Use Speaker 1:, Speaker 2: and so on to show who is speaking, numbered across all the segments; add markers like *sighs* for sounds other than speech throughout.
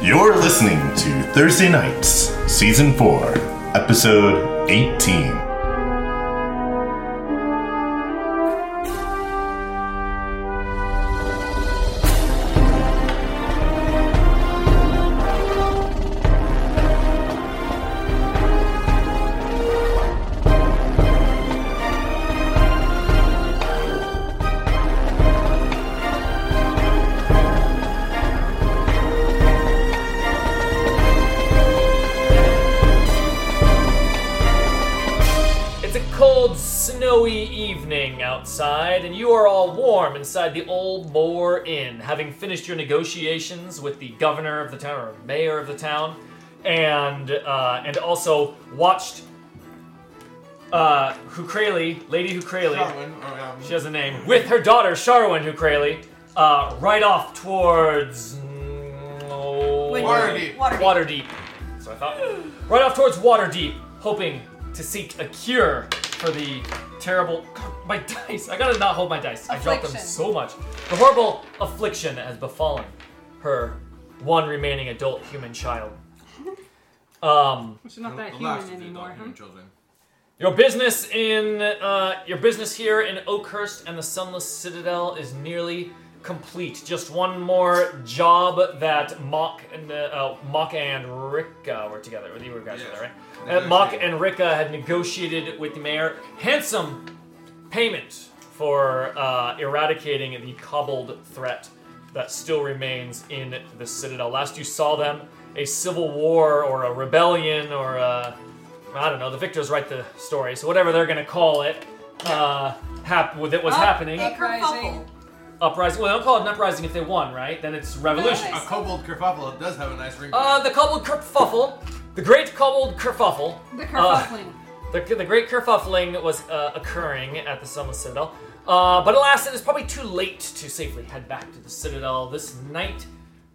Speaker 1: You're listening to Thursday Nights, Season 4, Episode 18.
Speaker 2: It's a cold, snowy evening outside, and you are all warm inside the Old Moor Inn, having finished your negotiations with the governor of the town or mayor of the town, and uh, and also watched uh, Hucraley, Lady Hucraley,
Speaker 3: um,
Speaker 2: she has a name, with her daughter Sharwin Hucraley, uh, right off towards mm, oh,
Speaker 4: When-
Speaker 3: Waterdeep.
Speaker 4: Waterdeep.
Speaker 2: Waterdeep. So I thought. Right off towards Waterdeep, hoping to seek a cure for the terrible. My *laughs* dice! I gotta not hold my dice. I dropped them
Speaker 4: Affliction.
Speaker 2: so much. The horrible affliction that has befallen her one remaining adult human child. Um.
Speaker 5: She's not that
Speaker 3: Relax
Speaker 5: human
Speaker 3: with your
Speaker 5: anymore,
Speaker 3: dog
Speaker 5: huh?
Speaker 3: and children.
Speaker 2: Your business in uh, your business here in Oakhurst and the Sunless Citadel is nearly complete. Just one more job that Mock and uh, uh, Mock and Ricka were together. You were guys
Speaker 3: Yes.
Speaker 2: together, right? Uh, Mock and Ricka had negotiated with the mayor handsome payment for uh, eradicating the cobbled threat that still remains in the Citadel. Last you saw them, a civil war or a rebellion or a, I don't know, the victors write the story, so whatever they're gonna call it, uh, hap- that
Speaker 4: Oh,
Speaker 2: was happening.
Speaker 4: Up-
Speaker 3: Uprising.
Speaker 2: uprising. Well, they'll call it an uprising if they won, right? Then it's revolution.
Speaker 3: A
Speaker 4: Nice.
Speaker 3: Uh, kobold kerfuffle does have a nice ring. to it.
Speaker 2: Uh, the cobbled kerfuffle, the great cobbled kerfuffle.
Speaker 5: The
Speaker 2: uh,
Speaker 5: kerfuffling.
Speaker 2: The, the great kerfuffling was uh, occurring at the Summer Citadel, uh, but alas, it is probably too late to safely head back to the Citadel this night.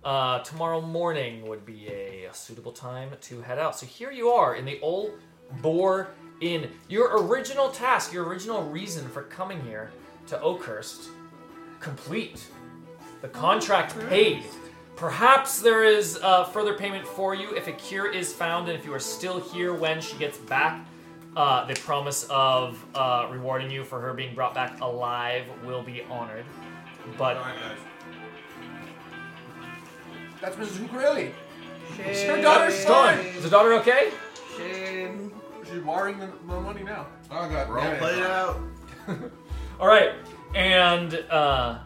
Speaker 2: Uh, tomorrow morning would be a, a suitable time to head out. So here you are in the Old Boar Inn. Your original task, your original reason for coming here to Oakhurst, complete. The contract paid. Perhaps there is uh, further payment for you if a cure is found and if you are still here when she gets back. Uh, the promise of uh, rewarding you for her being brought back alive will be honored. But
Speaker 3: Alright, guys. That's Mrs. Hukreli.
Speaker 6: She,
Speaker 3: Her daughter's
Speaker 2: Dawn,
Speaker 3: fine.
Speaker 2: is the daughter okay?
Speaker 6: she,
Speaker 3: She's wiring the, the money now. Oh god,
Speaker 6: Roll play it out.
Speaker 2: All right, and uh,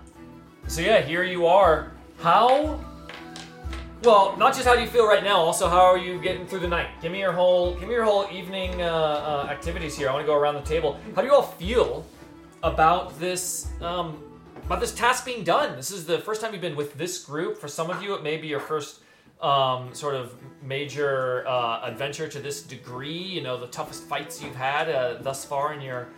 Speaker 2: so yeah, here you are. How? Well, not just how do you feel right now. Also, how are you getting through the night? Give me your whole, give me your whole evening uh, uh, activities here. I want to go around the table. How do you all feel about this? Um, about this task being done. This is the first time you've been with this group. For some of you, it may be your first um, sort of major uh, adventure to this degree. You know, the toughest fights you've had uh, thus far in your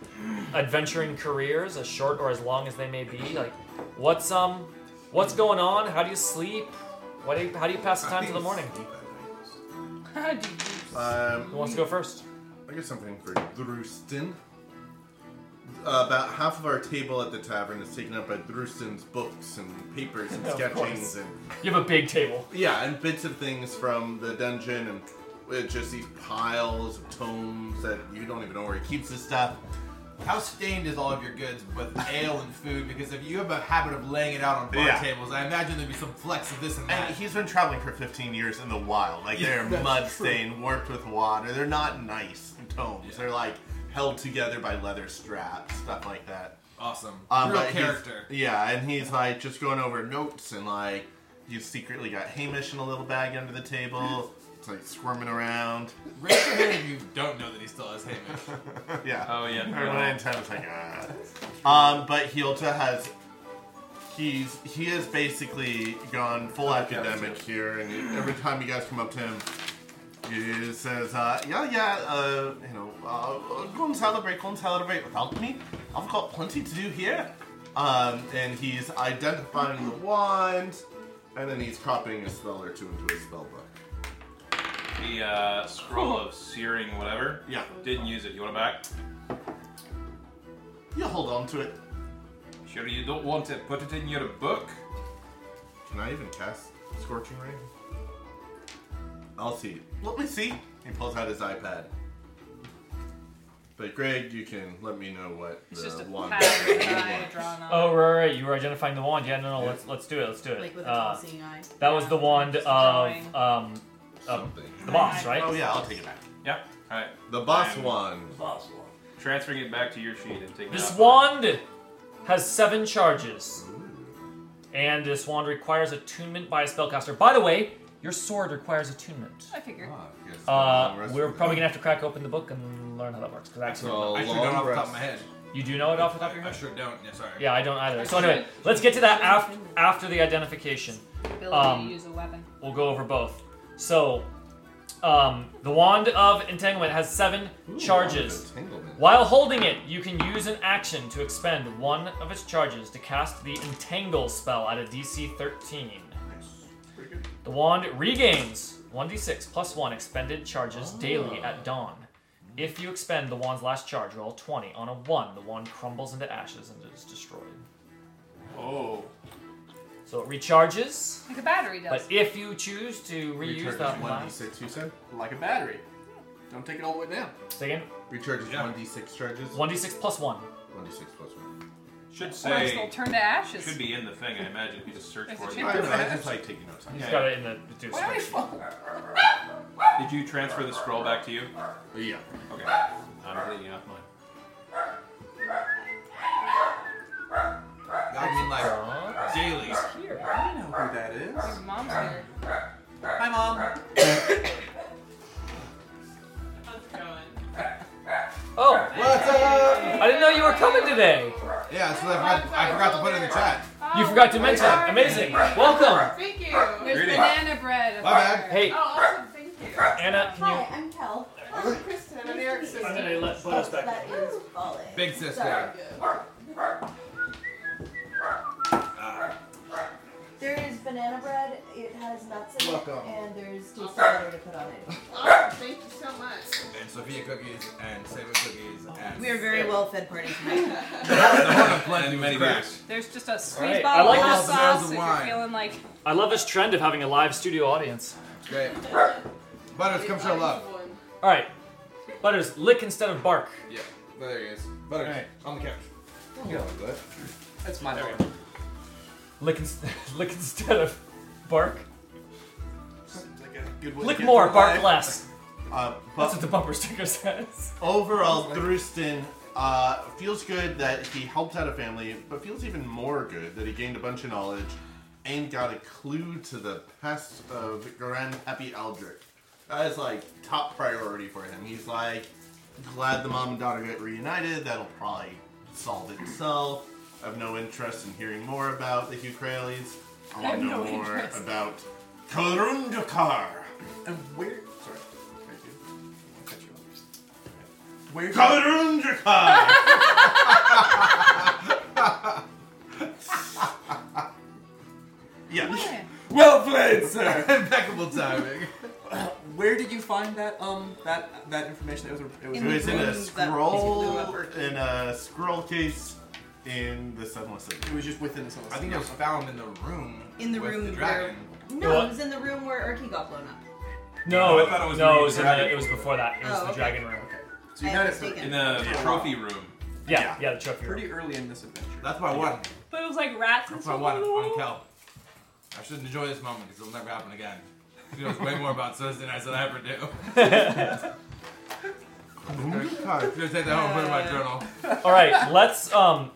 Speaker 2: adventuring careers, as short or as long as they may be. Like, what's um, what's going on? How do you sleep? What do you, how do you pass the time till the morning? *laughs* Who
Speaker 6: Um,
Speaker 2: wants to go first?
Speaker 6: I got something for Drustin. About half of our table at the tavern is taken up by Drustin's books and papers and
Speaker 2: Of
Speaker 6: sketchings
Speaker 2: course.
Speaker 6: and
Speaker 2: You have a big table.
Speaker 6: yeah, and bits of things from the dungeon and uh, just these piles of tomes that you don't even know where he keeps this stuff.
Speaker 3: How stained is all of your goods with ale and food? Because if you have a habit of laying it out on bar
Speaker 6: Yeah.
Speaker 3: tables, I imagine there'd be some flex of this and that.
Speaker 6: And he's been traveling for 15 years in the wild. Like,
Speaker 3: Yeah,
Speaker 6: they're
Speaker 3: that's
Speaker 6: mud
Speaker 3: true.
Speaker 6: stained, warped with water. They're not nice tomes.
Speaker 3: Yeah.
Speaker 6: They're like held together by leather straps, stuff like that.
Speaker 3: awesome.
Speaker 6: Um,
Speaker 3: Real
Speaker 6: but he's-
Speaker 3: character.
Speaker 6: Yeah, and he's like just going over notes and like he's secretly got Hamish in a little bag under the table. It's like squirming around.
Speaker 3: Raise your hand if you don't know that he still has Hamish.
Speaker 6: yeah.
Speaker 3: Oh, yeah.
Speaker 6: Or when I in town, it's like ah. Um, but he also has he's he has basically gone full
Speaker 3: Oh,
Speaker 6: academic here, and every time you guys come up to him. He says, uh, yeah, yeah, uh, you know, uh, go and celebrate, go and celebrate without me. I've got plenty to do here. Um, and he's identifying the wand, and then he's copying a spell or two into his spell book.
Speaker 7: The uh, scroll of searing whatever.
Speaker 6: Yeah.
Speaker 7: Didn't use it. You want it back?
Speaker 6: You hold on to it.
Speaker 7: Sure, you don't want it. Put it in your book.
Speaker 6: Can I even cast Scorching Ray? I'll see. Let me see. He pulls out his iPad. But Greg, you can let me know what
Speaker 4: *laughs* It's
Speaker 6: the
Speaker 3: Uh,
Speaker 4: just a
Speaker 6: wand
Speaker 4: pad
Speaker 6: is.
Speaker 4: with an
Speaker 3: *laughs*
Speaker 4: eye drawn on.
Speaker 2: Oh, right, right, you were identifying the wand. Yeah, no, no, let's let's do it. Let's do
Speaker 4: Like
Speaker 2: it.
Speaker 4: with a
Speaker 2: Uh,
Speaker 4: tossing eye.
Speaker 2: that was the wand
Speaker 4: Just
Speaker 2: of
Speaker 4: drawing.
Speaker 2: um, of
Speaker 6: Something.
Speaker 2: the boss, right?
Speaker 6: Oh yeah, I'll take it back.
Speaker 7: Yep. All right.
Speaker 6: The boss
Speaker 7: I'm
Speaker 6: wand.
Speaker 5: Possible.
Speaker 7: Transferring it back to your sheet and taking
Speaker 2: This
Speaker 7: it out.
Speaker 2: wand has seven charges. And this wand requires attunement by a spellcaster. By the way, your sword requires attunement.
Speaker 4: I figured.
Speaker 6: Ah, yes,
Speaker 3: Oh,
Speaker 6: long
Speaker 2: Uh,
Speaker 6: rest
Speaker 2: we're
Speaker 6: for that.
Speaker 2: probably gonna have to crack open the book and learn how that works. 'cause I actually don't know.
Speaker 6: So
Speaker 3: I should
Speaker 6: long
Speaker 3: don't off the top
Speaker 6: rest.
Speaker 3: of my head.
Speaker 2: you do know it off the top of your
Speaker 3: I, I
Speaker 2: head.
Speaker 3: sure don't. Yeah, sorry.
Speaker 2: Yeah, I don't either. So anyway, let's get to that after after the identification.
Speaker 4: Ability
Speaker 2: Um,
Speaker 4: to use a weapon.
Speaker 2: We'll go over both. So, um, the wand of entanglement has seven
Speaker 6: Ooh,
Speaker 2: charges.
Speaker 6: wand of entanglement.
Speaker 2: While holding it, you can use an action to expend one of its charges to cast the Entangle spell at a DC 13. The wand regains 1d6 plus 1 expended charges
Speaker 6: Oh.
Speaker 2: daily at dawn. If you expend the wand's last charge, roll 20. On a 1, the wand crumbles into ashes and is destroyed.
Speaker 6: Oh.
Speaker 2: So it recharges,
Speaker 4: Like a battery does.
Speaker 2: but if you choose to reuse that last.
Speaker 6: Recharges 1d6, you said?
Speaker 5: Like a battery. Don't take it all the way down.
Speaker 2: Second,
Speaker 6: Recharges
Speaker 3: Yeah.
Speaker 6: 1d6 charges?
Speaker 2: 1d6 plus 1.
Speaker 6: 1d6 plus 1.
Speaker 7: should
Speaker 4: or else they'll
Speaker 7: say
Speaker 4: turn to ashes.
Speaker 7: should be in the thing. I imagine if you just search
Speaker 4: It's
Speaker 7: for
Speaker 4: a
Speaker 7: it.
Speaker 4: chip.
Speaker 6: I
Speaker 4: I
Speaker 6: don't
Speaker 4: don't
Speaker 6: know, I just like taking notes.
Speaker 2: He's
Speaker 7: Yeah.
Speaker 2: got it in the do
Speaker 5: Why
Speaker 2: section.
Speaker 7: Did you transfer the scroll back to you?
Speaker 6: Yeah.
Speaker 7: Okay. I'm leaving off mine.
Speaker 3: I mean, like
Speaker 2: Uh,
Speaker 3: daily.
Speaker 2: Here.
Speaker 5: I know who that is.
Speaker 4: Your mom's here.
Speaker 3: Hi, mom.
Speaker 4: How's it going?
Speaker 2: Oh,
Speaker 3: What's up?
Speaker 2: I didn't know you were coming today.
Speaker 3: Yeah, so I forgot, I forgot to put it in the chat.
Speaker 2: *laughs* You forgot to mention it. Amazing. Welcome.
Speaker 4: Thank you. Oh, There's
Speaker 7: Greetings.
Speaker 4: banana bread.
Speaker 3: My bad.
Speaker 2: Hey,
Speaker 4: Oh, awesome. Thank you.
Speaker 2: Anna,
Speaker 8: Hi,
Speaker 2: can
Speaker 8: I'm Kel. I'm Kristen. I'm Eric's sister.
Speaker 2: you? gonna let
Speaker 8: Oh, that is Folly.
Speaker 3: Big sister.
Speaker 8: Sorry. There is banana bread. It has nuts in
Speaker 6: Welcome.
Speaker 8: it, and there's tasty butter to put on it.
Speaker 9: Thank you so much.
Speaker 3: And Sophia cookies and Simon cookies and.
Speaker 8: We
Speaker 3: *laughs*
Speaker 8: are very well fed party *laughs* tonight.
Speaker 3: And many beers.
Speaker 4: There's just a squeeze
Speaker 2: Alright, I
Speaker 4: bottle
Speaker 2: like
Speaker 4: of hot
Speaker 2: this.
Speaker 4: sauce
Speaker 3: Smells
Speaker 4: if
Speaker 3: of
Speaker 4: you're
Speaker 3: wine.
Speaker 4: feeling like
Speaker 2: I love this trend of having a live studio audience.
Speaker 3: Great. Butters, come show love.
Speaker 2: All right, Butters, lick instead of bark.
Speaker 3: Yeah, there he is. Butters,
Speaker 2: All right.
Speaker 3: on the couch. *laughs*
Speaker 5: That's my door.
Speaker 2: Lick, ins- *laughs* lick instead of bark.
Speaker 6: Seems like a good way
Speaker 2: Lick
Speaker 6: to get
Speaker 2: more,
Speaker 6: through
Speaker 2: bark
Speaker 6: life.
Speaker 2: less.
Speaker 6: Uh,
Speaker 2: That's what
Speaker 6: but
Speaker 2: the bumper sticker *laughs* says.
Speaker 6: overall, Thurston uh, feels good that he helped out a family, but feels even more good that he gained a bunch of knowledge and got a clue to the past of Grand Happy Eldrick. That is like top priority for him. He's like glad the mom and daughter get reunited. That'll probably solve itself. I have no interest in hearing more about the Hugh Craleys. I want
Speaker 4: I have
Speaker 6: to know
Speaker 4: no
Speaker 6: more
Speaker 4: interest.
Speaker 6: about Karundakar.
Speaker 5: And where? Sorry. Thank you. I'll cut you off. Where?
Speaker 6: Karundakar. yeah.
Speaker 4: "Hey,
Speaker 5: Well played, sir.
Speaker 3: Impeccable timing.
Speaker 5: Where did you find that um that that information? It was a- it was
Speaker 6: It was in a
Speaker 8: That-
Speaker 6: scroll in a scroll case in the Sunless City.
Speaker 5: it was just within the someone's.
Speaker 3: I think it was found in the room.
Speaker 8: In the
Speaker 3: with
Speaker 8: room
Speaker 3: The dragon.
Speaker 8: where. No,
Speaker 2: What?
Speaker 8: it was in the room where Erky got blown up.
Speaker 2: No,
Speaker 7: I thought it was
Speaker 2: no,
Speaker 7: the
Speaker 2: it was, in
Speaker 7: dragon.
Speaker 2: the, it was before that. It was
Speaker 8: Oh,
Speaker 2: the
Speaker 8: okay.
Speaker 2: dragon room.
Speaker 5: So you
Speaker 8: I
Speaker 5: got it
Speaker 8: was
Speaker 5: pretty,
Speaker 7: In the
Speaker 6: Yeah.
Speaker 7: trophy room.
Speaker 2: Yeah, yeah, the trophy room.
Speaker 5: pretty early in this adventure.
Speaker 3: That's my one.
Speaker 4: But it was like rats and
Speaker 3: That's my
Speaker 4: stuff.
Speaker 3: one on Kel. I should enjoy this moment because it'll never happen again. She knows way more about Susan than I said I ever do. I'm gonna take that home and put it in my journal.
Speaker 2: All right, let's um,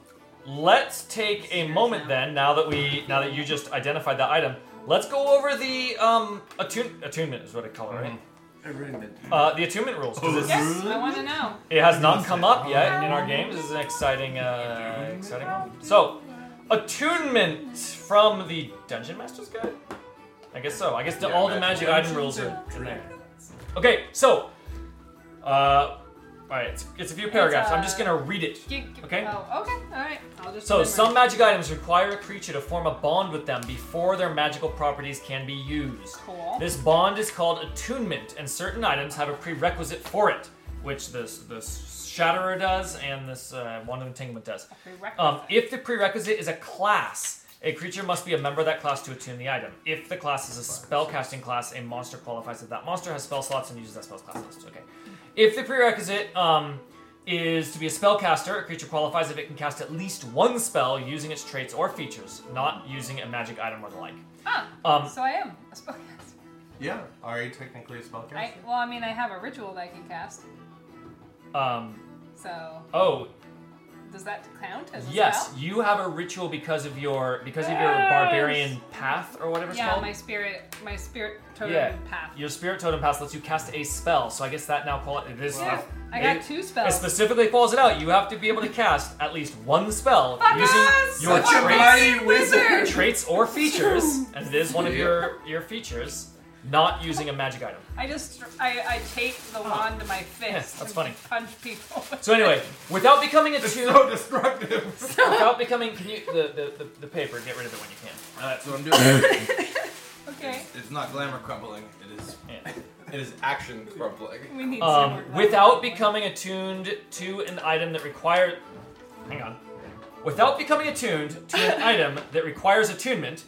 Speaker 2: let's take a moment then. Now that we, now that you just identified that item, let's go over the um, attune- attunement is what I call it, right?
Speaker 5: Arraignment.
Speaker 2: Uh, the attunement rules because it's
Speaker 4: Yes, I want to know.
Speaker 2: it has not come up yet in our games. This is an exciting, uh, exciting one. So, attunement from the Dungeon Master's Guide. I guess so. I guess the, all the magic item rules are in there. Okay, so, uh, all right, it's, it's a few paragraphs. I'm just gonna read it.
Speaker 4: Gi- gi-
Speaker 2: Okay.
Speaker 4: Oh, okay. All right. I'll just.
Speaker 2: So,
Speaker 4: remember.
Speaker 2: some magic items require a creature to form a bond with them before their magical properties can be used.
Speaker 4: Cool.
Speaker 2: This bond is called attunement, and certain items have a prerequisite for it, which this this Shatterer does and this uh, Wand of Entanglement does. Um,
Speaker 4: Prerequisite.
Speaker 2: if the prerequisite is a class, A creature must be a member of that class to attune the item. If the class is a spellcasting class, a monster qualifies if that monster has spell slots and uses that spell's class list. Okay. If the prerequisite um, is to be a spellcaster, a creature qualifies if it can cast at least one spell using its traits or features, not using a magic item or the like.
Speaker 4: Ah,
Speaker 2: Um,
Speaker 4: so I am a spellcaster.
Speaker 6: Yeah. Are you technically a spellcaster?
Speaker 4: I, well, I mean, I have a ritual that I can cast.
Speaker 2: Um,
Speaker 4: So
Speaker 2: oh,
Speaker 4: does that count as a
Speaker 2: yes,
Speaker 4: spell?
Speaker 2: you have a ritual because of your because of your
Speaker 4: Yes.
Speaker 2: barbarian path or whatever it's
Speaker 4: Yeah,
Speaker 2: called.
Speaker 4: my spirit, my spirit totem
Speaker 2: Yeah.
Speaker 4: path.
Speaker 2: Your spirit totem pass lets you cast a spell, so I guess that now quali- this
Speaker 4: Yeah, I got two
Speaker 2: It
Speaker 4: spells.
Speaker 2: specifically calls it out. You have to be able to cast at least one spell
Speaker 4: Fuck
Speaker 2: using
Speaker 4: us!
Speaker 2: your
Speaker 4: Such a
Speaker 2: traits,
Speaker 4: wizard!
Speaker 2: traits or features, and it is one of your your features. Not using a magic item.
Speaker 4: I just I, I tape the wand to my fist.
Speaker 2: Yeah, that's
Speaker 4: and
Speaker 2: funny.
Speaker 4: Punch people.
Speaker 2: *laughs* So anyway, without becoming a two,
Speaker 3: So destructive.
Speaker 2: *laughs* without becoming can you, the, the, the the paper, get rid of it when you can.
Speaker 3: Alright, so I'm doing
Speaker 4: *laughs* okay,
Speaker 3: *coughs* It's not glamour crumpling. It is
Speaker 2: Yeah.
Speaker 3: it is action crumpling.
Speaker 4: we need some more
Speaker 2: Um,
Speaker 4: glass.
Speaker 2: without becoming attuned to an item that requires. Hang on. Without becoming attuned to an item that requires attunement,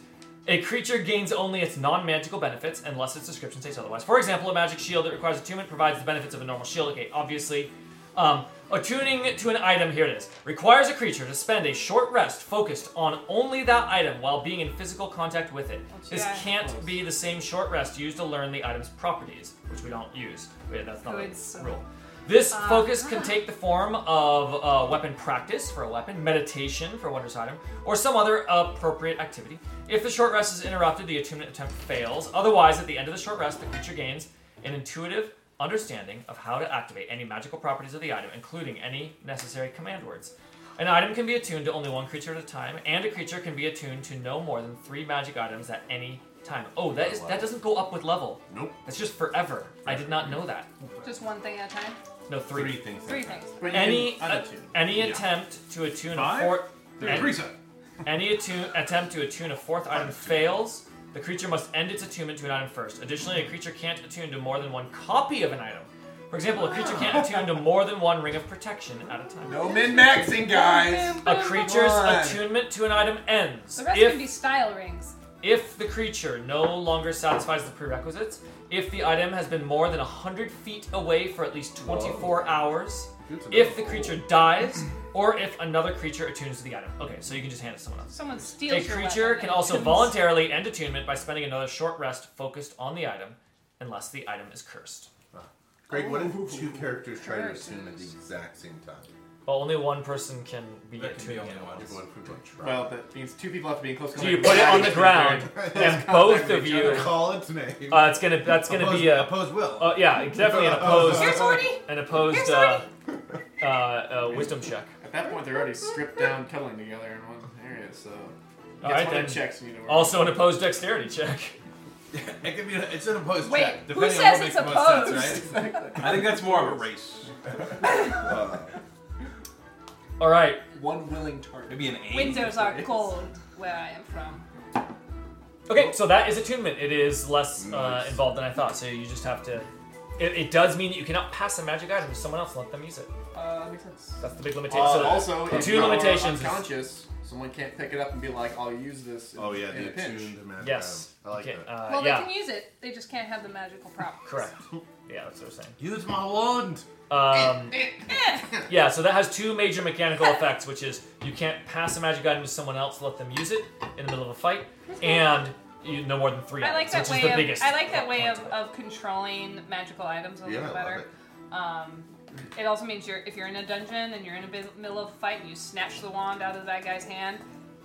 Speaker 2: a creature gains only its non magical benefits unless its description states otherwise. For example, a magic shield that requires attunement provides the benefits of a normal shield. Okay, obviously. Um, attuning to an item, here it is, requires a creature to spend a short rest focused on only that item while being in physical contact with it. This
Speaker 4: yeah.
Speaker 2: can't be the same short rest used to learn the item's properties, which we don't use. Wait, that's not
Speaker 4: Good
Speaker 2: the
Speaker 4: soul.
Speaker 2: rule. This focus can take the form of uh, weapon practice for a weapon, meditation for a wondrous item, or some other appropriate activity. If the short rest is interrupted, the attunement attempt fails. Otherwise, at the end of the short rest, the creature gains an intuitive understanding of how to activate any magical properties of the item, including any necessary command words. An item can be attuned to only one creature at a time, and a creature can be attuned to no more than three magic items at any time. Oh, that is that doesn't go up with level.
Speaker 6: Nope.
Speaker 2: That's just forever. I did not know that.
Speaker 4: just one thing at a time.
Speaker 2: No,
Speaker 3: Three things.
Speaker 4: Three things.
Speaker 6: But you
Speaker 2: any uh,
Speaker 6: can unattune.
Speaker 2: any
Speaker 6: Yeah.
Speaker 2: attempt to attune a
Speaker 7: Five?
Speaker 2: fourth
Speaker 7: There's
Speaker 2: any,
Speaker 7: reason.
Speaker 2: any attune, attempt to attune a fourth item fails. The creature must end its attunement to an item first. Additionally, a creature can't attune to more than one copy of an item. For example, a creature can't attune to more than one ring of protection at a time.
Speaker 5: No min maxing, guys.
Speaker 2: A creature's
Speaker 5: Come on.
Speaker 2: attunement to an item ends
Speaker 4: The rest
Speaker 2: if
Speaker 4: can be style rings.
Speaker 2: If the creature no longer satisfies the prerequisites, if the item has been more than 100 feet away for at least 24 hours, if the creature dies, or if another creature attunes to the item. Okay, so you can just hand it to someone else.
Speaker 4: Someone
Speaker 2: A
Speaker 4: steals your
Speaker 2: creature
Speaker 4: weapon
Speaker 2: can
Speaker 4: and
Speaker 2: also
Speaker 4: *laughs* attunes-
Speaker 2: voluntarily end attunement by spending another short rest focused on the item, unless the item is cursed.
Speaker 6: Greg, what
Speaker 4: Oh.
Speaker 6: if two characters try to
Speaker 4: Curses.
Speaker 6: assume at the exact same time?
Speaker 2: But only one person can be
Speaker 3: There can be
Speaker 2: attuning
Speaker 3: only
Speaker 2: it.
Speaker 3: one.
Speaker 6: If one could, like, try.
Speaker 5: Well, that means two people have to be in close
Speaker 2: So
Speaker 5: contact.
Speaker 2: you put it on the
Speaker 3: *laughs*
Speaker 5: Yeah.
Speaker 2: ground, and both of you.
Speaker 3: Call its name.
Speaker 2: Uh, it's gonna. That's gonna
Speaker 3: Opposed-
Speaker 2: be a.
Speaker 3: opposed will.
Speaker 2: Uh, yeah, definitely an opposed.
Speaker 4: Here's Horny.
Speaker 2: an opposed
Speaker 4: Here's
Speaker 2: uh, uh, uh, wisdom check.
Speaker 5: At that point, they're already stripped down, cuddling together in one area. So
Speaker 2: All right
Speaker 5: It's one
Speaker 2: then.
Speaker 5: of the checks. You know, where-
Speaker 2: Also an opposed dexterity check. *laughs*
Speaker 3: it could be a, it's an opposed
Speaker 4: Wait,
Speaker 3: check.
Speaker 4: who
Speaker 3: Depending on
Speaker 4: says
Speaker 3: what makes
Speaker 4: it's
Speaker 3: the most
Speaker 4: opposed?
Speaker 3: Sense, right?
Speaker 5: Exactly.
Speaker 7: I think that's more of a race.
Speaker 2: All right,
Speaker 5: one willing target.
Speaker 3: Maybe an eight.
Speaker 4: Windows are cold where I am from.
Speaker 2: okay, so that is attunement. It is less uh, involved than I thought. So you just have to. It, it does mean that you cannot pass a magic item to someone else. and Let them use it.
Speaker 5: Uh, makes sense.
Speaker 2: That's the big limitation.
Speaker 10: Oh,
Speaker 5: Uh,
Speaker 2: so
Speaker 5: also, if
Speaker 2: two
Speaker 5: you're
Speaker 2: limitations is-
Speaker 5: Unconscious. Someone can't pick it up and be like, "I'll use this." In,
Speaker 6: Oh yeah,
Speaker 5: in
Speaker 6: the
Speaker 5: a pinch.
Speaker 6: attuned magic. *laughs*
Speaker 2: yes,
Speaker 6: item. I like
Speaker 2: you
Speaker 6: that.
Speaker 2: can- uh,
Speaker 4: Well,
Speaker 2: yeah,
Speaker 4: they can use it. They just can't have the magical properties. *laughs*
Speaker 2: correct. Yeah, that's what I'm
Speaker 3: Use my wand.
Speaker 2: saying. Um, Yeah, so that has two major mechanical effects, which is you can't pass a magic item to someone else, let them use it in the middle of a fight, and you no more than three.
Speaker 4: I like
Speaker 2: items, which
Speaker 4: that way.
Speaker 2: is the
Speaker 4: Of,
Speaker 2: biggest.
Speaker 4: I like that way
Speaker 2: point
Speaker 4: of,
Speaker 2: to it.
Speaker 4: of controlling magical items a little
Speaker 6: Yeah, I love
Speaker 4: better. Um, it also means you're if you're in a dungeon and you're in the bus- middle of a fight and you snatch the wand out of that guy's hand,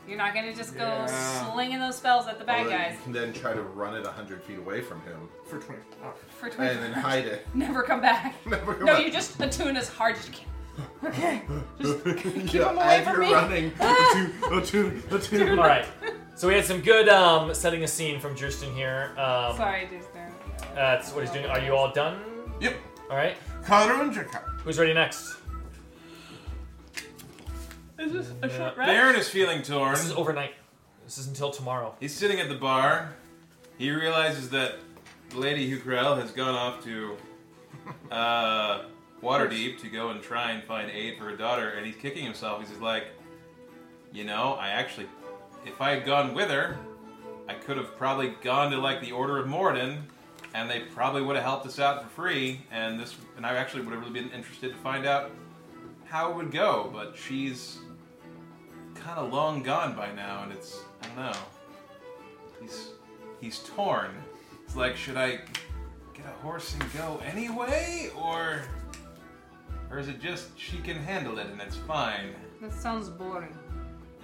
Speaker 4: you're not gonna just go
Speaker 5: Yeah.
Speaker 4: slinging those spells at the bad
Speaker 6: Although
Speaker 4: guys
Speaker 6: You can then try to run it hundred feet away from
Speaker 4: *laughs*
Speaker 6: him
Speaker 5: For twenty. Oh.
Speaker 4: for
Speaker 6: and
Speaker 4: 20
Speaker 6: then hide it.
Speaker 4: *laughs*
Speaker 6: *laughs*
Speaker 4: Never come back.
Speaker 6: Never come
Speaker 4: no,
Speaker 6: back.
Speaker 4: you just attune as hard as you can. *laughs* Okay,
Speaker 6: *laughs*
Speaker 4: just keep
Speaker 6: yeah,
Speaker 4: him away
Speaker 6: as
Speaker 4: from
Speaker 6: you're
Speaker 4: me. *laughs*
Speaker 6: running. Attune, attune, attune.
Speaker 2: All right. So we had some good um, setting the scene from Jurston here. Um,
Speaker 4: Sorry, Disney.
Speaker 2: That's what he's doing. Are you all done?
Speaker 6: *laughs* Yep.
Speaker 2: All right.
Speaker 6: Connor and Jacob.
Speaker 2: Who's ready next?
Speaker 4: Is this a short rest?
Speaker 7: Baron is feeling torn.
Speaker 2: This is overnight. This is until tomorrow.
Speaker 7: He's sitting at the bar. He realizes that Lady Hukrell has gone off to uh, Waterdeep to go and try and find aid for her daughter, and he's kicking himself. He's just like, you know, I actually if I had gone with her, I could have probably gone to like the Order of Moradin, and they probably would have helped us out for free. And this, and I actually would have really been interested to find out how it would go. But she's kind of long gone by now, and it's I don't know. He's he's torn. It's like, should I get a horse and go anyway, or or is it just she can handle it and it's fine?
Speaker 4: That sounds boring.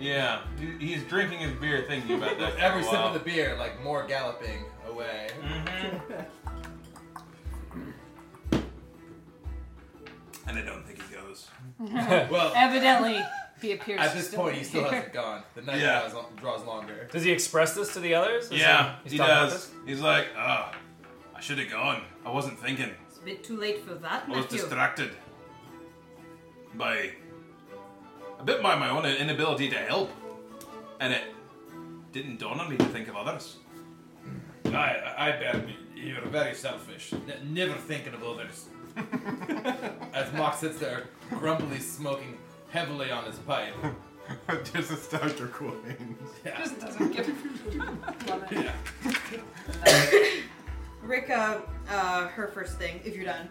Speaker 7: Yeah, he- he's drinking his beer, thinking about that.
Speaker 6: Oh,
Speaker 3: Every sip of the beer, like more galloping away.
Speaker 6: Mm.
Speaker 7: and I don't think he goes.
Speaker 3: Well,
Speaker 4: Evidently, he appears.
Speaker 3: at
Speaker 4: to
Speaker 3: this
Speaker 4: still
Speaker 3: point,
Speaker 4: be
Speaker 3: he still
Speaker 4: here.
Speaker 3: hasn't gone. The night
Speaker 7: Yeah.
Speaker 3: draws, draws longer.
Speaker 2: Does he express this to the others? Is
Speaker 7: Yeah,
Speaker 2: he, he's
Speaker 7: he
Speaker 2: talking about
Speaker 7: does.
Speaker 2: this?
Speaker 7: He's like, ah, I should have gone. I wasn't thinking.
Speaker 11: It's a bit too late for that,
Speaker 7: I was
Speaker 11: Matthew.
Speaker 7: distracted by a bit by my own inability to help, and it didn't dawn on me to think of others.
Speaker 5: I, I bet you're very selfish. N- never thinking of others.
Speaker 3: As Mock sits there, grumpily smoking heavily on
Speaker 6: *laughs*
Speaker 3: his pipe.
Speaker 6: There's this Dr. Quains.
Speaker 4: Just doesn't give. Love it.
Speaker 11: Rika, uh, her first thing, if you're done,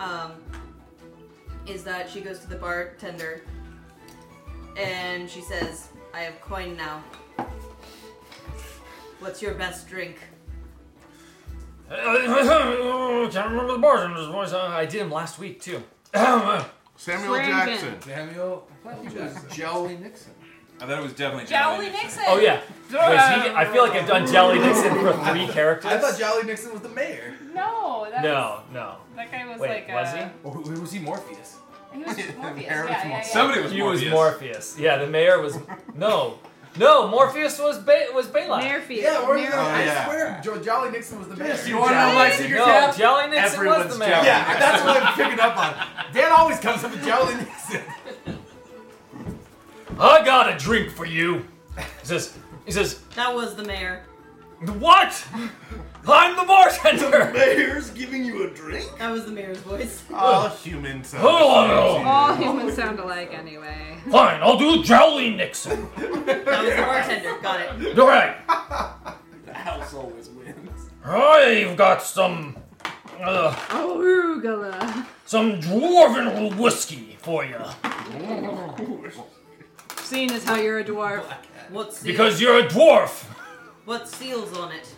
Speaker 11: um, is that she goes to the bartender and she says, I have coin now. What's your best drink?
Speaker 2: Uh, *coughs* Can't remember the bartender's voice. Uh, I did him last week too. *coughs* Oh,
Speaker 6: Samuel
Speaker 4: Clarendon.
Speaker 6: Jackson.
Speaker 3: Samuel Jackson.
Speaker 5: Jolly Nixon.
Speaker 7: I thought it was definitely
Speaker 4: Jolly
Speaker 7: Jolly
Speaker 4: Nixon.
Speaker 2: Oh yeah. Was he, I feel like I've done Jelly Nixon for three characters.
Speaker 3: I thought Jolly Nixon was the mayor.
Speaker 4: No, that
Speaker 2: no, no.
Speaker 4: was- that guy was
Speaker 2: Wait,
Speaker 4: like uh,
Speaker 2: was
Speaker 4: a,
Speaker 3: Or who- was he Morpheus?
Speaker 4: he? was Morpheus. Yeah,
Speaker 5: Harris
Speaker 4: yeah, yeah.
Speaker 7: Somebody was
Speaker 2: he
Speaker 7: Morpheus.
Speaker 2: was Morpheus. Yeah, the mayor was no, no. Morpheus was ba- was Balak.
Speaker 4: Morpheus.
Speaker 3: Yeah, or
Speaker 4: Mor-
Speaker 6: Oh,
Speaker 3: I
Speaker 5: yeah.
Speaker 3: swear Jo- Jolly Nixon was the mayor.
Speaker 5: you wanna know my secret
Speaker 2: no,
Speaker 5: tap?
Speaker 2: Jelly Nixon was
Speaker 5: Everyone's
Speaker 2: the mayor.
Speaker 5: Jelly.
Speaker 3: Yeah, that's what I'm picking up on. Dan always comes up with Jolly Nixon.
Speaker 2: I got a drink for you. He says, he says,
Speaker 11: That was the mayor.
Speaker 2: what? I'm the
Speaker 3: *laughs*
Speaker 2: bartender.
Speaker 5: Mayor's giving you a drink?
Speaker 11: That was the
Speaker 2: *laughs*
Speaker 11: mayor's voice.
Speaker 6: All human sounds.
Speaker 2: Hello.
Speaker 4: All humans sound alike anyway.
Speaker 2: Oh, Fine, I'll do Jolly Nixon.
Speaker 11: That was the bartender. Got it.
Speaker 2: All right.
Speaker 5: The house always wins.
Speaker 2: I've got some, uh,
Speaker 4: Arugula.
Speaker 2: some dwarven whiskey for you
Speaker 4: Seeing as how you're a dwarf.
Speaker 11: What seal?
Speaker 2: because you're a dwarf.
Speaker 11: what seals on it?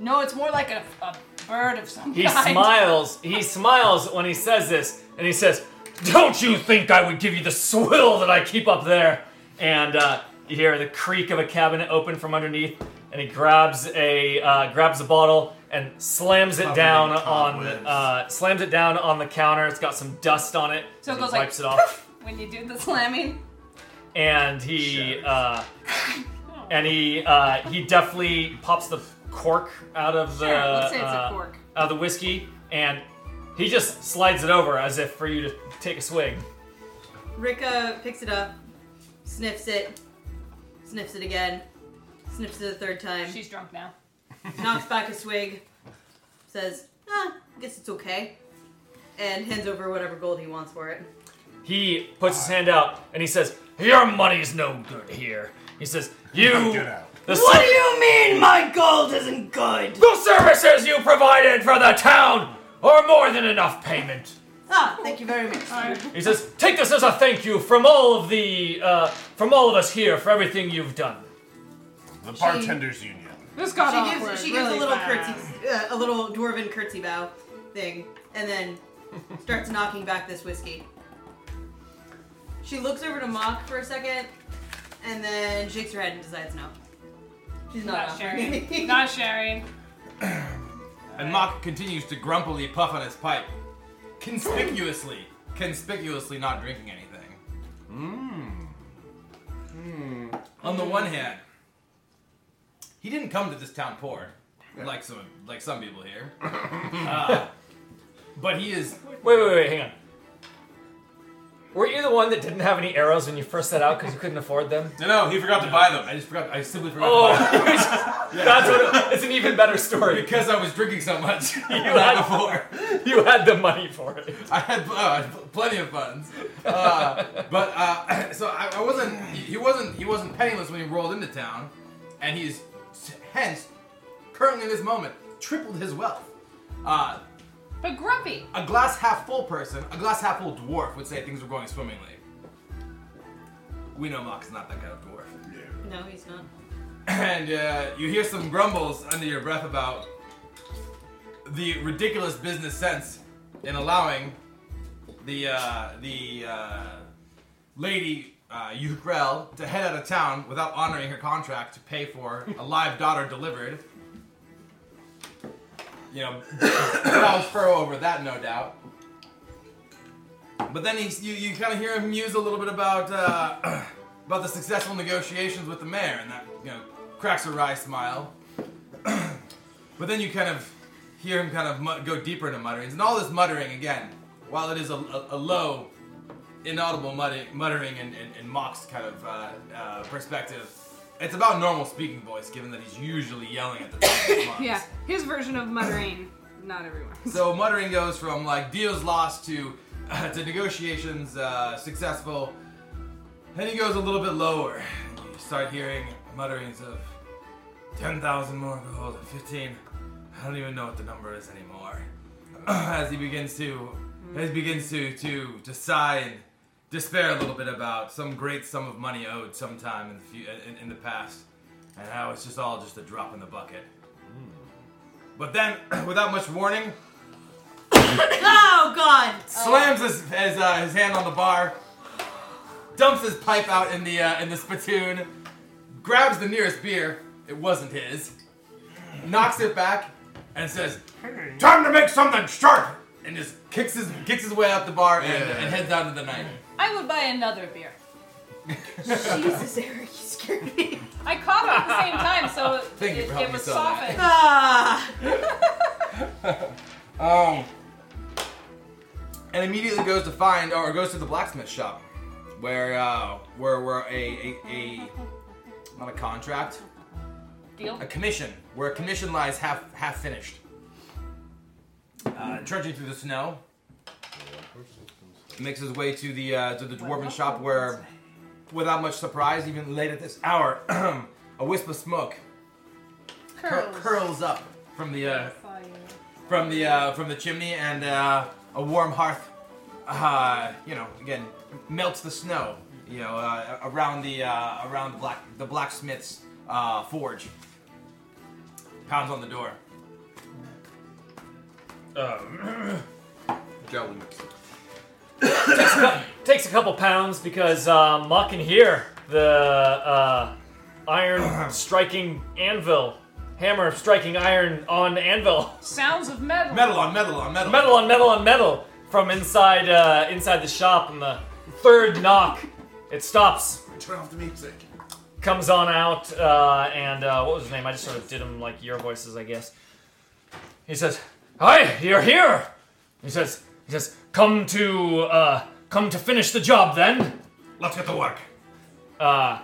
Speaker 4: No, it's more like a, a bird of some *laughs*
Speaker 2: He
Speaker 4: kind.
Speaker 2: smiles. He smiles when he says this, and he says, "Don't you think I would give you the swill that I keep up there?" And uh, you hear the creak of a cabinet open from underneath, and he grabs a uh, grabs a bottle and slams it
Speaker 6: Covered
Speaker 2: down
Speaker 6: in
Speaker 2: on
Speaker 6: cobwebs.
Speaker 2: uh, slams it down on the counter. It's got some dust on it.
Speaker 4: So it
Speaker 2: he
Speaker 4: goes like
Speaker 2: wipes it off,
Speaker 4: when you do the slamming.
Speaker 2: and he uh, and he uh, he deftly pops the cork out of the
Speaker 4: Sure, let's say it's a
Speaker 2: uh,
Speaker 4: cork.
Speaker 2: out of the whiskey, and he just slides it over as if for you to take a swig.
Speaker 11: Rika picks it up, sniffs it, sniffs it again, sniffs it a third time.
Speaker 4: She's drunk now.
Speaker 11: knocks back a swig, says, ah, I guess it's okay, and hands over whatever gold he wants for it.
Speaker 2: He puts his hand out and he says, "Your money's no good here." He says, "You."
Speaker 1: Get out.
Speaker 2: The,
Speaker 11: What do
Speaker 2: ser-
Speaker 11: you mean my gold isn't good?
Speaker 2: the services you provided for the town are more than enough payment.
Speaker 11: Ah, thank you very much.
Speaker 2: He says, "Take this as a thank you from all of the uh, from all of us here for everything you've done."
Speaker 1: The bartenders union.
Speaker 4: This got
Speaker 11: She
Speaker 4: awkward
Speaker 11: gives, she gives
Speaker 4: really
Speaker 11: a little
Speaker 4: fast.
Speaker 11: curtsy, uh, a little dwarven curtsy bow thing, and then starts knocking back this whiskey. She looks over to Mock for a second, and then shakes her head and decides no. She's not,
Speaker 4: Not
Speaker 11: offering. *laughs*
Speaker 4: sharing. Not sharing.
Speaker 3: And Mock continues to grumpily puff on his pipe. Conspicuously. Conspicuously not drinking anything. Mmm. On the one hand, he didn't come to this town poor, like some like some people here. Uh, but he is
Speaker 2: Wait, wait, wait, hang on. Were you the one that didn't have any arrows when you first set out because you couldn't afford them?
Speaker 7: No, no, he forgot to buy them.
Speaker 3: I just forgot. I simply forgot.
Speaker 2: Oh, *laughs*
Speaker 3: to buy them.
Speaker 2: that's what. It's an even better story.
Speaker 3: Because I was drinking so much. *laughs* You
Speaker 2: had- You had the money for it.
Speaker 3: I had,
Speaker 7: uh,
Speaker 3: oh, I had pl- plenty of funds, uh, but uh, *laughs* so I, I wasn't. He wasn't. He wasn't penniless when he rolled into town, and he's hence currently in this moment tripled his wealth. Uh,
Speaker 4: But grumpy.
Speaker 3: a glass half full person, a glass half full dwarf would say things were going swimmingly. We know Mock's not that kind of dwarf. *laughs*
Speaker 11: No, he's not.
Speaker 3: And uh, you hear some grumbles under your breath about the ridiculous business sense in allowing the uh, the uh, lady uh, Yukrel to head out of town without honoring her contract to pay for a live daughter delivered. You know, brows furrow over that, no doubt. But then he's, you, you kind of hear him muse a little bit about uh, *clears throat* about the successful negotiations with the mayor, and that you know cracks a wry smile. *clears throat* but then you kind of hear him kind of mu- go deeper into mutterings, and all this muttering again, while it is a, a, a low, inaudible muttering, muttering and, and, and mock's kind of uh, uh, perspective. It's about normal speaking voice, given that he's usually yelling at the top of his lungs.
Speaker 4: Yeah, his version of muttering, not everyone.
Speaker 3: So muttering goes from like deals lost to uh, to negotiations uh, successful, and he goes a little bit lower. And you start hearing mutterings of ten thousand more gold, fifteen. I don't even know what the number is anymore. *clears throat* As he begins to as he begins to to to sigh and despair a little bit about some great sum of money owed sometime in the fu- in, in the past, and how it's just all just a drop in the bucket. But then, *clears throat* without much warning,
Speaker 11: Oh God!
Speaker 3: slams his his, uh, his hand on the bar, dumps his pipe out in the uh, in the spittoon, grabs the nearest beer. It wasn't his. Knocks it back and says, "Time to make something sharp!" And just kicks his kicks his way out the bar and,
Speaker 6: Yeah.
Speaker 3: and heads out into the night.
Speaker 4: I would buy another beer.
Speaker 11: *laughs* Jesus, Eric, you scared me.
Speaker 4: I caught it at the same time, so
Speaker 3: Thank you
Speaker 4: it,
Speaker 3: for
Speaker 4: it
Speaker 3: helping
Speaker 4: was
Speaker 3: me sell that.
Speaker 4: softened.
Speaker 11: Ah!
Speaker 3: Um, and immediately goes to find or goes to the blacksmith shop, where uh, where where a, a a not a contract,
Speaker 4: Deal.
Speaker 3: a commission where a commission lies half half finished. Uh, trudging through the snow, makes his way to the uh, to the dwarven shop where, without much surprise, even late at this hour, *clears throat* a wisp of smoke cur-
Speaker 4: Curls.
Speaker 3: curls up from the uh,
Speaker 4: Fire.
Speaker 3: from the uh, from the chimney, and uh, a warm hearth, uh, you know, again melts the snow, you know, uh, around the uh, around the black the blacksmith's uh, forge. Pounds on the door. Joe,
Speaker 2: Takes a couple pounds because uh, Muck can hear the uh, iron striking anvil, hammer striking iron on anvil,
Speaker 4: Sounds of metal.
Speaker 3: metal on metal on metal.
Speaker 2: metal on metal on metal from inside uh, inside the shop. And the third knock, it stops.
Speaker 6: Turn off the music.
Speaker 2: comes on out, uh, and uh, what was his name? I just sort of did him like your voices, I guess. He says, "Hi, you're here." He says, "He says, come to uh, come to finish the job, then."
Speaker 3: Let's get to work.
Speaker 2: Uh,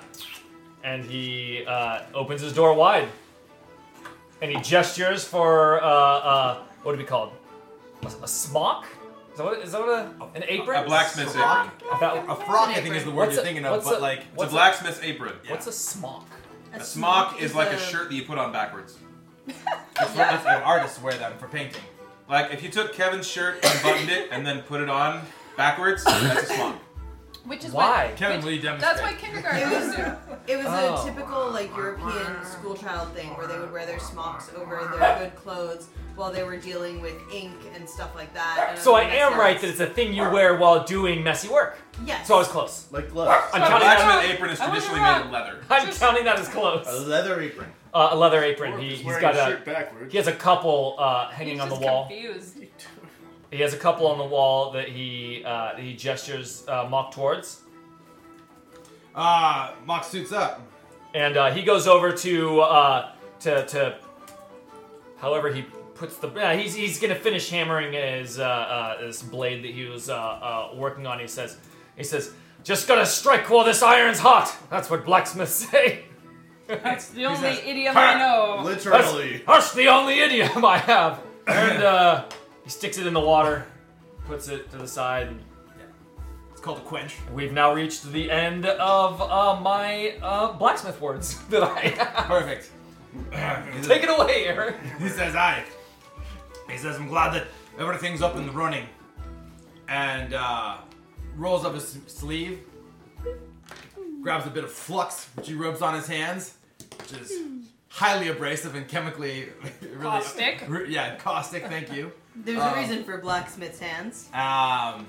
Speaker 2: and he uh, opens his door wide, and he gestures for uh, uh, what do we call it? A, a smock? Is that what, is that what a, an apron?
Speaker 7: A blacksmith's apron.
Speaker 3: Frock?
Speaker 2: That-
Speaker 3: A frock, I think, is the word
Speaker 2: What's
Speaker 3: you're
Speaker 2: a-
Speaker 3: thinking of,
Speaker 2: what's
Speaker 3: but
Speaker 2: a-
Speaker 3: like
Speaker 7: It's a
Speaker 2: what's
Speaker 7: blacksmith's apron.
Speaker 2: What's a smock?
Speaker 7: A smock is like a shirt that you put on backwards.
Speaker 3: that's what that's what artists wear them for painting.
Speaker 7: Like if you took Kevin's shirt, unbuttoned it, and then put it on backwards, that's
Speaker 4: *laughs*
Speaker 7: a smock.
Speaker 4: Which is
Speaker 2: Why?
Speaker 4: What,
Speaker 3: Kevin,
Speaker 4: which-
Speaker 3: will you demonstrate?
Speaker 4: That's what kindergarten used to.
Speaker 11: It was
Speaker 2: Oh.
Speaker 11: a typical like European school child thing where they would wear their smocks over their good clothes while they were dealing with ink and stuff like that. and
Speaker 2: So I
Speaker 11: other
Speaker 2: am
Speaker 11: mess
Speaker 2: right
Speaker 11: ups.
Speaker 2: that it's a thing you wear while doing messy work.
Speaker 11: yes.
Speaker 2: So I was close.
Speaker 6: Like gloves.
Speaker 2: I'm
Speaker 7: A
Speaker 2: counting that.
Speaker 7: blacksmith apron is
Speaker 4: I wasn't
Speaker 7: traditionally made
Speaker 4: wrong.
Speaker 7: of leather.
Speaker 2: I'm
Speaker 4: Just-
Speaker 2: counting that as
Speaker 6: A
Speaker 2: close.
Speaker 6: leather apron.
Speaker 2: Uh, a leather apron. He,
Speaker 6: Just
Speaker 2: he's
Speaker 6: wearing
Speaker 2: got
Speaker 6: shirt
Speaker 2: a.
Speaker 6: backwards.
Speaker 2: He has a couple uh, hanging
Speaker 4: He's
Speaker 2: on the
Speaker 4: just
Speaker 2: wall.
Speaker 4: Confused.
Speaker 2: He has a couple on the wall that he uh, that he gestures uh, mock towards,
Speaker 3: Ah, mock suits up.
Speaker 2: and uh, he goes over to uh, to to. However, he puts the yeah, he's he's gonna finish hammering his uh, uh, this blade that he was uh, uh, working on. He says, He says, "Just gotta strike while this iron's hot." That's what blacksmiths *laughs* say. That's
Speaker 4: the only idiom I know.
Speaker 2: That's, that's the only idiom I have. And uh, he sticks it in the water, puts it to the side. And, It's
Speaker 7: called a quench.
Speaker 2: We've now reached the end of uh, my uh, blacksmith words *laughs* that I have.
Speaker 7: Perfect.
Speaker 2: Take it away, Eric.
Speaker 7: He says, "I." He says, "I'm glad that everything's up and running." And uh, rolls up his sleeve, grabs a bit of flux, which he rubs on his hands, which is highly abrasive and chemically *laughs* really
Speaker 11: Caustic.
Speaker 7: re- *laughs* yeah, caustic. Thank you.
Speaker 11: There's
Speaker 7: Um,
Speaker 11: a reason for blacksmith's hands.
Speaker 7: Um,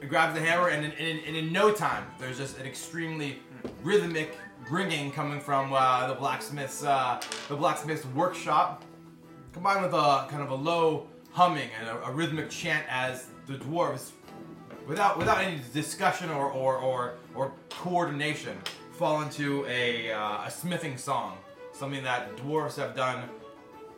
Speaker 7: he grabs the hammer, and in, in, and in no time, there's just an extremely rhythmic ringing coming from uh, the blacksmith's uh, the blacksmith's workshop, combined with a kind of a low humming and a, a rhythmic chant as the dwarves, without without any discussion or or or, or coordination, fall into a uh, a smithing song, something that dwarves have done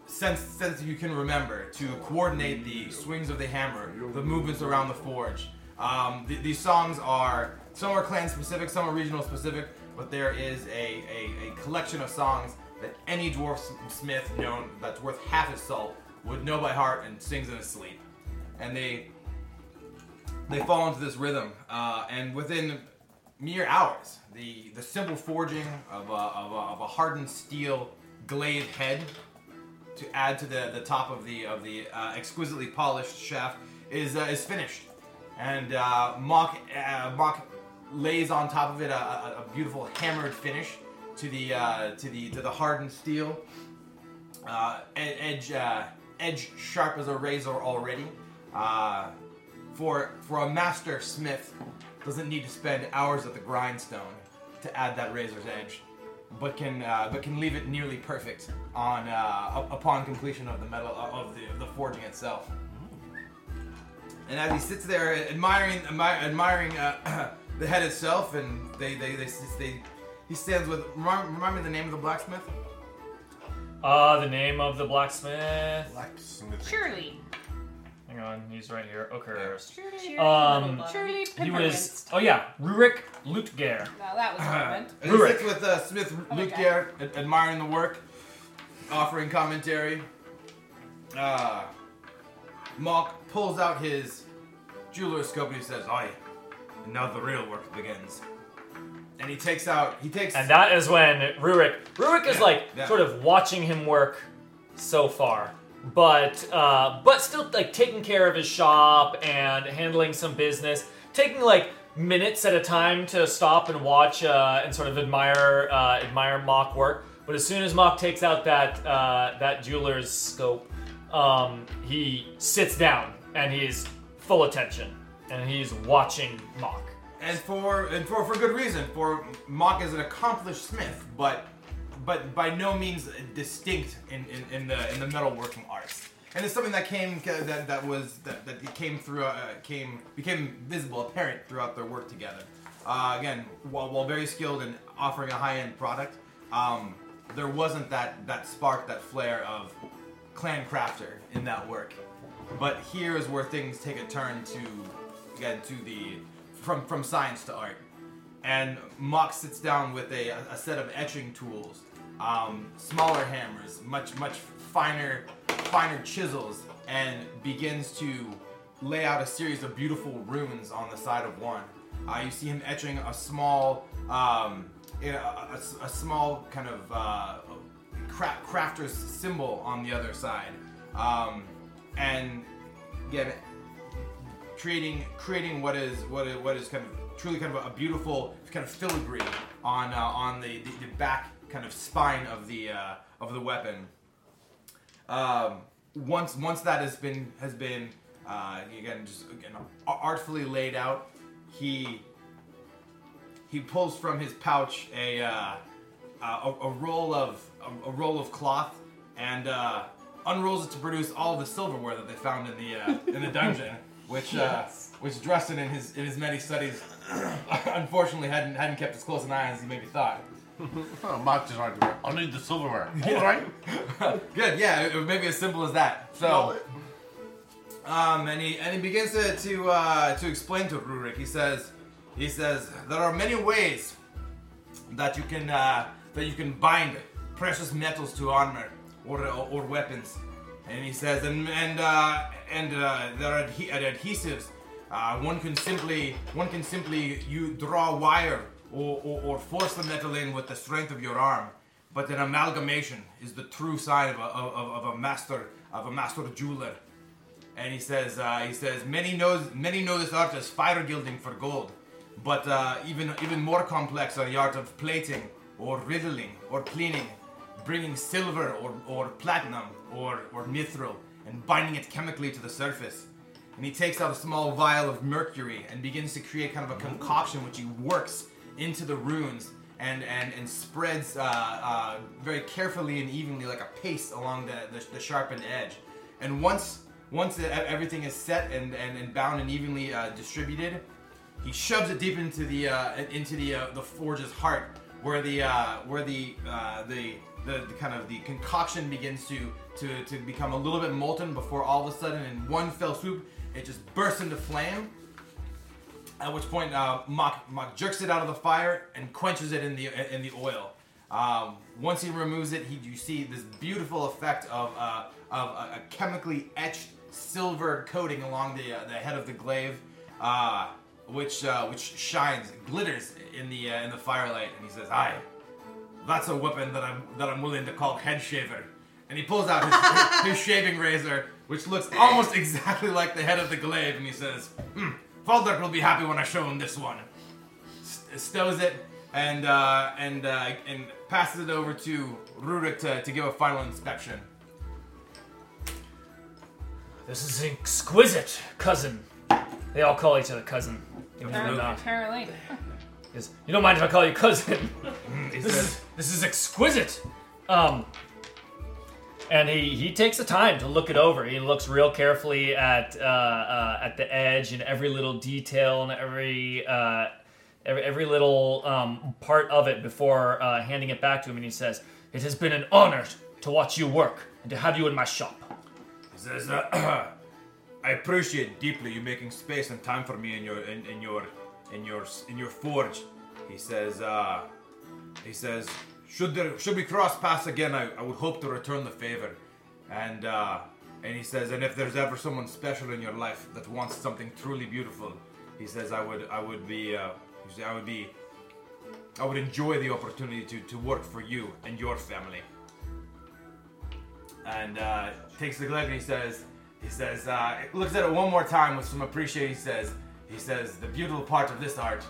Speaker 7: since since you can remember to coordinate the swings of the hammer, the movements around the forge. Um, th- these songs are some are clan specific, some are regional specific, but there is a, a, a collection of songs that any dwarf s- smith known that's worth half his salt would know by heart and sings in his sleep. And they they fall into this rhythm, uh, and within mere hours, the the simple forging of a, of a, of a hardened steel glaive head to add to the, the top of the of the uh, exquisitely polished shaft is uh, is finished, and uh, Mock uh, Mock lays on top of it a, a, a beautiful hammered finish to the uh, to the to the hardened steel, uh, e- edge uh, edge sharp as a razor already. Uh, for for a master smith doesn't need to spend hours at the grindstone to add that razor's edge, but can uh, but can leave it nearly perfect on uh, u- upon completion of the metal uh, of the of the forging itself. And as he sits there admiring admi- admiring uh, *clears throat* the head itself, and they they they, they, he stands with remind, remind me the name of the blacksmith.
Speaker 2: Uh, the name of the blacksmith.
Speaker 6: Blacksmith.
Speaker 4: Shirley.
Speaker 2: Hang on, he's right here. Oakhurst.
Speaker 4: Shirley.
Speaker 2: Um,
Speaker 4: Shirley
Speaker 2: he was.
Speaker 4: Peppermint.
Speaker 2: Oh yeah, Rurik Lutger.
Speaker 4: Now that was relevant.
Speaker 7: And he sits with uh, Smith Lutger, ad- admiring the work, offering commentary. Uh, Malk pulls out his jeweler's scope and he says, "Aye, and now the real work begins." And he takes out, he takes,
Speaker 2: And that is when Rurik. Rurik is
Speaker 7: Yeah,
Speaker 2: like
Speaker 7: yeah.
Speaker 2: sort of watching him work so far, but uh, but still like taking care of his shop and handling some business, taking like minutes at a time to stop and watch uh, and sort of admire uh, admire Mock work. But as soon as Mock takes out that uh, that jeweler's scope, um, he sits down and he's full attention and he's watching Mock.
Speaker 7: and for and for for good reason. For Malk is an accomplished smith, but but by no means distinct in, in, in the in the metalworking arts. And it's something that came uh, that, that was that, that came through uh, came became visible apparent throughout their work together. Uh, again, while, while very skilled in offering a high end product, um, there wasn't that that spark that flair of clan crafter in that work. But here is where things take a turn to again to the from from science to art and Mock sits down with a, a set of etching tools, um, smaller hammers, much much finer finer chisels, and begins to lay out a series of beautiful runes on the side of one. Uh, you see him etching a small um, a, a- a s- a small kind of uh, cra- crafter's symbol on the other side, um, and again creating creating what is what is, what is kind of truly kind of a, beautiful kind of filigree on uh, on the, the, the back kind of spine of the uh, of the weapon. Um, once once that has been has been uh, again just again a- artfully laid out, he he pulls from his pouch a uh, uh, a, a roll of a, a roll of cloth and uh, unrolls it to produce all the silverware that they found in the uh, in the dungeon, which uh, which Dresden in his in his many studies *coughs* unfortunately hadn't hadn't kept as close an eye as he maybe thought.
Speaker 6: *laughs* Oh, Mock just argued. I'll need the silverware. All right.
Speaker 7: *laughs* Good, yeah, it- it may be as simple as that. So, Um, and he and he begins to to, uh, to explain to Rurik. He says, he says there are many ways that you can uh, that you can bind precious metals to armor or or, or weapons. And he says, and and uh, and uh, there are adhe- uh, adhesives. Uh, one can simply one can simply you draw wire or, or, or force the metal in with the strength of your arm. But an amalgamation is the true sign of a, of, of a master of a master jeweler. And he says, uh, he says, many knows many know this art as fire gilding for gold, but uh, even even more complex are the art of plating or riddling or cleaning, bringing silver or, or platinum or or mithril and binding it chemically to the surface. And he takes out a small vial of mercury and begins to create kind of a concoction which he works into the runes and and and spreads uh, uh, very carefully and evenly like a paste along the, the, the sharpened edge. And once once e- everything is set and, and, and bound and evenly uh, distributed, he shoves it deep into the uh, into the uh, the forge's heart, where the uh, where the, uh, the the the kind of the concoction begins to to to become a little bit molten before all of a sudden in one fell swoop it just bursts into flame. At which point, uh, Mock, Mock jerks it out of the fire and quenches it in the in the oil. Um, once he removes it, he, you see this beautiful effect of, uh, of a, a chemically etched silver coating along the, uh, the head of the glaive, uh, which uh, which shines, glitters in the uh, in the firelight. And he says, "Aye, that's a weapon that I'm that I'm willing to call head shaver." And he pulls out his, *laughs* his shaving razor, which looks almost *laughs* exactly like the head of the glaive, and he says, hmm, Faldark will be happy when I show him this one. St- stows it and uh, and uh, and passes it over to Rurik to, to give a final inspection.
Speaker 2: This is exquisite, cousin. They all call each other cousin. even though they're not.
Speaker 4: Apparently.
Speaker 2: Is- You don't mind if I call you cousin?
Speaker 7: He
Speaker 2: this
Speaker 7: says,
Speaker 2: is this is exquisite. Um, and he he takes the time to look it over. He looks real carefully at uh, uh, at the edge and every little detail and every uh, every, every little um, part of it before uh, handing it back to him. And he says, "It has been an honor to watch you work and to have you in my shop."
Speaker 7: he says uh, *clears throat* I appreciate deeply you making space and time for me in your in, in your in your s- in your forge. He says uh, he says should there should we cross paths again, I, I would hope to return the favor. And uh, and he says, and if there's ever someone special in your life that wants something truly beautiful, he says, I would I would be uh, he says, I would be I would enjoy the opportunity to, to work for you and your family. And uh, takes the glaive and he says, he says, uh, looks at it one more time with some appreciation. He says, he says, the beautiful part of this art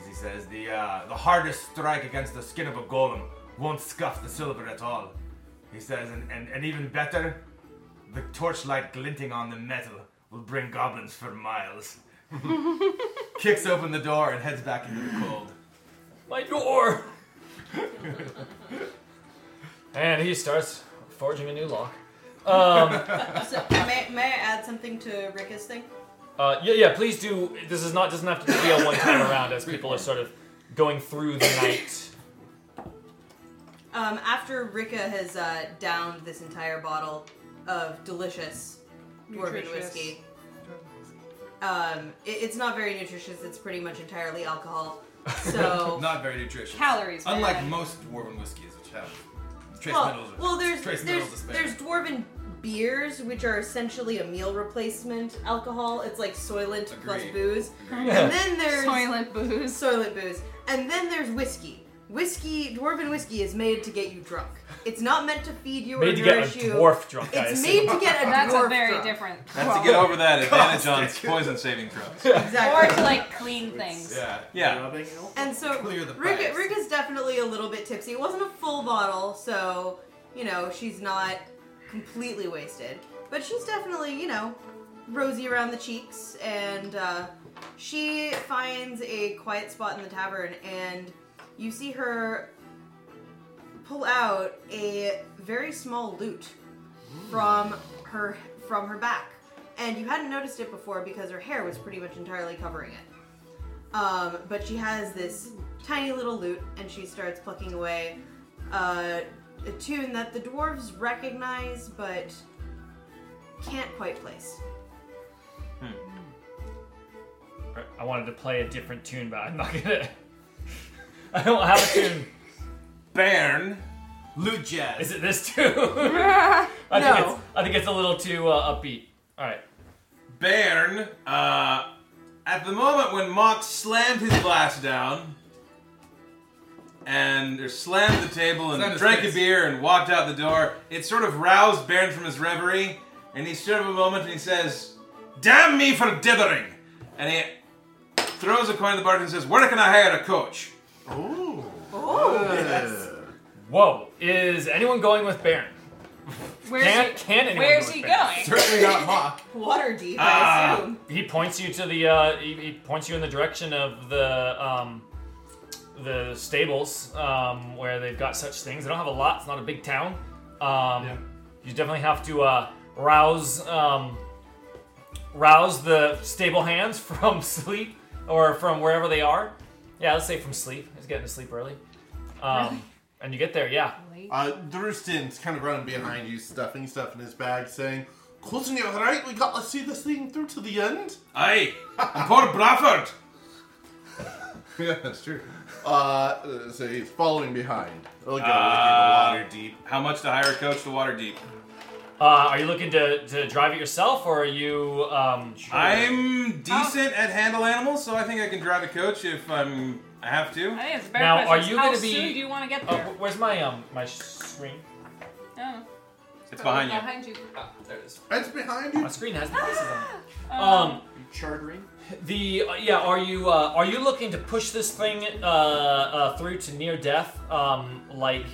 Speaker 7: is, he says, the uh, the hardest strike against the skin of a golem won't scuff the silver at all. He says, and, and, and even better, the torchlight glinting on the metal will bring goblins for miles. *laughs* Kicks open the door and heads back into the cold.
Speaker 2: My door. and he starts forging a new lock. Um,
Speaker 11: So, uh, may, may I add something to Ricka's thing?
Speaker 2: Uh, yeah, yeah. Please do. This is not doesn't have to be a one *coughs* time around as people are sort of going through the night.
Speaker 11: Um, after Ricka has uh, downed this entire bottle of delicious dwarven
Speaker 4: Nutritious.
Speaker 11: whiskey, um, it, it's not very nutritious. It's pretty much entirely alcohol.
Speaker 2: *laughs*
Speaker 11: So,
Speaker 7: Not very nutritious.
Speaker 4: Calories.
Speaker 7: Unlike
Speaker 4: man.
Speaker 7: most dwarven whiskeys, which have trace
Speaker 11: well,
Speaker 7: metals. or-
Speaker 11: well, there's
Speaker 7: trace
Speaker 11: there's
Speaker 7: metals to spare.
Speaker 11: there's dwarven beers, which are essentially a meal replacement alcohol. It's like Soylent plus
Speaker 7: Agreed.
Speaker 11: booze, and
Speaker 2: Yeah.
Speaker 11: then there's
Speaker 4: Soylent booze.
Speaker 11: Soylent booze. And then there's whiskey. Whiskey, dwarven whiskey is made to get you drunk. It's not meant to feed you
Speaker 2: Made
Speaker 11: or
Speaker 2: to get
Speaker 11: nourish
Speaker 2: a
Speaker 11: you.
Speaker 2: dwarf drunk. I
Speaker 11: It's
Speaker 2: assume.
Speaker 11: made to get a
Speaker 4: That's
Speaker 11: dwarf
Speaker 4: a very
Speaker 11: drunk.
Speaker 4: different.
Speaker 10: That's to get over that
Speaker 7: *laughs*
Speaker 10: advantage on poison saving throws.
Speaker 4: Or
Speaker 11: Exactly.
Speaker 4: to like clean things.
Speaker 7: yeah.
Speaker 10: Yeah.
Speaker 11: and so
Speaker 7: Clear the
Speaker 11: Rick,
Speaker 7: pipes.
Speaker 11: Rick is definitely a little bit tipsy. It wasn't a full bottle, so you know she's not completely wasted, but she's definitely you know rosy around the cheeks, and uh, she finds a quiet spot in the tavern, and you see her pull out a very small lute from her from her back, and you hadn't noticed it before because her hair was pretty much entirely covering it. Um, but she has this tiny little lute, and she starts plucking away uh, a tune that the dwarves recognize but can't quite place.
Speaker 2: I wanted to play a different tune, but I'm not gonna. *laughs* I don't have a tune.
Speaker 7: Bairn.
Speaker 5: Loot jazz.
Speaker 2: Is it this tune? *laughs* I, think it's, I think it's a little too uh, upbeat. All right.
Speaker 7: Bairn, uh, at the moment when Mock slammed his glass down and or slammed the table and
Speaker 5: Slammed his
Speaker 7: drank
Speaker 5: face.
Speaker 7: a beer and walked out the door, it sort of roused Bairn from his reverie. And he stood up a moment and he says, Damn me for dithering! And he throws a coin at the bartender and says, Where can I hire a coach?
Speaker 2: Oh! Whoa. Is anyone going with Baron?
Speaker 4: Where's
Speaker 2: Can,
Speaker 4: he,
Speaker 2: can anyone
Speaker 4: where's
Speaker 2: go
Speaker 4: he
Speaker 2: with Baron?
Speaker 4: going?
Speaker 5: Certainly not mock.
Speaker 11: Water deep, I
Speaker 7: Ah.
Speaker 11: assume.
Speaker 2: He points you to the. Uh, he, he points you in the direction of the um, the stables um, where they've got such things. They don't have a lot. It's not a big town. Um, You definitely have to uh, rouse um, rouse the stable hands *laughs* from sleep or from wherever they are. Yeah, let's say from sleep. He's getting to sleep early. Um, And you get there, yeah.
Speaker 6: Uh, Thurston's kind of running behind you, stuffing stuff in his bag, saying, Closing it right, we gotta see this thing through to the end.
Speaker 7: Aye, and poor Bradford!
Speaker 5: yeah, that's true.
Speaker 6: Uh, Uh, so he's following behind. It'll go
Speaker 7: Ah.
Speaker 6: with you, water deep.
Speaker 7: How much to hire a coach to Waterdeep?
Speaker 2: Uh, are you looking to, to drive it yourself or are you. Um,
Speaker 7: I'm decent at handle animals, so I think I can drive a coach if I'm I have
Speaker 4: I
Speaker 7: to.
Speaker 4: think it's a better
Speaker 2: Now,
Speaker 4: question.
Speaker 2: are you
Speaker 4: How
Speaker 2: gonna be-
Speaker 4: soon do you want to get
Speaker 2: Oh,
Speaker 4: there?
Speaker 2: wh- where's my um my screen?
Speaker 4: Oh.
Speaker 7: It's behind you.
Speaker 4: Behind you.
Speaker 2: There it is.
Speaker 6: It's behind you.
Speaker 2: My screen has the voices on it.
Speaker 4: Ah! Um,
Speaker 2: Um,
Speaker 10: Chartering.
Speaker 2: the uh, yeah, are you uh, are you looking to push this thing uh, uh, through to near death? Um, like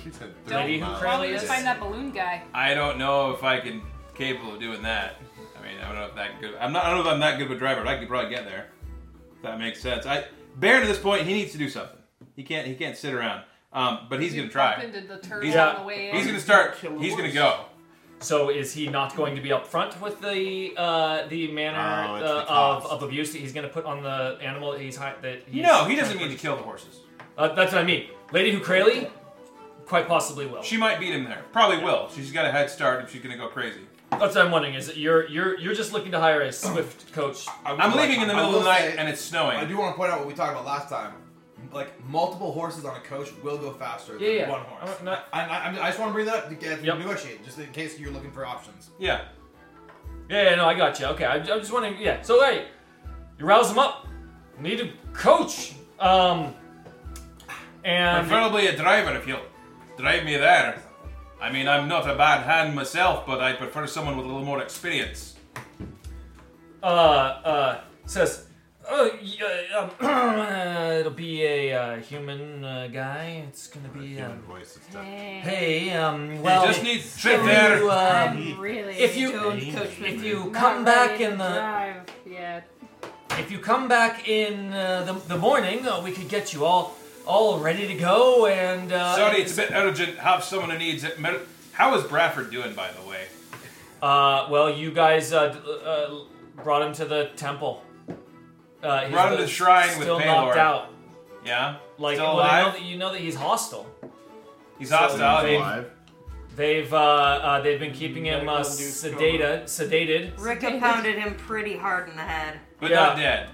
Speaker 2: lady who
Speaker 4: probably
Speaker 2: crammed
Speaker 4: just find that balloon guy.
Speaker 7: I don't know if I can capable of doing that. I mean, I don't know if that good. I'm not. I don't know if I'm that good of a driver, but I could probably get there. If that makes sense. I Baron at this point, he needs to do something. He can't. He can't sit around. Um, but he's gonna
Speaker 4: Bump
Speaker 7: try.
Speaker 4: into the turd
Speaker 7: He's-
Speaker 4: on the way in.
Speaker 7: He's gonna start. He's gonna go.
Speaker 2: So is he not going to be up front with the uh, the manner
Speaker 6: Oh, it's
Speaker 2: uh,
Speaker 6: the
Speaker 2: of,
Speaker 6: cost.
Speaker 2: of abuse that he's going to put on the animal that he's hi- that he's
Speaker 7: No, he doesn't need to kill the horses.
Speaker 2: Uh, that's what I mean. Lady who Crayley, quite possibly will.
Speaker 7: She might beat him there. Probably will. She's got a head start if she's gonna go crazy.
Speaker 2: that's what I'm wondering. Is that you're you're you're just looking to hire a swift coach?
Speaker 7: I'm leaving in the
Speaker 5: I
Speaker 7: middle of the
Speaker 5: will
Speaker 7: night
Speaker 5: say-
Speaker 7: and it's
Speaker 5: I
Speaker 7: snowing.
Speaker 5: do want to point out what we talked about last time. Like multiple horses on a coach will go faster
Speaker 2: Yeah,
Speaker 5: than
Speaker 2: yeah.
Speaker 5: one horse.
Speaker 2: I'm not-
Speaker 5: I, I, I'm- I just want to bring that up to get
Speaker 2: Yep.
Speaker 5: negotiate, just in case you're looking for options.
Speaker 7: Yeah.
Speaker 2: Yeah, yeah, no, I got you. Okay, I, I'm just wondering. Yeah, so hey, you rouse them up. Need a coach. Um, and
Speaker 7: Preferably a driver if you'll drive me there. I mean, I'm not a bad hand myself, but I prefer someone with a little more experience.
Speaker 2: uh, uh, says, oh, yeah, um, *clears throat* uh, it'll be a uh, human uh, guy. It's gonna be. Um,
Speaker 6: voice is done.
Speaker 4: Hey.
Speaker 2: hey, um,
Speaker 7: You
Speaker 2: well,
Speaker 7: just need
Speaker 2: if
Speaker 7: straight
Speaker 2: you,
Speaker 7: there.
Speaker 2: um,
Speaker 11: I'm really
Speaker 2: if you-
Speaker 11: don't coach me.
Speaker 2: if you
Speaker 4: Not
Speaker 2: come back
Speaker 4: ready to
Speaker 2: in the
Speaker 4: drive yet.
Speaker 2: if you come back in uh, the, the morning, uh, we could get you all all ready to go. And uh,
Speaker 7: Sorry, it's a bit urgent. Have someone who needs it. Mer- How is Bradford doing, by the way?
Speaker 2: Uh, well, you guys uh, d- uh, brought him to the temple. Uh, he's
Speaker 7: Brought him to the shrine with
Speaker 2: still
Speaker 7: Paylor.
Speaker 2: knocked out.
Speaker 7: Yeah?
Speaker 2: Like well,
Speaker 7: Still
Speaker 2: they know
Speaker 7: alive?
Speaker 2: that- you know that he's hostile.
Speaker 7: He's hostile.
Speaker 2: Still
Speaker 7: They've-
Speaker 6: Alive.
Speaker 2: They've uh, uh, they've been keeping him uh,
Speaker 10: Medical induced coma.
Speaker 2: sedated. Sedated.
Speaker 11: Ricka pounded him pretty hard in the head.
Speaker 7: but
Speaker 2: Yeah.
Speaker 7: not dead.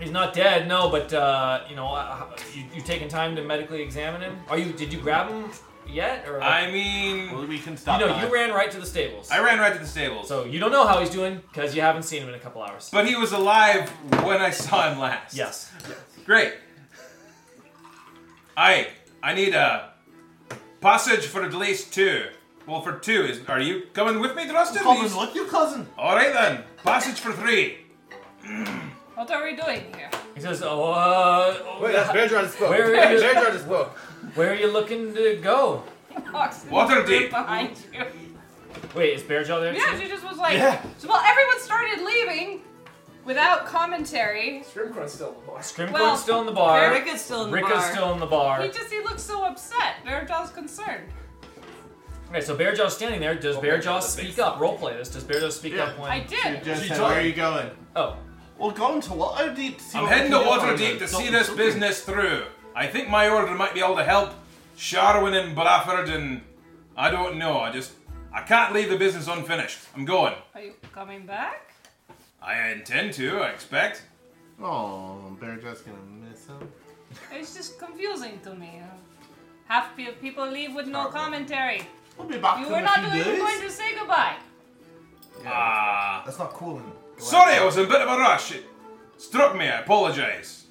Speaker 2: He's not dead, no. But uh, you know, uh, you, you taking time to medically examine him? Are you? Did you grab him yet? Or
Speaker 7: I mean,
Speaker 6: Well, we can stop.
Speaker 2: you know,
Speaker 6: by.
Speaker 2: you ran right to the stables.
Speaker 7: I ran right to the stables.
Speaker 2: so you don't know how he's doing because you haven't seen him in a couple hours.
Speaker 7: But he was alive when I saw him last.
Speaker 2: yes.
Speaker 7: Great. I I need a passage for at least two. Well, for two is. Are you coming with me, Drustin?
Speaker 6: Cousin, look, you cousin.
Speaker 7: All right then. Passage for three.
Speaker 4: What are we doing here?
Speaker 2: He says, "Oh, uh,
Speaker 10: Wait, that's Bear Jar just spoke.
Speaker 2: Where
Speaker 10: Bear
Speaker 2: is-
Speaker 10: Jar just spoke.
Speaker 2: where are you looking to go?"
Speaker 4: Fox,
Speaker 7: Water
Speaker 4: the group
Speaker 7: deep.
Speaker 4: behind you.
Speaker 2: Wait, is Bearjaw there?
Speaker 4: Yeah,
Speaker 2: too?
Speaker 4: she just was like,
Speaker 10: Yeah.
Speaker 4: so, well, everyone started leaving without commentary.
Speaker 10: Scrimcorn's still in the box.
Speaker 2: Scrimcorn's
Speaker 4: Well,
Speaker 2: still in the bar.
Speaker 11: Ricka's still in the
Speaker 2: Ricka's
Speaker 11: bar.
Speaker 2: still in the bar.
Speaker 4: He just he looks so upset. Naruto's concerned.
Speaker 2: Okay, so Bearjaw's standing there. Does
Speaker 5: Oh,
Speaker 2: Bearjaw
Speaker 5: Bearjaw's
Speaker 2: speak up? Roleplay this. Does Bearjaw speak
Speaker 6: Yeah.
Speaker 2: up when?
Speaker 4: I did.
Speaker 6: Just
Speaker 5: She
Speaker 6: said,
Speaker 5: told-
Speaker 6: where are you going?
Speaker 2: Oh,
Speaker 6: Well, going to Waterdeep. to see
Speaker 7: I'm
Speaker 6: what
Speaker 7: heading
Speaker 6: we
Speaker 7: to
Speaker 6: can get
Speaker 7: Waterdeep
Speaker 6: from
Speaker 7: to
Speaker 6: it.
Speaker 7: see
Speaker 6: Don't-
Speaker 7: this
Speaker 6: don't-
Speaker 7: business through. I think my order might be able to help Sharwin and Bradford and I don't know. I just I can't leave the business unfinished. I'm going.
Speaker 4: Are you coming back?
Speaker 7: I intend to, I expect.
Speaker 6: Oh, Bear Jeff's gonna miss him.
Speaker 4: It's just confusing to me. Half pe- people leave with no commentary.
Speaker 6: We'll be back
Speaker 4: you
Speaker 6: in
Speaker 4: were
Speaker 6: a
Speaker 4: not
Speaker 6: few
Speaker 4: even
Speaker 6: days.
Speaker 4: going to say goodbye.
Speaker 7: Ah.
Speaker 5: That's not cool. and-
Speaker 7: Sorry, I was in a bit of a rush. It struck me, I apologize.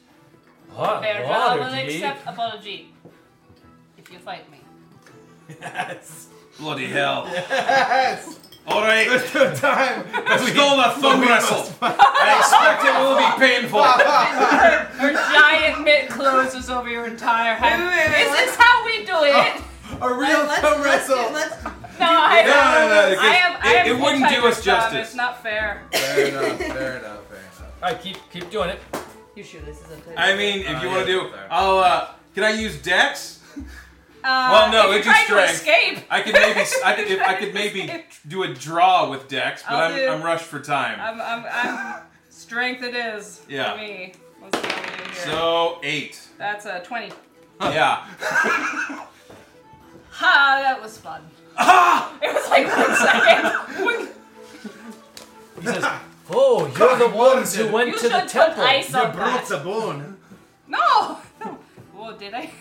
Speaker 2: What?
Speaker 4: Fair enough, I will accept apology if you fight me.
Speaker 5: Yes.
Speaker 7: Bloody *laughs* hell.
Speaker 6: *laughs*
Speaker 5: Yes.
Speaker 7: *laughs* Alright.
Speaker 5: There's no time.
Speaker 7: Let's call a thumb wrestle. *laughs* I expect it will be painful.
Speaker 4: Her giant mitt closes over your entire head.
Speaker 11: Wait, wait, wait,
Speaker 4: Is this
Speaker 11: let's-
Speaker 4: how we do
Speaker 7: Oh.
Speaker 4: it?
Speaker 5: A
Speaker 11: *laughs*
Speaker 5: real
Speaker 11: Let's-
Speaker 5: thumb
Speaker 11: let's-
Speaker 5: wrestle.
Speaker 11: Let's,
Speaker 4: no, I,
Speaker 7: No, no, no,
Speaker 4: I have. I
Speaker 7: it-
Speaker 4: have
Speaker 7: it wouldn't do us
Speaker 4: hitchhiker's thumb,
Speaker 7: justice.
Speaker 4: It's not fair.
Speaker 5: fair enough. Fair enough. Fair enough.
Speaker 2: All right, keep keep doing it.
Speaker 11: you sure this is okay?
Speaker 7: I mean, if you
Speaker 5: Oh,
Speaker 7: want to
Speaker 5: yeah,
Speaker 7: do,
Speaker 5: fair.
Speaker 7: I'll. uh Can I use Dex?
Speaker 4: Uh,
Speaker 7: Well, no,
Speaker 4: if
Speaker 7: it's
Speaker 4: you're
Speaker 7: just
Speaker 4: trying to
Speaker 7: strength.
Speaker 4: escape.
Speaker 7: I could maybe. I could. If, I could maybe do a draw with Dex, but
Speaker 4: I'll
Speaker 7: I'm,
Speaker 4: do-
Speaker 7: I'm rushed for time.
Speaker 4: I'm, I'm, I'm strength. It is.
Speaker 7: Yeah.
Speaker 4: For me. Let's see what we do here.
Speaker 7: So eight.
Speaker 4: That's a twenty.
Speaker 7: Yeah.
Speaker 4: Ha! That was fun. It was like one
Speaker 7: *laughs*
Speaker 4: second. Wink.
Speaker 2: He says, "Oh, you're the ones who went
Speaker 4: You
Speaker 2: to
Speaker 4: should
Speaker 2: the
Speaker 4: put
Speaker 2: temple."
Speaker 4: ice on that.
Speaker 6: a bone.
Speaker 4: No. Whoa! Did I?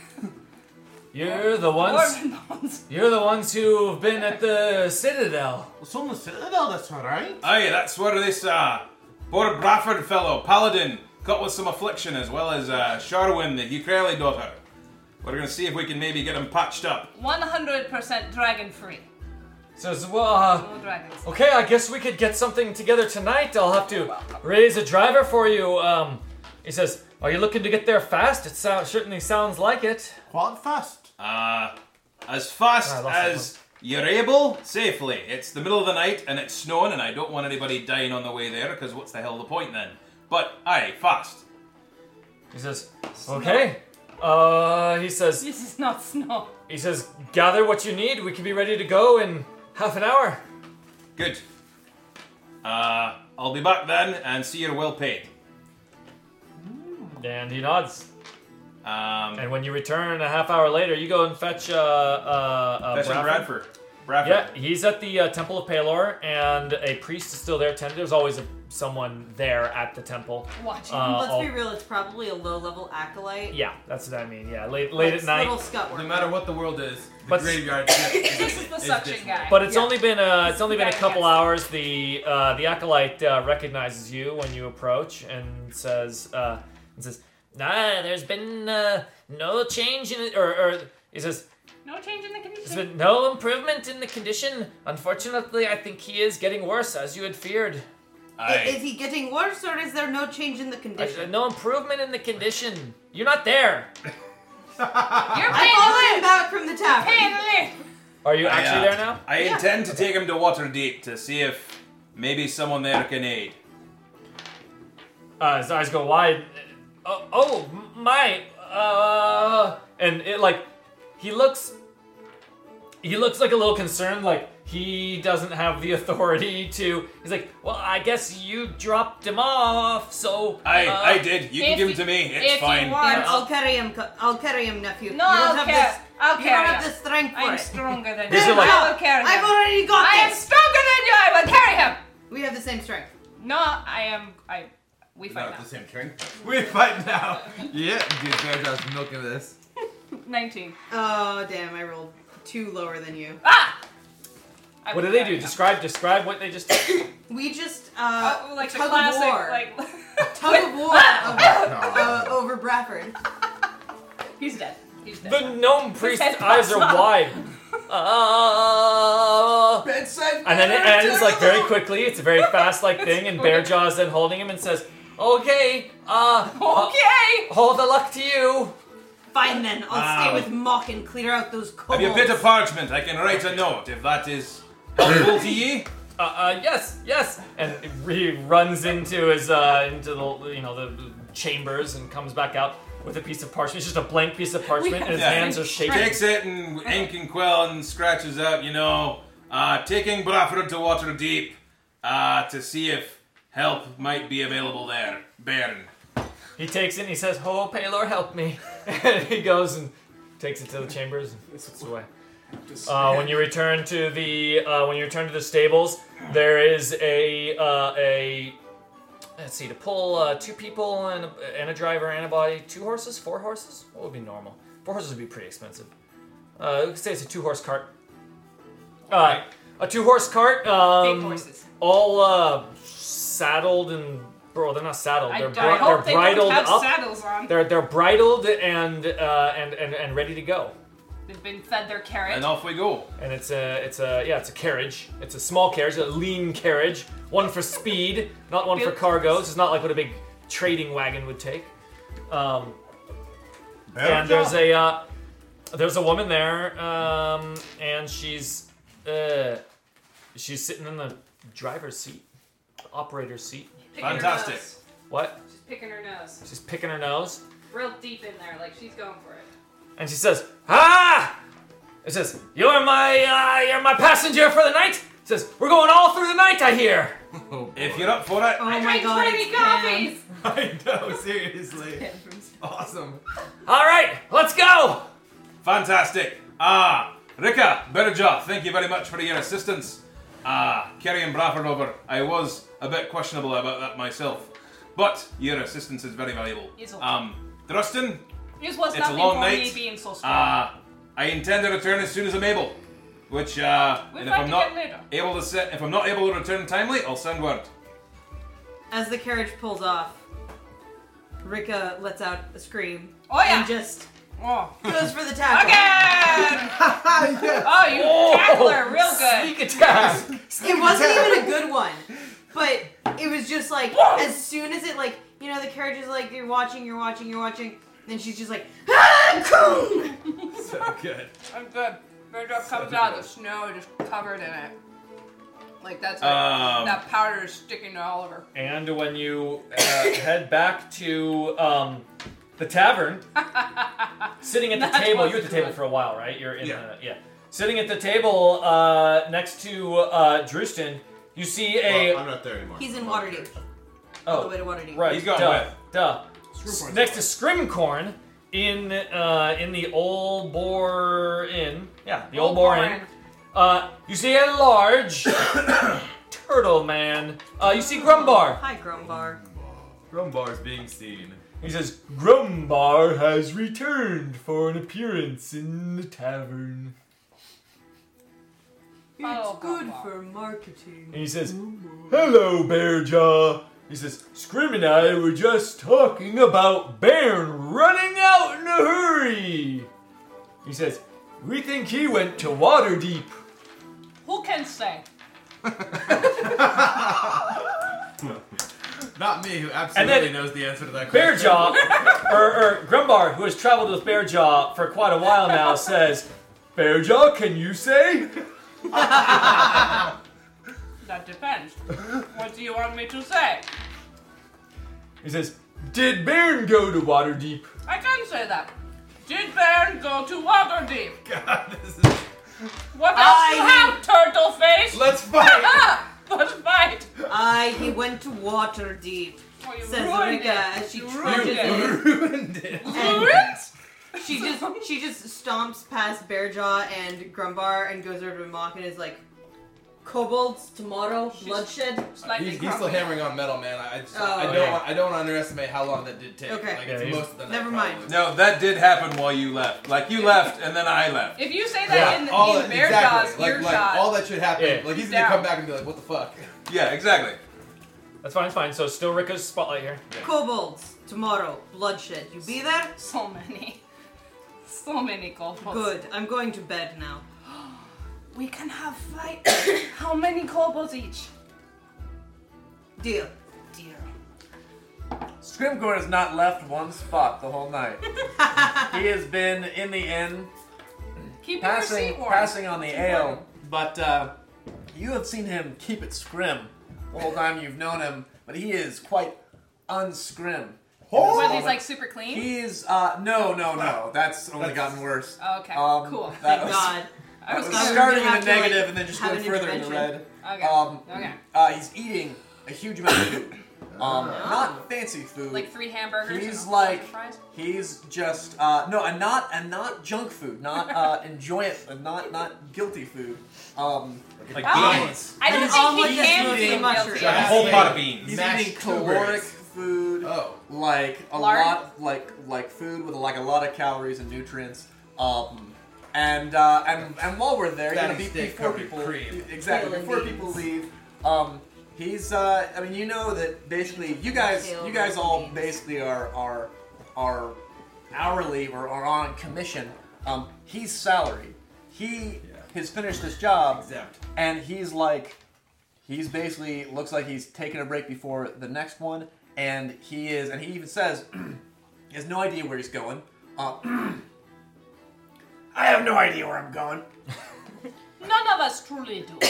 Speaker 2: You're the
Speaker 4: Warm
Speaker 2: ones.
Speaker 4: and bones.
Speaker 2: You're the ones who've been at the citadel.
Speaker 6: Well, someone said that. Oh, that's all right.
Speaker 7: Aye, that's where this uh, Bor Braford fellow, paladin, got with some affliction as well as uh, Sharwin, the Ukraili daughter. We're gonna see if we can maybe get him patched up.
Speaker 4: One hundred percent dragon free.
Speaker 2: Says, "Well, uh,
Speaker 4: No dragons.
Speaker 2: okay, I guess we could get something together tonight. I'll have to raise a driver for you." Um, he says, "Are you looking to get there fast? It sounds certainly sounds like it."
Speaker 6: Quite fast.
Speaker 7: Uh, as fast
Speaker 2: Ah, I lost that
Speaker 7: as you're able, safely. It's the middle of the night and it's snowing, and I don't want anybody dying on the way there, because what's the hell the point then? But aye, fast.
Speaker 2: He says, "Okay." Uh, he says,
Speaker 4: This is not snow.
Speaker 2: He says, gather what you need. We can be ready to go in half an hour.
Speaker 7: Good. Uh, I'll be back then and see you're well paid.
Speaker 2: And he nods.
Speaker 7: Um,
Speaker 2: And when you return a half hour later, you go and fetch uh, uh, uh,
Speaker 7: that's in
Speaker 2: Bradford.
Speaker 7: Bradford. Bradford.
Speaker 2: Yeah, he's at the uh, Temple of Palor, and a priest is still there. Tend- There's always a, someone there at the temple.
Speaker 4: Watch.
Speaker 2: Uh,
Speaker 11: let's
Speaker 2: all-
Speaker 11: be real. It's probably a low-level acolyte.
Speaker 2: yeah, that's what I mean. Yeah, late, late
Speaker 11: It's
Speaker 2: at night.
Speaker 11: Little scut work.
Speaker 5: No matter what the world is, the
Speaker 2: But-
Speaker 5: graveyard. This
Speaker 4: This is the suction guy.
Speaker 2: But it's
Speaker 11: Yeah.
Speaker 2: only been a, it's only been a
Speaker 4: Right,
Speaker 2: couple
Speaker 4: yes.
Speaker 2: hours. The uh, the acolyte uh, recognizes you when you approach and says uh, and says, "Nah, there's been uh, no change in it." Or, or he says,
Speaker 4: no change in the condition.
Speaker 2: "There's been no improvement in the condition. Unfortunately, I think he is getting worse, as you had feared.
Speaker 11: I-
Speaker 7: Aye.
Speaker 11: Is he getting worse, or is there no change in the
Speaker 2: I-
Speaker 11: condition?
Speaker 2: no improvement in the condition. You're not there.
Speaker 7: Ah.
Speaker 4: You're
Speaker 11: I
Speaker 4: paying
Speaker 11: followed him back from the tavern.
Speaker 4: Hey,
Speaker 2: Are you
Speaker 7: I,
Speaker 2: actually
Speaker 7: uh,
Speaker 2: there now?"
Speaker 7: I
Speaker 11: Yeah.
Speaker 7: intend to take him to Waterdeep to see if maybe someone there can aid.
Speaker 2: Uh, his eyes go wide. Uh, oh m- my! Uh, and it like he looks. He looks like a little concerned, like he doesn't have the *laughs* authority to. He's like, well, I guess you dropped him off, so.
Speaker 7: I,
Speaker 2: uh,
Speaker 7: I did. You can
Speaker 4: if
Speaker 7: give him
Speaker 4: you-
Speaker 7: to me.
Speaker 4: if
Speaker 7: It's
Speaker 4: you
Speaker 7: fine.
Speaker 4: want-
Speaker 11: Fine, I'll carry him. co- I'll carry him, nephew.
Speaker 4: No,
Speaker 11: you don't
Speaker 4: I'll
Speaker 11: have
Speaker 4: carry-
Speaker 11: This,
Speaker 4: I'll
Speaker 11: you
Speaker 4: carry
Speaker 11: don't have
Speaker 4: him.
Speaker 11: the strength for
Speaker 4: I'm
Speaker 11: it.
Speaker 4: stronger than you.
Speaker 2: Is it like-
Speaker 4: I will carry him.
Speaker 11: I've already got
Speaker 4: I am
Speaker 11: this.
Speaker 4: stronger than you. I will carry him.
Speaker 11: We have the same strength.
Speaker 4: No, I am. I. We fight
Speaker 6: Not the same drink.
Speaker 5: we fight now. Yeah, dude, Bear Jaw's milking *laughs* this.
Speaker 4: now. Nineteen.
Speaker 11: Oh damn! I rolled two lower than you.
Speaker 4: Ah. I
Speaker 2: What
Speaker 4: will
Speaker 2: do they
Speaker 4: carry
Speaker 2: do?
Speaker 4: him.
Speaker 2: Describe describe what they just. did.
Speaker 11: We just uh,
Speaker 4: Oh, like the
Speaker 11: tug
Speaker 4: classic,
Speaker 11: of war.
Speaker 4: *laughs* like
Speaker 11: tug of war
Speaker 6: Ah!
Speaker 11: over, uh, over Bradford.
Speaker 4: he's dead. He's dead. *laughs*
Speaker 2: the gnome priest's
Speaker 4: head
Speaker 2: eyes are
Speaker 4: pops off.
Speaker 2: wide. Uh,
Speaker 5: Bedside.
Speaker 2: And then it
Speaker 5: manner,
Speaker 2: ends like very
Speaker 5: gentlemen.
Speaker 2: quickly. It's a very fast
Speaker 5: *laughs*
Speaker 2: like thing, and Bearjaw's then holding him and says, "Okay, uh, uh,
Speaker 4: okay.
Speaker 2: all the luck to you."
Speaker 11: Fine then, I'll
Speaker 7: Wow.
Speaker 11: stay with Mock and clear out those
Speaker 7: Have
Speaker 11: kobolds.
Speaker 7: you a bit of parchment? I can write a note if that is helpful
Speaker 4: *coughs*
Speaker 7: to ye.
Speaker 2: Uh, uh, yes, yes. And he runs into his uh, into the you know the chambers and comes back out with a piece of parchment. It's just a blank piece of parchment, and his
Speaker 7: Yeah.
Speaker 2: hands are shaking.
Speaker 7: Takes it and ink and quill and scratches out, you know, uh, taking Braford to Waterdeep uh, to see if help might be available there. Bairn.
Speaker 2: He takes it and he says, "Oh, Palor, help me!" *laughs* and he goes and takes it to the chambers and puts it away. Uh, when you return to the uh, when you return to the stables, there is a uh, a Let's see, to pull uh, two people and a, and a driver and a body, two horses, four horses? What would be normal? Four horses would be pretty expensive. Uh, we could say it's a two horse cart. Uh, a two horse cart. Um, horses. All uh, saddled and. Bro, they're not saddled.
Speaker 4: I,
Speaker 2: They're,
Speaker 4: I
Speaker 2: bri- they're
Speaker 4: hope they
Speaker 2: bridled
Speaker 4: don't have
Speaker 2: up.
Speaker 4: saddles on.
Speaker 2: They're they're bridled and uh, and, and and ready to go.
Speaker 4: They've been fed their carrot.
Speaker 2: And off we go. And it's a it's a yeah it's a carriage. It's a small carriage, a lean carriage, one for speed, not one for
Speaker 4: Built-
Speaker 2: cargoes. It's not like what a big trading wagon would take. Um,
Speaker 1: Better
Speaker 2: and there's a uh, there's a woman there, um, and she's uh, she's sitting in the driver's seat, operator's seat.
Speaker 4: Picking her Fantastic. nose.
Speaker 2: What?
Speaker 4: She's picking her nose.
Speaker 2: She's picking her nose.
Speaker 4: real deep in there, like she's going for it.
Speaker 2: and she says, "Ah!" It says, "You're my, uh, you're my passenger for the night." It says, "We're going all through the night, I hear."
Speaker 7: if you're up for it,
Speaker 11: Oh
Speaker 4: I drank 20 coffees!
Speaker 7: I know, seriously.
Speaker 3: Awesome.
Speaker 2: All right, let's go.
Speaker 7: Fantastic. Ah, Rika, Berja, thank you very much for your assistance. Ah, carrying Bradford over. I was a bit questionable about that myself, but your assistance is very valuable.
Speaker 4: Yes, sir.
Speaker 7: Um, Drustin,
Speaker 4: This was
Speaker 7: it's a
Speaker 4: nothing
Speaker 7: long
Speaker 4: for
Speaker 7: night.
Speaker 4: me being
Speaker 2: Uh,
Speaker 4: so strong.
Speaker 7: Ah, I intend to return as soon as I'm able. Which, uh,
Speaker 4: We'll
Speaker 7: and if
Speaker 4: find
Speaker 7: I'm not
Speaker 4: again later.
Speaker 7: able to set, if I'm not able to return timely, I'll send word.
Speaker 11: As the carriage pulls off, Rika lets out a scream.
Speaker 4: Oh, yeah.
Speaker 11: And just
Speaker 4: oh. *laughs*
Speaker 11: goes for the tackle. *laughs*
Speaker 4: Oh, you
Speaker 11: Oh,
Speaker 4: tackle her real good.
Speaker 2: Sneak attack.
Speaker 11: it wasn't even a good one, but it was just like as soon as it like you know the carriage is like you're watching, you're watching, you're watching. Then she's just like, ah, coom!
Speaker 3: so good.
Speaker 4: I'm good. Murdoch comes out of the snow just covered in it. Like that's what,
Speaker 2: Um.
Speaker 4: that powder is sticking to all over.
Speaker 2: *laughs* And when you uh, head back to um, the tavern, sitting at the table, you're at the table for a while, right? You're in yeah. the yeah. Sitting at the table uh, next to uh, Drustin, you see a.
Speaker 6: I'm not there anymore.
Speaker 11: He's in Waterdeep.
Speaker 2: Oh,
Speaker 11: all the way to Waterdeep.
Speaker 2: Right.
Speaker 11: He's
Speaker 2: duh,
Speaker 11: gone
Speaker 2: Duh.
Speaker 11: Scrimcorn's
Speaker 2: Next to Scrimcorn in uh, in the Old Boar Inn. Yeah, the Old,
Speaker 11: Old
Speaker 2: Boar
Speaker 11: Boar
Speaker 2: Inn. Uh, you see a *coughs* large turtle man. Uh, you see Grumbar.
Speaker 11: Hi, Grumbar.
Speaker 3: Grumbar's being seen.
Speaker 2: He says Grumbar has returned for an appearance in the tavern.
Speaker 11: It's good for marketing.
Speaker 2: And he says, "Hello, Bearjaw." He says, "Scrim and I were just talking about Bairn running out in a hurry." He says, "We think he went to Waterdeep."
Speaker 4: Who can say?
Speaker 3: Not me, who
Speaker 2: And
Speaker 3: absolutely
Speaker 2: then
Speaker 3: knows the answer to that
Speaker 2: *laughs*
Speaker 3: question.
Speaker 2: Bearjaw, or, or er, Grumbar, who has traveled with Bearjaw for quite a while now, says, "Bearjaw, can you say?"
Speaker 4: That depends. what do you want me to say?
Speaker 2: He says, "Did Bairn go to Waterdeep?"
Speaker 4: I can say that. Did Baron go to Waterdeep?
Speaker 3: God, this is.
Speaker 4: What else
Speaker 11: I-
Speaker 4: you have, turtle face? Ah,
Speaker 3: Let's
Speaker 4: *laughs*
Speaker 3: fight.
Speaker 4: Let's fight.
Speaker 11: I he went to Waterdeep.
Speaker 4: Oh, you
Speaker 11: says
Speaker 4: ruined
Speaker 11: Rika
Speaker 4: it.
Speaker 11: as she
Speaker 4: You ruined
Speaker 11: trudges in.
Speaker 4: it.
Speaker 5: *laughs*
Speaker 3: Ruined it.
Speaker 11: And
Speaker 4: Ruined?
Speaker 11: she just she just stomps past Bearjaw and Grumbar and goes over to Mock and is like, "Kobolds tomorrow, bloodshed."
Speaker 3: He's, he's still hammering on metal, man. I, I just,
Speaker 11: Oh,
Speaker 3: I don't,
Speaker 11: okay.
Speaker 3: want, I don't underestimate how long that did take.
Speaker 11: Okay.
Speaker 3: Like
Speaker 11: Yeah,
Speaker 3: it's
Speaker 11: he's-
Speaker 3: most of the night.
Speaker 11: Never mind.
Speaker 7: No, that did happen while you left. Like you left, and then I left.
Speaker 4: If you say
Speaker 7: Yeah,
Speaker 4: that in,
Speaker 7: all
Speaker 4: the, in
Speaker 7: that-
Speaker 4: Bear
Speaker 7: exactly.
Speaker 4: Jaw's
Speaker 7: Like-
Speaker 4: earshot,
Speaker 7: like
Speaker 3: All that should happen.
Speaker 2: Yeah.
Speaker 3: Like he's
Speaker 4: Down.
Speaker 3: gonna come back and be like, "What the fuck?"
Speaker 7: Yeah, exactly.
Speaker 2: That's fine. It's fine. So still Rika's spotlight here.
Speaker 11: Kobolds tomorrow, bloodshed. You be there?
Speaker 4: so many, so many kobolds.
Speaker 11: Good. I'm going to bed now.
Speaker 4: We can have fight. *coughs* How many kobolds each?
Speaker 11: Deal.
Speaker 4: Dear.
Speaker 10: Scrimcorn has not left one spot the
Speaker 4: *laughs*
Speaker 10: whole night. he has been in the inn,
Speaker 4: Keep your
Speaker 10: passing
Speaker 4: receipt warm.
Speaker 10: passing on the
Speaker 4: It's
Speaker 10: ale,
Speaker 4: important.
Speaker 10: but uh, you have seen him keep it scrim the whole time you've known him. But he is quite unscrim. in this
Speaker 4: Whether
Speaker 10: moment.
Speaker 4: he's like super clean.
Speaker 10: He's uh no no no. That's only gotten worse.
Speaker 4: Oh, okay.
Speaker 10: Um,
Speaker 4: cool.
Speaker 10: that
Speaker 4: Thank
Speaker 10: was-
Speaker 4: God. I
Speaker 10: I
Speaker 4: was
Speaker 10: was
Speaker 4: glad we *laughs*
Speaker 10: starting
Speaker 4: didn't
Speaker 10: in
Speaker 4: have
Speaker 10: the
Speaker 4: to, like,
Speaker 10: negative and then just
Speaker 11: have
Speaker 10: going
Speaker 11: an
Speaker 10: further in the
Speaker 11: intervention.
Speaker 10: red.
Speaker 4: Okay.
Speaker 10: Um,
Speaker 4: Okay.
Speaker 10: uh, he's eating a huge amount of food. Um,
Speaker 4: Ah.
Speaker 10: not fancy food.
Speaker 4: Like three hamburgers and
Speaker 10: He's
Speaker 4: a
Speaker 10: like,
Speaker 4: fries?
Speaker 10: he's just uh, no, and not and not junk food,
Speaker 4: *laughs*
Speaker 10: not uh, enjoy it, and not not guilty food. Um,
Speaker 7: Like
Speaker 4: Ah.
Speaker 7: Oh, beans.
Speaker 4: I don't
Speaker 10: He's
Speaker 4: think he
Speaker 10: eating- he's
Speaker 4: can feel
Speaker 10: eating
Speaker 4: guilty.
Speaker 10: mushrooms.
Speaker 7: Like a whole pot of beans.
Speaker 10: He's
Speaker 7: Mashed
Speaker 10: eating caloric
Speaker 7: tubers.
Speaker 10: food. Oh, like a
Speaker 4: Lard?
Speaker 10: lot, like like food with like a lot of calories and nutrients. Um, and uh, and and while we're there, you know,
Speaker 5: Fatty
Speaker 10: be,
Speaker 5: steak
Speaker 10: before
Speaker 5: covered
Speaker 10: people e,
Speaker 5: cream.
Speaker 10: exactly
Speaker 5: Kale and
Speaker 10: before people leave, um, he's. Uh, I mean, you know that basically you guys,
Speaker 5: Kale
Speaker 10: you
Speaker 5: and
Speaker 10: guys all basically are are are hourly or are on commission. Um, he's salaried. He has finished this job, and he's like, he's basically looks like he's taking a break before the next one, and he is, and he even says, *clears throat* he has no idea where he's going. Uh, *clears throat* I have no idea where I'm going.
Speaker 4: None of us truly do. *coughs*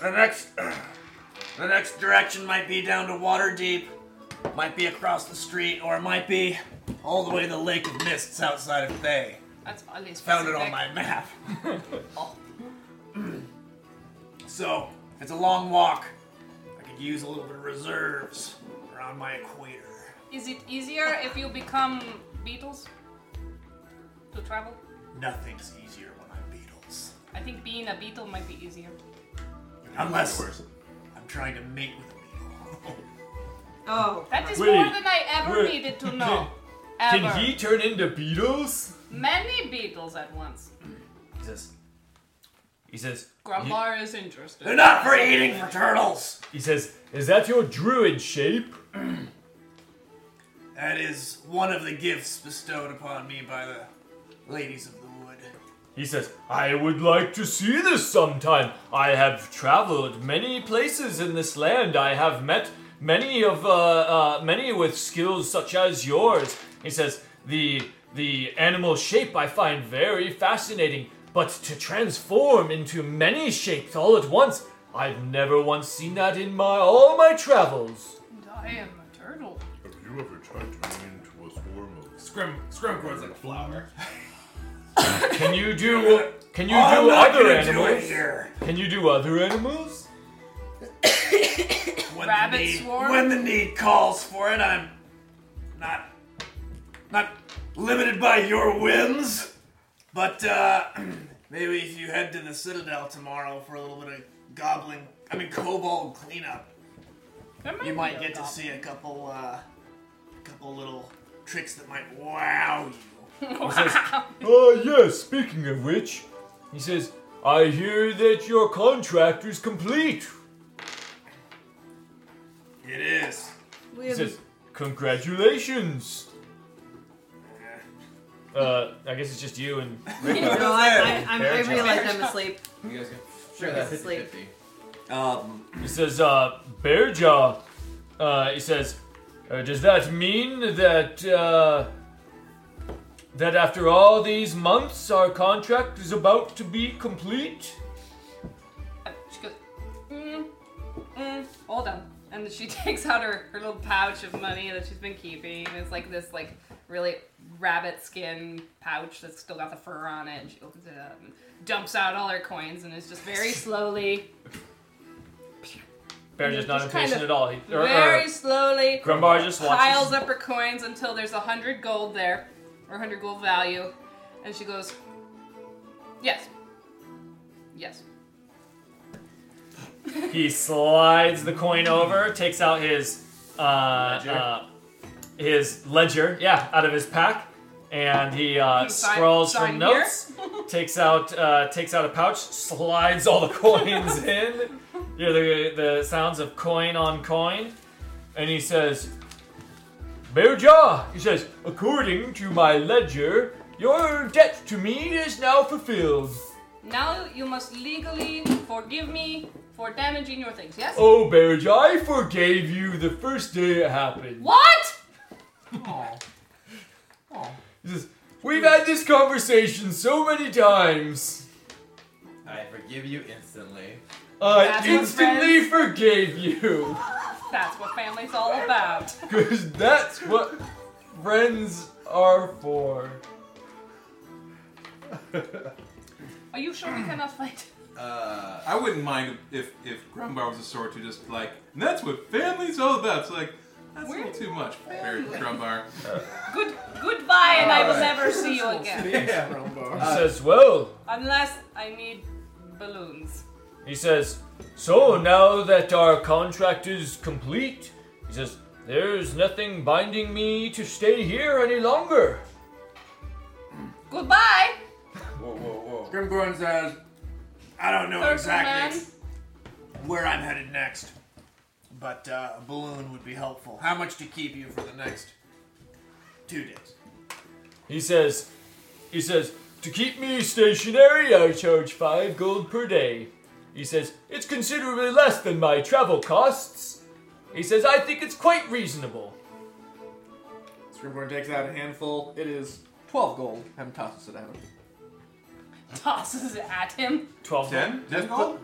Speaker 10: The next, *clears throat* the next direction might be down to Waterdeep, might be across the street, or it might be all the way to the Lake of Mists outside of Thay.
Speaker 4: That's at least
Speaker 10: Found it on
Speaker 4: specific.
Speaker 10: my map. so, if it's a long walk, I could use a little bit of reserves around my equator.
Speaker 4: Is it easier if you become beetles to travel?
Speaker 10: Nothing's easier when I'm Beatles.
Speaker 4: I think being a beetle might be easier.
Speaker 10: Unless I'm trying to mate with a
Speaker 11: Oh,
Speaker 4: that is
Speaker 2: Wait,
Speaker 4: more than I ever
Speaker 2: wait,
Speaker 4: needed
Speaker 2: *laughs*
Speaker 4: to know.
Speaker 2: Can
Speaker 4: ever.
Speaker 2: he turn into beetles?
Speaker 4: Many beetles at once.
Speaker 2: He says. He says.
Speaker 4: Grandma is interested.
Speaker 2: He says, "Is that your druid shape?"
Speaker 10: That is one of the gifts bestowed upon me by the ladies of the wood.
Speaker 2: He says, I would like to see this sometime. I have traveled many places in this land. I have met many of uh, uh, many with skills such as yours. He says, the the animal shape I find very fascinating, but to transform into many shapes all at once, I've never once seen that in my all my travels.
Speaker 4: And I am a turtle.
Speaker 6: Have you ever tried turning into a swarm of
Speaker 3: Scrim Scrimcorn's like a flower.
Speaker 2: *laughs* Can you do can you
Speaker 3: Oh, I'm
Speaker 2: do
Speaker 3: not
Speaker 2: other
Speaker 3: gonna do it
Speaker 2: animals?
Speaker 3: here.
Speaker 2: Can you do other animals?
Speaker 10: When
Speaker 4: Rabbit
Speaker 10: the need,
Speaker 4: swarm?
Speaker 10: When the need calls for it, I'm not not limited by your whims. But uh, *clears throat* maybe if you head to the Citadel tomorrow for a little bit of goblin, I mean kobold cleanup, you might get to see a couple uh, couple little tricks that might wow you.
Speaker 2: He says, Oh, yes, speaking of which, he says, I hear that your contract is complete.
Speaker 10: It is.
Speaker 11: We
Speaker 2: He
Speaker 11: have-
Speaker 2: says, Congratulations. Uh, I guess it's just you and.
Speaker 11: no, I, I, I'm, I
Speaker 2: Bear Jack.
Speaker 11: realize I'm asleep.
Speaker 3: You guys
Speaker 11: Sure, that's Asleep.
Speaker 10: Um,
Speaker 2: he says, uh, Bearjaw. Uh, he says, uh, does that mean that, uh, that after all these months, our contract is about to be complete?
Speaker 4: She goes, mm, mm, hold on. And then she *laughs* takes out her, her little pouch of money that she's been keeping. It's like this like really rabbit skin pouch that's still got the fur on it. And she opens it up and dumps out all her coins and is just
Speaker 10: *laughs*
Speaker 4: very slowly,
Speaker 2: Bearjaw's not
Speaker 4: Just kind
Speaker 2: impatient
Speaker 4: of
Speaker 2: at all. He,
Speaker 10: uh,
Speaker 2: er, er,
Speaker 4: very slowly
Speaker 2: Grumbar just watches.
Speaker 4: piles up her coins until there's a hundred gold there, or hundred gold value. And she goes, yes, yes.
Speaker 2: He slides the coin over, takes out his uh,
Speaker 3: Ledger?
Speaker 2: uh, his ledger, yeah, out of his pack, and he uh,
Speaker 4: Sign-
Speaker 2: scrawls
Speaker 4: sign
Speaker 2: from
Speaker 4: here. *laughs*
Speaker 2: notes. takes out uh, takes out a pouch, slides all
Speaker 4: *laughs*
Speaker 2: the coins in. You know the the sounds of coin on coin, and he says, "Bearjaw," he says, "According to my ledger, your debt to me is now fulfilled."
Speaker 4: Now you must legally forgive me for damaging your things, yes?
Speaker 2: Oh, Bearjaw, I forgave you the first day it happened.
Speaker 4: What?
Speaker 2: He says, We've had this conversation so many times.
Speaker 3: I forgive you instantly.
Speaker 2: I
Speaker 4: That's what
Speaker 2: instantly forgave you. *laughs*
Speaker 4: That's what family's all about.
Speaker 2: Because that's what friends are for.
Speaker 4: Are you sure we cannot fight?
Speaker 3: Uh,
Speaker 7: I wouldn't mind if if Grumbar was a sort to just like, and that's what family's all about. It's like, that's a little too much, Barry Grumbar.
Speaker 4: Good, goodbye, and I will
Speaker 7: Alright.
Speaker 4: never see you again.
Speaker 2: He says, Well,
Speaker 4: Unless I need balloons.
Speaker 2: he says, So now that our contract is complete, he says, There's nothing binding me to stay here any longer.
Speaker 4: Goodbye.
Speaker 10: Whoa, whoa, whoa. Grimgorn says, I don't know
Speaker 4: Circle
Speaker 10: exactly
Speaker 4: man.
Speaker 10: where I'm headed next, but uh, a balloon would be helpful. How much to keep you for the next two days?
Speaker 2: He says, He says, To keep me stationary, I charge five gold per day. He says, It's considerably less than my travel costs. He says, I think it's quite reasonable.
Speaker 12: Scrimborn takes out a handful. It is 12 gold and tosses it out.
Speaker 4: Tosses it
Speaker 2: *laughs*
Speaker 4: at him.
Speaker 2: 12
Speaker 7: 10?
Speaker 12: Just put-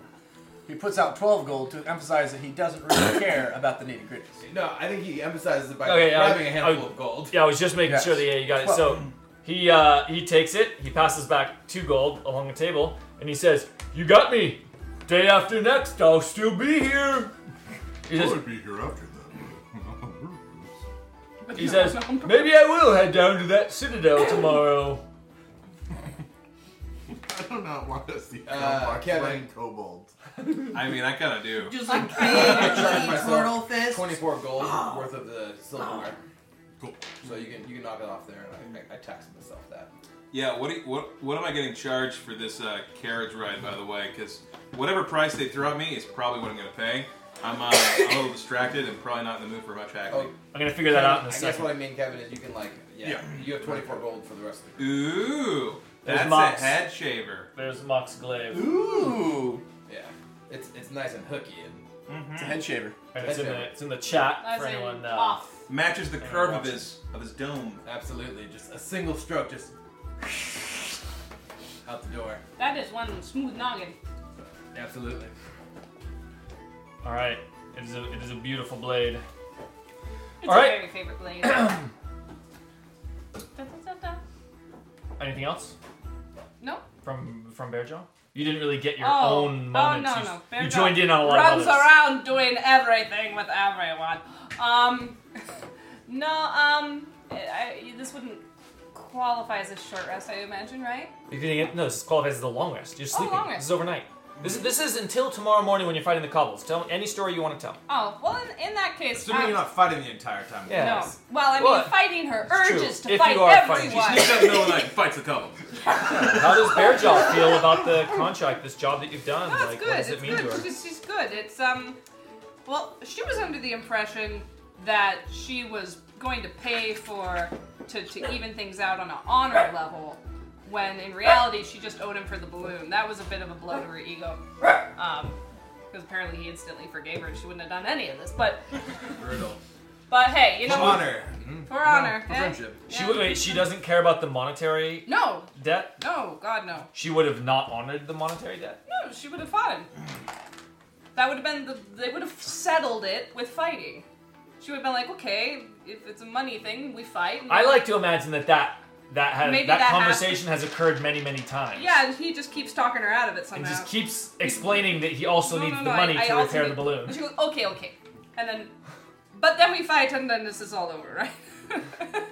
Speaker 12: He puts out 12 gold to emphasize that he doesn't
Speaker 10: *coughs*
Speaker 12: really care about the nitty gritties.
Speaker 3: No, I think he emphasizes it by
Speaker 10: uh,
Speaker 2: Okay, yeah,
Speaker 3: grabbing a
Speaker 2: I-
Speaker 3: handful
Speaker 2: I-
Speaker 3: of gold.
Speaker 2: Yeah, I was just making
Speaker 3: Yes.
Speaker 2: sure that yeah, you got it.
Speaker 3: Well-
Speaker 2: So he uh, he takes it, he passes back two gold along the table, and he says, "You got me. Day after next, I'll still be here." He says,
Speaker 6: I'll be here after that.
Speaker 2: he says, "Maybe I will head down to that citadel tomorrow."
Speaker 6: I do not want to see
Speaker 3: Uh,
Speaker 6: Grumbar
Speaker 3: Kevin.
Speaker 6: playing kobold.
Speaker 7: I mean, I kind of do.
Speaker 4: *laughs*
Speaker 11: Just like big,
Speaker 3: I charged
Speaker 11: meaty
Speaker 3: myself
Speaker 11: turtle fist.
Speaker 3: 24 gold
Speaker 11: Oh.
Speaker 3: worth of the silverware. Cool. So you can you can knock it off there, and I, I, I taxed myself that.
Speaker 7: Yeah, what, do you, what what am I getting charged for this uh, carriage ride, by the way? Because whatever price they throw at me is probably what I'm going to pay. I'm, uh, I'm a little distracted and probably not in the mood for much haggling.
Speaker 2: I'm gonna figure that out in a
Speaker 3: I guess
Speaker 2: second.
Speaker 3: what I mean, Kevin, is you can like yeah,
Speaker 7: Yeah.
Speaker 3: you have 24 gold for the rest of the group.
Speaker 7: Ooh,
Speaker 2: There's
Speaker 7: that's
Speaker 2: Mox.
Speaker 7: a head shaver.
Speaker 2: There's Mox Glaive,
Speaker 12: Ooh!
Speaker 3: Yeah, it's it's nice and hooky and
Speaker 12: It's a head shaver.
Speaker 2: and it's in the it's in the chat
Speaker 4: As
Speaker 2: for
Speaker 4: in
Speaker 2: anyone. Uh,
Speaker 4: off.
Speaker 7: Matches the curve of
Speaker 2: Watch it.
Speaker 7: his of his dome.
Speaker 3: absolutely just a single stroke, just out the door.
Speaker 4: That is one smooth noggin.
Speaker 3: Absolutely.
Speaker 2: all right, it is a it is a beautiful blade.
Speaker 4: It's
Speaker 2: All
Speaker 4: my
Speaker 2: right.
Speaker 4: very favorite blade. Da, da, da, da.
Speaker 2: Anything else
Speaker 4: No.
Speaker 2: from from Bearjaw? You didn't really get your
Speaker 4: oh.
Speaker 2: own moments.
Speaker 4: Oh no
Speaker 2: You-
Speaker 4: no.
Speaker 2: you,
Speaker 4: Bear Dog
Speaker 2: joined in on a lot
Speaker 4: runs
Speaker 2: of others.
Speaker 4: around doing everything with everyone. Um, *laughs* no. Um, I, I- this wouldn't qualify as a short rest, I imagine, right?
Speaker 2: You didn't get, no, this qualifies as the long rest. You're
Speaker 4: Oh,
Speaker 2: sleeping.
Speaker 4: long
Speaker 2: This
Speaker 4: rest.
Speaker 2: is overnight. This is this is until tomorrow morning when you're fighting the cobbles. Tell any story you want to tell.
Speaker 4: Oh well, in, in that case,
Speaker 3: Assuming
Speaker 4: I-
Speaker 3: you're not fighting the entire time.
Speaker 2: Yeah.
Speaker 4: no. Well, I mean,
Speaker 2: Well,
Speaker 4: fighting her
Speaker 2: it's true.
Speaker 4: urges
Speaker 2: If
Speaker 4: to
Speaker 2: you
Speaker 4: fight
Speaker 2: are fighting, *laughs*
Speaker 4: everyone.
Speaker 7: Sneaks up in the middle of the night and fights the couple.
Speaker 2: How does Bearjaw feel about the contract, this job that you've done?
Speaker 4: No, it's
Speaker 2: like,
Speaker 4: Oh, good.
Speaker 2: what does
Speaker 4: it's
Speaker 2: it mean
Speaker 4: good.
Speaker 2: to her?
Speaker 4: She's, she's good. It's um, well, she was under the impression that she was going to pay for to, to even things out on an honor level, when in reality she just owed him for the balloon. That was a bit of a blow to her ego, um, because apparently he instantly forgave her and she wouldn't have done any of this. But
Speaker 3: Brutal.
Speaker 4: but hey, you know,
Speaker 3: For honor.
Speaker 4: for honor,
Speaker 3: for
Speaker 4: eh?
Speaker 3: friendship.
Speaker 2: She
Speaker 4: Yeah.
Speaker 2: would- wait, she doesn't care about the monetary
Speaker 4: No,
Speaker 2: debt.
Speaker 4: no, God, no.
Speaker 2: She would have not honored the monetary debt.
Speaker 4: No, she would have fought him. That would have been the, they would have settled it with fighting. She would have been like, okay, if it's a money thing, we fight. and-
Speaker 2: I like to imagine that that that had,
Speaker 4: Maybe
Speaker 2: that,
Speaker 4: that
Speaker 2: conversation has occurred many many times.
Speaker 4: Yeah, and he just keeps talking her out of it
Speaker 2: And
Speaker 4: somehow.
Speaker 2: just keeps explaining that he also
Speaker 4: No,
Speaker 2: needs
Speaker 4: no,
Speaker 2: the
Speaker 4: no,
Speaker 2: money
Speaker 4: I- I
Speaker 2: to
Speaker 4: also
Speaker 2: repair
Speaker 4: need-
Speaker 2: the balloon.
Speaker 4: And she goes, okay, okay, and then, but then we fight, and then this is all over, right? *laughs* and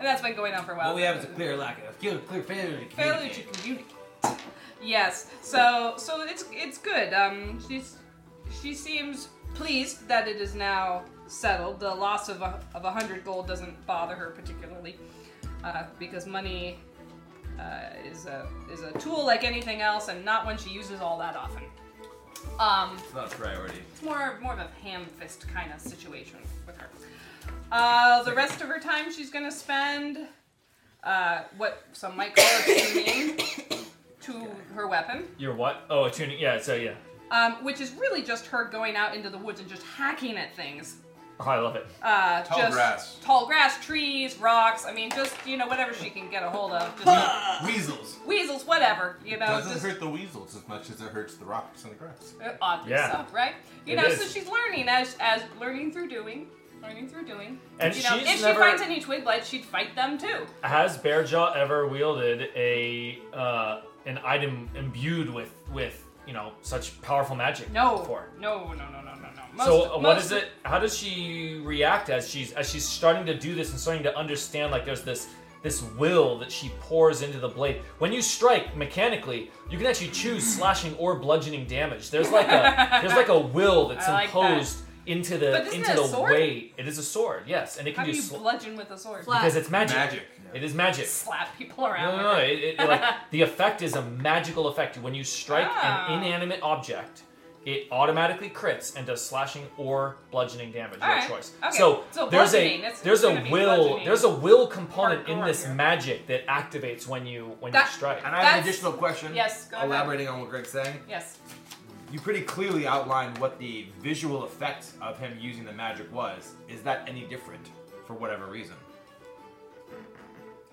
Speaker 4: that's been going on for a while.
Speaker 3: What we have is a clear lack of clear, clear failure to
Speaker 4: failure to
Speaker 3: communicate.
Speaker 4: communicate. Yes. So so it's it's good. Um, she's she seems pleased that it is now settled. The loss of a, of a hundred gold doesn't bother her particularly, uh, because money uh, is a is a tool like anything else, and not one she uses all that often. Um,
Speaker 3: It's not a priority.
Speaker 4: it's more more of a ham fist kind of situation with her. Uh, the rest of her time she's gonna spend uh, what some might call attuning *coughs* to her weapon,
Speaker 2: You're what? Oh, attuning. Yeah. So yeah.
Speaker 4: um, which is really just her going out into the woods and just hacking at things.
Speaker 2: Oh, I love it.
Speaker 4: Uh,
Speaker 7: Tall
Speaker 4: just
Speaker 7: grass.
Speaker 4: tall grass, trees, rocks. I mean, just you know whatever she can get a hold of. Just
Speaker 3: Weasels.
Speaker 4: weasels, whatever. You know,
Speaker 6: doesn't
Speaker 4: just
Speaker 6: hurt the weasels as much as it hurts the rocks and the grass.
Speaker 4: Uh, oddly
Speaker 2: Yeah.
Speaker 4: so, right? You
Speaker 2: It
Speaker 4: know,
Speaker 2: is.
Speaker 4: so she's learning as as learning through doing, learning through doing.
Speaker 2: And
Speaker 4: you know,
Speaker 2: she's
Speaker 4: if
Speaker 2: never-
Speaker 4: she finds any twig blights, she'd fight them too.
Speaker 2: Has Bearjaw ever wielded a uh, an item imbued with with you know, such powerful magic
Speaker 4: No.
Speaker 2: before.
Speaker 4: No, no, no, no, no, no.
Speaker 2: so uh, what
Speaker 4: most-
Speaker 2: is it? How does she react as she's as she's starting to do this and starting to understand? Like there's this this will that she pours into the blade. When you strike mechanically, you can actually
Speaker 4: *laughs*
Speaker 2: choose slashing or bludgeoning damage. There's like a there's like a will that's
Speaker 4: I like that.
Speaker 2: imposed into
Speaker 4: But
Speaker 2: the
Speaker 4: isn't
Speaker 2: into
Speaker 4: it a
Speaker 2: the
Speaker 4: sword?
Speaker 2: way. It is a sword, yes, and it can
Speaker 4: How do
Speaker 2: do
Speaker 4: you
Speaker 2: sl-
Speaker 4: bludgeon with a sword?
Speaker 2: because it's magic. It is magic.
Speaker 4: Slap people around.
Speaker 2: No, no, no. It, it, like
Speaker 4: *laughs*
Speaker 2: the effect is a magical effect. When you strike
Speaker 4: Ah.
Speaker 2: an inanimate object, it automatically crits and does slashing or bludgeoning damage. Your
Speaker 4: Alright,
Speaker 2: choice.
Speaker 4: okay.
Speaker 2: So,
Speaker 4: So
Speaker 2: there's
Speaker 4: bludgeoning,
Speaker 2: a
Speaker 4: it's-
Speaker 2: there's
Speaker 4: it's gonna
Speaker 2: a
Speaker 4: be
Speaker 2: will
Speaker 4: bludgeoning.
Speaker 2: there's a will component in
Speaker 4: Hardcore
Speaker 2: this
Speaker 4: here.
Speaker 2: magic that activates when you when
Speaker 4: That-
Speaker 2: you strike.
Speaker 4: And I have an that's-
Speaker 5: Additional question.
Speaker 4: Yes, go ahead.
Speaker 5: Elaborating on what Greg's saying.
Speaker 4: Yes.
Speaker 5: You pretty clearly outlined what the visual effect of him using the magic was. Is that any different for whatever reason?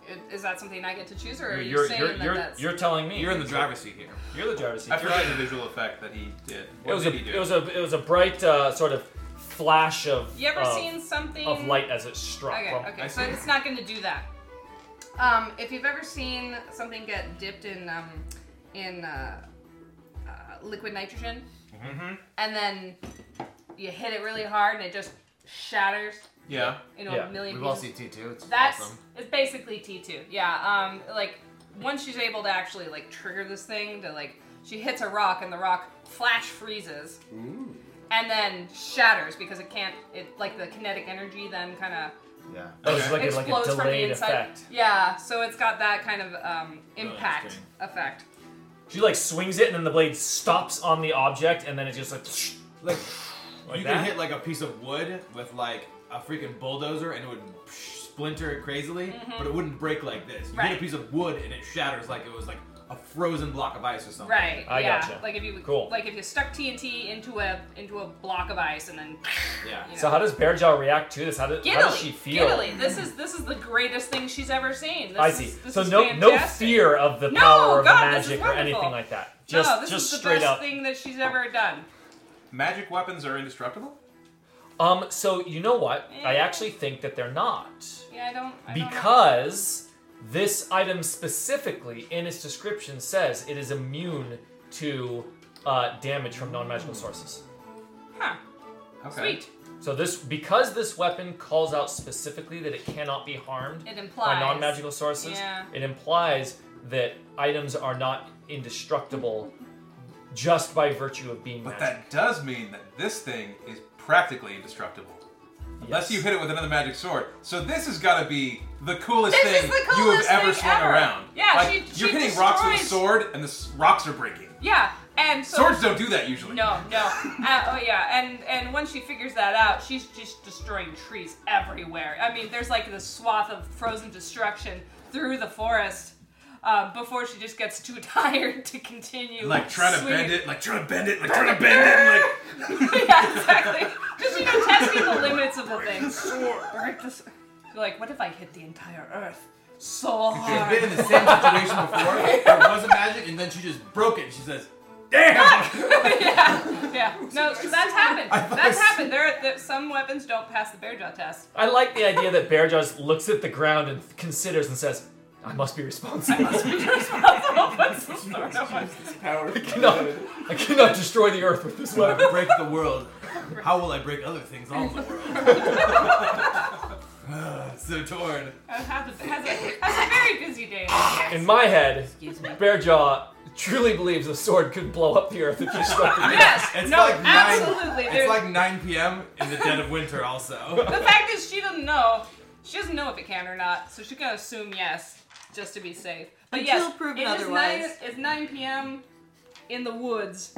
Speaker 4: I- Is that something I get to choose, or are
Speaker 2: You're-
Speaker 4: you
Speaker 2: you're-
Speaker 4: saying
Speaker 2: you're-
Speaker 4: that
Speaker 2: you're-
Speaker 4: that's...
Speaker 2: you're telling me.
Speaker 5: You're in the driver's seat here.
Speaker 2: You're the driver's seat.
Speaker 7: I forgot the visual effect that he did.
Speaker 2: It
Speaker 7: What
Speaker 2: was
Speaker 7: did
Speaker 2: a
Speaker 7: he do?
Speaker 2: it was a it was a bright uh, sort of flash of
Speaker 4: You ever
Speaker 2: of-
Speaker 4: seen something
Speaker 2: of light as it struck.
Speaker 4: Okay,
Speaker 2: Well,
Speaker 4: okay, so it's not going to do that. Um, if you've ever seen something get dipped in um, in uh, uh, liquid nitrogen,
Speaker 7: Mm-hmm.
Speaker 4: and then you hit it really hard and it just shatters.
Speaker 7: Yeah.
Speaker 4: Into
Speaker 7: Yeah.
Speaker 4: a million
Speaker 5: We've all
Speaker 4: pieces.
Speaker 5: seen T2, it's
Speaker 4: That's
Speaker 5: awesome.
Speaker 4: it's basically T two. Yeah. Um, like once she's able to actually like trigger this thing to like she hits a rock and the rock flash freezes
Speaker 5: Ooh.
Speaker 4: and then shatters because it can't it like the kinetic energy then kind of
Speaker 5: Yeah.
Speaker 2: Oh, it's like a- like a
Speaker 4: explodes from the
Speaker 2: delayed
Speaker 4: inside.
Speaker 2: effect.
Speaker 4: Yeah, so it's got that kind of um,
Speaker 2: that's
Speaker 4: impact
Speaker 2: kidding.
Speaker 4: effect.
Speaker 2: She like swings it, and then the blade stops on the object, and then it just like
Speaker 5: like,
Speaker 2: like
Speaker 5: you
Speaker 2: that.
Speaker 5: could hit like a piece of wood with like a freaking bulldozer and it would splinter it crazily,
Speaker 4: Mhm.
Speaker 5: but it wouldn't break like this. You hit
Speaker 4: Right.
Speaker 5: a piece of wood and it shatters like it was like a frozen block of ice or something.
Speaker 4: Right. yeah. Like if you
Speaker 2: Cool.
Speaker 4: like if you stuck TNT into a into a block of ice and then
Speaker 5: yeah.
Speaker 4: You know.
Speaker 2: So how does Bearjaw react to this? How, do, how
Speaker 4: Giddily,
Speaker 2: does she feel?
Speaker 4: giddily. This is this is the greatest thing she's ever seen. This
Speaker 2: I see.
Speaker 4: Is, this
Speaker 2: so
Speaker 4: is
Speaker 2: no no
Speaker 4: fantastic.
Speaker 2: fear of the
Speaker 4: No,
Speaker 2: power of the
Speaker 4: God, this is
Speaker 2: magic or
Speaker 4: wonderful.
Speaker 2: anything like that. Just
Speaker 4: no, this
Speaker 2: just
Speaker 4: is the
Speaker 2: straight
Speaker 4: best
Speaker 2: up.
Speaker 4: thing that she's ever done.
Speaker 7: Magic weapons are indestructible.
Speaker 2: Um. So you know what? I actually think that they're not
Speaker 4: Yeah, I don't. I don't know.
Speaker 2: because this item specifically in its description says it is immune to uh, damage from non-magical sources.
Speaker 4: Huh. Sweet.
Speaker 2: So this because this weapon calls out specifically that it cannot be harmed
Speaker 4: It
Speaker 2: by
Speaker 4: implies.
Speaker 2: non-magical sources.
Speaker 4: Yeah.
Speaker 2: It implies that items are not indestructible just by virtue of being
Speaker 7: But
Speaker 2: magic.
Speaker 7: that does mean that this thing is practically indestructible. Unless you hit it with another magic sword. So this has got to be the coolest
Speaker 4: This is
Speaker 7: thing
Speaker 4: the
Speaker 7: you have
Speaker 4: coolest
Speaker 7: ever
Speaker 4: thing
Speaker 7: swung
Speaker 4: ever.
Speaker 7: around.
Speaker 4: Yeah,
Speaker 7: like,
Speaker 4: she-
Speaker 7: you're
Speaker 4: she
Speaker 7: hitting rocks with a
Speaker 4: destroys-
Speaker 7: sword, and the s- rocks are breaking.
Speaker 4: Yeah, and so
Speaker 7: Swords don't do that usually.
Speaker 4: No, no. Uh, oh yeah, and and once she figures that out, she's just destroying trees everywhere. I mean, there's like this swath of frozen destruction through the forest uh, before she just gets too *laughs* tired to continue.
Speaker 7: Like trying to
Speaker 4: swinging.
Speaker 7: bend it, like trying to bend it, like trying to bend it, and,
Speaker 4: *laughs*
Speaker 7: like
Speaker 4: yeah, exactly. Just you know, testing the limits of the thing. Break the sword. You're like, what if I hit the entire earth so hard?
Speaker 5: She's been in the same situation before. It wasn't magic, and then she just broke it. and She says,
Speaker 4: *laughs* yeah, *laughs* yeah. No, so that's happened. That's happened. There, there, some weapons don't pass the bear jaw test.
Speaker 2: I like the idea that Bearjaws looks at the ground and considers and says, "I must be responsible. I, cannot, I cannot destroy the earth with this
Speaker 5: "If I
Speaker 2: weapon."
Speaker 5: break the world, how will I break other things on the world?" Ah, *laughs* *sighs* so torn.
Speaker 4: I have a, has a, has a very busy day.
Speaker 2: In my head,
Speaker 4: Excuse me.
Speaker 2: Bearjaw truly believes a sword could blow up the earth if you stuck it. in.
Speaker 4: Yes,
Speaker 5: It's
Speaker 4: no,
Speaker 5: like
Speaker 4: absolutely.
Speaker 5: Nine,
Speaker 4: There-
Speaker 5: it's like 9 p.m. in the dead of winter. Also,
Speaker 4: the fact is, she doesn't know. She doesn't know if it can or not, so she's gonna assume yes, just to be safe. But
Speaker 11: Until
Speaker 4: yes,
Speaker 11: proven
Speaker 4: it is
Speaker 11: otherwise.
Speaker 4: nine- it's 9 p.m. in the woods.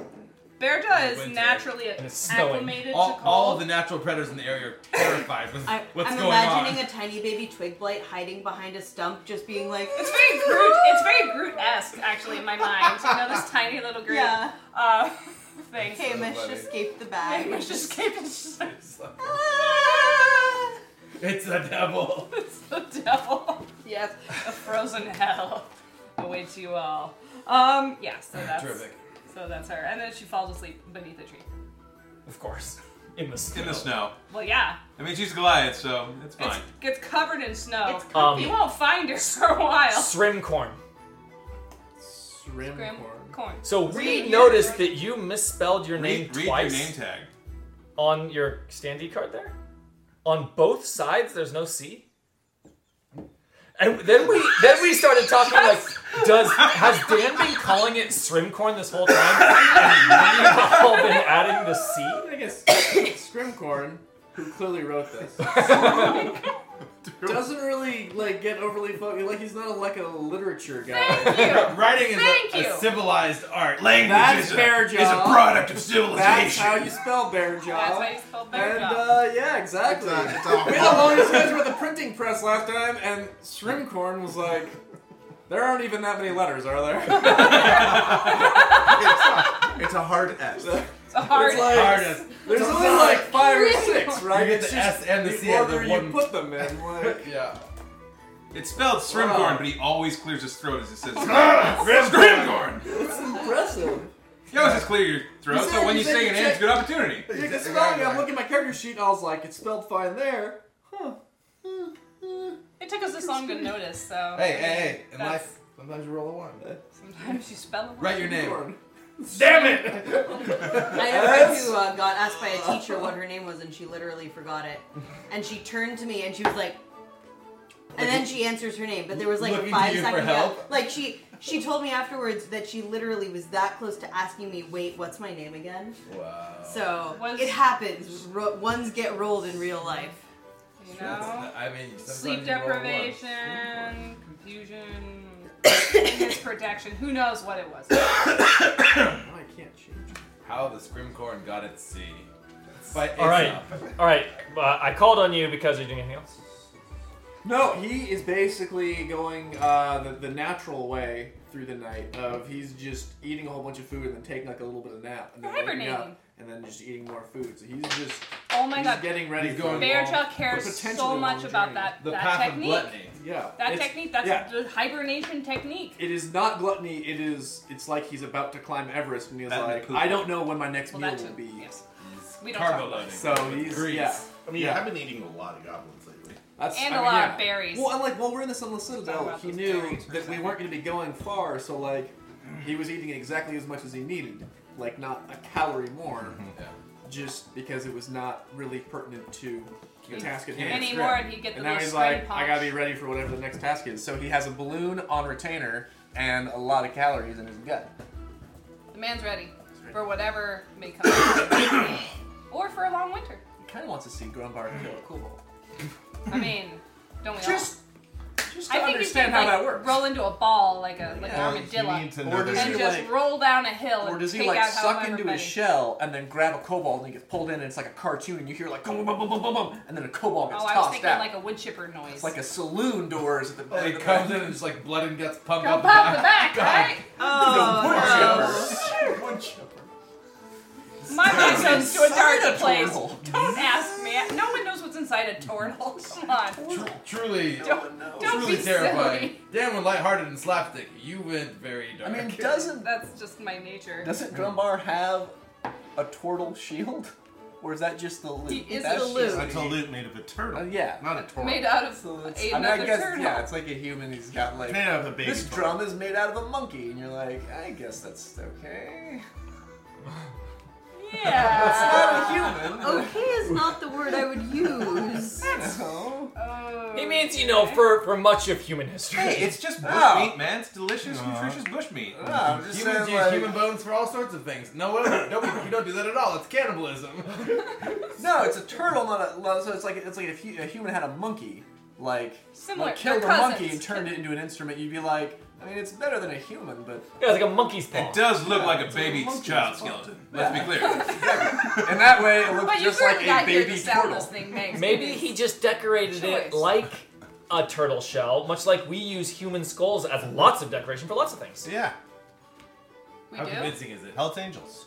Speaker 4: Bear Jaw is
Speaker 5: Winter.
Speaker 4: naturally
Speaker 5: And it's snowing.
Speaker 4: acclimated to
Speaker 5: all,
Speaker 4: cold.
Speaker 5: all the natural predators in the area are terrified with
Speaker 11: I,
Speaker 5: what's
Speaker 11: I'm
Speaker 5: going
Speaker 11: imagining
Speaker 5: on.
Speaker 11: a tiny baby twig blight hiding behind a stump, just being like,
Speaker 4: *laughs* It's very Groot. It's very Groot-esque, actually, in my mind. You know, this tiny little Groot
Speaker 11: Yeah.
Speaker 4: uh, *laughs* thing.
Speaker 11: Hey, Mish escaped the
Speaker 4: *laughs*
Speaker 11: bag.
Speaker 4: Hamish escaped. It's *laughs* just like,
Speaker 5: It's the devil.
Speaker 4: it's *laughs* the devil. Yes, a frozen hell *laughs* awaits you all. Um, yeah. So that's
Speaker 7: Terrific.
Speaker 4: So that's her, and then she falls asleep beneath a tree.
Speaker 2: Of course, *laughs* in the snow.
Speaker 7: in the snow.
Speaker 4: Well, yeah,
Speaker 7: I mean, she's Goliath, so it's fine.
Speaker 4: gets covered in snow. Um, It's
Speaker 2: comfy.
Speaker 4: *laughs* you won't find her for a while.
Speaker 2: Srimcorn.
Speaker 4: Scrim- coin.
Speaker 2: So
Speaker 4: It's
Speaker 2: Reed
Speaker 4: been
Speaker 2: noticed
Speaker 4: years.
Speaker 2: that you misspelled your name
Speaker 7: Read- read your
Speaker 2: twice.
Speaker 7: name tag.
Speaker 2: On your standee card there? On both sides, there's no C? And then we then we started talking like, does has Dan been calling it Srimcorn this whole time? And we've all been adding the C?
Speaker 10: I *coughs* guess Scrimcorn, who clearly wrote *laughs* this, doesn't really like get overly focused. Like he's not a, like a literature guy.
Speaker 3: *laughs*
Speaker 10: *laughs*
Speaker 3: Writing is
Speaker 10: Thank
Speaker 3: a, a
Speaker 10: you.
Speaker 3: civilized art. Language
Speaker 10: That's
Speaker 3: is, a,
Speaker 10: bear
Speaker 3: is a
Speaker 10: jaw.
Speaker 3: product of
Speaker 10: That's
Speaker 3: civilization.
Speaker 10: how you spell bear jaw.
Speaker 3: That's how you
Speaker 10: spell
Speaker 3: bear
Speaker 10: and,
Speaker 3: jaw.
Speaker 10: uh, yeah, exactly.
Speaker 3: It's a- it's a-
Speaker 10: *laughs* we had a long discussion with the printing press last time, and Shrimcorn was like, "There aren't even that many letters, are there?" *laughs* it's, a, hard S. It's
Speaker 4: a hard
Speaker 10: like,
Speaker 3: S.
Speaker 10: There's
Speaker 3: It's a
Speaker 10: only
Speaker 3: hard-
Speaker 10: like five or
Speaker 3: Shrimcorn.
Speaker 10: six, right?
Speaker 3: You get
Speaker 10: It's
Speaker 3: the
Speaker 10: just
Speaker 3: S and the C out of
Speaker 10: order
Speaker 3: the
Speaker 10: you
Speaker 3: one-
Speaker 10: put
Speaker 3: *laughs*
Speaker 10: them in. Like,
Speaker 3: yeah.
Speaker 7: It's spelled Srimgorn,
Speaker 10: Wow.
Speaker 7: but he always clears his throat as
Speaker 3: *laughs*
Speaker 7: he says
Speaker 3: Srimgorn.
Speaker 10: It's impressive.
Speaker 7: You always just clear your throat, so when you
Speaker 10: said
Speaker 7: sing it in, it's a good opportunity.
Speaker 10: Yeah, 'cause finally I'm looking at my character sheet, and I was like, it's spelled fine there. Huh.
Speaker 4: It took us this long to notice, so.
Speaker 3: Hey, hey, hey, in
Speaker 4: That's-
Speaker 3: life, sometimes you roll a one.
Speaker 4: Sometimes you spell it.
Speaker 3: Write your name.
Speaker 11: Damn
Speaker 3: it!
Speaker 11: I had a friend who uh, got asked by a teacher what her name was, and she literally forgot it. And she turned to me and she was like, and then she answers her name, but there was like a
Speaker 3: Looking to
Speaker 11: five
Speaker 3: you for
Speaker 11: second
Speaker 3: help?
Speaker 11: gap. Like she she told me afterwards that she literally was that close to asking me, wait, what's my name again?
Speaker 3: Wow.
Speaker 11: So it happens. Ro- ones get rolled in real life.
Speaker 4: You know?
Speaker 3: I mean, sometimes
Speaker 4: Sleep
Speaker 3: you roll a one.
Speaker 4: deprivation, confusion, *coughs* misprotection. Who knows what it
Speaker 3: *coughs*
Speaker 4: was? I
Speaker 10: can't change.
Speaker 3: How the Scrimcorn got its C. By
Speaker 2: All right,
Speaker 3: Aesop.
Speaker 2: all right. Uh, I called on you because you're doing anything else.
Speaker 10: No, he is basically going uh, the, the natural way through the night of he's just eating a whole bunch of food and then taking like a little bit of nap and then waking
Speaker 4: Hibernating.
Speaker 10: up and then just eating more food. So he's just
Speaker 4: Oh my
Speaker 10: he's
Speaker 4: god.
Speaker 10: getting ready.
Speaker 4: Bear
Speaker 10: for a long-
Speaker 4: Bearjaw
Speaker 10: for
Speaker 4: cares
Speaker 10: potentially
Speaker 4: so
Speaker 10: a
Speaker 4: much
Speaker 10: long
Speaker 4: about
Speaker 10: journey.
Speaker 4: that, that technique.
Speaker 10: Yeah,
Speaker 4: That
Speaker 10: it's-
Speaker 4: technique, that's
Speaker 10: yeah.
Speaker 4: the hibernation technique.
Speaker 10: It is not gluttony. It is. It's like he's about to climb Everest, and he's
Speaker 3: That and the
Speaker 10: like,
Speaker 3: poop.
Speaker 10: I don't know when my next
Speaker 4: Well,
Speaker 10: meal
Speaker 4: that
Speaker 10: will
Speaker 4: too.
Speaker 10: be.
Speaker 4: We don't Carbo talk about
Speaker 6: loading.
Speaker 10: So he's
Speaker 6: Grease.
Speaker 10: yeah.
Speaker 6: I mean,
Speaker 10: yeah.
Speaker 6: I've been eating a lot of goblins lately.
Speaker 10: That's,
Speaker 4: And
Speaker 10: a
Speaker 4: a lot of berries.
Speaker 10: Well, and like while we're in the Sunless
Speaker 4: Talk
Speaker 10: Citadel,
Speaker 4: about
Speaker 10: he
Speaker 4: those
Speaker 10: knew
Speaker 4: berries for
Speaker 10: that we weren't going to be going far, so like he was eating exactly as much as he needed, like not a calorie more, just because it was not really pertinent to the
Speaker 4: Can't-
Speaker 10: task at
Speaker 4: can't
Speaker 10: hand.
Speaker 4: Anymore, and he'd get
Speaker 10: And
Speaker 4: the
Speaker 10: now
Speaker 4: little
Speaker 10: he's like,
Speaker 4: spring
Speaker 10: I gotta be
Speaker 4: punch.
Speaker 10: ready for whatever the next task is. So he has a balloon on retainer and a lot of calories in his gut.
Speaker 4: The man's ready
Speaker 10: *clears throat*
Speaker 4: for whatever may come. or for a long winter.
Speaker 10: He kind of wants to see Grumbar kill a Kobold.
Speaker 4: I mean, don't we
Speaker 10: Just-
Speaker 4: all?
Speaker 10: just
Speaker 4: I
Speaker 10: to
Speaker 4: think you
Speaker 10: understand
Speaker 4: should,
Speaker 10: how
Speaker 4: like,
Speaker 10: that works.
Speaker 4: roll into a ball like a like
Speaker 10: Yeah.
Speaker 4: an armadillo,
Speaker 10: He needs to know Or
Speaker 4: and
Speaker 10: does
Speaker 4: just
Speaker 10: he, like-
Speaker 4: roll down a hill
Speaker 10: Or
Speaker 4: and
Speaker 10: does he
Speaker 4: take
Speaker 10: like
Speaker 4: out
Speaker 10: suck
Speaker 4: however
Speaker 10: into
Speaker 4: many.
Speaker 10: his shell and then grab a cobalt and he gets pulled in and it's like a cartoon and you hear like boom boom boom boom boom boom and then a cobalt
Speaker 4: Oh,
Speaker 10: gets
Speaker 4: I was
Speaker 10: tossed
Speaker 4: thinking
Speaker 10: out.
Speaker 4: like a wood chipper noise.
Speaker 10: it's like a saloon doors at the
Speaker 3: It comes in and it's like blood and guts pumped
Speaker 4: Go
Speaker 3: up the
Speaker 10: *laughs*
Speaker 4: pop the
Speaker 3: back.
Speaker 4: back, Oh. right? Oh, My mind goes to a dark place. Don't ask me. No one knows what's inside a turtle. *laughs* Come on.
Speaker 3: Truly,
Speaker 4: Don't- don't
Speaker 3: truly
Speaker 4: be
Speaker 3: terrifying.
Speaker 4: silly.
Speaker 3: Dan went lighthearted and slapstick. You went very dark.
Speaker 10: doesn't
Speaker 4: that's just my nature?
Speaker 10: Doesn't Drumbar have a turtle shield? Or is that just the loot?
Speaker 4: Is it a loot?
Speaker 6: That's a loot made of a turtle.
Speaker 10: Uh, yeah.
Speaker 6: Not a turtle.
Speaker 4: Made out of
Speaker 10: it's-
Speaker 4: a-
Speaker 10: I mean, I
Speaker 4: another
Speaker 10: guess,
Speaker 4: turtle.
Speaker 10: yeah, it's like a human who's got like
Speaker 6: Made out of a baby
Speaker 10: this
Speaker 6: turtle.
Speaker 10: drum is made out of a monkey, and you're like, I guess that's okay.
Speaker 11: Yeah.
Speaker 10: *laughs* It's not a
Speaker 4: Oh,
Speaker 10: human.
Speaker 11: Okay is not the word I would *laughs* use.
Speaker 4: Oh.
Speaker 2: He means you know for for much of human history.
Speaker 7: Hey, it's just bush
Speaker 2: Oh.
Speaker 7: meat, man. It's delicious, nutritious bush meat.
Speaker 3: No, I'm just Humans use human bones for all sorts of things. No, what- no, you don't do that at all. It's cannibalism. *laughs*
Speaker 10: No, it's a turtle, not a. lo- So it's like it's like if hu- a human had a monkey, like
Speaker 4: Similar,
Speaker 10: like killed a
Speaker 4: they're
Speaker 10: monkey
Speaker 4: cousins.
Speaker 10: and turned it into an instrument. You'd be like, I mean, it's better than a human, but
Speaker 2: Yeah, it's like a monkey's paw.
Speaker 7: It does look
Speaker 10: Yeah,
Speaker 7: like a
Speaker 10: it's like
Speaker 7: baby
Speaker 10: a monkey's
Speaker 7: child
Speaker 10: paw.
Speaker 7: skeleton. *laughs* Let's be
Speaker 10: Yeah.
Speaker 7: clear.
Speaker 10: in that way it
Speaker 4: But
Speaker 10: looks
Speaker 4: you
Speaker 10: just
Speaker 4: really
Speaker 10: like a
Speaker 4: gotta hear the
Speaker 10: baby
Speaker 4: sound
Speaker 10: turtle.
Speaker 4: this thing makes.
Speaker 2: Maybe he just decorated it
Speaker 4: Choice.
Speaker 2: like a turtle shell, much like we use human skulls as lots of decoration for lots of things.
Speaker 6: Yeah.
Speaker 4: We
Speaker 3: How
Speaker 2: do?
Speaker 3: convincing is it?
Speaker 6: Hells Angels.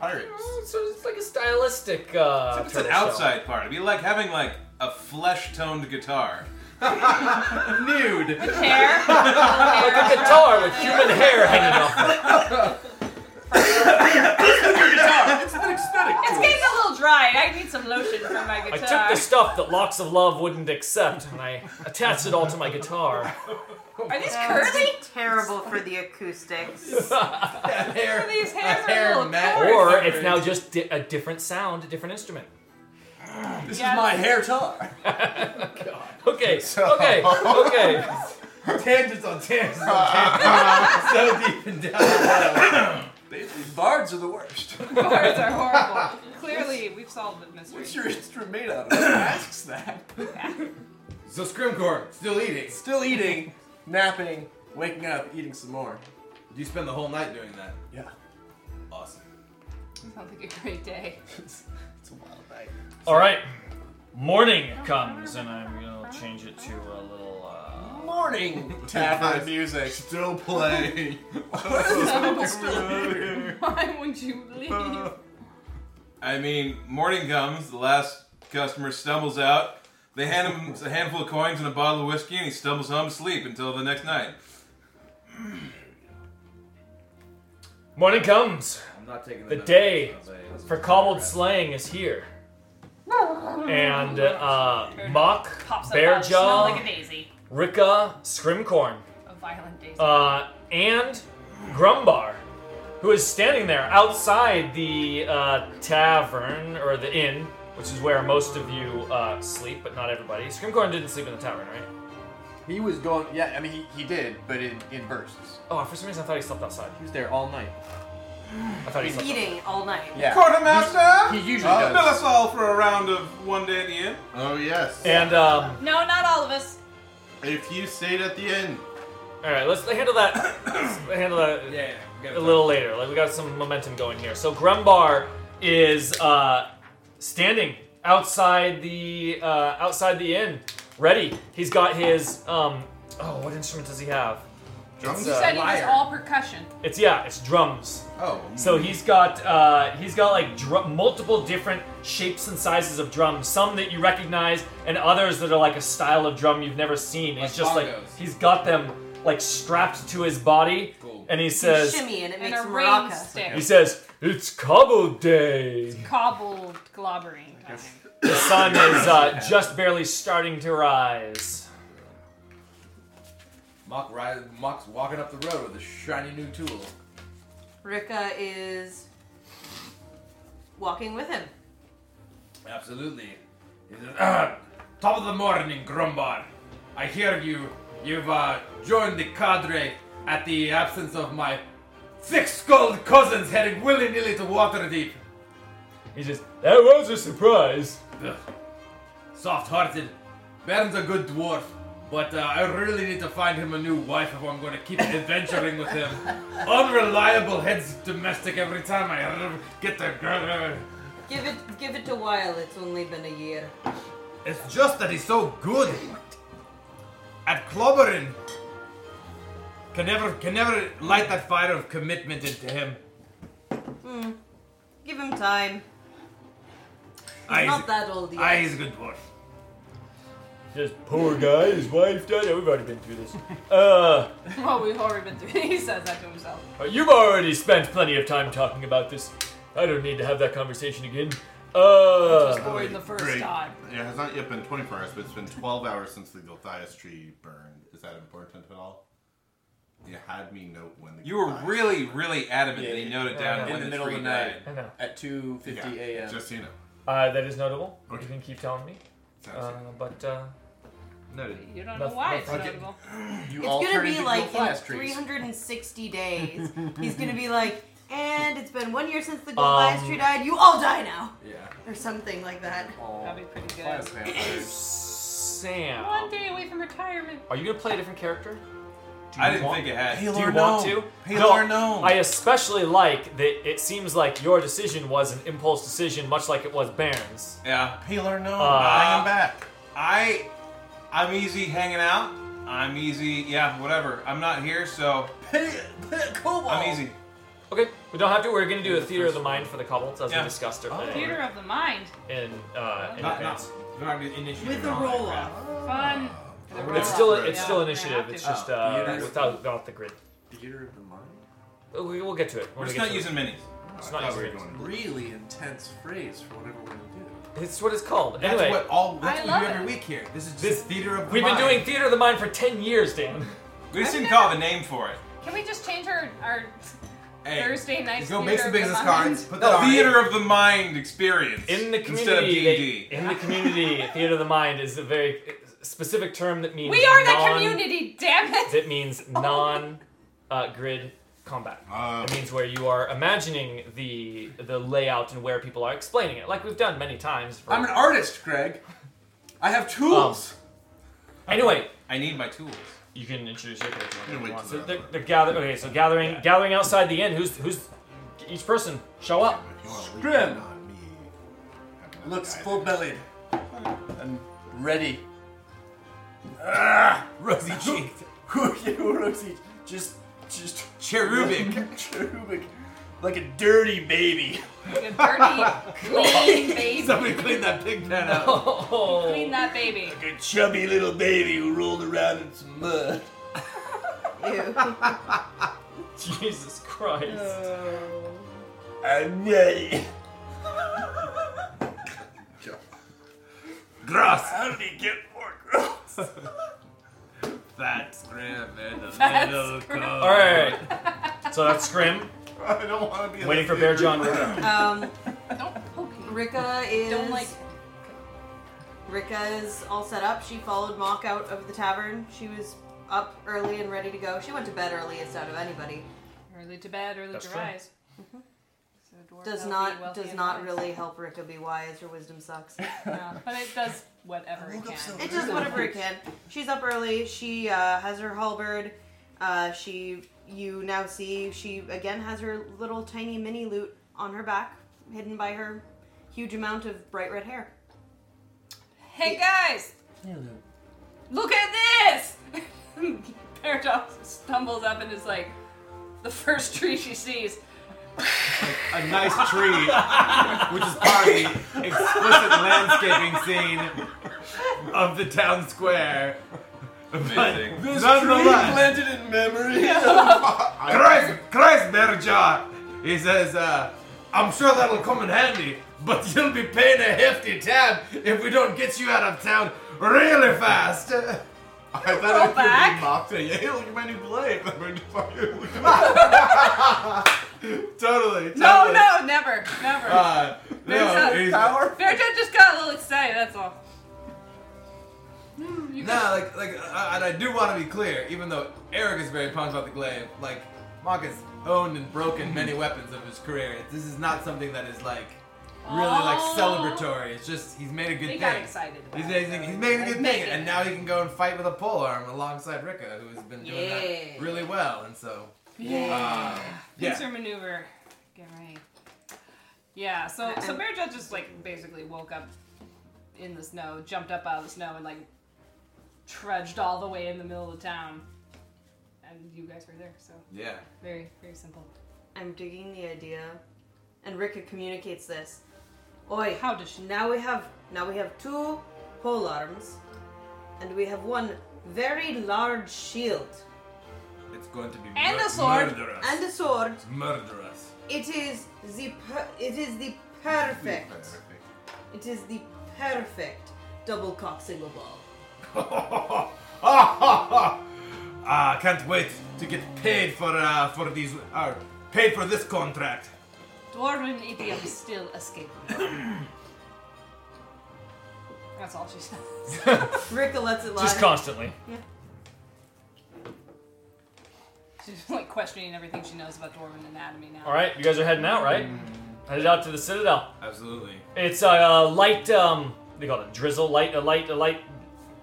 Speaker 6: Pirates.
Speaker 2: Oh, So it's like a stylistic. Uh,
Speaker 7: Except it's an outside part. It'd be like having like a flesh-toned guitar.
Speaker 3: Nude.
Speaker 10: *laughs*
Speaker 4: With hair.
Speaker 2: like a guitar with human hair hanging off.
Speaker 10: *laughs* It's an aesthetic
Speaker 4: It's
Speaker 10: choice.
Speaker 4: getting a little dry. I need some lotion for my
Speaker 2: I
Speaker 4: guitar.
Speaker 2: took the stuff that locks of love wouldn't accept, and I attached it all to my
Speaker 7: *laughs*
Speaker 2: guitar.
Speaker 4: Are these
Speaker 11: That would be
Speaker 4: curly?
Speaker 11: Terrible for the acoustics.
Speaker 2: hair-
Speaker 4: these hairs
Speaker 11: that hair
Speaker 4: are a little
Speaker 11: mat-
Speaker 4: coarse.
Speaker 2: Or it's now just di- a different sound, a different instrument.
Speaker 10: This
Speaker 4: Yes.
Speaker 10: is *laughs* my hair tar.
Speaker 7: *laughs*
Speaker 2: Okay, okay, okay.
Speaker 3: Tangents on tangents on tangents. so deep and down.
Speaker 10: Basically, bards are the worst.
Speaker 4: *laughs* Bards are horrible.
Speaker 10: *laughs*
Speaker 4: Clearly, we've solved the mystery.
Speaker 10: What's your instrument made out of? Who asks that?
Speaker 3: So Scrimcorn, still eating.
Speaker 10: *laughs* Still eating, napping, waking up, eating some more.
Speaker 3: You spend the whole night doing that.
Speaker 10: Yeah. *laughs*
Speaker 3: Awesome.
Speaker 4: Sounds like a great day. *laughs*
Speaker 10: It's a wild night.
Speaker 2: All right, morning comes, and I'm gonna change it to a little. Uh,
Speaker 10: *laughs* Morning.
Speaker 6: Tap music. Still play.
Speaker 4: Why would you
Speaker 10: Uh,
Speaker 4: leave?
Speaker 7: I mean, morning comes, the last customer stumbles out. They hand him a handful of coins and a bottle of whiskey, and he stumbles home to sleep until the next night.
Speaker 2: morning comes.
Speaker 3: I'm not taking
Speaker 2: The day for cobbled slaying is
Speaker 4: *laughs*
Speaker 2: here, and uh, Mock,
Speaker 4: Pops up out of the snow like a
Speaker 2: Bearjaw,
Speaker 4: daisy.
Speaker 2: Rika, Scrimcorn,
Speaker 4: A violent daisy.
Speaker 2: uh, and Grumbar, who is standing there outside the uh, tavern or the inn, which is where most of you uh, sleep, but not everybody. Scrimcorn didn't sleep in the tavern, right?
Speaker 13: He was going. Yeah, I mean, he, he did, but in, in bursts.
Speaker 2: Oh, for some reason I thought he slept outside.
Speaker 13: He was there all night.
Speaker 2: I thought he slept.
Speaker 11: Eating all night.
Speaker 13: Yeah.
Speaker 7: Quartermaster!
Speaker 13: He usually
Speaker 7: uh,
Speaker 13: does.
Speaker 7: Bill us all for a round of one day at the inn.
Speaker 6: Oh yes.
Speaker 2: And um,
Speaker 4: No, not all of us.
Speaker 6: If you stayed at the inn.
Speaker 2: All right, let's handle that. *coughs* let's handle that
Speaker 3: yeah,
Speaker 2: a little later. Like we got some momentum going here. So Grumbar is uh, standing outside the uh, outside the inn, ready. He's got his um. Oh, what instrument does he have?
Speaker 4: You said it was all percussion.
Speaker 2: It's yeah, it's drums.
Speaker 3: Oh.
Speaker 2: So he's got uh, he's got like drum, multiple different shapes and sizes of drums. Some that you recognize, and others that are like a style of drum you've never seen. He's just like
Speaker 3: bongos.
Speaker 2: he's got them like strapped to his body, and he says
Speaker 11: shimmy and it
Speaker 4: And
Speaker 11: makes
Speaker 4: a
Speaker 11: maraca.
Speaker 4: rain stick.
Speaker 2: he says it's cobble day.
Speaker 4: Cobbled globbering.
Speaker 2: The sun is uh, just barely starting to rise.
Speaker 3: Mock ri Mock's walking up the road with a shiny new tool.
Speaker 11: Rika is walking with him.
Speaker 3: Absolutely. He says, "Ah, Top of the morning, Grumbar. I hear you. You've uh, joined the cadre at the absence of my thick-skulled cousins heading willy-nilly to Waterdeep.
Speaker 2: He just, that was a surprise.
Speaker 3: Soft-hearted. Baron's a good dwarf, but uh, I really need to find him a new wife if I'm going to keep *laughs* adventuring with him. Unreliable heads domestic every time I uh, get the girl.
Speaker 11: Give it, give it a while. It's only been a year.
Speaker 3: It's just that he's so good at clobbering. Can never, can never light that fire of commitment into him.
Speaker 11: Hmm. Give him time. He's
Speaker 3: Aye,
Speaker 11: not that old yet.
Speaker 3: aye, Ah, he's a good dwarf.
Speaker 2: Just poor guy, his wife died. Oh, We've already been through this. Uh,
Speaker 4: Well, we've already been through. *laughs* He says that to himself.
Speaker 2: you've already spent plenty of time talking about this. I don't need to have that conversation again. Uh,
Speaker 4: Just believe the first
Speaker 6: Great.
Speaker 4: time.
Speaker 6: It has not yet been 24 hours, but it's been 12 hours since the Gilthias tree burned. Is that important at all? You had me note when the
Speaker 7: You were
Speaker 6: Gilthias-
Speaker 7: really, really adamant
Speaker 10: Yeah,
Speaker 7: that you
Speaker 10: yeah.
Speaker 7: noted down
Speaker 10: Yeah, yeah.
Speaker 7: when
Speaker 10: In the middle of
Speaker 7: tree
Speaker 10: the
Speaker 7: died.
Speaker 10: night.
Speaker 2: I know.
Speaker 10: At 2:50
Speaker 6: Yeah,
Speaker 10: a.m.
Speaker 6: Just so you know.
Speaker 2: uh, that is notable.
Speaker 6: Okay.
Speaker 2: You can keep telling me. Uh, but uh,
Speaker 6: Noted.
Speaker 4: You don't know
Speaker 2: Nothing-
Speaker 4: why it's
Speaker 2: nothing.
Speaker 4: notable.
Speaker 13: You
Speaker 11: it's
Speaker 13: all
Speaker 11: gonna
Speaker 13: turned
Speaker 11: be
Speaker 13: into
Speaker 11: like in
Speaker 13: Goliath trees.
Speaker 11: 360 days. he's gonna be like, and it's been one year since the
Speaker 2: Um,
Speaker 11: Goliath tree died. You all die now,
Speaker 10: Yeah.
Speaker 11: or something like that.
Speaker 4: That'd be pretty
Speaker 13: Class
Speaker 4: good.
Speaker 13: vampires.
Speaker 2: Sam,
Speaker 4: One day away from retirement.
Speaker 2: are you gonna play a different character? Do
Speaker 7: I
Speaker 2: you
Speaker 7: didn't
Speaker 2: want-
Speaker 7: think it had.
Speaker 2: Do you want to?
Speaker 7: Palar, no.
Speaker 2: I especially like that it seems like your decision was an impulse decision, much like it was Baron's.
Speaker 7: Yeah.
Speaker 6: Paler, no.
Speaker 2: Uh,
Speaker 6: Bring him back.
Speaker 7: I, I'm easy hanging out. I'm easy, yeah, whatever. I'm not here, so I'm easy.
Speaker 2: Okay, we don't have to. We're going to do a theater of the mind for the kobolds as
Speaker 7: Yeah.
Speaker 2: we discussed our
Speaker 4: Oh, Theater
Speaker 2: plan
Speaker 4: of the mind.
Speaker 2: in, uh, in
Speaker 3: Not, not,
Speaker 2: advance.
Speaker 3: not initiative.
Speaker 11: With the
Speaker 3: and all that
Speaker 11: roll
Speaker 3: crap.
Speaker 11: off.
Speaker 4: Fun.
Speaker 2: It's still it's
Speaker 4: Yeah,
Speaker 11: *laughs*
Speaker 2: still
Speaker 4: yeah,
Speaker 2: initiative.
Speaker 4: yeah.
Speaker 2: It's just
Speaker 10: Oh,
Speaker 2: uh,
Speaker 10: theater.
Speaker 2: without without the grid.
Speaker 10: Theater of the mind.
Speaker 2: We, we'll get to it.
Speaker 7: We're
Speaker 2: when we
Speaker 7: just
Speaker 2: get
Speaker 7: not
Speaker 2: to
Speaker 7: using
Speaker 2: it.
Speaker 7: minis.
Speaker 2: It's
Speaker 7: I
Speaker 2: not
Speaker 7: thought we
Speaker 2: using
Speaker 7: were
Speaker 2: minis.
Speaker 10: Really intense phrase for whatever we're gonna do.
Speaker 2: It's what it's called.
Speaker 10: That's
Speaker 2: anyway,
Speaker 10: what all-
Speaker 3: that's I what we love do every it. week here. This is just theater of the
Speaker 2: We've
Speaker 3: mind.
Speaker 2: been doing theater of the mind for ten years, Dan.
Speaker 7: We just didn't call the name for it.
Speaker 4: Can we just change our, our
Speaker 7: Hey,
Speaker 4: Thursday night?
Speaker 7: go make some
Speaker 4: theater of
Speaker 7: business
Speaker 4: the
Speaker 7: cards,
Speaker 4: mind? *laughs*
Speaker 7: put that on Theater of the mind experience
Speaker 2: in the community.
Speaker 7: instead of D&D.
Speaker 2: they- in the community, theater of the mind is a very specific term that means
Speaker 4: We are the
Speaker 2: non-
Speaker 4: community, damn it!
Speaker 2: That means non uh, grid combat. it means where you are imagining the the layout and where people are explaining it, like we've done many times. for-
Speaker 10: I'm an artist, Greg. I have tools.
Speaker 6: Um,
Speaker 2: anyway,
Speaker 7: I need my tools.
Speaker 2: You can introduce your character.
Speaker 7: whenever you want.
Speaker 2: So they're, they're gather- Okay, so gathering, gathering outside the inn. Who's who's each person? Show up.
Speaker 10: Grim looks full bellied and ready.
Speaker 6: Ah!
Speaker 3: rosy *laughs* cheeked.
Speaker 10: rosy, just, just *laughs*
Speaker 3: Cherubic.
Speaker 10: cherubic, like a dirty baby.
Speaker 4: Like a
Speaker 7: *laughs*
Speaker 4: dirty, clean baby.
Speaker 10: Somebody clean that pig pen
Speaker 3: *laughs*
Speaker 4: Clean that baby.
Speaker 14: Like a chubby little baby who rolled around in some mud.
Speaker 2: *laughs* Jesus Christ.
Speaker 4: Uh.
Speaker 14: I'm
Speaker 10: *laughs*
Speaker 14: ready. Gross. How did he get more
Speaker 7: *laughs*
Speaker 14: gross?
Speaker 3: That's grim and the
Speaker 14: That's
Speaker 3: middle
Speaker 14: grim.
Speaker 3: card.
Speaker 2: All right. So that's Scrim.
Speaker 6: I don't want to be.
Speaker 2: Waiting for Bear John Ritter.
Speaker 11: Um, Rika is. Don't like. Rika is all set up. She followed Mock out of the tavern. She was up early and ready to go. She went to bed earliest out of anybody.
Speaker 4: Early to bed, early
Speaker 11: That's
Speaker 4: to
Speaker 11: true.
Speaker 4: rise. So dwarf
Speaker 11: Does
Speaker 4: healthy,
Speaker 11: not
Speaker 4: wealthy,
Speaker 11: does
Speaker 4: and
Speaker 11: not
Speaker 4: wise.
Speaker 11: really help Rika be wise. Her wisdom sucks.
Speaker 4: No, but it does whatever it can.
Speaker 11: It does whatever it can. She's up early. She uh, has her halberd. Uh, she, you now see, she again has her little tiny mini lute on her back, hidden by her huge amount of bright red hair.
Speaker 4: Hey guys, look at this! *laughs* Paradox stumbles up and is like, the first tree she sees.
Speaker 3: a nice tree, which is part of the explicit landscaping scene of the town square.
Speaker 7: Amazing.
Speaker 3: But
Speaker 14: This
Speaker 3: nonetheless,
Speaker 14: tree planted in memory.
Speaker 3: *laughs* Christ, Christ, Berjar! He says, uh, I'm sure that'll come in handy, but you'll be paying a hefty tab if we don't get you out of town really fast.
Speaker 6: I thought
Speaker 3: I
Speaker 6: I'd be mocked at you. Hey, look at my new blade.
Speaker 3: *laughs* totally, totally.
Speaker 4: No, no, never, never.
Speaker 3: Uh, no,
Speaker 4: Fairchild-
Speaker 3: he's-
Speaker 4: Fairchild just got a little excited. That's all. Hmm, you
Speaker 3: No, like, like, uh, and I do want to be clear, even though Eric is very pumped about the glaive, like, Mock has owned and broken many weapons of his career. This is not something that is, like, really, like,
Speaker 4: Oh.
Speaker 3: celebratory. It's just, he's made a good
Speaker 4: He
Speaker 3: thing.
Speaker 4: got excited about
Speaker 3: he's,
Speaker 4: it,
Speaker 3: he's- he's
Speaker 4: though.
Speaker 3: made a
Speaker 4: Like,
Speaker 3: good
Speaker 4: make
Speaker 3: thing,
Speaker 4: it.
Speaker 3: and now he can go and fight with a pole arm alongside Rika, who has been doing
Speaker 4: Yeah.
Speaker 3: that really well, and so.
Speaker 4: Yeah.
Speaker 3: um,
Speaker 4: Pincer
Speaker 3: yeah.
Speaker 4: maneuver. Get right. Yeah, so so Bear Judge just like basically woke up in the snow, jumped up out of the snow, and like trudged all the way in the middle of town. And you guys were there, so
Speaker 3: Yeah.
Speaker 4: very very simple.
Speaker 11: I'm digging the idea, and Rika communicates this. Oi, how does she? Now we have now we have two pole arms, and we have one very large shield
Speaker 3: It's going to be
Speaker 11: and
Speaker 3: mur-
Speaker 11: a sword
Speaker 3: murderous.
Speaker 11: and a sword.
Speaker 3: murderous. *laughs*
Speaker 11: It is the per- it is the perfect. It is the perfect double cock single ball.
Speaker 3: Ah, can't wait to get paid for uh, for these uh, paid for this contract.
Speaker 4: Dwarven idiom still escaping. That's all she says. *laughs*
Speaker 11: Rika lets it lie.
Speaker 2: Just constantly.
Speaker 11: Yeah.
Speaker 4: She's like questioning everything she knows about Dwarven anatomy now.
Speaker 2: All right, you guys are heading out, right? Headed out to the Citadel.
Speaker 3: Absolutely.
Speaker 2: It's a uh, light. Um, what do you call it? Drizzle. Light. A light. A light.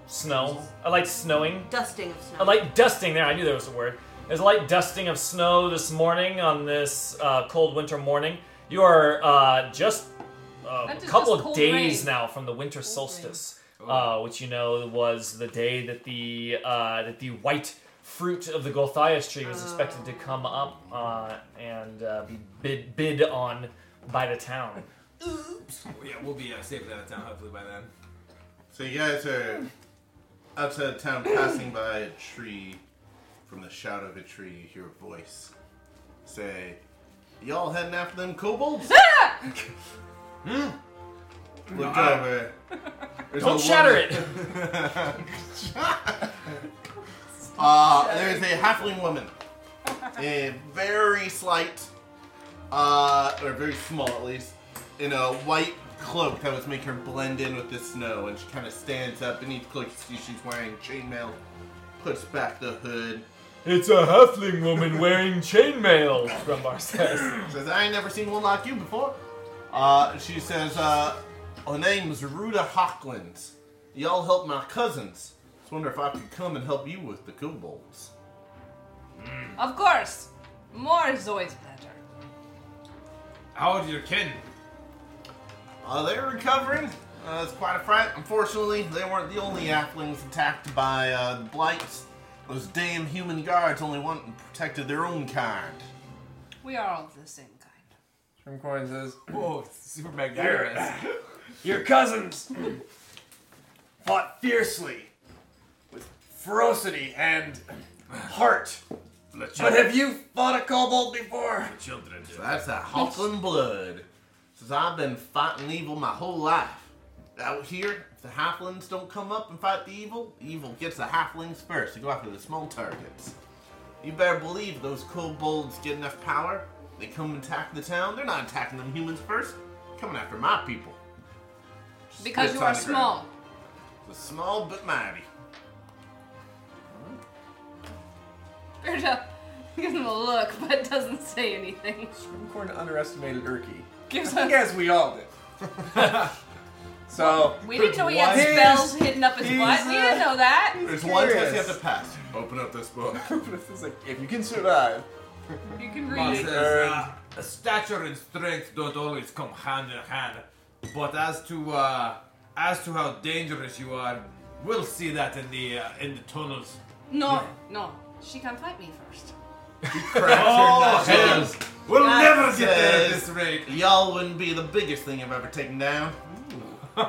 Speaker 2: Snow. A light snowing.
Speaker 11: Dusting of snow.
Speaker 2: A light dusting. There, I knew there was a word. There's a light dusting of snow this morning on this uh, cold winter morning. You are uh, just a
Speaker 4: That is
Speaker 2: couple
Speaker 4: just
Speaker 2: of
Speaker 4: cold
Speaker 2: days
Speaker 4: rain.
Speaker 2: now from the winter solstice, uh, which you know was the day that the uh, that the white fruit of the Golthias tree was expected to come up uh, and uh, be bid bid on by the town.
Speaker 3: Oops. yeah, we'll be uh, safely out of town hopefully by then.
Speaker 6: So you guys are outside of town, passing by a tree. From the shadow of a tree, you hear a voice.
Speaker 5: say, "Y'all heading after
Speaker 4: *laughs*
Speaker 5: them kobolds?" hmm. Look
Speaker 6: Nah.
Speaker 4: *laughs*
Speaker 5: over. There's
Speaker 6: Don't
Speaker 5: a
Speaker 6: shatter
Speaker 5: woman- uh, there's a halfling woman, a very slight, uh, or very small at least, in a white cloak that was making her blend in with the snow, and she kind of stands up beneath the cloak. You see she's wearing chainmail, puts back the hood.
Speaker 2: It's a halfling woman wearing chainmail, Grumbar says.
Speaker 5: says, I ain't never seen one like you before. Uh, she says, uh, her name's Ruda Hocklands. Y'all help my cousins. Just wonder if I could come and help you with the kobolds.
Speaker 4: Of course, more is always better.
Speaker 5: How old are your kin? Uh, they're recovering. Uh, it's quite a fright. Unfortunately, they weren't the only halflings attacked by uh, blights. Those damn human guards only went and protected their own kind.
Speaker 4: We are all the same kind.
Speaker 15: Shrimcorn says,
Speaker 3: Whoa, it's super magnanimous.
Speaker 6: Your, your cousins fought fiercely with ferocity and heart. But have you fought a kobold before?
Speaker 5: children. So that's that Hawkland blood. Since I've been fighting evil my whole life. Out here, if the halflings don't come up and fight the evil, the evil gets the halflings first to go after the small targets. You better believe those kobolds get enough power. They come and attack the town. They're not attacking them humans first. Coming after my people.
Speaker 4: Because
Speaker 5: Spits
Speaker 4: you are
Speaker 5: on the ground.
Speaker 4: small.
Speaker 5: The small but mighty.
Speaker 4: Berta *laughs* gives him a look, but doesn't say anything.
Speaker 10: Shrimcorn underestimated Urki.
Speaker 4: Gives
Speaker 10: I
Speaker 4: a-
Speaker 10: guess we all did. *laughs* so
Speaker 4: We didn't know he had
Speaker 10: He's-
Speaker 4: spells hidden up his
Speaker 10: he's,
Speaker 4: butt. We didn't
Speaker 10: uh,
Speaker 4: know that.
Speaker 10: he's
Speaker 5: There's one test you
Speaker 10: curious.
Speaker 5: have to pass. Open up this book.
Speaker 10: *laughs* it's like if you can survive.
Speaker 4: You can
Speaker 3: Mom
Speaker 4: read
Speaker 3: says,
Speaker 4: it.
Speaker 3: uh, stature and strength don't always come hand in hand, but as to uh, as to how dangerous you are, we'll see that in the uh, in the tunnels.
Speaker 4: No, no. She can fight me first. *laughs*
Speaker 3: Oh,
Speaker 5: Cracks her
Speaker 3: hell.
Speaker 5: knuckles.
Speaker 3: We'll
Speaker 5: That
Speaker 3: never get there at
Speaker 5: says
Speaker 3: this rate.
Speaker 5: Y'all wouldn't be the biggest thing I've ever taken down.
Speaker 11: I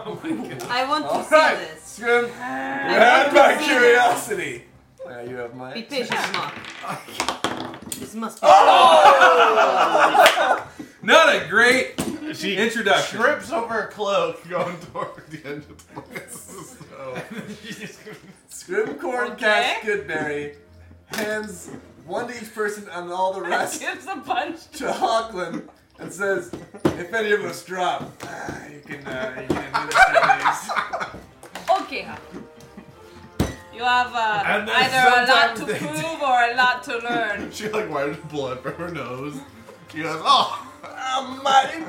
Speaker 11: want to
Speaker 10: All
Speaker 11: see
Speaker 10: right,
Speaker 11: this.
Speaker 10: Scrim. You
Speaker 11: had my curiosity.
Speaker 10: Now you have my.
Speaker 11: Be patient, Mock.
Speaker 10: *laughs*
Speaker 11: This must be.
Speaker 10: Oh!
Speaker 7: Not a great
Speaker 5: She
Speaker 7: introduction.
Speaker 5: Trips over her cloak going *laughs* toward the end of the list. So.
Speaker 10: Scrimcorn casts Goodberry, hands one to each person and all
Speaker 4: *laughs*
Speaker 10: the rest
Speaker 4: gives a bunch
Speaker 10: to Hawkland, and says, "If any of us drop, ah, you can uh, you can do this."
Speaker 4: Okay. huh. You have uh,
Speaker 5: And then
Speaker 4: either a lot
Speaker 5: sometimes
Speaker 4: to
Speaker 5: they do-
Speaker 4: prove or a lot to learn.
Speaker 5: *laughs* she like wiped blood from her nose. She goes, oh,
Speaker 10: I'm mighty.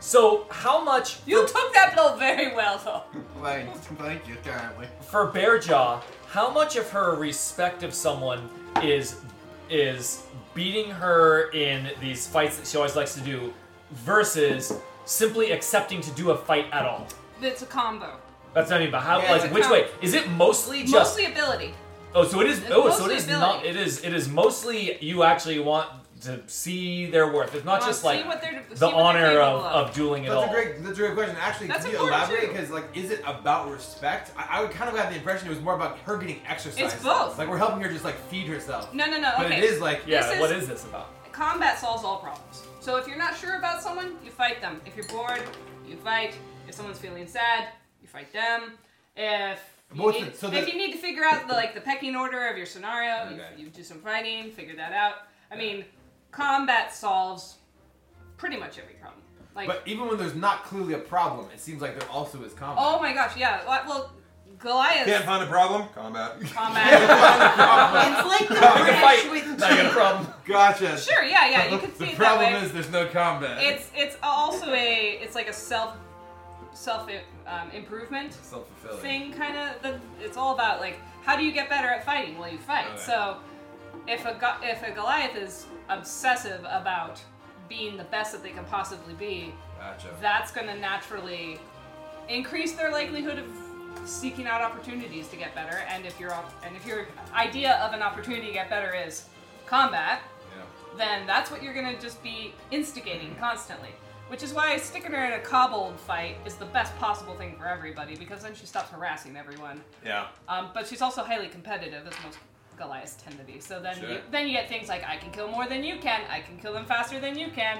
Speaker 2: So, how much.
Speaker 4: You took that blow very well, though.
Speaker 5: Thanks, thank you kindly.
Speaker 2: For Bearjaw, how much of her respect of someone is is beating her in these fights that she always likes to do versus simply accepting to do a fight at all?
Speaker 4: It's a combo.
Speaker 2: That's what I mean. But how,
Speaker 4: Yeah,
Speaker 2: like,
Speaker 4: it's a
Speaker 2: which way
Speaker 4: combo.
Speaker 2: is it? Mostly just
Speaker 4: Mostly ability.
Speaker 2: Oh, so it is.
Speaker 4: It's
Speaker 2: Oh, so it
Speaker 4: mostly
Speaker 2: is
Speaker 4: ability.
Speaker 2: not. It is. It is mostly you actually want to see their worth. It's not
Speaker 4: Well,
Speaker 2: just
Speaker 4: see
Speaker 2: like
Speaker 4: what they're- see
Speaker 2: the
Speaker 4: what they're
Speaker 2: honor
Speaker 4: capable
Speaker 2: of,
Speaker 4: of.
Speaker 2: of dueling it
Speaker 3: That's
Speaker 2: all.
Speaker 3: a great, that's a great question. Actually,
Speaker 4: That's
Speaker 3: can you
Speaker 4: important,
Speaker 3: elaborate?
Speaker 4: too.
Speaker 3: Because like, is it about respect? I, I would kind of have the impression it was more about her getting exercise.
Speaker 4: It's both.
Speaker 3: Like we're helping her just like feed herself.
Speaker 4: No, no, no.
Speaker 3: But
Speaker 4: okay.
Speaker 3: it is like,
Speaker 4: This is-
Speaker 2: this about?
Speaker 4: Combat solves all problems. So if you're not sure about someone, you fight them. If you're bored, you fight. If someone's feeling sad, you fight them. If you,
Speaker 3: Both
Speaker 4: need,
Speaker 3: the- so
Speaker 4: if
Speaker 3: the-
Speaker 4: you need to figure out the like the pecking order of your scenario,
Speaker 3: Okay.
Speaker 4: you, you do some fighting, figure that out. I mean, combat solves pretty much every problem. Like,
Speaker 3: But even when there's not clearly a problem, it seems like there also is combat.
Speaker 4: oh my gosh, yeah. Well, well Goliath.
Speaker 7: Can't find a problem? Combat.
Speaker 3: *laughs*
Speaker 4: Combat.
Speaker 11: it's like the
Speaker 7: Now you can
Speaker 11: branch
Speaker 7: fight.
Speaker 11: with
Speaker 7: Now you got a problem.
Speaker 3: Gotcha.
Speaker 4: Sure, yeah, yeah, you could see
Speaker 3: the
Speaker 4: it that
Speaker 3: problem
Speaker 4: way.
Speaker 3: is there's no combat.
Speaker 4: it's it's also a it's like a self self um, improvement
Speaker 3: self-fulfilling.
Speaker 4: thing kind of it's all about like how do you get better at fighting well you fight
Speaker 3: Okay.
Speaker 4: so if a go- if a goliath is obsessive about being the best that they can possibly be
Speaker 3: Gotcha.
Speaker 4: that's going to naturally increase their likelihood of seeking out opportunities to get better and if your op- and if your idea of an opportunity to get better is combat then that's what you're gonna just be instigating constantly. Which is why sticking her in a kobold fight is the best possible thing for everybody because then she stops harassing everyone.
Speaker 7: Yeah.
Speaker 4: Um, but she's also highly competitive, as most Goliaths tend to be. So then,
Speaker 7: Sure.
Speaker 4: you, then you get things like I can kill more than you can. I can kill them faster than you can.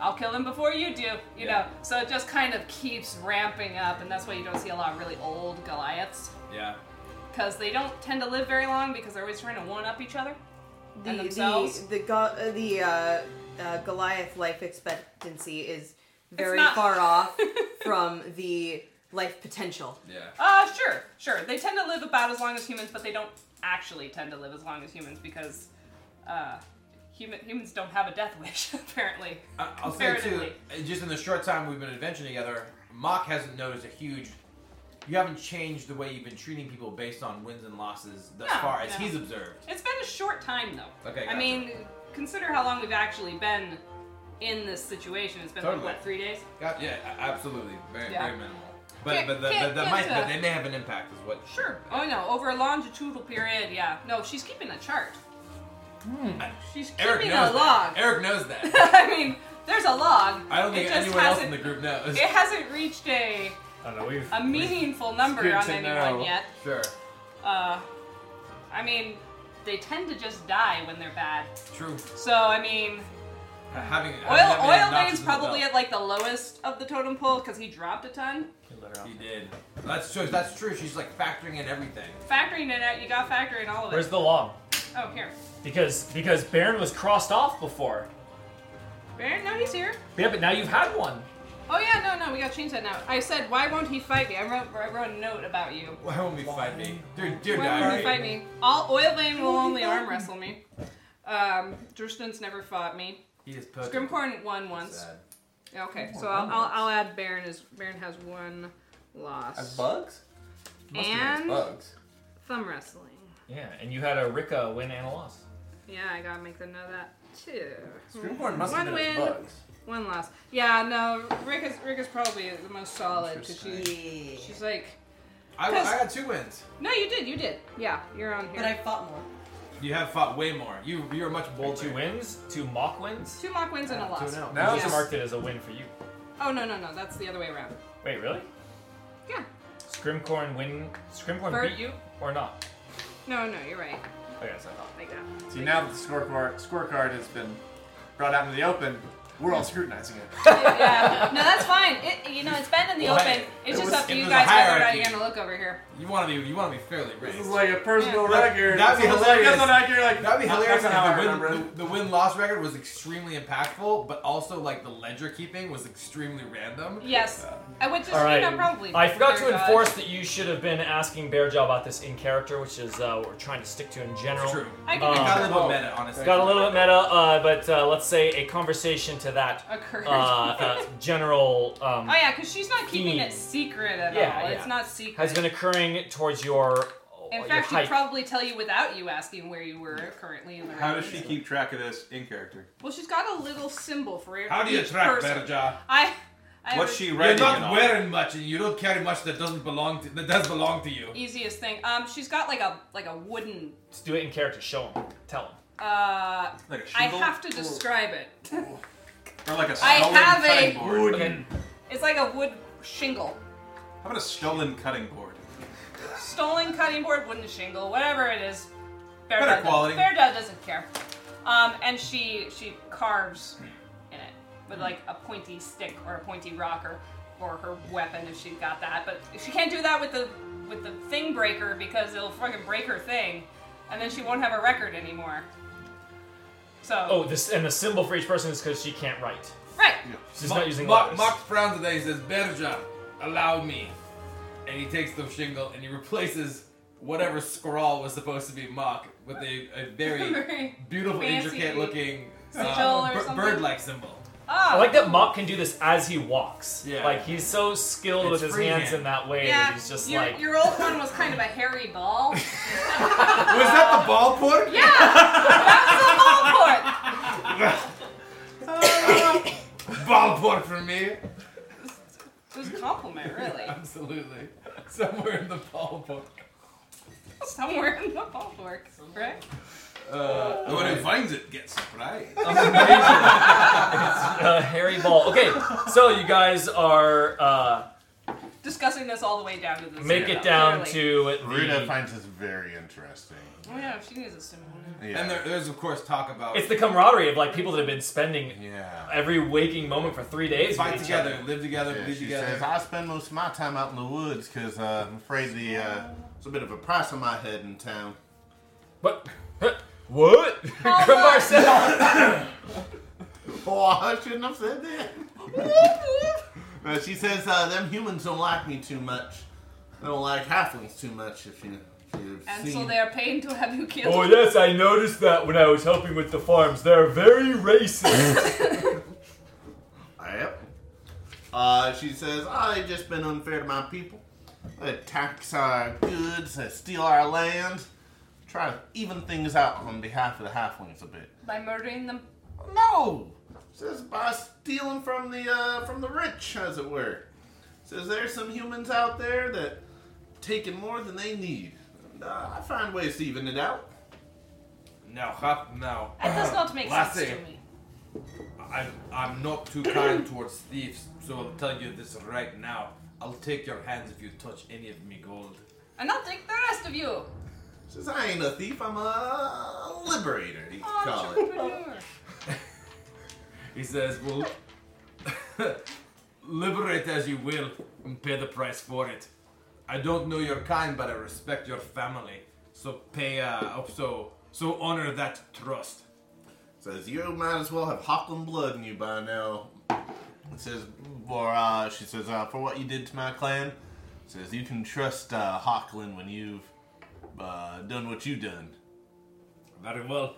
Speaker 4: I'll kill them before you do. You know. So it just kind of keeps ramping up, and that's why you don't see a lot of really old Goliaths
Speaker 7: Yeah.
Speaker 4: because they don't tend to live very long because they're always trying to one up each other
Speaker 11: The
Speaker 4: and themselves.
Speaker 11: the the, go- uh, the uh, uh, Goliath life expectancy is very
Speaker 4: not- *laughs*
Speaker 11: far off from the life potential.
Speaker 7: Yeah.
Speaker 4: Uh, sure, sure. They tend to live about as long as humans, but they don't actually tend to live as long as humans because uh, human, humans don't have a death wish, *laughs* apparently.
Speaker 3: I- I'll say too,
Speaker 4: Comparatively.
Speaker 3: uh, just in the short time we've been adventuring together, Mock hasn't noticed a huge. You haven't changed the way you've been treating people based on wins and losses thus
Speaker 4: No,
Speaker 3: far as
Speaker 4: no.
Speaker 3: he's observed.
Speaker 4: It's been a short time, though.
Speaker 3: Okay,
Speaker 4: I
Speaker 3: gotcha.
Speaker 4: mean, consider how long we've actually been in this situation. It's been,
Speaker 3: Totally.
Speaker 4: like, what, three days?
Speaker 3: Got yeah, a- absolutely, very
Speaker 4: Yeah.
Speaker 3: very minimal. But
Speaker 4: Can't-
Speaker 3: but the,
Speaker 4: can't-
Speaker 3: but that
Speaker 4: can't
Speaker 3: might
Speaker 4: do
Speaker 3: but
Speaker 4: that.
Speaker 3: they may have an impact is what.
Speaker 4: Sure. Oh, no, over a longitudinal period, yeah. No, she's keeping a chart. She's
Speaker 3: Hmm. Eric
Speaker 4: keeping
Speaker 3: knows
Speaker 4: a
Speaker 3: that.
Speaker 4: log.
Speaker 3: Eric knows that.
Speaker 4: *laughs* I mean, there's a log.
Speaker 3: I don't think
Speaker 4: It just
Speaker 3: anyone else in
Speaker 4: hasn't-
Speaker 3: the group knows.
Speaker 4: It hasn't reached a
Speaker 2: I don't know. We've
Speaker 4: a meaningful number on anyone yet.
Speaker 3: Sure.
Speaker 4: Uh, I mean, they tend to just die when they're bad.
Speaker 3: True.
Speaker 4: So I mean,
Speaker 3: Having
Speaker 4: oil oil man's probably at like the lowest of the totem pole because he dropped a ton.
Speaker 3: He did. That's true. That's true. She's like factoring in everything. *laughs*
Speaker 4: Factoring it out, you got to factor in all of it.
Speaker 2: Where's the log?
Speaker 4: Oh, here,
Speaker 2: Because because Baron was crossed off before.
Speaker 4: Baron. No, he's here.
Speaker 2: Yeah, but now you've had one.
Speaker 4: Oh yeah, no, no, we gotta change that now. I said, why won't he fight me? I wrote, I wrote a note about you.
Speaker 3: Why won't we fight me? Dear, dear
Speaker 4: Why won't
Speaker 3: diary.
Speaker 4: he fight me? All oil vein will only arm wrestle me. Um, Drurston's never fought me.
Speaker 3: He is poking.
Speaker 4: Scrimcorn won once.
Speaker 3: Sad.
Speaker 4: Yeah, Okay,
Speaker 3: Oh,
Speaker 4: so I'll,
Speaker 3: one
Speaker 4: I'll, I'll add Baron as Baron has one loss.
Speaker 2: As bugs?
Speaker 10: Must have been as
Speaker 4: and
Speaker 10: bugs.
Speaker 4: thumb wrestling.
Speaker 2: Yeah, and you had a Rika win and a loss.
Speaker 4: Yeah, I gotta make them know that too.
Speaker 2: Scrimcorn must have
Speaker 4: one
Speaker 2: been as
Speaker 4: win,
Speaker 2: bugs.
Speaker 4: one loss. Yeah, no, Rick is Rick is probably the most solid because she she's like.
Speaker 3: I, I
Speaker 4: 'cause-
Speaker 3: got two wins.
Speaker 4: No, you did, you did. Yeah, you're on here. But I
Speaker 11: fought more.
Speaker 3: You have fought way more. You you're much bolder. Two
Speaker 2: wins, two mock wins.
Speaker 4: Two mock wins and a loss.
Speaker 2: Now it's marked it as a win for you.
Speaker 4: Oh no no no, that's the other way around.
Speaker 2: Wait, really?
Speaker 4: Yeah.
Speaker 2: Scrimcorn win. Scrimcorn
Speaker 4: Bird-
Speaker 2: beat you or not?
Speaker 4: No no, you're right.
Speaker 2: Okay, that's what I thought.
Speaker 4: Like uh, that.
Speaker 10: See, now that the scorecard scorecard has been brought out into the open, we're all scrutinizing it.
Speaker 4: yeah. No, that's fine. It, you know, it's been in the
Speaker 10: Well,
Speaker 4: open.
Speaker 10: hey,
Speaker 4: it's
Speaker 10: it
Speaker 4: just
Speaker 10: was-
Speaker 4: up to
Speaker 10: it
Speaker 4: you
Speaker 10: was a
Speaker 4: guys whether or not
Speaker 10: hierarchy.
Speaker 4: you're gonna look over here.
Speaker 3: You want to be you want to be fairly raised. This
Speaker 10: is like a personal record.
Speaker 3: That'd be
Speaker 10: It's almost
Speaker 3: hilarious.
Speaker 10: like that's not accurate, like-
Speaker 3: that'd be
Speaker 10: That's
Speaker 3: hilarious.
Speaker 10: not how I
Speaker 3: if the
Speaker 10: remember
Speaker 3: win the, win loss record was extremely impactful, but also like the ledger keeping was extremely random.
Speaker 4: Yes. I would just
Speaker 2: All right.
Speaker 4: you know probably.
Speaker 2: I forgot to
Speaker 4: Bear Dog.
Speaker 2: enforce that you should have been asking Bear Jaw about this in character, which is uh, what we're trying to stick to in general. Uh,
Speaker 3: True.
Speaker 4: I
Speaker 3: can- It
Speaker 10: Uh,
Speaker 3: got a little bit meta, honestly.
Speaker 2: Got a little bit meta, uh, but uh, let's say a conversation to that
Speaker 4: Occurred.
Speaker 2: uh, uh, general um,
Speaker 4: *laughs* Oh yeah, because she's not keeping
Speaker 2: Fiend.
Speaker 4: it secret at
Speaker 2: Yeah,
Speaker 4: all.
Speaker 2: yeah.
Speaker 4: It's not secret.
Speaker 2: has been occurring towards your. uh,
Speaker 4: in
Speaker 2: your
Speaker 4: fact, she'd
Speaker 2: height.
Speaker 4: probably tell you without you asking where you were currently in the room.
Speaker 7: How does she keep track of this in character?
Speaker 4: Well, she's got a little symbol for it.
Speaker 3: How do you
Speaker 4: each
Speaker 3: track
Speaker 4: person.
Speaker 3: Berja?
Speaker 4: I. I
Speaker 7: What's
Speaker 4: would-
Speaker 7: she
Speaker 3: You're
Speaker 7: writing it
Speaker 3: not
Speaker 7: on?
Speaker 3: wearing much, and you don't carry much that doesn't belong to that does belong to you.
Speaker 4: Easiest thing. Um, she's got like a like a wooden.
Speaker 2: Let's do it in character. Show him. Tell him.
Speaker 4: Uh,
Speaker 2: Like a
Speaker 4: I
Speaker 2: shingle?
Speaker 4: have to describe it.
Speaker 7: Or like a
Speaker 4: I
Speaker 7: stolen
Speaker 4: have a-
Speaker 7: cutting board?
Speaker 4: It's like a wood shingle,
Speaker 7: How about a stolen cutting board?
Speaker 4: stolen cutting board, wooden shingle, whatever it is. Bear
Speaker 7: Better
Speaker 4: Dog-
Speaker 7: quality.
Speaker 4: Bear Dog doesn't care. Um, and she she carves in it with like a pointy stick or a pointy rock or, or her weapon if she's got that. But she can't do that with the with the thing breaker because it'll fucking break her thing, and then she won't have a record anymore. So
Speaker 2: Oh, this and the symbol for each person is because she can't write.
Speaker 4: right.
Speaker 2: She's not using
Speaker 3: Mock,
Speaker 2: letters.
Speaker 3: Mock frowns at that. He says, "Berja, allow me," and he takes the shingle and he replaces whatever scrawl was supposed to be Mock with a, a
Speaker 4: *laughs*
Speaker 3: very
Speaker 4: Very
Speaker 3: beautiful,
Speaker 4: fancy
Speaker 3: intricate looking um,
Speaker 4: sigil or something.
Speaker 3: bird-like symbol.
Speaker 4: Ah.
Speaker 2: I like that Mock can do this as he walks.
Speaker 3: Yeah.
Speaker 2: Like he's so skilled
Speaker 3: It's
Speaker 2: with his
Speaker 3: freehand.
Speaker 2: hands in that way
Speaker 4: Yeah,
Speaker 2: that he's just
Speaker 4: your,
Speaker 2: like.
Speaker 4: your old one was kind of a hairy
Speaker 2: *laughs*
Speaker 4: ball.
Speaker 3: Was that the ball port?
Speaker 4: Yeah, that
Speaker 3: ball port for me.
Speaker 4: was a ball port. It was a compliment, really.
Speaker 3: Absolutely. Somewhere in the ball port.
Speaker 4: Somewhere in the ball port, right?
Speaker 7: the one who finds Uh, it gets
Speaker 3: *laughs*
Speaker 7: surprised.
Speaker 2: uh, Harry Ball. Okay, so you guys are uh,
Speaker 4: discussing this all the way down to the
Speaker 2: Make
Speaker 4: Citadel,
Speaker 2: it down
Speaker 4: clearly.
Speaker 2: to
Speaker 5: Rita
Speaker 2: the-
Speaker 5: finds this very interesting.
Speaker 4: Oh yeah, she needs a similar.
Speaker 2: *laughs*
Speaker 5: Yeah.
Speaker 3: And there, there's of course talk about
Speaker 2: It's the camaraderie of like people that have been spending
Speaker 5: Yeah.
Speaker 2: every waking moment for three days.
Speaker 5: Fight
Speaker 2: with each
Speaker 5: together,
Speaker 2: other.
Speaker 3: live together,
Speaker 5: Yeah, she says, I spend most of my time out in the woods because uh, I'm afraid the uh, it's a bit of a price on my head in town.
Speaker 2: What? what? Crowbar said.
Speaker 5: *laughs* oh, I shouldn't have said that. Uh, she says, uh, them humans don't like me too much. They don't like halflings too much, if, you, if you've
Speaker 4: And
Speaker 5: seen.
Speaker 4: so they are paying to have you killed.
Speaker 2: Oh yes, I noticed that when I was helping with the farms. They're very racist.
Speaker 5: Yep. Uh, she says, oh, they've just been unfair to my people. They tax our goods, they steal our land. Try to even things out on behalf of the halflings a bit.
Speaker 4: By murdering them.
Speaker 5: No. Says by stealing from the uh, from the rich, as it were. Says there's some humans out there that taking more than they need. And, uh, I find ways to even it out.
Speaker 3: No, huh? no.
Speaker 4: That does not make
Speaker 3: Last
Speaker 4: sense
Speaker 3: thing,
Speaker 4: to me.
Speaker 3: I'm, I'm not too kind *coughs* towards thieves, so I'll tell you this right now. I'll take your hands if you touch any of me gold.
Speaker 4: And I'll take the rest of you. Oh,
Speaker 5: Says I ain't a thief. I'm a liberator. You could call it.
Speaker 4: Entrepreneur.
Speaker 3: He says, well, *laughs* liberate as you will and pay the price for it. I don't know your kind, but I respect your family. So pay, uh, oh, so, so honor that trust.
Speaker 5: Says you might as well have Hockland blood in you by now. It says, or uh, she says, uh, for what you did to my clan. Says you can trust uh, Hockland when you've uh, done what you done.
Speaker 3: Very well.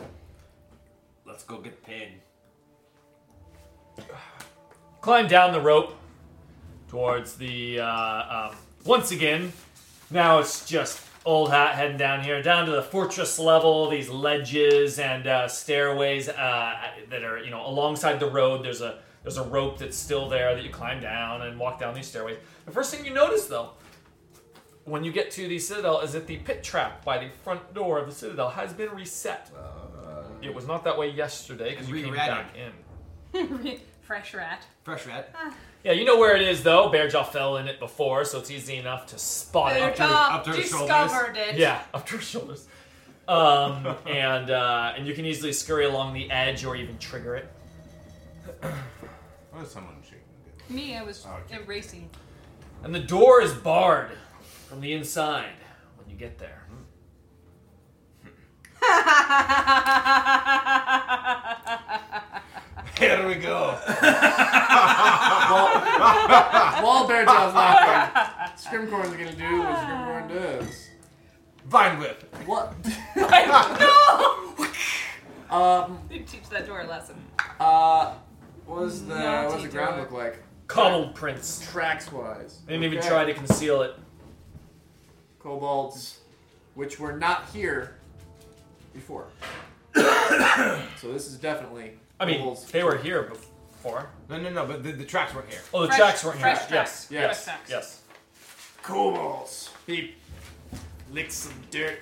Speaker 3: Let's go get paid.
Speaker 2: Climb down the rope towards the. Uh, um, once again, now it's just old hat heading down here, down to the fortress level. These ledges and uh, stairways uh, that are you know alongside the road. There's a there's a rope that's still there that you climb down and walk down these stairways. The first thing you notice though when you get to the citadel is that the pit trap by the front door of the citadel has been reset. it was not that way yesterday because you came back in.
Speaker 4: *laughs* Fresh rat.
Speaker 3: Fresh rat.
Speaker 4: Ah.
Speaker 2: Yeah, you know where it is though. Bearjaw fell in it before, so it's easy enough to spot it.
Speaker 4: Bear Jaw Up to her- up to her discovered shoulders. it.
Speaker 2: *laughs* Yeah, up to her shoulders. Um, and uh, and you can easily scurry along the edge or even trigger it.
Speaker 5: what is someone shaking?
Speaker 4: Me, I was
Speaker 2: Oh, Okay. *laughs*
Speaker 4: erasing.
Speaker 2: And the door is barred from the inside when you get there.
Speaker 16: Here we go.
Speaker 10: While
Speaker 4: *laughs*
Speaker 10: Bearjaw's laughing, Scrimcorn's gonna do what Scrimcorn does.
Speaker 3: Vine whip.
Speaker 10: What? *laughs*
Speaker 4: no.
Speaker 10: um.
Speaker 4: They teach that door a lesson.
Speaker 10: Uh. What does the what does
Speaker 4: Naughty
Speaker 10: the ground
Speaker 4: dog.
Speaker 10: look like?
Speaker 2: Cobbled prints.
Speaker 10: Tracks wise.
Speaker 2: They didn't even try to conceal it.
Speaker 10: Kobolds, which were not here before. *coughs* so this is definitely.
Speaker 2: I mean,
Speaker 10: kobolds.
Speaker 2: they were here before.
Speaker 3: No, no, no, but the, the tracks weren't here.
Speaker 2: Oh, the
Speaker 10: Fresh-
Speaker 2: tracks weren't here. Yes,
Speaker 10: fresh tracks.
Speaker 2: yes,
Speaker 10: Fresh tracks.
Speaker 2: yes.
Speaker 10: Kobolds.
Speaker 16: He licks some
Speaker 10: *laughs*
Speaker 16: dirt.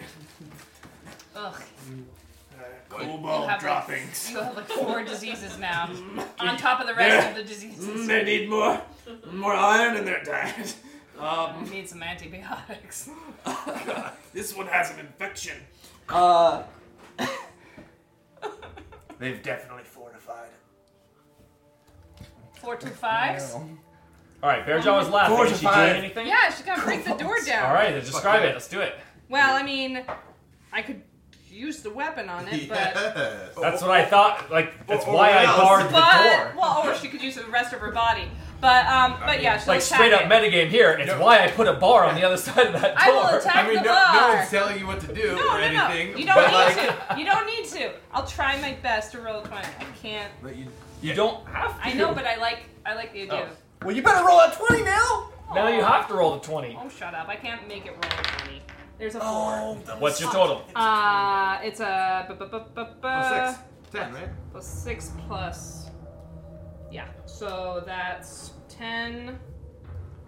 Speaker 4: Ugh.
Speaker 16: Uh,
Speaker 4: you
Speaker 16: cobalt
Speaker 4: have
Speaker 16: droppings.
Speaker 4: Like, you have like four diseases now,
Speaker 2: Mm.
Speaker 4: on top of the rest of the diseases.
Speaker 16: Mm, They need more, more iron in their diet. *laughs* Um,
Speaker 4: I need some antibiotics.
Speaker 16: this one has an infection.
Speaker 5: *laughs*
Speaker 10: Uh.
Speaker 16: They've definitely fortified.
Speaker 4: Four to fives.
Speaker 2: All right, Bearjaw was laughing. Is she doing anything?
Speaker 4: Oh Yeah, she's gonna break the door down.
Speaker 2: All right, then describe it. Let's do it.
Speaker 4: Well, I mean, I could use the weapon on it, but.
Speaker 2: That's what I thought. Like that's
Speaker 16: Or-
Speaker 2: why
Speaker 16: or
Speaker 2: I
Speaker 16: else.
Speaker 2: barred
Speaker 4: oh,
Speaker 2: the door.
Speaker 4: But well, or she could use the rest of her body. But um, but yeah, she'll
Speaker 2: like
Speaker 4: attack
Speaker 2: straight up
Speaker 4: it.
Speaker 2: metagame here. It's why I put a bar on the other *laughs* side of that door.
Speaker 4: I will attack
Speaker 3: I mean,
Speaker 4: the
Speaker 3: no,
Speaker 4: bar.
Speaker 3: no one's telling you what to do
Speaker 4: No,
Speaker 3: or
Speaker 4: no, no.
Speaker 3: anything.
Speaker 4: You don't
Speaker 3: but
Speaker 4: need
Speaker 3: like,
Speaker 4: to. You don't need to. I'll try my best to roll a twenty. I can't.
Speaker 3: But you,
Speaker 2: You don't have to.
Speaker 4: I know, but I like. I like the idea. of
Speaker 2: Well, you better roll a twenty now. Now you have to roll the twenty.
Speaker 4: Oh, shut up! I can't make it roll a twenty. There's a
Speaker 2: Oh,
Speaker 4: four.
Speaker 2: What's your total?
Speaker 4: Uh, it's a bu- bu- bu- bu- bu-
Speaker 3: Plus six. Ten, right?
Speaker 4: plus six plus. Yeah. So that's ten.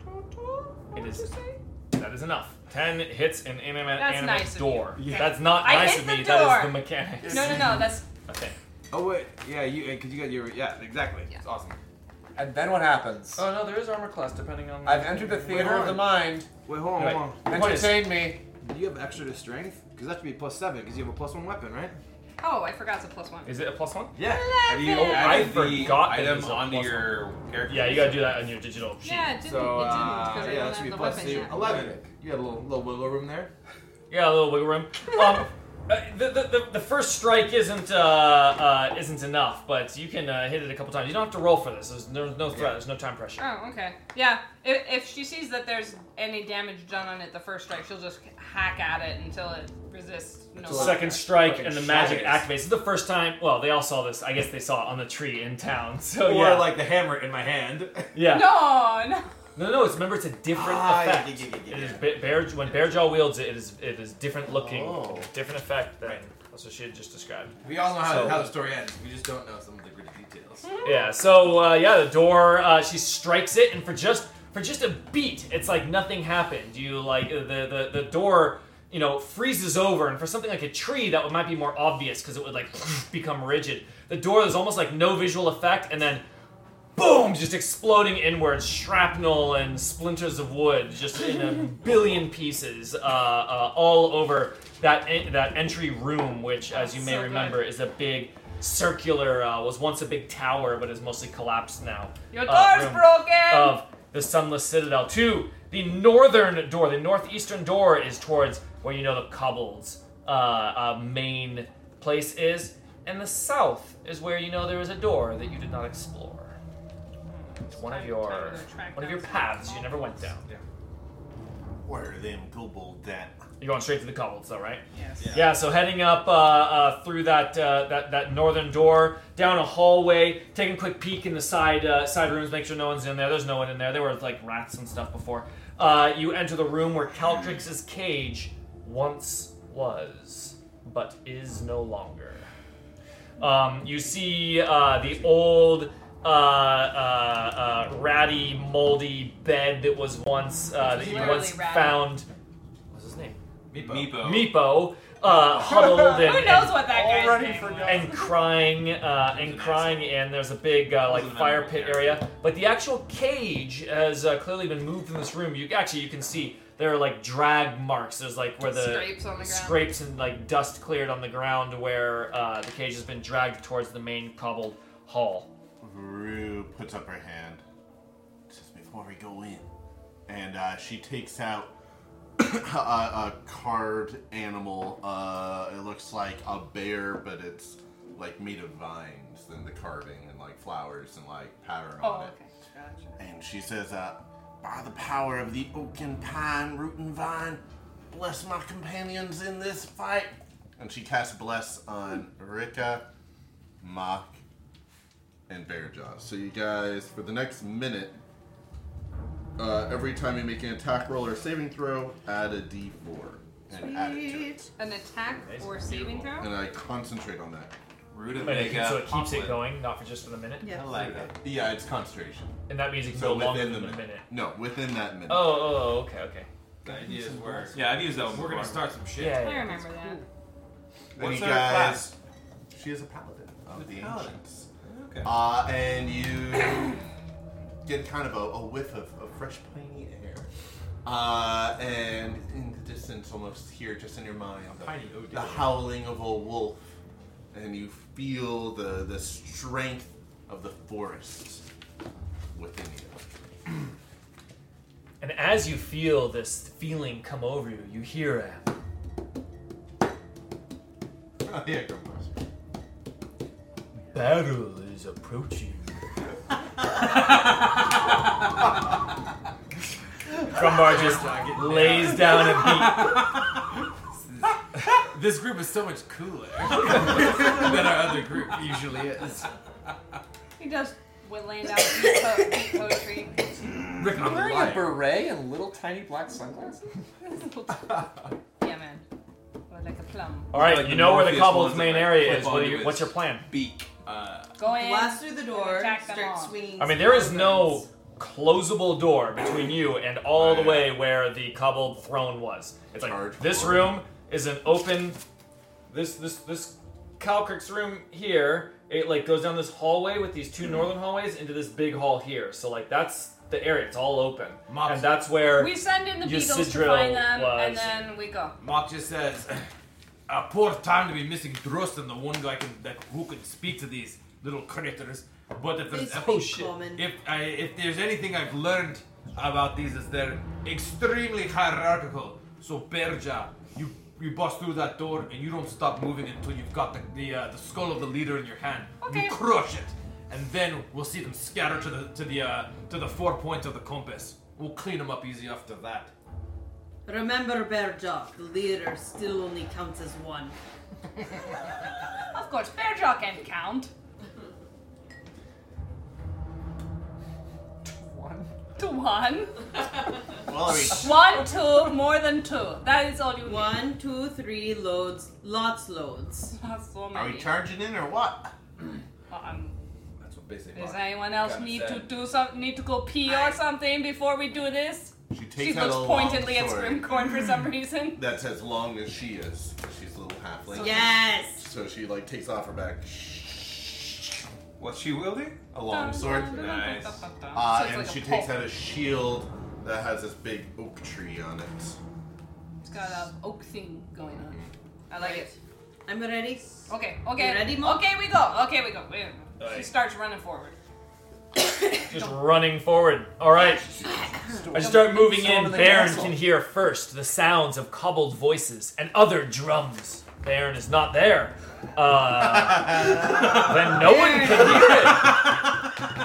Speaker 4: Total.
Speaker 2: It is. That is enough. Ten hits an inanimate
Speaker 4: That's
Speaker 2: animate
Speaker 4: nice of
Speaker 2: door.
Speaker 3: you. Yeah.
Speaker 2: That's not
Speaker 4: I
Speaker 2: nice
Speaker 4: hit
Speaker 2: of
Speaker 4: the
Speaker 2: me. That
Speaker 4: door.
Speaker 2: is the mechanics.
Speaker 4: No, no, no. That's
Speaker 2: *laughs* Okay.
Speaker 3: Oh wait, yeah, you because you got your yeah exactly. It's awesome.
Speaker 17: And then what happens?
Speaker 18: Oh no, there is armor class depending on.
Speaker 17: I've entered the theater of the mind.
Speaker 5: Wait, hold on,
Speaker 17: Right.
Speaker 5: hold on.
Speaker 17: Entertain me.
Speaker 5: Do you have extra to strength? Because that should be plus seven, because you have a plus one weapon, right?
Speaker 4: Oh, I forgot it's a plus one.
Speaker 2: Is it a plus one?
Speaker 5: Yeah.
Speaker 2: Have you Eleven. added the item onto
Speaker 7: your character?
Speaker 2: Yeah, you gotta do that on your digital sheet.
Speaker 4: Yeah, it didn't.
Speaker 5: So,
Speaker 4: it didn't
Speaker 5: uh,
Speaker 4: because I
Speaker 5: yeah,
Speaker 4: don't
Speaker 5: that should
Speaker 4: have
Speaker 5: be
Speaker 4: the
Speaker 5: plus
Speaker 4: weapon
Speaker 5: two.
Speaker 4: yet.
Speaker 5: 11. You had a little, little wiggle room there.
Speaker 2: Yeah, a little wiggle
Speaker 4: *laughs*
Speaker 2: room. Um, uh, the, the, the, the first strike isn't uh, uh, isn't enough, but you can uh, hit it a couple times. You don't have to roll for this. There's, there's no threat. There's no time pressure.
Speaker 4: Oh, okay. Yeah. If, if she sees that there's any damage done on it the first strike, she'll just hack at it until it resists. No longer.
Speaker 2: Second strike
Speaker 5: Fucking
Speaker 2: and the magic
Speaker 5: shatters.
Speaker 2: activates. This is the first time. Well, they all saw this. I guess they saw it on the tree in town. *laughs* So
Speaker 5: or
Speaker 2: Oh, yeah,
Speaker 5: like the hammer in my hand.
Speaker 2: yeah.
Speaker 4: No, no.
Speaker 2: No, no, it's remember it's a different
Speaker 5: Ah, yeah,
Speaker 2: effect.
Speaker 5: yeah, yeah, yeah,
Speaker 2: It is
Speaker 5: yeah.
Speaker 2: ba- bear, when Bearjaw wields it, it is it is different looking,
Speaker 5: Oh.
Speaker 2: different effect than that's what she had just described.
Speaker 5: *laughs* We all know how,
Speaker 2: So-
Speaker 5: how the story ends. We just don't know some of the gritty details.
Speaker 2: Yeah. So uh, yeah, the door. Uh, she strikes it, and for just for just a beat, it's like nothing happened. You like the the the door. You know, freezes over, and for something like a tree, that might be more obvious because it would like *sniffs* become rigid. The door there's almost like no visual effect, and then boom, just exploding inwards, shrapnel and splinters of wood, just in a billion pieces, uh, uh, all over that en- that entry room, which, as you may
Speaker 18: So good.
Speaker 2: remember, is a big circular, uh, was once a big tower, but is mostly collapsed now.
Speaker 4: Your
Speaker 2: uh,
Speaker 4: door's
Speaker 2: room Uh,
Speaker 4: broken!
Speaker 2: Of the Sunless Citadel. Two, the northern door, the northeastern door is towards where you know the cobbles uh, uh, main place is, and the south is where you know there is a door that you did not explore. It's one of your one of your paths you never went down.
Speaker 6: Where are them kobold at?
Speaker 2: You're going straight to the cobbles, though, right?
Speaker 6: Yes.
Speaker 2: Yeah. so heading up uh, uh, through that, uh, that that northern door, down a hallway, taking a quick peek in the side uh, side rooms, make sure no one's in there. There's no one in there. There were like rats and stuff before. Uh, you enter the room where Caltrix's cage once was, but is no longer. Um, you see uh, the old uh, uh, uh, ratty, moldy bed that was once uh, that you
Speaker 18: Literally
Speaker 2: once
Speaker 18: ratty.
Speaker 2: found. What's his name?
Speaker 7: Meepo.
Speaker 2: Meepo, uh,
Speaker 18: *laughs*
Speaker 2: huddled and,
Speaker 4: Who knows
Speaker 2: and-
Speaker 4: what that guy's
Speaker 2: already
Speaker 4: name
Speaker 2: forgotten. and crying uh, and crying. And there's a big uh, like fire pit area, but the actual cage has uh, clearly been moved in this room. You actually you can see there are like drag marks. There's like where the
Speaker 18: Scrapes on the ground.
Speaker 2: scrapes and like dust cleared on the ground where uh, the cage has been dragged towards the main cobbled hall.
Speaker 6: Rue puts up her hand just before we go in, and uh, she takes out *clears throat* a, a carved animal. Uh, it looks like a bear, but it's like made of vines and the carving and like flowers and like pattern
Speaker 4: Oh,
Speaker 6: on it.
Speaker 4: okay. Gotcha.
Speaker 6: And she says, uh, "By the power of the oak and pine, root and vine, bless my companions in this fight." And she casts bless on Rika, Mock, and Bearjaw. So you guys, for the next minute, uh, every time you make an attack roll or saving throw, add a d4 and add it to it.
Speaker 4: An attack or saving throw?
Speaker 6: And I concentrate on that.
Speaker 7: Root
Speaker 2: But it, so it keeps it going, not for just for the minute.
Speaker 4: Yeah. I
Speaker 2: like that.
Speaker 6: Yeah, it's concentration.
Speaker 2: And that means it can
Speaker 6: So
Speaker 2: go longer
Speaker 6: within
Speaker 2: than
Speaker 6: the
Speaker 2: a minute.
Speaker 6: No, within that minute.
Speaker 2: Oh, oh, okay, okay.
Speaker 7: The idea is where. Yeah, I've used that one.
Speaker 6: We're gonna
Speaker 7: before.
Speaker 6: start some shit.
Speaker 2: Yeah,
Speaker 4: I
Speaker 2: yeah.
Speaker 4: remember that.
Speaker 6: And
Speaker 7: What's
Speaker 6: you
Speaker 7: her
Speaker 6: guys,
Speaker 7: class?
Speaker 6: she is a paladin of the
Speaker 7: paladin.
Speaker 6: ancients.
Speaker 7: Okay.
Speaker 6: Uh, and you get kind of a, a whiff of, of fresh piney air. Uh, and in the distance, almost here, just in your mind, the,
Speaker 5: piney odor.
Speaker 6: the howling of a wolf. And you feel the, the strength of the forest within
Speaker 2: *laughs*
Speaker 6: you.
Speaker 2: And as you feel this feeling come over you, you hear a Oh,
Speaker 6: yeah, go for it.
Speaker 2: battle is approaching. Grumbar just lays down a
Speaker 5: beat. this group is so much cooler than our other group usually is.
Speaker 4: He does would land out beat po- beat
Speaker 11: *laughs*
Speaker 4: poetry.
Speaker 5: Rick, I'm
Speaker 18: wearing
Speaker 5: lying.
Speaker 18: a beret and little tiny black sunglasses.
Speaker 4: yeah, man. Or like a plum.
Speaker 2: All right,
Speaker 18: Like
Speaker 2: you
Speaker 18: the
Speaker 2: know where the
Speaker 18: Morpheus
Speaker 2: cobble's
Speaker 18: ones that,
Speaker 2: main
Speaker 18: like,
Speaker 2: area
Speaker 18: clip
Speaker 2: is. What do
Speaker 18: onto
Speaker 2: you,
Speaker 18: his
Speaker 2: what's your plan?
Speaker 18: Beak. Uh,
Speaker 4: Go in.
Speaker 11: Blast through the door.
Speaker 4: Attack them
Speaker 11: Start
Speaker 4: all.
Speaker 11: swinging.
Speaker 2: I mean, there is no closable door between you and all the way where the cobbled throne was. It's like this room is an open. This this this Calcric's room here It like goes down this hallway with these two northern hallways into this big hall here. So like that's the area. It's all open, and that's where
Speaker 4: We send in the beagles to
Speaker 2: Ysidril
Speaker 4: find them, and
Speaker 2: was.
Speaker 4: then we go.
Speaker 3: Mark just says, "A poor time to be missing Drost and the one guy can, that who can speak to these little critters." But if there's
Speaker 11: They
Speaker 3: oh,
Speaker 11: speak
Speaker 3: shit.
Speaker 11: common.
Speaker 3: if I, if there's anything I've learned about these is they're extremely hierarchical. So Berja, you you bust through that door and you don't stop moving until you've got the the, uh, the skull of the leader in your hand.
Speaker 4: Okay.
Speaker 3: You crush it, and then we'll see them scatter to the to the uh, to the four points of the compass. We'll clean them up easy after that.
Speaker 11: Remember, Berjok, the leader still only counts as one.
Speaker 4: Of course, Bearjaw can count. To one.
Speaker 11: Well, I
Speaker 5: *laughs*
Speaker 11: mean-
Speaker 4: One, two, more than two. That is all you
Speaker 11: One, two, three loads, lots loads.
Speaker 4: That's so
Speaker 6: Are
Speaker 11: many.
Speaker 6: we charging in or what?
Speaker 4: Um,
Speaker 3: That's what basically.
Speaker 4: does anyone else
Speaker 6: Kinda
Speaker 4: need to
Speaker 6: sad.
Speaker 4: do some? Need to go pee or something before we do this?
Speaker 6: She takes
Speaker 4: She
Speaker 6: out
Speaker 4: looks
Speaker 6: a long
Speaker 4: pointedly at
Speaker 6: sword.
Speaker 4: Scrimcorn for some reason.
Speaker 6: That's as long as she is. 'cause She's a little halfling.
Speaker 4: Yes!
Speaker 6: So she like takes off her back.
Speaker 7: What's she wielding?
Speaker 6: *laughs* A long sword.
Speaker 7: Nice.
Speaker 6: Uh,
Speaker 7: So it's
Speaker 6: and
Speaker 7: like a
Speaker 6: she takes
Speaker 7: pole.
Speaker 6: out a shield that has this big oak tree on it.
Speaker 4: It's got a oak thing going on.
Speaker 6: Mm-hmm.
Speaker 4: I like it.
Speaker 11: I'm ready.
Speaker 4: Okay, okay.
Speaker 11: You ready, Mo?
Speaker 4: Okay, we go. Okay, we go. We- She
Speaker 2: Alright.
Speaker 4: starts running forward.
Speaker 2: just running forward. All right, I start moving in.
Speaker 4: Storming the
Speaker 2: Baron
Speaker 4: castle.
Speaker 2: can hear first the sounds of cobbled voices and other drums. Baron is not there. Uh, then no one can hear it.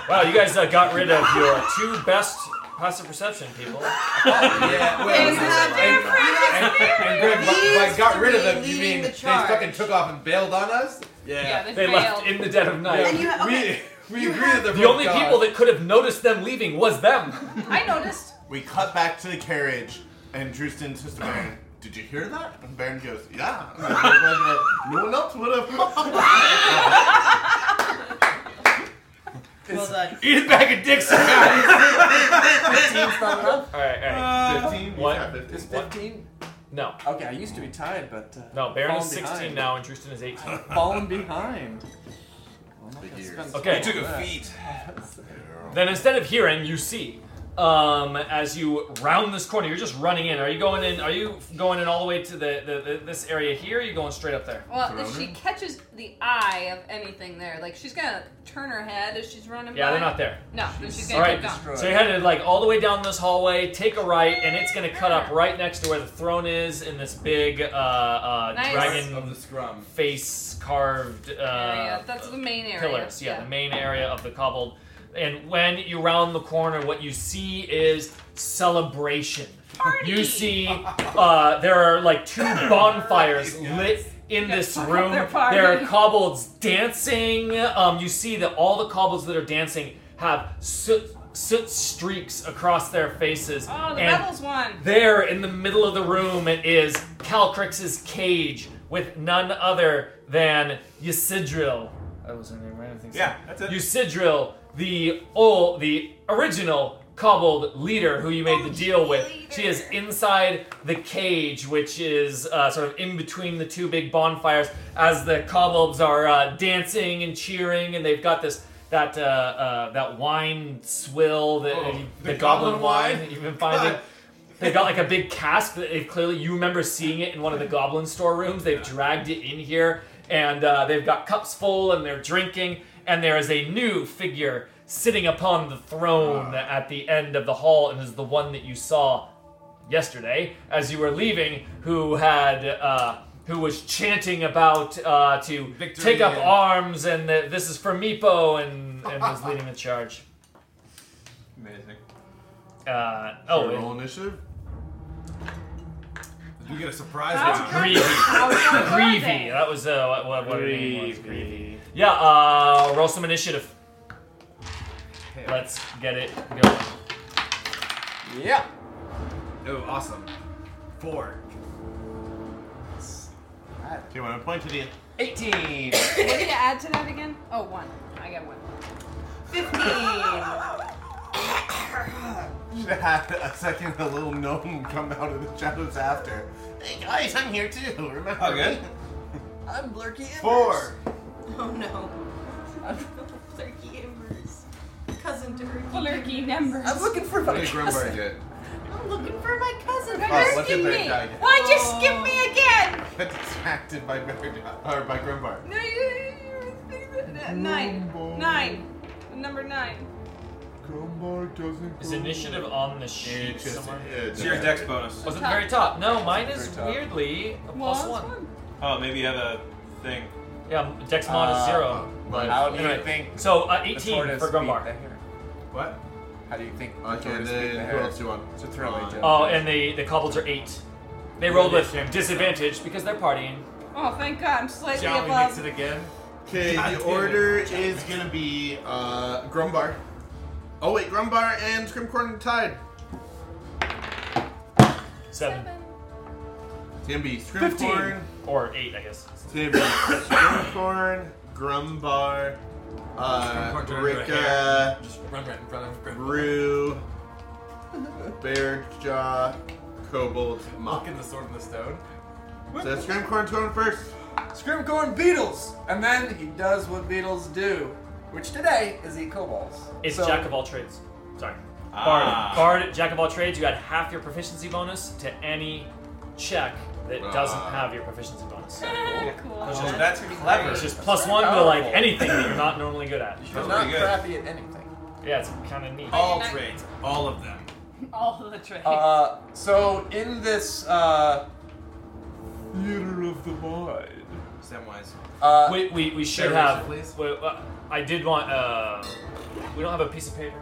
Speaker 2: Wow, you guys uh, got rid of your two best passive perception people.
Speaker 3: *laughs* yeah, well, It's a different
Speaker 7: And
Speaker 3: Greg, by, by got rid of them,
Speaker 11: Leading
Speaker 3: you mean
Speaker 11: the
Speaker 3: they fucking took off and bailed on us?
Speaker 2: Yeah, they They left failed. in the dead of night. And you- okay.
Speaker 3: we we agree that they're
Speaker 2: The
Speaker 3: both
Speaker 2: only
Speaker 3: gone.
Speaker 2: people that could have noticed them leaving was them.
Speaker 4: I noticed.
Speaker 6: We cut back to the carriage, and Drewston says to Baron, "Did you hear that?" And Baron goes, "Yeah." *laughs* And I was like, no one else *laughs* would have.
Speaker 11: Well done.
Speaker 3: Eat a bag of dicks.
Speaker 2: All right, all right. Fifteen. *laughs* What? Is
Speaker 12: fifteen?
Speaker 2: No.
Speaker 12: Okay, I used to be tied, but uh,
Speaker 2: No, Baron is
Speaker 12: fallen
Speaker 2: 16
Speaker 12: behind.
Speaker 2: now, and Drewston is 18.
Speaker 12: Fallen behind.
Speaker 2: Okay. Then instead of hearing, you see. Um, as you round this corner, you're just running in. Are you going in? Are you going in all the way to the, the, the this area here? Or are you going straight up there?
Speaker 4: Well, if she catches the eye of anything there, like she's gonna turn her head as she's running.
Speaker 2: Yeah,
Speaker 4: by.
Speaker 2: they're not there.
Speaker 4: No, then she's
Speaker 2: All
Speaker 4: gonna
Speaker 2: right,
Speaker 4: keep going.
Speaker 2: so you're headed like all the way down this hallway. Take a right, and it's gonna cut up right next to where the throne is in this big uh, uh,
Speaker 4: Nice.
Speaker 2: dragon of the scrum. face carved. Uh,
Speaker 4: yeah, yeah, that's the main area.
Speaker 2: pillars. Yeah,
Speaker 4: yeah.
Speaker 2: the main area of the cobbled. And when you round the corner, what you see is celebration. You see, uh, there are like two bonfires lit in
Speaker 4: *laughs*
Speaker 2: this room.
Speaker 17: they're partying.
Speaker 2: There are kobolds dancing. Um, you see that all the kobolds that are dancing have soot, soot streaks across their faces.
Speaker 4: Oh, the
Speaker 2: and
Speaker 4: rebels won.
Speaker 2: there in the middle of the room it is Calcrix's cage with none other than Ysidril. That was her name, right? I think so.
Speaker 7: Yeah, that's it.
Speaker 2: Ysidril, the old, the original cobbled leader who you made the deal with. She is inside the cage, which is uh, sort of in between the two big bonfires, as the kobolds are uh, dancing and cheering, and they've got this. That, uh, uh, that wine swill, that,
Speaker 3: Oh,
Speaker 2: the,
Speaker 3: the
Speaker 2: goblin
Speaker 3: goblin
Speaker 2: wine
Speaker 3: wine?
Speaker 2: that you've been finding. They got like a big cask that they clearly you remember seeing it in one of the goblin storerooms. They've dragged it in here, and uh, they've got cups full, and they're drinking. And there is a new figure sitting upon the throne at the end of the hall, and is the one that you saw yesterday as you were leaving, who had uh, who was chanting about uh, to take up
Speaker 3: and-
Speaker 2: arms, and that this is for Meepo, and and was leading the charge.
Speaker 7: Amazing.
Speaker 2: Uh, oh,
Speaker 6: Should we
Speaker 2: it-
Speaker 6: roll initiative.
Speaker 3: We get a surprise.
Speaker 2: That's
Speaker 3: round.
Speaker 2: Greavy. Greavy. That was uh, what, what, what her name was. Greavy. Yeah, uh, roll some initiative. Let's get it going.
Speaker 12: Yeah.
Speaker 3: Oh, awesome. Four.
Speaker 6: Do you want to point to the
Speaker 2: 18?
Speaker 4: what did you add to that again? Oh, one. I got one.
Speaker 11: *laughs*
Speaker 4: Fifteen.
Speaker 6: Should have had a second a little gnome come out of the shadows after. Hey guys, I'm here too. Remember?
Speaker 7: Oh, good.
Speaker 11: I'm Blurky Embers.
Speaker 6: Four.
Speaker 11: Oh no.
Speaker 19: Flerky embers.
Speaker 11: Cousin to her.
Speaker 4: Flerky embers.
Speaker 19: I'm looking for
Speaker 7: What did Grimbar get?
Speaker 11: I'm looking for my cousin.
Speaker 7: Oh, what's your third guy get?
Speaker 11: Why'd you skip me again?
Speaker 7: That's acted
Speaker 6: *laughs*
Speaker 7: by Berg- or by Grimbar.
Speaker 4: No, you- you- Nine. Nine. Number nine.
Speaker 5: Grimbar doesn't.
Speaker 2: Is initiative on the sheet somewhere?
Speaker 7: It's your dex bonus.
Speaker 2: Was it the very top? No, mine is
Speaker 7: Very top.
Speaker 2: weirdly a
Speaker 4: Well,
Speaker 2: plus
Speaker 4: that's
Speaker 2: one.
Speaker 7: Oh, maybe you had a thing.
Speaker 2: Yeah, dex mod is
Speaker 7: Uh,
Speaker 2: zero. But
Speaker 7: how do you
Speaker 2: anyway,
Speaker 7: think
Speaker 2: So uh,
Speaker 7: the
Speaker 2: 18
Speaker 7: tortoise
Speaker 2: for Grumbar.
Speaker 7: What?
Speaker 10: How do you think?
Speaker 5: Okay,
Speaker 10: Tortoise
Speaker 5: then
Speaker 10: beat the
Speaker 5: who
Speaker 10: hare?
Speaker 5: else do you want?
Speaker 10: It's a throw.
Speaker 5: Fine.
Speaker 2: Oh, and the the cobbles are eight. They rolled
Speaker 10: Yeah,
Speaker 2: with
Speaker 10: they can't-
Speaker 2: disadvantage because they're partying.
Speaker 4: Oh, thank God, I'm slightly
Speaker 2: Shall we
Speaker 4: above.
Speaker 2: mix it again?
Speaker 5: Okay,
Speaker 2: God damn
Speaker 5: the
Speaker 2: it.
Speaker 5: order is gonna be uh, Grumbar. Oh wait, Grumbar and Scrimcorn tied.
Speaker 2: Seven.
Speaker 5: It's gonna be
Speaker 2: Fifteen
Speaker 5: Scrimcorn.
Speaker 2: or eight, I guess.
Speaker 5: It's gonna be Scrimcorn, Grumbar, uh,
Speaker 3: Scrimcorn turned into a hare.
Speaker 5: Rika,
Speaker 3: Just run right in front of Grimbar.
Speaker 5: Rue, Bearjaw, Kobold, Mock.
Speaker 10: the sword and the stone.
Speaker 5: So Scrimcorn's going first.
Speaker 10: Scrimcorn beetles, and then he does what beetles do, which today is eat kobolds.
Speaker 2: It's
Speaker 10: So-
Speaker 2: jack of all trades. Sorry.
Speaker 10: Ah.
Speaker 2: Bard, Bard, jack of all trades. You add half your proficiency bonus to any check that doesn't
Speaker 7: Ah.
Speaker 2: have your proficiency bonus.
Speaker 4: Ah,
Speaker 7: Cool. So that's clever.
Speaker 2: It's just
Speaker 7: That's
Speaker 2: plus
Speaker 7: very
Speaker 2: one to like
Speaker 7: powerful.
Speaker 2: anything that you're not normally good at.
Speaker 7: You're That's not pretty good. crappy
Speaker 10: at anything.
Speaker 2: Yeah, it's kind of neat.
Speaker 7: Oh.
Speaker 10: All trades, all of them.
Speaker 4: All the trades.
Speaker 10: Uh, so in this uh, theater of the mind,
Speaker 3: Samwise.
Speaker 10: uh,
Speaker 2: we, we, we should
Speaker 10: Federation,
Speaker 2: have.
Speaker 10: please.
Speaker 2: Wait, uh, I did want. Uh, we don't have a piece of paper.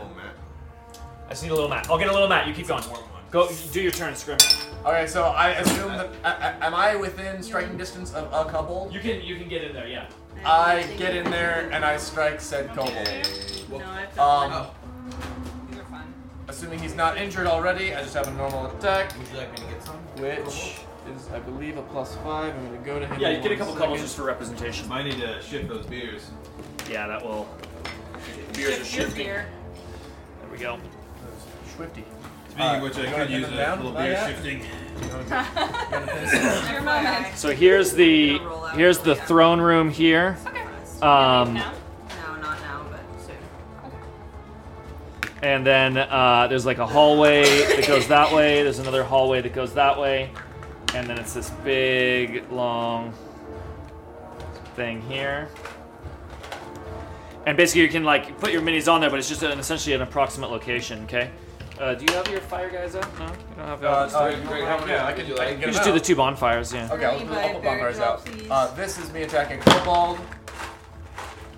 Speaker 5: Oh, Matt.
Speaker 2: I just need a little mat. I'll get a little mat. You keep going. Go do your turn, Scrim.
Speaker 10: Okay, so I assume that I, I, am I within striking distance of a kobold?
Speaker 2: You can you can get in there. Yeah.
Speaker 10: I get in there and I strike said kobold.
Speaker 7: Oh.
Speaker 3: Oh,
Speaker 10: Um,
Speaker 4: These are fun.
Speaker 10: assuming he's not injured already, I just have a normal attack,
Speaker 3: Would you like me to get some?
Speaker 10: which is I believe a plus five. I'm gonna go to him.
Speaker 2: Yeah, you
Speaker 10: in
Speaker 2: get a
Speaker 10: one
Speaker 2: couple couples
Speaker 10: second.
Speaker 2: just for representation.
Speaker 7: Might need to shift those beers.
Speaker 2: Yeah, that will.
Speaker 4: Beers are shifting. Beer.
Speaker 2: There we go.
Speaker 10: Swifty.
Speaker 7: Speaking of which, I could use a little beer shifting.
Speaker 4: Never mind.
Speaker 2: So here's the here's the throne room here. Um,
Speaker 11: No, not now, but soon.
Speaker 2: and then uh, there's like a hallway that goes that way. There's another hallway that goes that way, and then it's this big long thing here. And basically, you can like put your minis on there, but it's just an, essentially an approximate location. Okay. Uh, do you have your fire guys up? No, you don't have.
Speaker 10: Uh,
Speaker 2: those?
Speaker 10: uh, you- yeah, I can, I can
Speaker 2: You
Speaker 10: get
Speaker 2: just
Speaker 10: him
Speaker 2: do
Speaker 10: out.
Speaker 2: the two bonfires. Yeah.
Speaker 10: Okay, I'll do
Speaker 11: Levi,
Speaker 10: a couple bonfires
Speaker 11: Bearjaw,
Speaker 10: out. Uh, this is me attacking Kobold.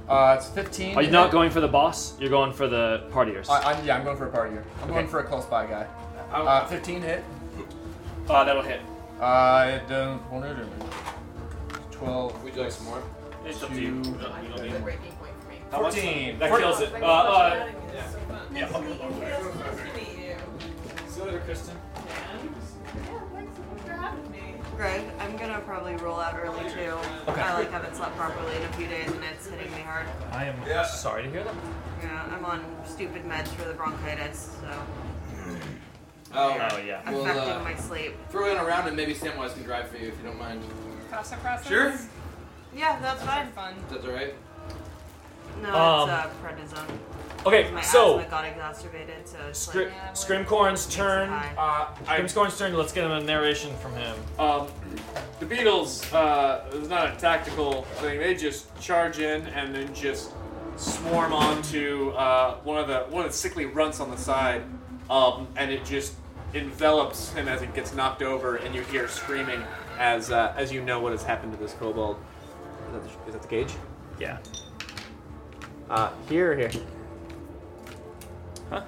Speaker 10: Uh, it's 15.
Speaker 2: Are you not going for the boss? You're going for the partiers.
Speaker 10: I, I'm, yeah, I'm going for a partier. I'm going for a close by guy. Uh, 15 hit.
Speaker 2: Uh, that'll hit.
Speaker 10: Uh, it does 100 damage. 12. Would you like some more?
Speaker 2: It's
Speaker 10: two,
Speaker 2: up to you. How much-
Speaker 10: 14.
Speaker 2: That kills it. Uh, uh, yeah. See you later, Kristen.
Speaker 11: Greg, I'm gonna probably roll out early too.
Speaker 2: Okay.
Speaker 11: I like haven't slept properly in a few days and it's hitting me hard.
Speaker 2: I am sorry to hear that.
Speaker 11: Yeah, I'm on stupid meds for the bronchitis, so
Speaker 2: Oh, yeah.
Speaker 11: affecting
Speaker 20: Well, uh,
Speaker 11: my sleep.
Speaker 20: Throw in a round and maybe Samwise can drive for you if you don't mind.
Speaker 4: Cross and cross.
Speaker 20: Sure.
Speaker 11: Yeah, that's fine.
Speaker 4: Fun.
Speaker 20: That's alright.
Speaker 11: No,
Speaker 2: Um,
Speaker 11: it's uh, prednisone.
Speaker 2: okay,
Speaker 11: Because my
Speaker 2: so-
Speaker 11: asthma got exacerbated, so it's
Speaker 2: Scri-
Speaker 11: like
Speaker 2: Scrimcorn's turn.
Speaker 11: Uh,
Speaker 2: Scrimcorn's turn. Let's get a narration from him.
Speaker 21: Um, the Beatles, uh, it's not a tactical thing. They just charge in and then just swarm onto uh, one of the one of the sickly runts on the side, um, and it just envelops him as it gets knocked over, and you hear screaming as uh, as you know what has happened to this kobold. Is that the, is that the gauge?
Speaker 2: Yeah.
Speaker 21: Uh, here, or here.
Speaker 11: Oh,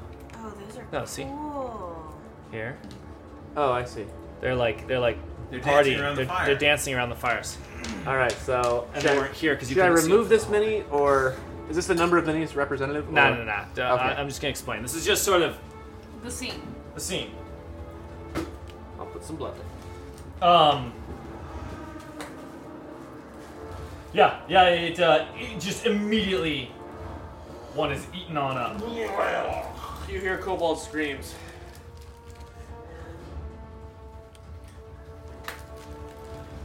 Speaker 11: those are
Speaker 2: No, see?
Speaker 11: cool.
Speaker 2: Here.
Speaker 21: Oh, I see.
Speaker 2: They're like they're like
Speaker 21: They're
Speaker 2: party.
Speaker 21: dancing around the
Speaker 2: they're,
Speaker 21: fire.
Speaker 2: they're dancing around the fires.
Speaker 21: All right, so
Speaker 2: And
Speaker 21: should
Speaker 2: they
Speaker 21: I-
Speaker 2: weren't here 'cause you
Speaker 21: should I
Speaker 2: couldn't see
Speaker 21: remove this mini, or is this the number of minis representative?
Speaker 2: No,
Speaker 21: or-
Speaker 2: no, no. no. Uh,
Speaker 21: Okay.
Speaker 2: I, am just gonna explain. This is just sort of
Speaker 4: The scene.
Speaker 2: the scene.
Speaker 21: I'll put some blood.
Speaker 2: Um. Yeah, yeah. It, uh, it just immediately one is eaten on up.
Speaker 21: You hear kobold screams.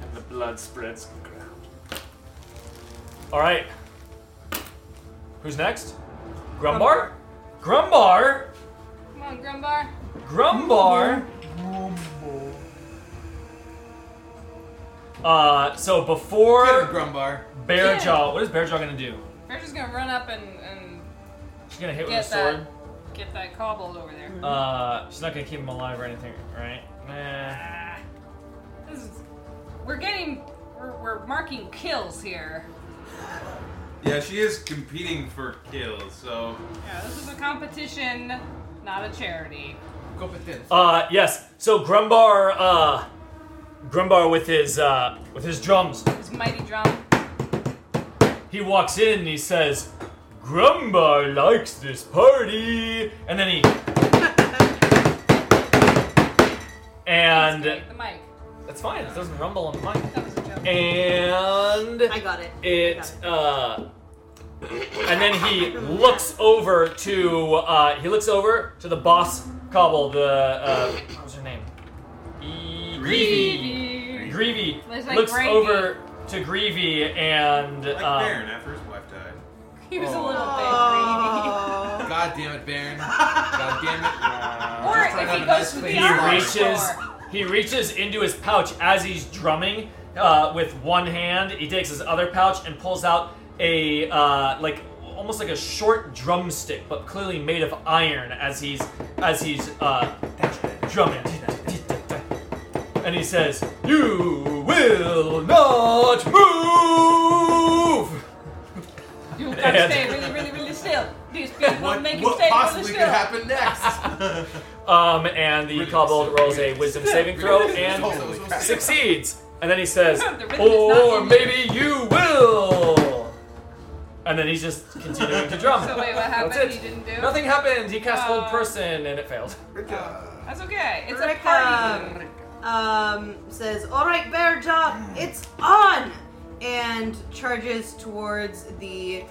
Speaker 21: And the blood spreads to the ground.
Speaker 2: All right. Who's next? Grumbar? Grumbar?
Speaker 4: Come on, Grumbar.
Speaker 2: Grumbar? Uh, so before
Speaker 3: Grumbar.
Speaker 2: Bearjaw, what is Bearjaw gonna do?
Speaker 4: Bear's just gonna run up and, and
Speaker 2: She's gonna hit with a
Speaker 4: get
Speaker 2: sword.
Speaker 4: that get that cobbled over there.
Speaker 2: Uh, she's not gonna keep him alive or anything, right? Nah.
Speaker 4: Uh, This is, we're getting we're, we're marking kills here.
Speaker 7: Yeah, she is competing for kills, so.
Speaker 4: Yeah, this is a competition, not a charity.
Speaker 3: Competition.
Speaker 2: Uh, yes. So Grumbar, uh, Grumbar with his uh, with his drums,
Speaker 4: This mighty drum.
Speaker 2: he walks in and he says, "Grumbar likes this party," and
Speaker 4: *laughs*
Speaker 2: then he and uh,
Speaker 4: the mic.
Speaker 2: That's fine. It doesn't rumble on the mic. And I
Speaker 11: got it.
Speaker 2: It uh, and then he looks over to uh, he looks over to the boss Cobble. The uh, what was her name? E- Greavy. Greavy
Speaker 4: Looks like
Speaker 2: looks
Speaker 4: Gravy.
Speaker 2: over to Greavy and
Speaker 7: Like
Speaker 2: um,
Speaker 7: Baron after his wife died.
Speaker 4: He was a little bit greedy.
Speaker 3: God damn it, Baron. God damn
Speaker 4: *laughs*
Speaker 3: it.
Speaker 4: Or
Speaker 3: Just trying
Speaker 4: if
Speaker 3: to
Speaker 4: he
Speaker 3: have a nice
Speaker 4: goes to
Speaker 3: clean
Speaker 4: the
Speaker 3: line.
Speaker 4: armory
Speaker 2: reaches he reaches into his pouch as he's drumming uh, with one hand he takes his other pouch and pulls out a uh, like almost like a short drumstick but clearly made of iron as he's as he's uh, drumming and he says you will not move
Speaker 4: You
Speaker 2: And-
Speaker 4: gotta stay really, really, really still. These people
Speaker 3: What-
Speaker 4: make you
Speaker 3: what
Speaker 4: stay really
Speaker 3: possibly
Speaker 4: still.
Speaker 3: could happen next?
Speaker 2: Um, and the kobold rolls a wisdom saving throw and succeeds. And then he says,
Speaker 4: *laughs* The rhythm is not
Speaker 2: Or
Speaker 4: in
Speaker 2: maybe you will! And then he's just continuing to drum.
Speaker 4: So wait, what
Speaker 2: That's it.
Speaker 4: happened? He didn't do. it?
Speaker 2: Nothing happened. He cast
Speaker 4: Uh,
Speaker 2: Hold Person and it
Speaker 4: *laughs*
Speaker 2: failed.
Speaker 4: That's okay. It's a party.
Speaker 11: Ricka um, says, "All right, Bearjaw, it's on!" and charges towards the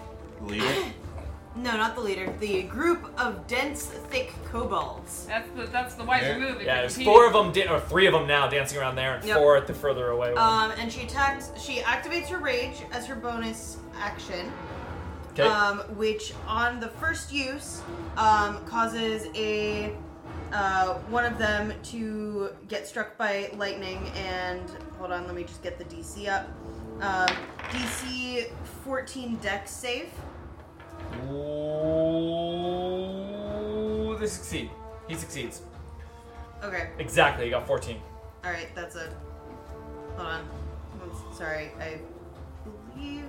Speaker 6: Leader?
Speaker 11: *coughs* no, not the leader, the group of dense, thick kobolds.
Speaker 4: That's the that's the wiser move.
Speaker 2: Yeah, there's four of them, da- or three of them now dancing around there, and
Speaker 11: Yep.
Speaker 2: four at the further away one.
Speaker 4: Uh,
Speaker 11: Um, and she attacks. She activates her rage as her bonus action.
Speaker 2: 'Kay.
Speaker 4: uh,
Speaker 11: Um, which on the first use um, causes a uh, one of them to get struck by lightning and hold on, let me just get the DC up. Um, DC 14 Dex save.
Speaker 2: Ooh, they succeed. He succeeds.
Speaker 11: Okay.
Speaker 2: Exactly, he got 14.
Speaker 11: All right, that's a. Hold on. One s- sorry, I believe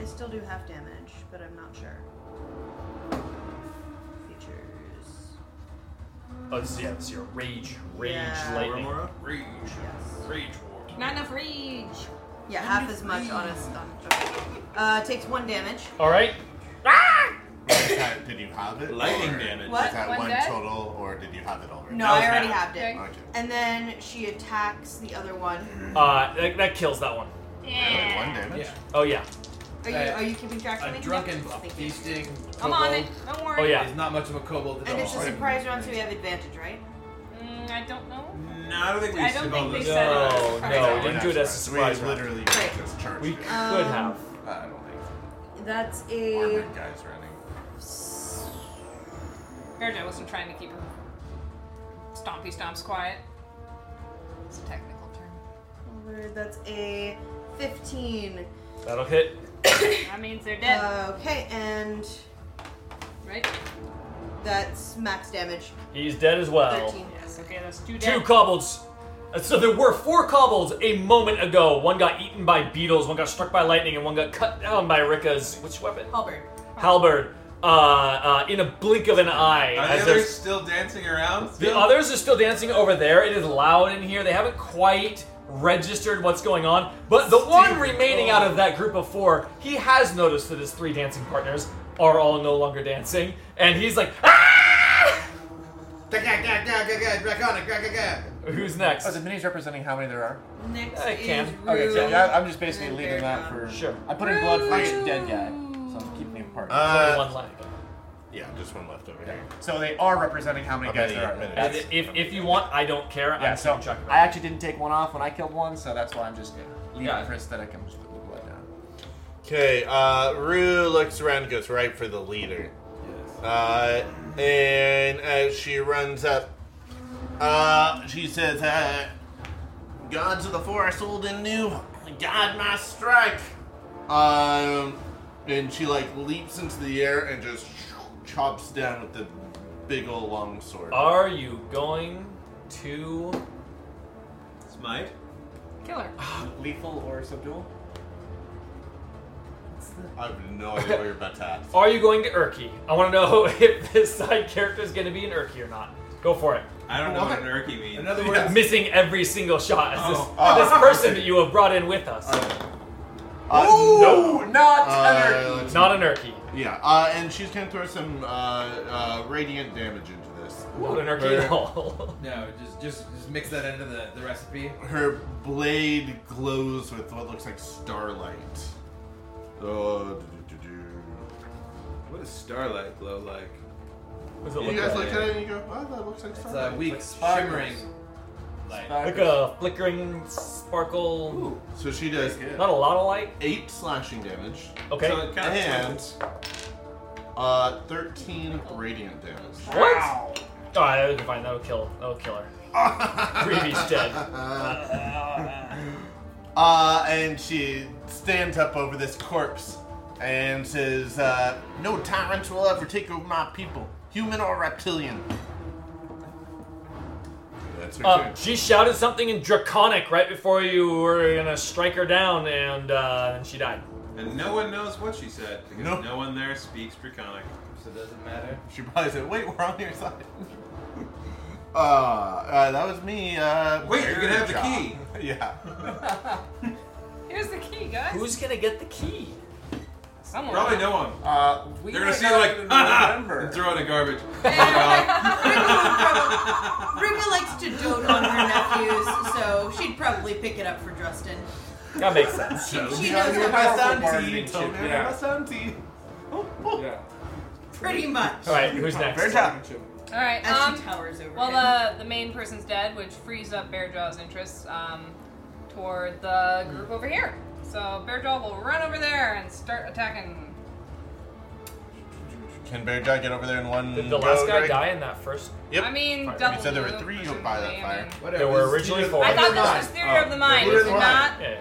Speaker 11: I still do half damage, but I'm not sure. Features.
Speaker 2: Oh, this is, yeah, this is your rage, rage
Speaker 11: Yeah.
Speaker 2: lightning.
Speaker 11: Aurora?
Speaker 7: Rage. Rage war.
Speaker 4: Not enough rage.
Speaker 11: Yeah, half as much on a stun. Okay. Uh, takes one damage.
Speaker 2: All right.
Speaker 6: Is that- did you have it?
Speaker 7: Lightning
Speaker 6: or
Speaker 7: damage.
Speaker 11: What?
Speaker 6: Is that
Speaker 11: One
Speaker 6: one,
Speaker 11: dead?
Speaker 6: total, or did you have it already?
Speaker 11: No, I already halved it.
Speaker 6: Okay.
Speaker 11: And then she attacks the other one.
Speaker 2: Uh, that, that kills that one.
Speaker 6: One damage.
Speaker 2: Oh yeah.
Speaker 11: Are you, are you keeping track of
Speaker 3: A
Speaker 11: me?
Speaker 3: drunken,
Speaker 11: Yep.
Speaker 3: a feasting.
Speaker 11: I'm on
Speaker 3: kobold
Speaker 11: it. Don't worry.
Speaker 2: Oh, yeah.
Speaker 3: Is not much of a kobold at
Speaker 11: And
Speaker 3: all.
Speaker 11: it's a surprise round, so we have advantage, right?
Speaker 4: Mm, I don't know.
Speaker 7: No, I don't think we
Speaker 4: I
Speaker 7: should
Speaker 4: don't
Speaker 7: call
Speaker 4: think
Speaker 7: this.
Speaker 4: they said uh, it was
Speaker 2: No, no, we didn't do it as a
Speaker 6: We
Speaker 2: surprise round.
Speaker 6: literally just charged.
Speaker 2: We
Speaker 6: it.
Speaker 2: could
Speaker 11: Um,
Speaker 2: have.
Speaker 7: I don't think
Speaker 11: That's
Speaker 7: so.
Speaker 11: a.
Speaker 7: Big guys running.
Speaker 4: Virgil wasn't trying to keep her stompy stomps quiet. It's a technical term.
Speaker 11: That's a 15.
Speaker 2: That'll hit.
Speaker 4: that means they're dead,
Speaker 11: okay, and
Speaker 4: right?
Speaker 11: that's max damage.
Speaker 2: He's dead as well.
Speaker 11: 13.
Speaker 4: Yes. Okay, that's two
Speaker 2: Two
Speaker 4: dead.
Speaker 2: kobolds. Uh, So there were four kobolds a moment ago. One got eaten by beetles, one got struck by lightning, and one got cut down by Rika's which weapon?
Speaker 11: Halberd.
Speaker 2: Halberd. Uh, uh, in a blink of an eye.
Speaker 7: Are
Speaker 2: as
Speaker 7: the
Speaker 2: they're-
Speaker 7: others still dancing around?
Speaker 2: The others are still dancing over there. It is loud in here. They haven't quite registered what's going on. But the one remaining out
Speaker 18: Oh.
Speaker 2: of that group of four, he has noticed that his three dancing partners are all no longer dancing. And he's like, ah! Who's next?
Speaker 18: Oh, is it minis representing how many there are?
Speaker 11: Next
Speaker 2: I can.
Speaker 11: is
Speaker 18: Okay,
Speaker 11: Rue.
Speaker 18: so yeah, I'm just basically
Speaker 11: and
Speaker 18: leaving that
Speaker 11: Bearjaw.
Speaker 18: for.
Speaker 2: Sure.
Speaker 18: I put in blood for each dead guy, so I'm keeping them apart.
Speaker 6: Uh,
Speaker 2: one left.
Speaker 6: Yeah, just one left over here.
Speaker 18: so they are representing how many
Speaker 6: Okay,
Speaker 18: guys
Speaker 6: yeah,
Speaker 18: there are.
Speaker 6: minutes.
Speaker 18: That's-
Speaker 2: If, if you want, I don't care.
Speaker 18: yeah,
Speaker 2: I'm
Speaker 18: so
Speaker 2: keeping track of
Speaker 18: I actually didn't take one off when I killed one, so that's why I'm just leaving
Speaker 2: Yeah.
Speaker 18: it for aesthetic. I'm just putting the blood down.
Speaker 2: it.
Speaker 5: Okay, uh, Rue looks around and goes right for the leader. Yes. Uh, and as she runs up,
Speaker 6: Uh, she says, uh, "Gods of the forest, old and new, God must strike."
Speaker 5: um, and she like leaps into the air and just chops down with the big old long sword.
Speaker 2: Are you going to
Speaker 7: smite?
Speaker 4: Killer.
Speaker 10: Lethal or subdual?
Speaker 5: I have no idea what you're about to ask.
Speaker 2: Are you going to Urki? I want to know *laughs* if this side character is going to be an Urki or not. Go for it.
Speaker 7: I don't know what an Urki means.
Speaker 2: In other
Speaker 7: Yeah.
Speaker 2: words, missing every single shot as this,
Speaker 7: Oh. Oh.
Speaker 2: this person that you have brought in with us.
Speaker 5: no,
Speaker 6: not
Speaker 5: Uh,
Speaker 6: an Urki.
Speaker 2: Not an Urki.
Speaker 5: Yeah, uh, and she's gonna throw some uh, uh, radiant damage into this.
Speaker 2: Not an
Speaker 5: Her-
Speaker 2: Urki at all. *laughs*
Speaker 3: No, just just just mix that into the, the
Speaker 4: *laughs*
Speaker 3: recipe.
Speaker 5: Her blade glows with what looks like starlight. Uh,
Speaker 7: What does starlight glow like?
Speaker 5: What does it You look guys like? looked at it and you go, "Oh, that looks like
Speaker 3: It's
Speaker 5: starlight."
Speaker 3: a weak
Speaker 5: Like sparkles.
Speaker 3: shimmering.
Speaker 5: Like-
Speaker 2: Like a flickering sparkle.
Speaker 5: So she does
Speaker 2: Not a lot of light.
Speaker 5: Eight slashing damage.
Speaker 2: Okay. So it counts.
Speaker 5: and uh, thirteen radiant damage.
Speaker 2: What? Oh, I can find that'll kill. That'll kill her. Reeve's dead.
Speaker 5: Uh, and she stands up over this corpse and says, uh,
Speaker 6: No tyrants will ever take over my people, human or reptilian.
Speaker 5: That's
Speaker 2: Uh, she shouted something in Draconic right before you were gonna strike her down, and uh, then she died.
Speaker 7: And no one knows what she said because no one there speaks Draconic. So it doesn't matter.
Speaker 5: She probably said, "Wait, we're on
Speaker 6: *laughs*
Speaker 5: your side." Uh, uh, that was me. Uh,
Speaker 7: Wait, you can have the
Speaker 4: *laughs*
Speaker 5: Job.
Speaker 7: key.
Speaker 5: yeah.
Speaker 4: Here's the key, guys.
Speaker 2: Who's gonna get the key?
Speaker 4: Someone. *laughs*
Speaker 7: Probably no one.
Speaker 5: Uh,
Speaker 7: They're gonna see it like,
Speaker 10: even
Speaker 7: ha *laughs*
Speaker 10: remember."
Speaker 7: and throw it in
Speaker 4: *laughs*
Speaker 7: the garbage.
Speaker 11: Ruka likes to dote on her nephews, so she'd probably pick it up for Justin.
Speaker 2: That makes sense.
Speaker 11: She- she
Speaker 5: You
Speaker 11: knows
Speaker 5: know, you're
Speaker 11: what
Speaker 5: my
Speaker 11: powerful
Speaker 5: son, T.
Speaker 11: bargaining
Speaker 5: Tell
Speaker 11: chip,
Speaker 5: me you're
Speaker 11: yeah.
Speaker 5: my son, T.
Speaker 10: Yeah.
Speaker 11: Pretty much.
Speaker 2: All right, who's next?
Speaker 4: All right.
Speaker 11: As
Speaker 4: Um,
Speaker 11: she towers over
Speaker 4: well, uh,
Speaker 11: him.
Speaker 4: the the main person's dead, which frees up Bearjaw's interest um, toward the group over here. So Bearjaw will run over there and start attacking.
Speaker 5: Can Bear Guy get over there in one?
Speaker 2: Did the last
Speaker 5: go,
Speaker 2: guy
Speaker 5: Drake?
Speaker 2: die in that first?
Speaker 5: Yep.
Speaker 4: I mean,
Speaker 5: Fire.
Speaker 4: double
Speaker 5: You said there were
Speaker 4: move,
Speaker 5: three you by that fire.
Speaker 2: There were originally four.
Speaker 4: I thought this was theory of the mind. Is it not?
Speaker 2: Yeah, yeah.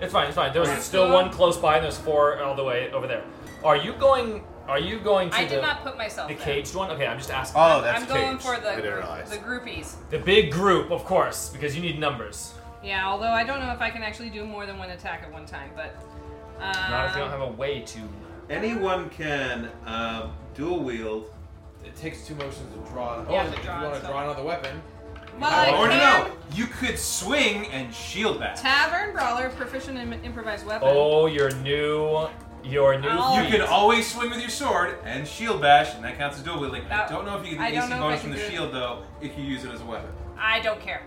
Speaker 2: It's fine. It's fine. There was still one close by, and there's four all the way over there. Are you going? Are you going to
Speaker 4: I
Speaker 2: the,
Speaker 4: did not put myself
Speaker 2: the
Speaker 4: there.
Speaker 2: caged one? Okay, I'm just asking.
Speaker 5: Oh,
Speaker 4: I'm going for the the groupies.
Speaker 2: The big group, of course, because you need numbers.
Speaker 4: Yeah, although I don't know if I can actually do more than one attack at one time, but. Um,
Speaker 7: Not if
Speaker 2: you don't have a way to.
Speaker 7: Anyone can uh, dual wield.
Speaker 3: It takes two motions to draw.
Speaker 4: Yeah,
Speaker 3: oh,
Speaker 4: to
Speaker 3: if
Speaker 4: draw
Speaker 3: you want
Speaker 4: and
Speaker 3: to
Speaker 4: stuff.
Speaker 3: draw another weapon.
Speaker 4: Well, I
Speaker 7: or
Speaker 4: can-
Speaker 7: no, you could swing and shield that.
Speaker 4: Tavern brawler, proficient in improvised weapon.
Speaker 2: Oh, your new, your new.
Speaker 4: I'll-
Speaker 7: You can always swing with your sword and shield bash, and that counts as dual wielding. I
Speaker 4: That-
Speaker 7: don't know if you
Speaker 4: Oh, I
Speaker 7: get the
Speaker 4: don't
Speaker 7: AC
Speaker 4: know if I
Speaker 7: bonus from
Speaker 4: can
Speaker 7: the
Speaker 4: do it.
Speaker 7: shield though, if you use it as a weapon.
Speaker 4: I don't care.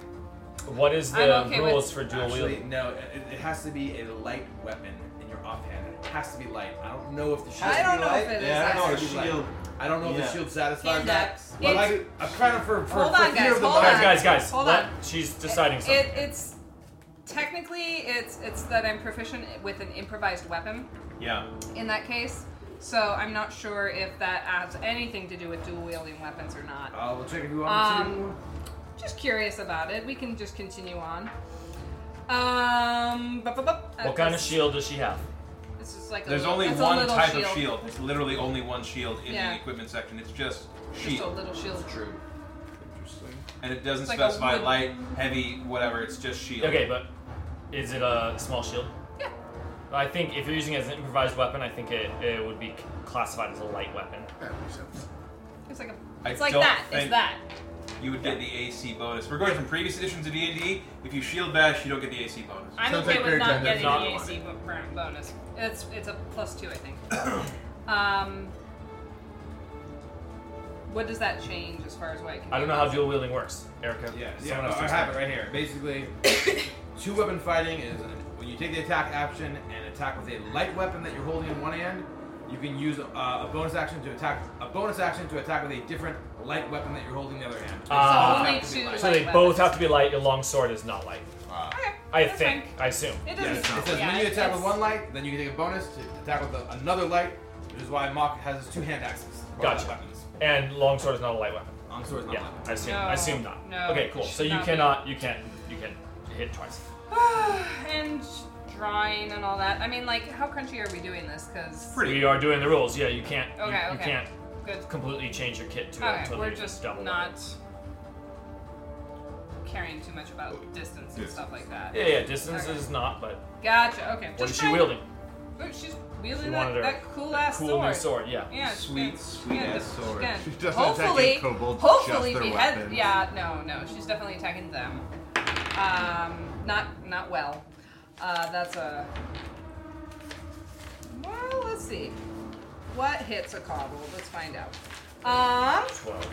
Speaker 2: What is
Speaker 4: I'm okay with-
Speaker 3: Actually, No, it, it has to be a light weapon in your offhand. It has to be light. I don't know if the shield.
Speaker 4: I don't know if
Speaker 3: light.
Speaker 4: it Yeah, I don't is
Speaker 3: It
Speaker 4: know
Speaker 3: has
Speaker 4: if
Speaker 3: to be
Speaker 4: shield-
Speaker 3: light. I don't know if
Speaker 2: Yeah.
Speaker 3: the shield satisfies that.
Speaker 4: Index.
Speaker 3: But
Speaker 4: It's-
Speaker 3: I, I'm kind of for, for
Speaker 4: Hold
Speaker 3: for
Speaker 4: on,
Speaker 3: fear
Speaker 4: guys,
Speaker 3: of the
Speaker 4: hold
Speaker 3: light.
Speaker 2: guys, guys, guys.
Speaker 4: Hold
Speaker 2: let-
Speaker 4: on.
Speaker 2: She's deciding something.
Speaker 4: It, it's technically it's it's that I'm proficient with an improvised weapon
Speaker 7: Yeah.
Speaker 4: in that case. So I'm not sure if that has anything to do with dual wielding weapons or not.
Speaker 7: Um,
Speaker 3: Uh, we'll check if you want me to.
Speaker 4: Um, just curious about it. We can just continue on. Um, bup, bup, bup. Uh,
Speaker 2: what kind of
Speaker 4: this-
Speaker 2: shield does she have?
Speaker 4: This is like a
Speaker 7: There's
Speaker 4: li-
Speaker 7: only
Speaker 4: it's a
Speaker 7: one
Speaker 4: little
Speaker 7: type
Speaker 4: shield.
Speaker 7: of shield. There's literally only one shield in
Speaker 4: Yeah.
Speaker 7: the equipment section. It's just shield.
Speaker 4: Just a little shield.
Speaker 3: True.
Speaker 10: Interesting.
Speaker 7: And it doesn't
Speaker 4: It's like a
Speaker 7: specify
Speaker 4: wood-
Speaker 7: light, heavy, whatever. It's just shield.
Speaker 2: Okay, but is it a small shield? Yeah. I think if you're using it as an improvised weapon, I think it, it would be classified as a light weapon.
Speaker 6: That makes sense.
Speaker 4: It's like a.
Speaker 7: I
Speaker 4: It's like
Speaker 7: don't
Speaker 4: that. It's
Speaker 7: think-
Speaker 4: that.
Speaker 7: You would get the AC bonus. We're going from previous editions of D&D. If you shield bash, you don't get the AC bonus.
Speaker 4: I'm okay with not getting the AC bo- burn bonus. It's it's a plus two, I think. *coughs* um, what does that change as far as what? I, can
Speaker 2: I don't know how
Speaker 4: do?
Speaker 2: dual wielding works, Erica.
Speaker 3: Yeah, yeah,
Speaker 2: Someone else
Speaker 3: I
Speaker 2: does
Speaker 3: have
Speaker 2: that.
Speaker 3: it right here. Basically, *coughs* two weapon fighting is when you take the attack action and attack with a light weapon that you're holding in one hand. You can use a, a bonus action to attack a bonus action to attack with a different light weapon that you're holding in the other hand.
Speaker 2: Ah.
Speaker 3: It doesn't have to be light.
Speaker 2: so they both have to be light. Your long sword is not light.
Speaker 4: Okay.
Speaker 2: I
Speaker 4: That's
Speaker 2: think. I assume.
Speaker 4: It
Speaker 3: doesn't-
Speaker 5: It says
Speaker 3: yeah,
Speaker 5: when you attack
Speaker 3: it's-
Speaker 5: with one light, then you can take a bonus to attack with a, another light, which is why Mock has two hand axes. for all his
Speaker 2: Gotcha.
Speaker 5: weapons. Oh,
Speaker 2: And longsword is not a light weapon.
Speaker 5: Longsword is not
Speaker 2: yeah,
Speaker 5: a light weapon.
Speaker 2: I assume.
Speaker 5: No,
Speaker 2: I assume not.
Speaker 5: no,
Speaker 2: okay,
Speaker 5: it
Speaker 2: cool.
Speaker 5: should
Speaker 2: So you
Speaker 5: not be.
Speaker 2: cannot. You can. You can hit twice.
Speaker 4: *sighs* and drawing and all that. I mean, like, how crunchy are we doing this? Because
Speaker 2: We are doing the rules. Yeah, you can't. you-
Speaker 4: Okay,
Speaker 2: You,
Speaker 4: okay.
Speaker 2: can't
Speaker 4: Good.
Speaker 2: completely change your kit to a
Speaker 4: okay,
Speaker 2: totally
Speaker 4: we're just
Speaker 2: double.
Speaker 4: not caring too much about distance and stuff like that.
Speaker 2: Yeah, yeah. Distance
Speaker 4: Okay.
Speaker 2: is not, but
Speaker 4: Gotcha. Okay.
Speaker 2: what
Speaker 4: just
Speaker 2: is she
Speaker 4: trying-
Speaker 2: wielding?
Speaker 4: Oh, she's
Speaker 2: She
Speaker 4: wielding
Speaker 2: wanted
Speaker 4: that,
Speaker 2: her-
Speaker 4: that cool
Speaker 2: that
Speaker 4: ass
Speaker 2: cool
Speaker 4: sword.
Speaker 2: new sword, yeah.
Speaker 4: Yeah.
Speaker 6: Sweet, sweet
Speaker 4: yeah,
Speaker 6: ass sword.
Speaker 4: Again,
Speaker 6: She doesn't attack your
Speaker 4: hopefully,
Speaker 6: kobolds,
Speaker 4: hopefully
Speaker 6: just their
Speaker 4: behead.
Speaker 6: weapons.
Speaker 4: Yeah. No, no. She's definitely attacking them. Um, not not well. Uh, that's a. Well, let's see. What hits a cobble? Let's find out. Um.
Speaker 2: Twelve.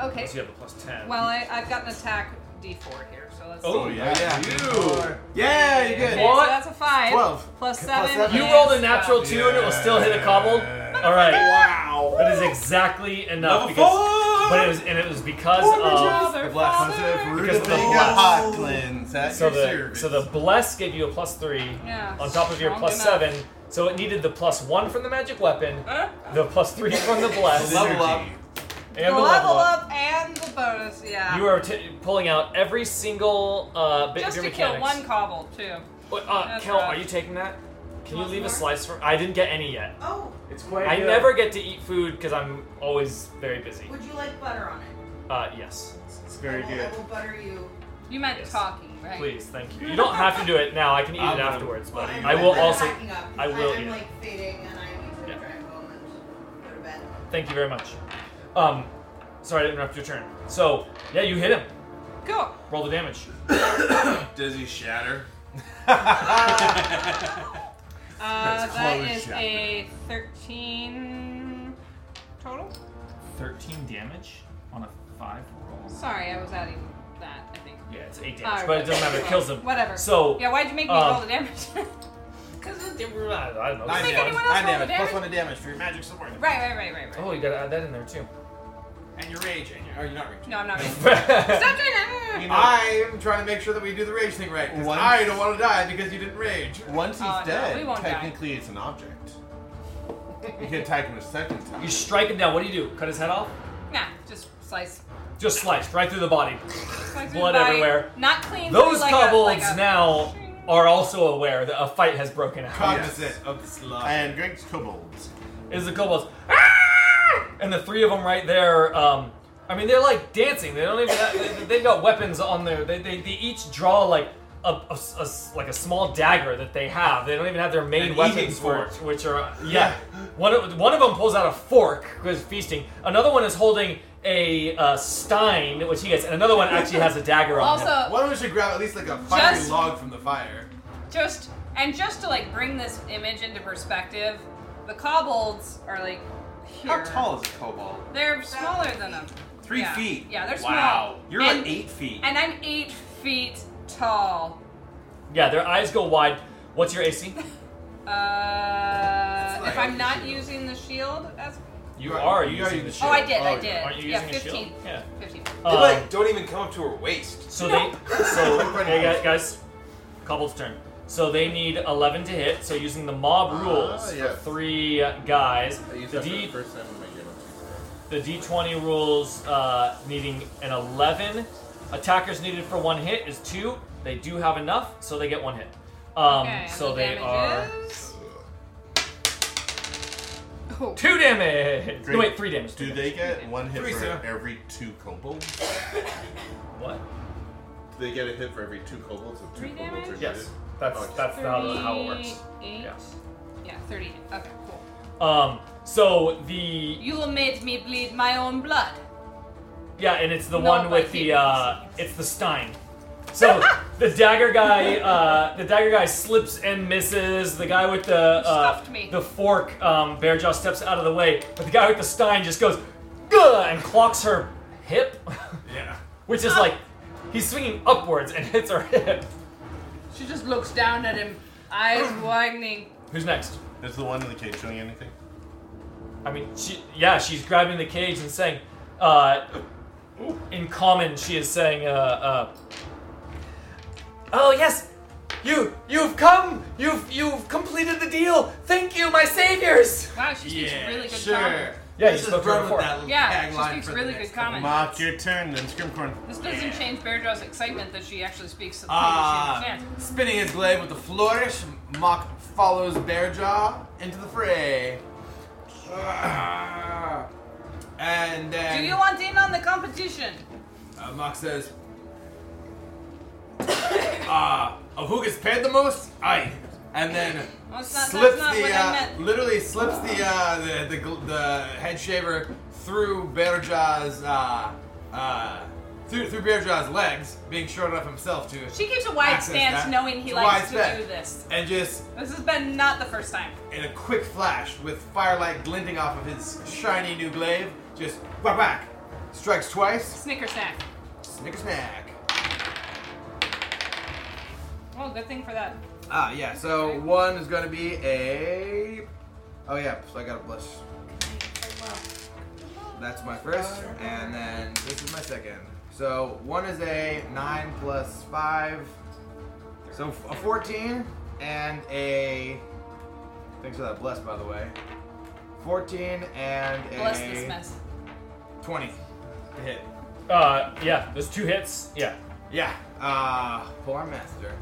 Speaker 4: Okay.
Speaker 2: Unless you have a plus ten.
Speaker 4: Well, I, I've got an attack D4 here, so let's.
Speaker 2: Oh,
Speaker 4: see.
Speaker 2: yeah. yeah. You.
Speaker 4: Yeah, you
Speaker 2: good.
Speaker 4: Okay, so that's a five.
Speaker 2: Twelve.
Speaker 4: Plus seven.
Speaker 2: You
Speaker 4: is uh,
Speaker 2: rolled a natural
Speaker 4: twelve.
Speaker 2: two and it will still hit a cobbled. All right. Wow. That is exactly enough. because, But it was and it was because
Speaker 6: Oh, my
Speaker 2: of
Speaker 6: God, The Black Hunter father. of
Speaker 2: because of the
Speaker 6: Rutabaga
Speaker 2: bless.
Speaker 4: Oh.
Speaker 6: Hot Cleanse at
Speaker 2: so
Speaker 6: your
Speaker 2: the
Speaker 6: service.
Speaker 2: so the bless gave you a plus three
Speaker 6: Yeah,
Speaker 2: on top of your
Speaker 6: strong
Speaker 2: plus
Speaker 6: enough.
Speaker 2: seven. So it needed the plus one from the magic weapon, the plus three from the bless,
Speaker 6: Level up.
Speaker 2: and the
Speaker 4: level,
Speaker 2: up.
Speaker 4: up and the bonus, yeah.
Speaker 2: You are t- pulling out every single uh, bit
Speaker 4: Just
Speaker 2: of
Speaker 4: to
Speaker 2: your
Speaker 4: kill
Speaker 2: mechanics.
Speaker 4: one cobble, too.
Speaker 2: But, uh,
Speaker 4: That's
Speaker 2: Kel,
Speaker 4: rough.
Speaker 2: are you taking that? Can you leave a slice for? I didn't get any yet.
Speaker 11: Oh.
Speaker 2: It's
Speaker 18: quite
Speaker 2: I
Speaker 18: good.
Speaker 2: never get to eat food because I'm always very busy.
Speaker 11: Would you like butter on it?
Speaker 2: Uh, yes. It's very
Speaker 11: I will- I will butter you.
Speaker 4: You meant talking, right?
Speaker 2: Please, thank you. You
Speaker 4: *laughs*
Speaker 2: don't have to do it now. I can eat
Speaker 18: I'm
Speaker 2: it
Speaker 18: gonna-
Speaker 2: afterwards, but
Speaker 18: I'm
Speaker 2: I will
Speaker 18: gonna-
Speaker 2: also.
Speaker 11: Packing up.
Speaker 2: I will
Speaker 11: I'm
Speaker 2: eat. it.
Speaker 11: like fading and I need to grab a moment. Go to bed.
Speaker 2: Thank you very much. Um, sorry to interrupt your turn. So yeah, you hit him. *laughs*
Speaker 4: Cool.
Speaker 2: Roll the damage.
Speaker 7: Does he shatter?
Speaker 4: Uh,
Speaker 2: That's
Speaker 4: that
Speaker 2: close
Speaker 4: is
Speaker 2: shot.
Speaker 4: a 13 total?
Speaker 2: Thirteen damage on a five roll.
Speaker 4: Sorry, I was adding that, I think.
Speaker 2: Yeah, it's eight damage,
Speaker 4: Alright,
Speaker 2: but it doesn't matter. It kills them.
Speaker 4: Whatever.
Speaker 2: So
Speaker 4: Yeah, why'd you make me
Speaker 2: um,
Speaker 4: roll the damage? *laughs* Because
Speaker 2: I don't know.
Speaker 4: Let's make anyone else
Speaker 5: Nine
Speaker 4: roll the
Speaker 5: damage, plus
Speaker 4: damage.
Speaker 5: one to damage for your magic sword.
Speaker 4: Right, right, right, right, right.
Speaker 2: Oh, you gotta add that in there too. *laughs*
Speaker 5: And your rage, and your, oh, you're not raging.
Speaker 4: No, I'm not. *laughs* Stop doing that.
Speaker 5: I am trying to make sure that we do the rage thing right, because
Speaker 6: Once-
Speaker 5: I don't want to die because you didn't rage.
Speaker 6: Once he's
Speaker 4: Oh, no,
Speaker 6: dead,
Speaker 4: we won't die.
Speaker 6: technically it's an object.
Speaker 4: *laughs*
Speaker 6: You can attack him a second time.
Speaker 2: You strike him down. What do you do? Cut his head off?
Speaker 4: Nah, just slice.
Speaker 2: Just sliced right through the body.
Speaker 4: Slice through
Speaker 2: Blood
Speaker 4: the body.
Speaker 2: everywhere.
Speaker 4: Not clean.
Speaker 2: Those
Speaker 4: through like
Speaker 2: kobolds
Speaker 4: a, like a,
Speaker 2: now are also aware that a fight has broken out.
Speaker 5: Cognizant of the slaughter.
Speaker 6: And Greg's kobolds.
Speaker 2: Is the kobolds. "Ah!" And the three of them right there, um, I mean, they're like dancing. They don't even. they, they've got weapons on their. They, they, they each draw like. A, a s- a s- like a small dagger that they have. They don't even have their main
Speaker 18: An eating
Speaker 2: weapons, for,
Speaker 18: fork.
Speaker 2: which are yeah. One of, one of them pulls out a fork because feasting. Another one is holding a uh, stein, which he gets, and another one actually has a dagger on him.
Speaker 4: Also-
Speaker 5: why don't we should grab at least like a fiery
Speaker 4: Just-
Speaker 5: log from the fire?
Speaker 4: Just and just to like bring this image into perspective, the kobolds are like here.
Speaker 18: How tall is a kobold?
Speaker 4: They're smaller than them.
Speaker 18: Three
Speaker 4: Yeah.
Speaker 18: feet.
Speaker 4: Yeah, they're small.
Speaker 18: Wow. You're like
Speaker 4: And-
Speaker 18: eight feet.
Speaker 4: And I'm eight feet tall.
Speaker 2: Yeah, their eyes go wide. What's your AC?
Speaker 4: Uh,
Speaker 2: not
Speaker 4: if I'm
Speaker 2: your
Speaker 4: not using the shield as
Speaker 2: You
Speaker 18: Right,
Speaker 2: are
Speaker 18: you are using
Speaker 2: using the
Speaker 18: the
Speaker 2: shield.
Speaker 4: Oh, I did, I
Speaker 2: you-
Speaker 4: did.
Speaker 2: Aren't you
Speaker 4: yeah,
Speaker 2: using the
Speaker 4: 15.
Speaker 2: shield? Yeah.
Speaker 4: 15.
Speaker 18: They
Speaker 2: Um,
Speaker 18: like don't even come up to her waist.
Speaker 2: So they,
Speaker 6: *laughs*
Speaker 2: so hey guys, guys, couple's turn. So they need 11 to hit. So using the mob rules
Speaker 6: Ah, yes.
Speaker 2: for three uh, guys,
Speaker 6: I used
Speaker 2: the,
Speaker 6: that for
Speaker 2: D,
Speaker 6: the first time in my game.
Speaker 2: the D20 rules uh, needing an 11. Attackers needed for one hit is two. They do have enough, so they get one hit. Um,
Speaker 4: Okay, and
Speaker 2: so
Speaker 4: the
Speaker 2: they
Speaker 4: damage
Speaker 2: are
Speaker 4: is- Oh.
Speaker 2: two damage.
Speaker 6: Great.
Speaker 2: No, wait, three damage. two
Speaker 6: Do
Speaker 2: damage.
Speaker 6: they get one hit
Speaker 2: Three,
Speaker 6: for
Speaker 2: sir.
Speaker 6: every two kobolds?
Speaker 2: What?
Speaker 6: Do they get a hit for every two kobolds? If two
Speaker 4: Three
Speaker 6: kobolds
Speaker 4: damage?
Speaker 6: are
Speaker 2: Yes,
Speaker 6: needed?
Speaker 2: that's
Speaker 6: Okay.
Speaker 2: that's how, how it works.
Speaker 4: 38? Yeah. 38. Okay, cool.
Speaker 2: Um, so the
Speaker 4: You will make me bleed my own blood.
Speaker 2: Yeah, and it's the
Speaker 4: No,
Speaker 2: one
Speaker 4: but
Speaker 2: with
Speaker 4: he
Speaker 2: the uh, it's the Stein.
Speaker 4: *laughs*
Speaker 2: So the dagger guy, uh, the dagger guy slips and misses. The guy with the uh,
Speaker 4: Stuffed me.
Speaker 2: the fork, um, Bearjaw steps out of the way, but the guy with the Stein just goes Gah! and clocks her hip, *laughs*
Speaker 5: Yeah.
Speaker 2: which is like he's swinging upwards and hits her hip.
Speaker 4: She just looks down at him, *clears throat* eyes widening.
Speaker 2: Who's next?
Speaker 6: Is the one in the cage doing anything?
Speaker 2: I mean, she yeah, she's grabbing the cage and saying, uh, in common, she is saying, uh, uh, "Oh yes,
Speaker 22: You, you've come. You've, you've completed the deal. Thank you, my saviors.
Speaker 4: Wow, she speaks
Speaker 5: Yeah,
Speaker 4: really good
Speaker 5: sure.
Speaker 4: common.
Speaker 2: Yeah,
Speaker 5: Let's
Speaker 2: you
Speaker 5: just
Speaker 2: spoke to
Speaker 5: run
Speaker 2: her
Speaker 5: with
Speaker 2: before.
Speaker 5: that little
Speaker 4: Yeah,
Speaker 5: tagline
Speaker 4: she speaks
Speaker 5: for the
Speaker 4: really
Speaker 5: next
Speaker 4: good common.
Speaker 5: Mock your turn, then Scrimcorn.
Speaker 4: This doesn't change Beardraw's excitement that she actually speaks something
Speaker 3: Ah,
Speaker 4: that she understands.
Speaker 3: spinning his blade with a flourish, Mock follows Bearjaw into the fray. Ah. And then
Speaker 4: Do you want in on the competition?
Speaker 3: uh, Mock says, *coughs* "Ah, of who gets paid the most? I." And then
Speaker 4: Well, it's not,
Speaker 3: slips
Speaker 4: that's not
Speaker 3: the
Speaker 4: what I meant.
Speaker 3: uh, literally slips the, uh, the the gl- the head shaver through Bearjaw's uh, uh, through through Bearjaw's legs, being short enough himself to.
Speaker 4: She keeps a wide
Speaker 3: access
Speaker 4: stance
Speaker 3: that.
Speaker 4: knowing he
Speaker 3: It's a
Speaker 4: likes to
Speaker 3: wide stance.
Speaker 4: do this.
Speaker 3: And just
Speaker 4: This has been not the first time.
Speaker 3: in a quick flash, with firelight glinting off of his shiny new glaive, just whack whack, strikes twice,
Speaker 4: Snicker snack.
Speaker 3: snicker snack.
Speaker 4: Well, good thing for that.
Speaker 3: Ah, yeah. So one is going to be a. Oh yeah, so I got a blush. That's my first, and then this is my second. So one is a nine plus five, so f- a fourteen, and a. Thanks for that bless, by the way. Fourteen and a
Speaker 4: Bless this mess.
Speaker 3: twenty to hit.
Speaker 2: Uh, yeah, those two hits. Yeah.
Speaker 3: Yeah. Uh, poor master.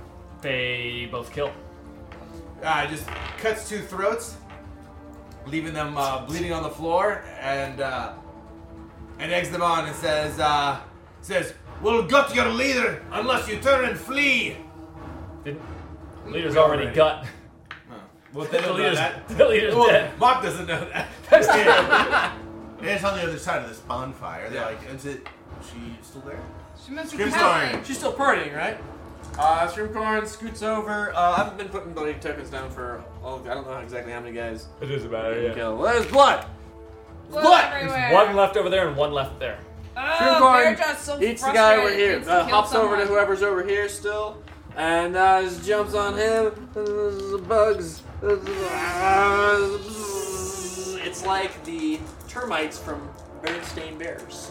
Speaker 2: They both kill.
Speaker 3: Uh, just cuts two throats, leaving them uh, bleeding on the floor, and uh, and eggs them on and says uh, says, "We'll gut your leader unless you turn and flee."
Speaker 2: Didn't Leader's already gut.
Speaker 3: *laughs* Well,
Speaker 2: *laughs*
Speaker 3: they
Speaker 2: The
Speaker 3: don't know
Speaker 2: leader's-
Speaker 3: that.
Speaker 2: the leader's
Speaker 3: well,
Speaker 2: dead.
Speaker 3: Mock Oh, doesn't know that.
Speaker 5: It's on the other side of this bonfire. They're like, is it? She still there?
Speaker 4: She must
Speaker 5: Scrim's dying.
Speaker 10: She's still partying, right? Uh, Shrimpcorn scoots over. Uh, I've been putting bloody tokens down for all. I don't know exactly how many guys.
Speaker 2: It doesn't
Speaker 6: Oh,
Speaker 2: matter. Yeah.
Speaker 10: Kill. Well, there's blood.
Speaker 4: Blood everywhere.
Speaker 2: There's one left over there and one left there.
Speaker 4: Oh,
Speaker 10: Shrimpcorn
Speaker 4: Bearjaw's so
Speaker 10: eats the
Speaker 4: frustrated.
Speaker 10: guy over
Speaker 4: he
Speaker 10: here.
Speaker 4: needs to
Speaker 10: Uh,
Speaker 4: kill
Speaker 10: hops over to
Speaker 4: someone.
Speaker 10: whoever's over here still, and uh, just jumps on him. Bugs. It's like the termites from Bernstein Bears.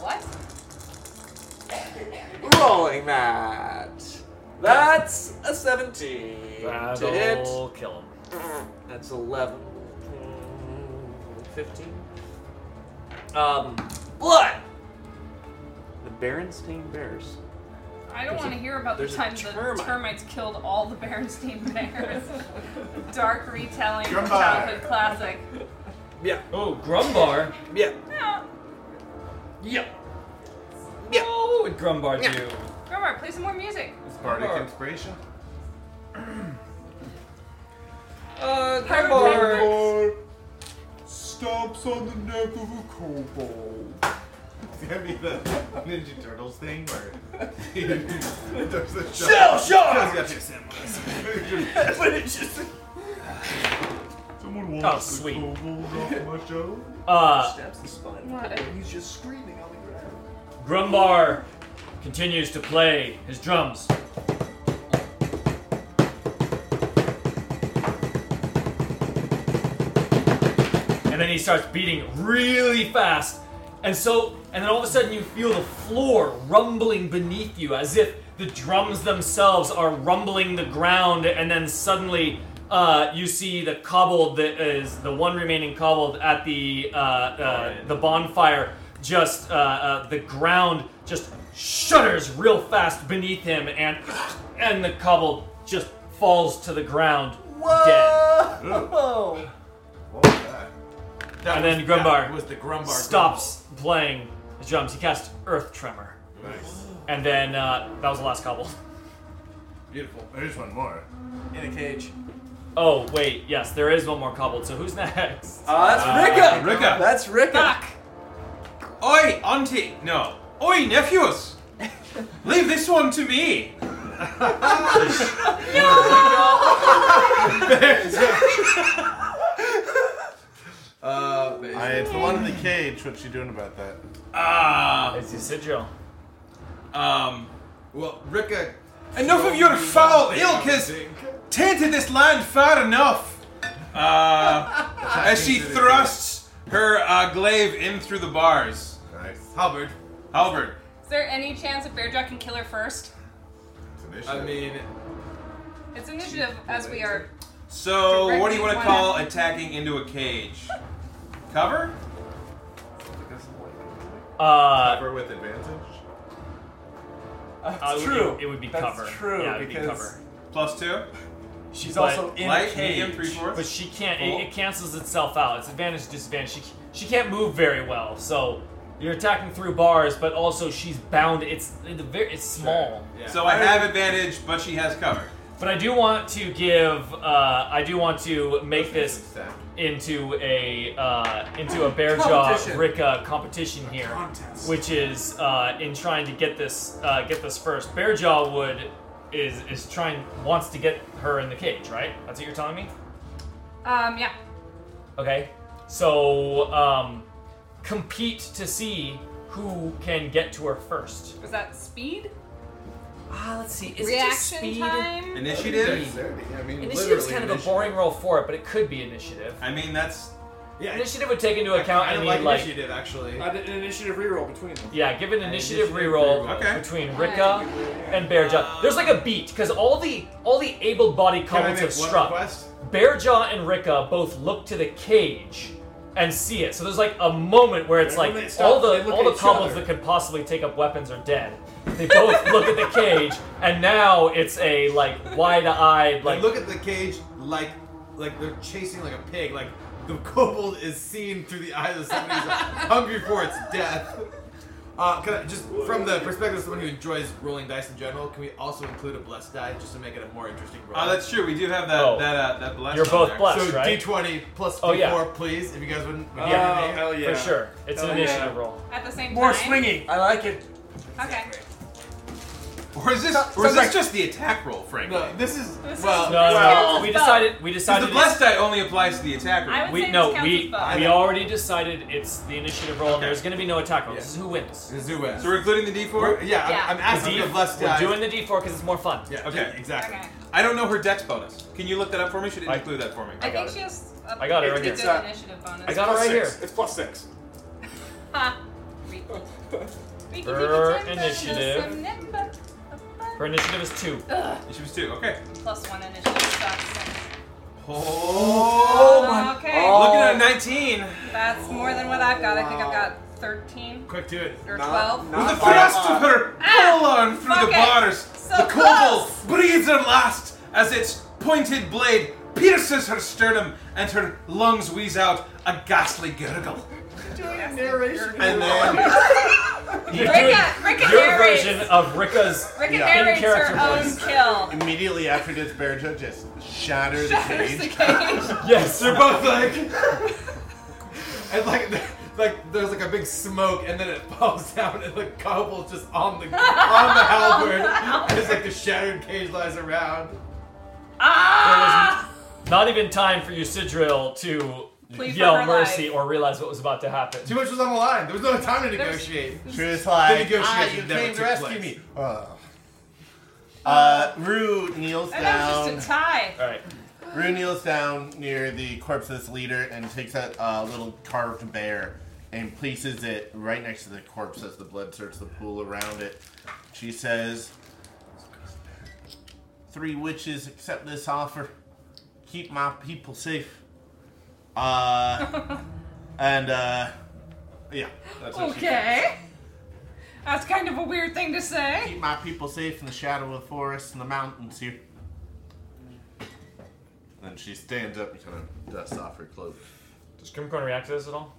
Speaker 4: What?
Speaker 10: Rolling that. That's a 17 to hit.
Speaker 2: That'll kill him.
Speaker 10: That's 11. 15. Um, blood! The Berenstain Bears.
Speaker 4: I don't
Speaker 10: There's
Speaker 4: want to
Speaker 10: a-
Speaker 4: hear about the
Speaker 10: there's a
Speaker 4: time the
Speaker 10: termite.
Speaker 4: termites killed all the Berenstain *laughs* Bears.
Speaker 10: *laughs*
Speaker 4: Dark retelling from
Speaker 10: Grumbar.
Speaker 4: childhood classic.
Speaker 10: Yeah.
Speaker 2: Oh, Grumbar.
Speaker 10: Yeah.
Speaker 4: No,
Speaker 10: Yeah.
Speaker 2: Yeah. Oh, what would Grumbar
Speaker 4: Yeah.
Speaker 2: do?
Speaker 4: Grumbar, play some more music.
Speaker 5: Bardic *laughs* inspiration.
Speaker 2: Uh,
Speaker 5: Grumbar stomps on the neck of a kobold. Give me the Ninja Turtles thing where he does the
Speaker 23: Shell shock!
Speaker 5: *laughs* But it's just. Someone
Speaker 2: Oh,
Speaker 5: wants
Speaker 2: sweet.
Speaker 5: the kobold off my show.
Speaker 2: Uh,
Speaker 23: Stabs the spine.
Speaker 4: What?
Speaker 23: He's just screaming on the ground.
Speaker 2: Grumbar continues to play his drums. And then he starts beating really fast. And so, and then all of a sudden you feel the floor rumbling beneath you as if the drums themselves are rumbling the ground. And then suddenly uh, you see the cobbled that is the one remaining cobbled at the, uh, uh, the bonfire. Just uh, uh, the ground just shudders real fast beneath him, and and the cobbled just falls to the ground
Speaker 10: Whoa!
Speaker 2: and then Grumbar,
Speaker 3: that was the Grumbar
Speaker 2: stops playing the drums. He cast Earth Tremor.
Speaker 5: Nice.
Speaker 2: And then uh, that was the last cobble.
Speaker 3: Beautiful.
Speaker 5: There's one more.
Speaker 3: In a cage.
Speaker 2: Oh, wait, yes, there is one more cobbled. So who's *laughs* next?
Speaker 10: Uh, that's Ricka!
Speaker 2: Ricka.
Speaker 10: That's Ricka!
Speaker 7: Oi, auntie! No. Oi, nephews! Leave this one to me!
Speaker 3: Uh,
Speaker 5: I, it's the one in the cage. What's she doing about that?
Speaker 7: Ah!
Speaker 2: Oh, It's your sigil.
Speaker 7: Um.
Speaker 3: Well, Ricka.
Speaker 7: Enough of your foul ilk has tainted this land far enough! Uh. *laughs* as she thrusts her uh, glaive in through the bars.
Speaker 5: Nice.
Speaker 3: Halberd.
Speaker 7: Halberd.
Speaker 4: Is there any chance that Bearjaw can kill her first?
Speaker 3: I mean,
Speaker 4: It's initiative as we are.
Speaker 7: So, what do
Speaker 4: Directly
Speaker 7: you want to
Speaker 4: one
Speaker 7: call
Speaker 4: after-
Speaker 7: attacking into a cage? Cover?
Speaker 2: Uh,
Speaker 6: Cover with advantage?
Speaker 2: That's uh, it would-
Speaker 7: true.
Speaker 2: It, would be
Speaker 7: That's
Speaker 2: cover.
Speaker 7: true,
Speaker 2: Yeah, it would be
Speaker 7: because-
Speaker 2: cover.
Speaker 7: Plus two?
Speaker 2: She's
Speaker 7: also in a Light, medium, cage. three-fourths?
Speaker 2: But she can't.
Speaker 7: Full.
Speaker 2: It, it cancels itself out. It's advantage, disadvantage. She, she can't move very well. So you're attacking through bars, but also she's bound. It's the very. It's small.
Speaker 7: So I have advantage, but she has cover.
Speaker 2: But I do want to give. Uh, I do want to make this into a uh, into a bear jaw
Speaker 17: Competition.
Speaker 2: Ricka competition here,
Speaker 17: contest.
Speaker 2: which is uh, in trying to get this uh, get this first. Bear jaw would is is trying wants to get her in the cage, right? That's what you're telling me.
Speaker 4: Um, yeah.
Speaker 2: Okay, so um, compete to see who can get to her first.
Speaker 4: Is that speed?
Speaker 2: Ah, let's see.
Speaker 4: Is Reaction time. *laughs*
Speaker 2: I mean, Initiative's kind of a boring roll for it, but it could be initiative.
Speaker 7: I mean, that's.
Speaker 2: Yeah, initiative would take into account any like,
Speaker 18: actually. I did an initiative reroll between them.
Speaker 2: Yeah, give an
Speaker 18: An
Speaker 2: initiative,
Speaker 18: initiative
Speaker 2: reroll
Speaker 18: reroll. Okay.
Speaker 2: between Rika and Bearjaw. There's like a beat because all the all the able-bodied
Speaker 18: Can I
Speaker 2: couples have
Speaker 18: make one
Speaker 2: struck. Bearjaw and Rika both look to the cage and see it. So there's like a moment where it's
Speaker 17: And when
Speaker 2: like
Speaker 17: they stop,
Speaker 2: all
Speaker 17: they
Speaker 2: the
Speaker 17: look
Speaker 2: all
Speaker 17: at
Speaker 2: the
Speaker 17: each
Speaker 2: couples
Speaker 17: other.
Speaker 2: that could possibly take up weapons are dead. They both *laughs* look at the cage, and now it's a like wide-eyed like.
Speaker 5: look at the cage like like they're chasing like a pig. Like the *laughs* kobold is seen through the eyes of somebody who's hungry for its death. Uh, can I, just from the perspective of someone who enjoys rolling dice in general, can we also include a blessed die just to make it a more interesting roll?
Speaker 7: Oh, that's true. We do have that
Speaker 5: Oh.
Speaker 7: that uh, that blessed.
Speaker 5: You're
Speaker 7: on
Speaker 5: both
Speaker 7: there.
Speaker 5: blessed, So right? D20 plus
Speaker 7: Oh, yeah.
Speaker 5: D4, please, if you guys wouldn't.
Speaker 7: Oh, hell yeah. For sure. It's an initiative
Speaker 2: roll.
Speaker 4: At the same
Speaker 18: More
Speaker 4: time.
Speaker 18: swingy. I like it.
Speaker 4: Okay.
Speaker 7: Or is this or is this just the attack roll, Frank?
Speaker 5: No, this is
Speaker 4: This
Speaker 7: well.
Speaker 2: is- No, no, no. this counts We as both. decided- we
Speaker 7: 'Cause
Speaker 2: decided
Speaker 7: the blessed
Speaker 3: Oh,
Speaker 7: die only applies to the attack roll.
Speaker 2: I would we no, we we already decided it's the initiative roll. and There's going to be no attack roll. This is who wins.
Speaker 5: This is who wins.
Speaker 7: So we're including the D4.
Speaker 5: yeah, I'm- I'm asking
Speaker 2: the
Speaker 5: for the blessed
Speaker 2: We're
Speaker 5: die.
Speaker 2: doing the D4 because it's more fun.
Speaker 5: Yeah.
Speaker 7: Okay,
Speaker 5: exactly.
Speaker 7: I don't know her dex bonus. Can you look that up for me? Should it include that for me?
Speaker 4: I, think she has. a
Speaker 7: I got it right
Speaker 4: pretty
Speaker 7: here.
Speaker 4: good initiative bonus.
Speaker 7: I got it right here.
Speaker 18: It's plus six.
Speaker 4: Ha. We- we can
Speaker 2: Her
Speaker 4: take a turn,
Speaker 2: initiative.
Speaker 4: bonus, and then-
Speaker 2: Her initiative is two.
Speaker 4: Ugh.
Speaker 7: Initiative is two. Okay.
Speaker 4: Plus one initiative sucks.
Speaker 7: Oh,
Speaker 4: my- Okay.
Speaker 7: Looking at a 19.
Speaker 4: That's more than what I've got. I think I've got 13
Speaker 5: Quick, do it.
Speaker 4: or
Speaker 5: Not-
Speaker 4: 12.
Speaker 5: not
Speaker 24: With the thrust of her
Speaker 4: Ah,
Speaker 24: colon through
Speaker 4: fuck
Speaker 24: the
Speaker 4: it.
Speaker 24: bars,
Speaker 4: So
Speaker 24: the kobold
Speaker 4: close.
Speaker 24: breathes her last as its pointed blade pierces her sternum and her lungs wheeze out a ghastly gurgle.
Speaker 12: Doing a narration.
Speaker 24: And then-
Speaker 4: *laughs*
Speaker 2: You're
Speaker 12: Ricka-
Speaker 2: doing
Speaker 12: Ricka
Speaker 2: your
Speaker 12: narrates.
Speaker 2: version of Ricka's
Speaker 4: Ricka
Speaker 2: in
Speaker 4: narrates
Speaker 2: character
Speaker 4: her own
Speaker 2: voice.
Speaker 4: kill.
Speaker 6: Immediately after this, Bear Judge just shatters,
Speaker 4: Shatters
Speaker 6: the
Speaker 4: the
Speaker 6: cage.
Speaker 2: *laughs*
Speaker 4: cage.
Speaker 2: yes,
Speaker 5: they're *laughs* both like, *laughs* and like, the- like there's like a big smoke, and then it *laughs* falls down, and the kobold's just on the on the halberd. and it's like the shattered cage lies around.
Speaker 2: Ah! Not even time for Eusidril to
Speaker 5: Plead for
Speaker 2: yell
Speaker 5: her
Speaker 2: mercy or realize what was about to happen.
Speaker 5: Too much was on the line. There was no time to negotiate.
Speaker 6: She was like,
Speaker 5: the
Speaker 6: ah, you
Speaker 5: negotiation never
Speaker 6: came to
Speaker 5: took
Speaker 6: rescue
Speaker 5: place.
Speaker 6: me. Ugh. Uh, Rue kneels
Speaker 4: And that was
Speaker 6: down.
Speaker 4: just a tie.
Speaker 2: Alright.
Speaker 6: Rue kneels down near the corpse of this leader and takes that uh, little carved bear and places it right next to the corpse as the blood starts to pool around it. She says, Three witches accept this offer. Keep my people safe.
Speaker 4: *laughs*
Speaker 6: Uh, and, uh, yeah. That's what she says.
Speaker 4: Okay. That's kind of a weird thing to say.
Speaker 6: Keep my people safe in the shadow of the forests and the mountains here. Then she stands up and kind of dusts off her cloak.
Speaker 2: Does Krimkorn react to this at all?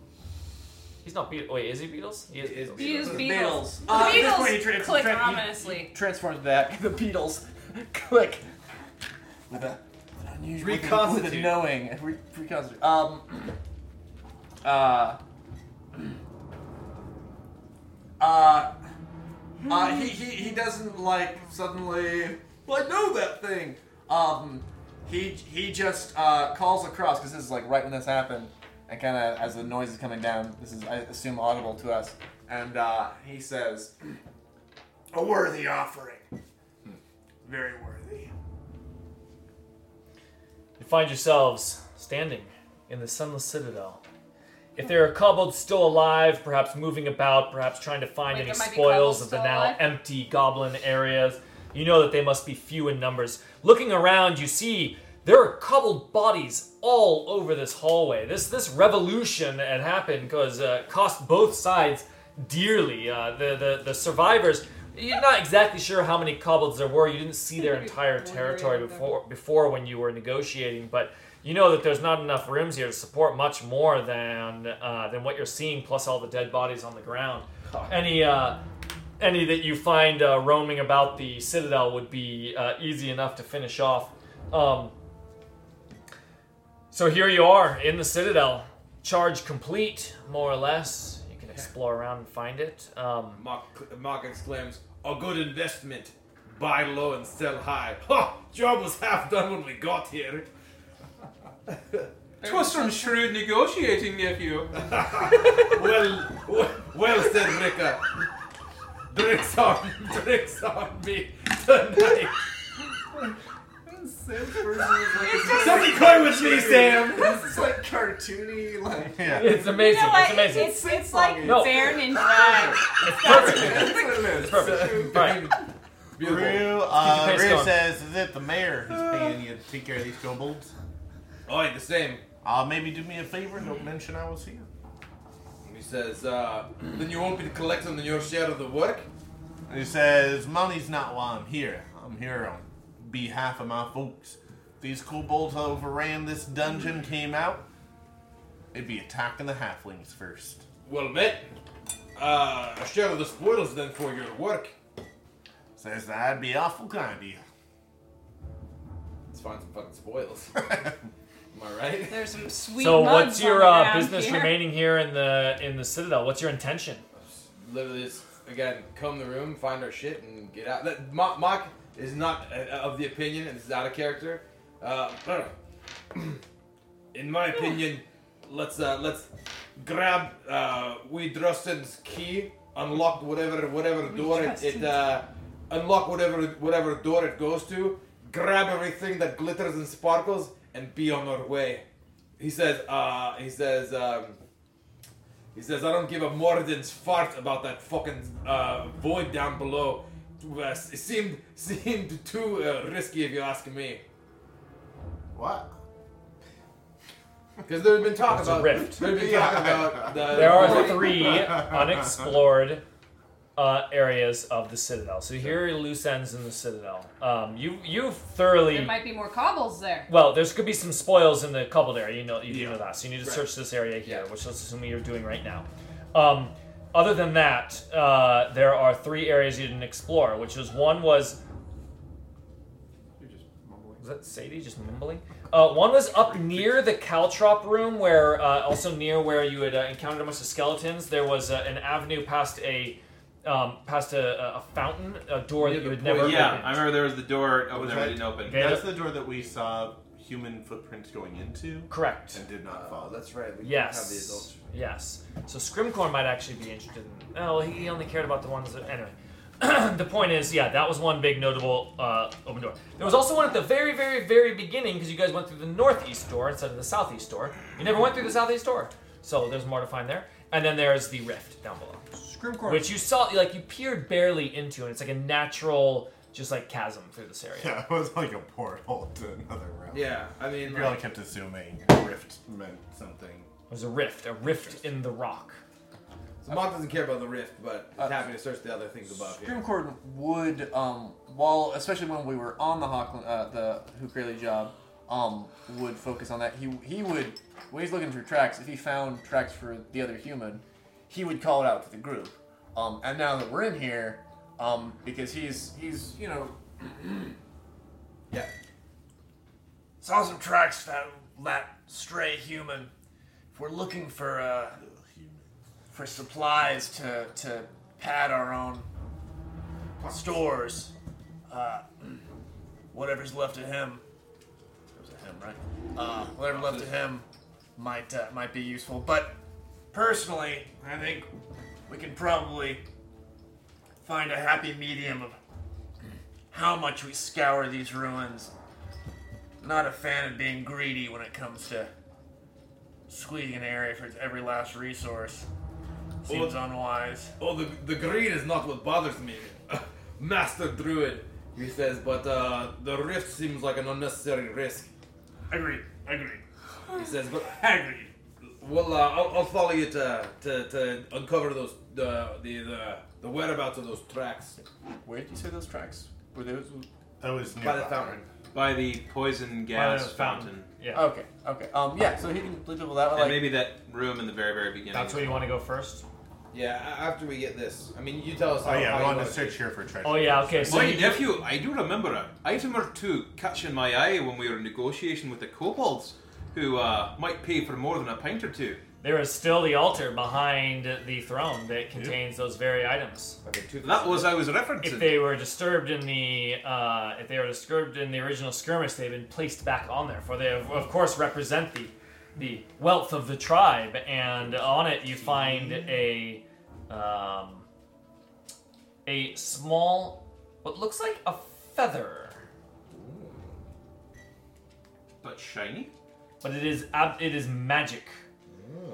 Speaker 2: He's not Beatles. Wait, is he Beatles? He is Beatles.
Speaker 4: He is Beatles.
Speaker 18: Beatles.
Speaker 4: The
Speaker 18: Uh, at this point,
Speaker 4: Beatles
Speaker 18: he trans-
Speaker 4: click
Speaker 18: trans- he-
Speaker 10: *laughs*
Speaker 4: ominously.
Speaker 18: Transformed that. *laughs* The Beatles. Click. With a with an unusual with a- With a
Speaker 12: Reconstitute.
Speaker 18: knowing. Re- reconstitute. Um. Uh. *clears throat* Uh. Uh, he, he, he doesn't like suddenly well I know that thing. Um, he he just uh, calls across because this is like right when this happened, and kind of as the noise is coming down, this is I assume audible to us, and uh, he says, "A worthy offering, very worthy."
Speaker 2: You find yourselves standing in the sunless citadel. If there are kobolds still alive, perhaps moving about, perhaps trying to find
Speaker 17: Wait,
Speaker 2: any
Speaker 17: there might be
Speaker 2: spoils
Speaker 17: kobolds
Speaker 2: of the
Speaker 17: still
Speaker 2: now
Speaker 17: alive?
Speaker 2: empty goblin areas, You know that they must be few in numbers. Looking around, you see there are cobbled bodies all over this hallway. This this revolution that had happened because uh, cost both sides dearly. Uh, the, the the survivors. You're not exactly sure how many cobbles there were. You didn't see their entire territory before before when you were negotiating, but you know that there's not enough rooms here to support much more than uh, than what you're seeing, plus all the dead bodies on the ground. Any uh, any that you find uh, roaming about the citadel would be uh, easy enough to finish off. Um, so here you are in the citadel, charge complete, more or less. You can explore around and find it. Um,
Speaker 3: Mark, Mark exclaims, "A good investment. Buy low and sell high. Ha! Job was half done when we got
Speaker 24: *laughs*
Speaker 3: here."
Speaker 24: Twas from shrewd negotiating, nephew.
Speaker 3: *laughs* well, well, well said, Ricka. Drinks on, drinks on me tonight.
Speaker 12: Something come with me, Sam.
Speaker 18: This is like cartoony, like
Speaker 2: *laughs* It's amazing.
Speaker 11: You
Speaker 2: it's
Speaker 11: know what?
Speaker 2: amazing.
Speaker 11: It's, it's like
Speaker 2: No.
Speaker 11: Bear Ninja.
Speaker 2: It's perfect. it's perfect. All right.
Speaker 25: Rue,
Speaker 2: Let's keep
Speaker 25: uh,
Speaker 2: the pace
Speaker 25: Rue
Speaker 2: going.
Speaker 25: says, is it the mayor who's paying you to take care of these kobolds?
Speaker 3: Oi, the same.
Speaker 25: Uh, maybe do me a favor, don't mention I was here.
Speaker 3: He says, uh, then you won't be collecting your share of the work?
Speaker 25: He says, money's not why I'm here. I'm here on behalf of my folks. These kobolds overran this dungeon came out, they'd be attacking the halflings first.
Speaker 3: Well, bet. Uh, a share of the spoils then for your work.
Speaker 25: Says that'd be awful kind of you.
Speaker 3: Let's find some fucking spoils. Am I right?
Speaker 11: There's some sweet
Speaker 2: So
Speaker 11: mugs
Speaker 2: what's your
Speaker 11: on the
Speaker 2: uh,
Speaker 11: ground
Speaker 2: business
Speaker 11: here.
Speaker 2: remaining here in the in the citadel? What's your intention?
Speaker 3: Literally, just, again, comb the room, find our shit, and get out. That, Mo- Mock is not uh, of the opinion, and this is out of character. Uh, *clears throat* in my opinion, let's uh, let's grab uh, Weedrustin's key, unlock whatever whatever door it, it uh, unlock whatever whatever door it goes to, grab everything that glitters and sparkles, and be on our way. He says. Uh, he says. Um, he says, I don't give a Morden's fart about that fucking uh, void down below. Uh, it seemed, *laughs* seemed too uh, risky if you ask me.
Speaker 25: What?
Speaker 3: Because there's been talk
Speaker 2: It's a
Speaker 3: about
Speaker 2: rift.
Speaker 12: *laughs*
Speaker 3: There's been talk about the,
Speaker 2: There are three unexplored uh, areas of the citadel. So here are loose ends in the citadel. Um, you you
Speaker 4: There
Speaker 2: thoroughly
Speaker 4: might be more cobbles there.
Speaker 2: well. There's could be some spoils in the cobbled area. You know you do know that. So you need to
Speaker 4: Right.
Speaker 2: search this area here, which let's assume you're doing right now. Um, other than that, uh, there are three areas you didn't explore, which was one was was that Sadie just mumbling? Uh, one was up near the caltrop room, where uh, also near where you had uh, encountered a bunch of skeletons. There was uh, an avenue past a um, past a, a- a fountain, a door that you had never
Speaker 7: yeah,
Speaker 2: opened.
Speaker 7: I remember there was the door over
Speaker 25: Was
Speaker 7: there
Speaker 25: that-
Speaker 7: I didn't open.
Speaker 2: Okay,
Speaker 25: That's the door that we saw human footprints going into.
Speaker 2: Correct.
Speaker 25: And did not follow.
Speaker 18: That's right. We have the adults.
Speaker 2: Yes. Yes. So Scrimcorn might actually be interested in. Oh, he only cared about the ones that. Anyway. *clears throat* the point is, yeah, that was one big notable uh, open door. There was also one at the very, very, very beginning because you guys went through the northeast door instead of the southeast door. You never went through the southeast door. So there's more to find there. And then there's the rift down below.
Speaker 24: Scrimcorn.
Speaker 2: Which you saw, like, you peered barely into, and it's like a natural, just like chasm through this area.
Speaker 25: Yeah, *laughs* it was like a portal *laughs* to another realm.
Speaker 2: Yeah, I mean,
Speaker 25: we all
Speaker 2: like-
Speaker 25: kept assuming rift meant something.
Speaker 2: It was a rift, a rift in the rock.
Speaker 3: So Mock doesn't care about the rift, but he's happy to search the other things above here.
Speaker 18: Scrimcord would, um, while especially when we were on the Hawkland, uh, the Hukreli job, um, would focus on that. He he would when he's looking for tracks. If he found tracks for the other human, he would call it out to the group. Um, and now that we're in here, um, because he's he's you know, yeah,
Speaker 10: Saw some tracks found that stray human. If we're looking for uh, for supplies to to pad our own stores, uh, whatever's left of him, it was a him, right? Uh, whatever left of him might uh, might be useful. But personally, I think we can probably find a happy medium of how much we scour these ruins not a fan of being greedy when it comes to squeezing an area for its every last resource. Seems
Speaker 3: Oh,
Speaker 10: unwise.
Speaker 5: *laughs*
Speaker 3: Oh, the, the green is not what bothers me. Master Druid,
Speaker 5: He says, but uh, the rift seems like an unnecessary risk.
Speaker 10: Agreed. Agreed.
Speaker 5: He says, but
Speaker 10: agreed.
Speaker 5: Well, uh, I'll, I'll follow you to, to, to uncover those the, the the the whereabouts of those tracks.
Speaker 12: Where did you say those tracks? Were those?
Speaker 6: That was
Speaker 5: by the fountain.
Speaker 7: By the poison gas fountain.
Speaker 10: Oh.
Speaker 12: Yeah. Okay. Okay. Um. Yeah. So he can lead people that way.
Speaker 7: And
Speaker 12: Like,
Speaker 7: maybe that room in the very, very beginning.
Speaker 2: That's where you want to go first.
Speaker 5: Yeah, a- after we get this, I mean, you tell us.
Speaker 7: Oh, yeah, I
Speaker 5: you
Speaker 7: wanted
Speaker 5: want
Speaker 7: to
Speaker 6: search here for treasure.
Speaker 2: Oh, yeah, okay, so
Speaker 7: my
Speaker 2: you-
Speaker 7: nephew, I do remember an item or two catching my eye when we were in negotiation with the kobolds, who uh, might pay for more than a pint or two.
Speaker 2: There is still the altar behind the throne that contains those very items.
Speaker 7: That was I was referencing.
Speaker 2: If they were disturbed in the uh, if they were disturbed in the original skirmish, they've been placed back on there. For they of, of course represent the the wealth of the tribe, and on it you find a um, a small what looks like a feather.
Speaker 7: But shiny.
Speaker 2: But it is ab- it is magic.
Speaker 12: Ah.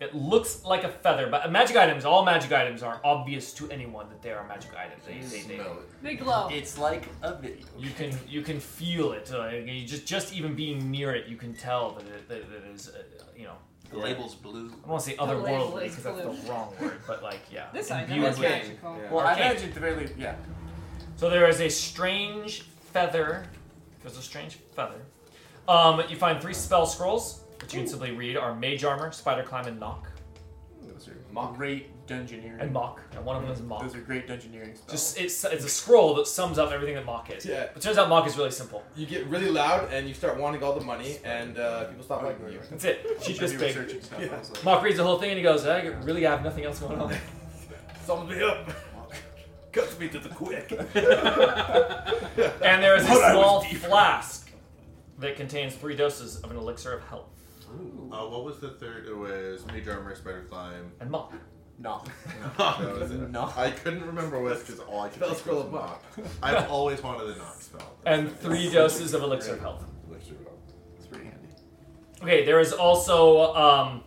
Speaker 2: It looks like a feather, but magic items, all magic items are obvious to anyone that they are magic items. They, they, they,
Speaker 4: They glow.
Speaker 2: It's like a video. You can you can feel it. Uh, you just just even being near it, you can tell that it, that it is uh, you know.
Speaker 7: The label's blue.
Speaker 2: I won't say
Speaker 7: The label
Speaker 2: otherworldly
Speaker 7: is
Speaker 2: because that's the
Speaker 7: blue.
Speaker 2: wrong word, but like yeah.
Speaker 7: This
Speaker 2: you
Speaker 7: I
Speaker 2: can
Speaker 7: know
Speaker 2: view
Speaker 7: is
Speaker 2: it with-
Speaker 7: magical.
Speaker 12: Well, I
Speaker 2: Arcane.
Speaker 12: imagine at the very least, yeah.
Speaker 2: So there is a strange feather. There's a strange feather. Um, you find three spell scrolls, which you can simply read are Mage Armor, Spider Climb, and Knock.
Speaker 12: Those are great dungeoneering.
Speaker 2: And mock. And one of them is mock.
Speaker 12: Those are great dungeoneering spells.
Speaker 2: Just it's it's a scroll that sums up everything that mock is.
Speaker 5: Yeah.
Speaker 2: But turns out mock is really simple.
Speaker 5: You get really loud and you start wanting all the money, and uh, people stop liking you.
Speaker 2: That's it. She's just big.
Speaker 5: Yeah.
Speaker 2: Mock reads the whole thing and he goes, I really have nothing else going on.
Speaker 5: Sums me up. Cuts me to the quick.
Speaker 2: and there is a
Speaker 5: Thought I was
Speaker 2: small flask that contains three doses of an elixir of health.
Speaker 6: Uh, what was the third? It was Mage Armor, Spider Climb.
Speaker 2: And Mop.
Speaker 12: Knock.
Speaker 7: *laughs*
Speaker 6: That was it.
Speaker 12: Knock.
Speaker 6: I couldn't remember what because all I could
Speaker 12: Spell
Speaker 6: think
Speaker 12: scroll
Speaker 6: was
Speaker 12: of
Speaker 6: Knock.
Speaker 12: Knock.
Speaker 6: I've always wanted a Knock spell.
Speaker 2: And three doses of elixir of health.
Speaker 6: Elixir of Health.
Speaker 12: It's pretty handy.
Speaker 2: Okay, there is also um,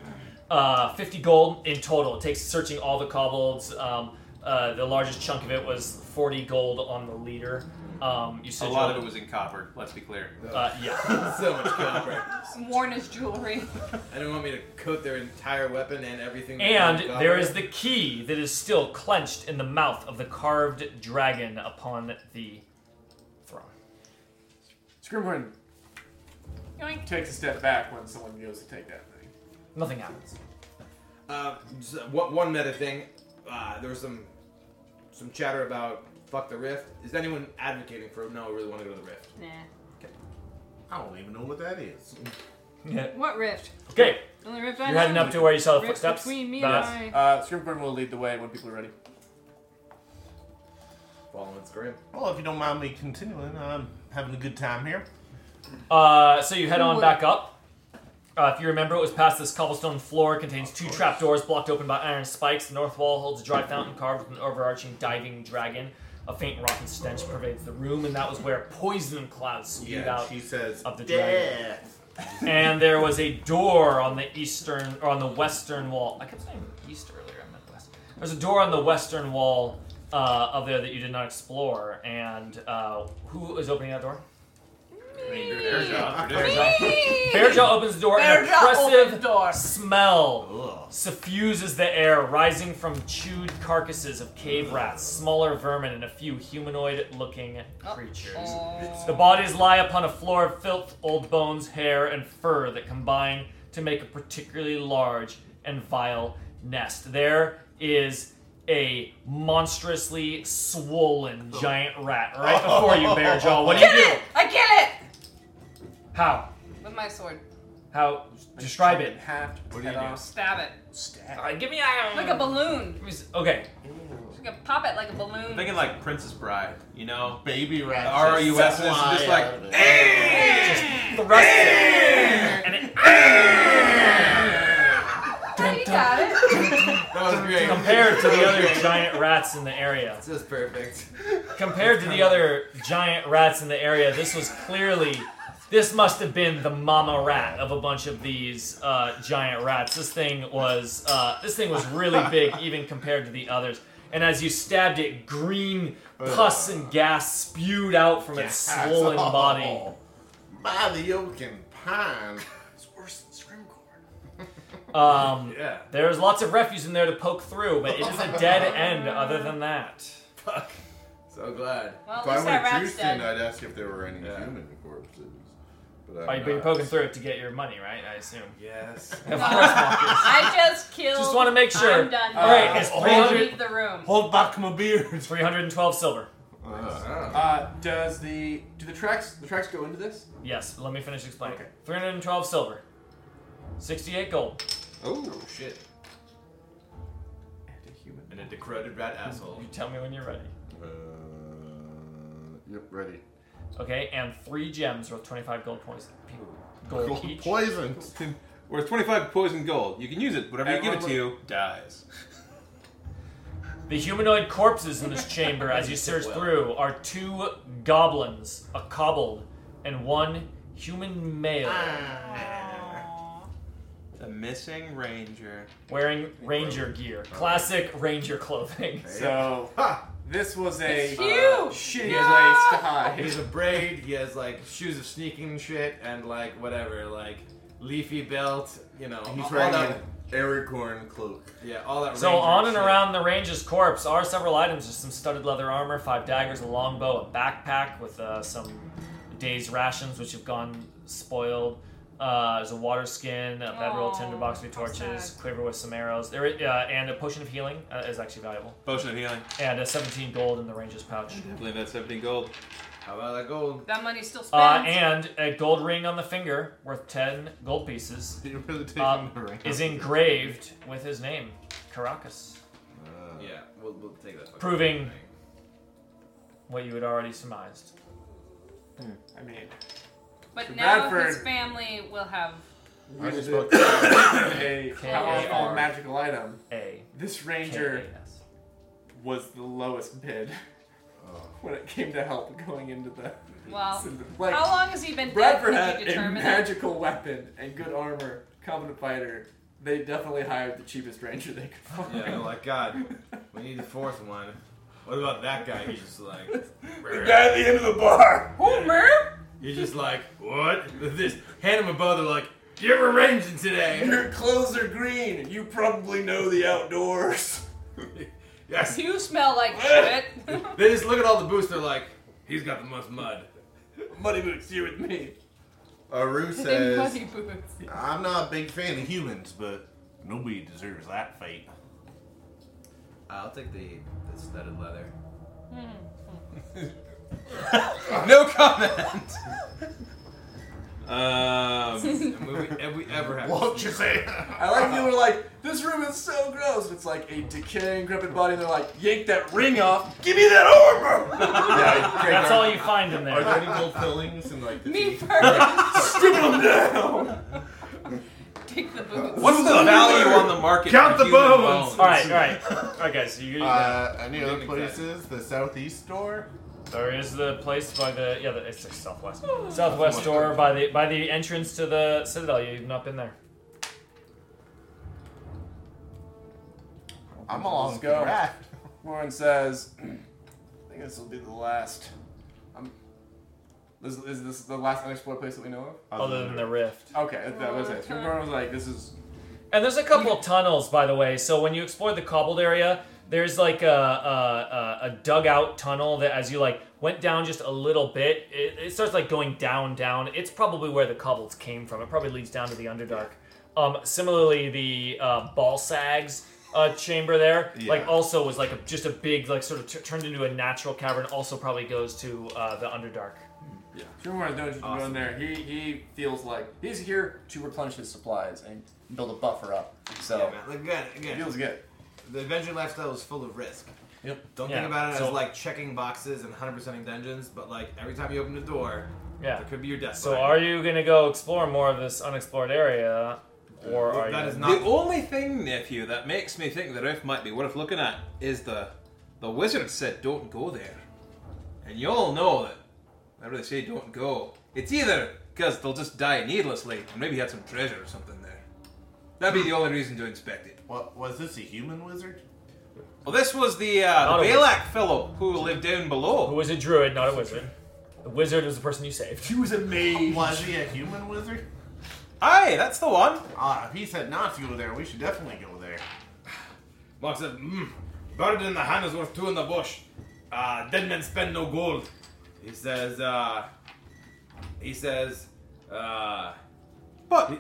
Speaker 2: uh, 50 gold in total. It takes searching all the kobolds. Um, uh, the largest chunk of it was 40 gold on the leader. Um, you
Speaker 7: a
Speaker 2: said
Speaker 7: lot
Speaker 2: you-
Speaker 7: of it was in copper. Let's be clear.
Speaker 2: Uh, yeah.
Speaker 5: so much copper.
Speaker 4: Worn as jewelry. *laughs*
Speaker 5: I don't want me to coat their entire weapon and everything.
Speaker 2: And
Speaker 5: that they've got.
Speaker 2: there is the key that is still clenched in the mouth of the carved dragon upon the throne.
Speaker 12: Scrimhorn
Speaker 26: takes a step back when someone goes to take that thing.
Speaker 2: Nothing happens.
Speaker 5: Uh, just, uh, one, one meta thing. Uh, there was some some chatter about fuck the rift. Is anyone advocating for no? I really want to go to the rift.
Speaker 4: Nah.
Speaker 6: I don't even know what that is.
Speaker 4: What rift?
Speaker 2: Okay.
Speaker 4: The Only rift I
Speaker 2: You're heading
Speaker 4: know.
Speaker 2: up to where you saw the
Speaker 4: Rift
Speaker 2: footsteps.
Speaker 4: Between me
Speaker 2: That's-
Speaker 4: and I.
Speaker 12: Uh, Scrimhorn will lead the way when people are ready.
Speaker 5: Following Scrim.
Speaker 25: Well, if you don't mind me continuing, I'm having a good time here.
Speaker 2: Uh, so you head
Speaker 25: Who
Speaker 2: on
Speaker 25: would-
Speaker 2: back up. Uh, if you remember, it was past this cobblestone floor. Contains two trap doors blocked open by iron spikes. The north wall holds a dry fountain carved with an overarching diving dragon. A faint rotten stench pervades the room, and that was where poison clouds spewed
Speaker 6: Yeah,
Speaker 2: out
Speaker 6: she says,
Speaker 2: of the dragon.
Speaker 6: "Death."
Speaker 2: and there was a door on the eastern or on the western wall. I kept saying east earlier. I meant west. There's a door on the western wall uh, of there that you did not explore. And uh, who is opening that
Speaker 4: *laughs*
Speaker 2: door?
Speaker 7: Bearjaw.
Speaker 2: Bearjaw. Bearjaw opens the door. and
Speaker 4: Bearjaw
Speaker 2: oppressive
Speaker 4: opens door.
Speaker 2: smell suffuses the air, rising from chewed carcasses of cave rats, smaller vermin, and a few humanoid-looking creatures. The bodies lie upon a floor of filth, old bones, hair, and fur that combine to make a particularly large and vile nest. There is a monstrously swollen giant rat right before you, Bearjaw. What do you
Speaker 4: kill
Speaker 2: do?
Speaker 4: It! I kill
Speaker 2: How?
Speaker 4: it with my sword.
Speaker 2: How? Describe it.
Speaker 12: What
Speaker 2: do you
Speaker 10: um,
Speaker 2: do?
Speaker 4: Stab it.
Speaker 2: All right, give me a
Speaker 4: Like a balloon.
Speaker 2: Okay.
Speaker 4: You can pop it like a balloon.
Speaker 7: I'm thinking like Princess Bride, you know,
Speaker 6: baby
Speaker 7: rat.
Speaker 6: just
Speaker 7: R U S S
Speaker 6: fly
Speaker 7: just
Speaker 6: out of
Speaker 7: like
Speaker 6: it.
Speaker 7: "Eh!"
Speaker 2: thrust
Speaker 7: Eh!
Speaker 2: and it.
Speaker 4: *laughs* Oh, you got it.
Speaker 5: That
Speaker 12: *laughs*
Speaker 5: was great.
Speaker 2: Compared to the other giant rats in the area.
Speaker 5: This is perfect.
Speaker 2: Compared to the other giant rats in the area, this was clearly. This must have been the mama rat of a bunch of these
Speaker 25: *laughs*
Speaker 2: uh, giant rats. This thing was uh, this thing was really big, even compared to the others. and as you stabbed it, green pus and gas spewed out from its
Speaker 25: Gas. Oh,
Speaker 2: swollen body.
Speaker 25: By the oak and pine.
Speaker 10: It's worse than Scrimcorn.
Speaker 2: *laughs* Um, There's lots of refuse in there to poke through, but it is a dead end other than that. Fuck.
Speaker 5: So glad.
Speaker 4: Well,
Speaker 6: if
Speaker 4: at
Speaker 6: I
Speaker 4: least that
Speaker 6: went
Speaker 4: rat's
Speaker 6: Tuesday,
Speaker 4: dead.
Speaker 6: I'd ask if there were any human corpses. But I'm
Speaker 2: Are you
Speaker 6: not.
Speaker 2: being poking through it to get your money, right? I assume.
Speaker 5: Yes.
Speaker 2: *laughs* of course,
Speaker 4: *laughs* I just killed.
Speaker 2: Just want to make sure.
Speaker 4: I'm done.
Speaker 2: All right, it's
Speaker 4: Please
Speaker 2: 300
Speaker 4: leave the room.
Speaker 10: Hold back my beard.
Speaker 2: 312 silver.
Speaker 5: Uh,
Speaker 12: does the do the tracks the tracks go into this?
Speaker 2: Yes, let me finish explaining. 312 silver. 68 gold.
Speaker 5: Oh shit.
Speaker 7: And a decrepit rat asshole.
Speaker 2: You tell me when you're ready.
Speaker 6: Yep, ready.
Speaker 2: Okay, and three gems worth 25 gold points. pe- Gold,
Speaker 7: Gold
Speaker 2: each.
Speaker 7: poison. Worth 25 poison gold. You can use it. Whatever you give it to you, dies.
Speaker 2: The humanoid corpses in this chamber, as you search through, are two goblins, a cobbled, and one human male
Speaker 7: The missing ranger.
Speaker 2: wearing ranger gear. Classic ranger clothing.
Speaker 26: So this was a
Speaker 2: It's
Speaker 26: uh, shitty place to
Speaker 5: Shitty He has a
Speaker 26: hide.
Speaker 5: braid. He has like shoes of sneaking and shit, and like whatever, like leafy belt. You know,
Speaker 6: He's
Speaker 5: all
Speaker 6: wearing
Speaker 5: that-
Speaker 6: an Aragorn cloak.
Speaker 5: Yeah, all that.
Speaker 2: So
Speaker 5: ranger
Speaker 2: on and
Speaker 5: shit.
Speaker 2: around the ranger's corpse are several items: just some studded leather armor, five daggers, a longbow, a backpack with uh, some day's rations, which have gone spoiled. Uh, there's a water skin, a bedroll,
Speaker 26: Aw,
Speaker 2: tinderbox with torches, quiver with some arrows, there, i- uh, and a potion of healing uh, is actually valuable.
Speaker 7: Potion of healing.
Speaker 2: And uh, 17 gold in the ranger's pouch.
Speaker 7: I believe that's 17 gold.
Speaker 5: How about that gold?
Speaker 4: That money's still spent.
Speaker 2: Uh, and a gold ring on the finger worth 10 gold *laughs* pieces um, is engraved with his name, Caracas,
Speaker 5: Yeah, we'll, we'll take that. fucking
Speaker 2: proving
Speaker 5: thing.
Speaker 2: what you had already surmised.
Speaker 26: I mean,
Speaker 4: but
Speaker 26: to
Speaker 4: now his
Speaker 26: Bradford.
Speaker 4: family will have.
Speaker 26: We
Speaker 12: just
Speaker 26: did
Speaker 10: *coughs*
Speaker 12: spoke
Speaker 2: *coughs*
Speaker 26: a
Speaker 2: K A R
Speaker 26: powerful magical item.
Speaker 2: A.
Speaker 26: This ranger was the lowest bid
Speaker 5: Oh.
Speaker 26: when it came to help going into the.
Speaker 10: *laughs*
Speaker 4: Well,
Speaker 26: like,
Speaker 4: Oh. how long has he been
Speaker 26: Bradford had
Speaker 4: dead? Could you
Speaker 26: a
Speaker 4: determine
Speaker 26: magical weapon and good armor, competent fighter. They definitely hired the cheapest ranger they could find.
Speaker 5: Yeah, they're like God, we need the fourth one. What about that guy? He's just like the
Speaker 10: guy at the end of the bar.
Speaker 4: Homer.
Speaker 5: He's just like what? This hand him a bow. They're like, you're arranging today.
Speaker 10: Your clothes are green. You probably know the outdoors. *laughs*
Speaker 5: yes.
Speaker 4: You smell
Speaker 26: *laughs*
Speaker 4: like shit. *laughs*
Speaker 5: They just look at all the boots. They're like, he's got the most mud.
Speaker 10: Muddy boots, you with me.
Speaker 25: Aru
Speaker 4: Muddy
Speaker 25: says,
Speaker 4: boots.
Speaker 25: I'm not a big fan of humans, but nobody deserves that fate.
Speaker 5: I'll take the, the studded leather.
Speaker 7: no comment. um,
Speaker 5: we, have we ever had?
Speaker 25: Won't you say?
Speaker 10: I like people are like, this room is so gross. It's like a decaying, decrepit body, and they're like, yank that ring off. Give me that armor.
Speaker 2: That's all you find in there.
Speaker 6: Are there any gold fillings and like the
Speaker 4: Me
Speaker 6: teeth?
Speaker 4: first.
Speaker 10: Strip them down.
Speaker 4: *laughs* Take the boots.
Speaker 7: What's the value on the market? for human
Speaker 2: All right, all right, *laughs* all right, guys. You, you
Speaker 25: Uh, any other places? The southeast door?
Speaker 2: There is the place by the yeah, the, it's the southwest southwest door by the by the entrance to the citadel. You've not been there.
Speaker 25: I'm along
Speaker 10: Let's
Speaker 25: with the
Speaker 6: *laughs*
Speaker 10: go.
Speaker 25: rat.
Speaker 10: Lauren says, *clears throat* I think this will be the last. Um, is, is this the last unexplored place that we know of?
Speaker 2: Other than the rift.
Speaker 10: Okay, that- that was it. Lauren was like, this is.
Speaker 2: And there's a couple of tunnels, by the way. So when you explore the cobbled area, there's like a, a, a, a dugout tunnel that, as you like went down just a little bit, it, it starts like going down, down. It's probably where the cobbles came from. It probably leads down to the underdark. Um, similarly, the uh, ball sags uh, chamber there, like
Speaker 25: Yeah.
Speaker 2: also was like a, just a big, like sort of t- turned into a natural cavern. Also, probably goes to uh, the underdark.
Speaker 10: Yeah. Shumar knows you can go in
Speaker 2: Awesome.
Speaker 10: there. He, he feels like he's here to replenish his supplies and build a buffer up. So,
Speaker 5: Yeah, man. Like, Again, again.
Speaker 10: feels good.
Speaker 5: The adventure lifestyle is full of risk.
Speaker 10: Yep.
Speaker 5: Don't
Speaker 10: Yeah,
Speaker 5: think about it
Speaker 10: so-
Speaker 5: as like checking boxes and 100%ing dungeons, but like every time you open the door,
Speaker 2: Yeah.
Speaker 5: there could be your death.
Speaker 2: So, are you gonna go explore more of this unexplored area, or are you?
Speaker 7: the only thing, nephew, that makes me think the rift might be worth looking at is the the wizard said don't go there, and you all know that whenever they say don't go, it's either because they'll just die needlessly, or maybe he had some treasure or something there. That'd be the only reason to inspect it.
Speaker 25: What was this a human wizard?
Speaker 7: Well, this was the, uh,
Speaker 2: Not
Speaker 7: the
Speaker 2: a
Speaker 7: Balak
Speaker 2: wizard.
Speaker 7: fellow who lived down below.
Speaker 2: Who was a druid, not a wizard. The wizard was the person you saved. *laughs* He was a mage.
Speaker 6: Was he a human wizard?
Speaker 7: Aye, that's the one.
Speaker 6: Ah, if he said not to go there, we should definitely go there.
Speaker 5: Mark said, mm, bird in the hand is worth two in the bush. Uh, dead men spend no gold. He says, uh, he says, uh,
Speaker 7: but
Speaker 5: he,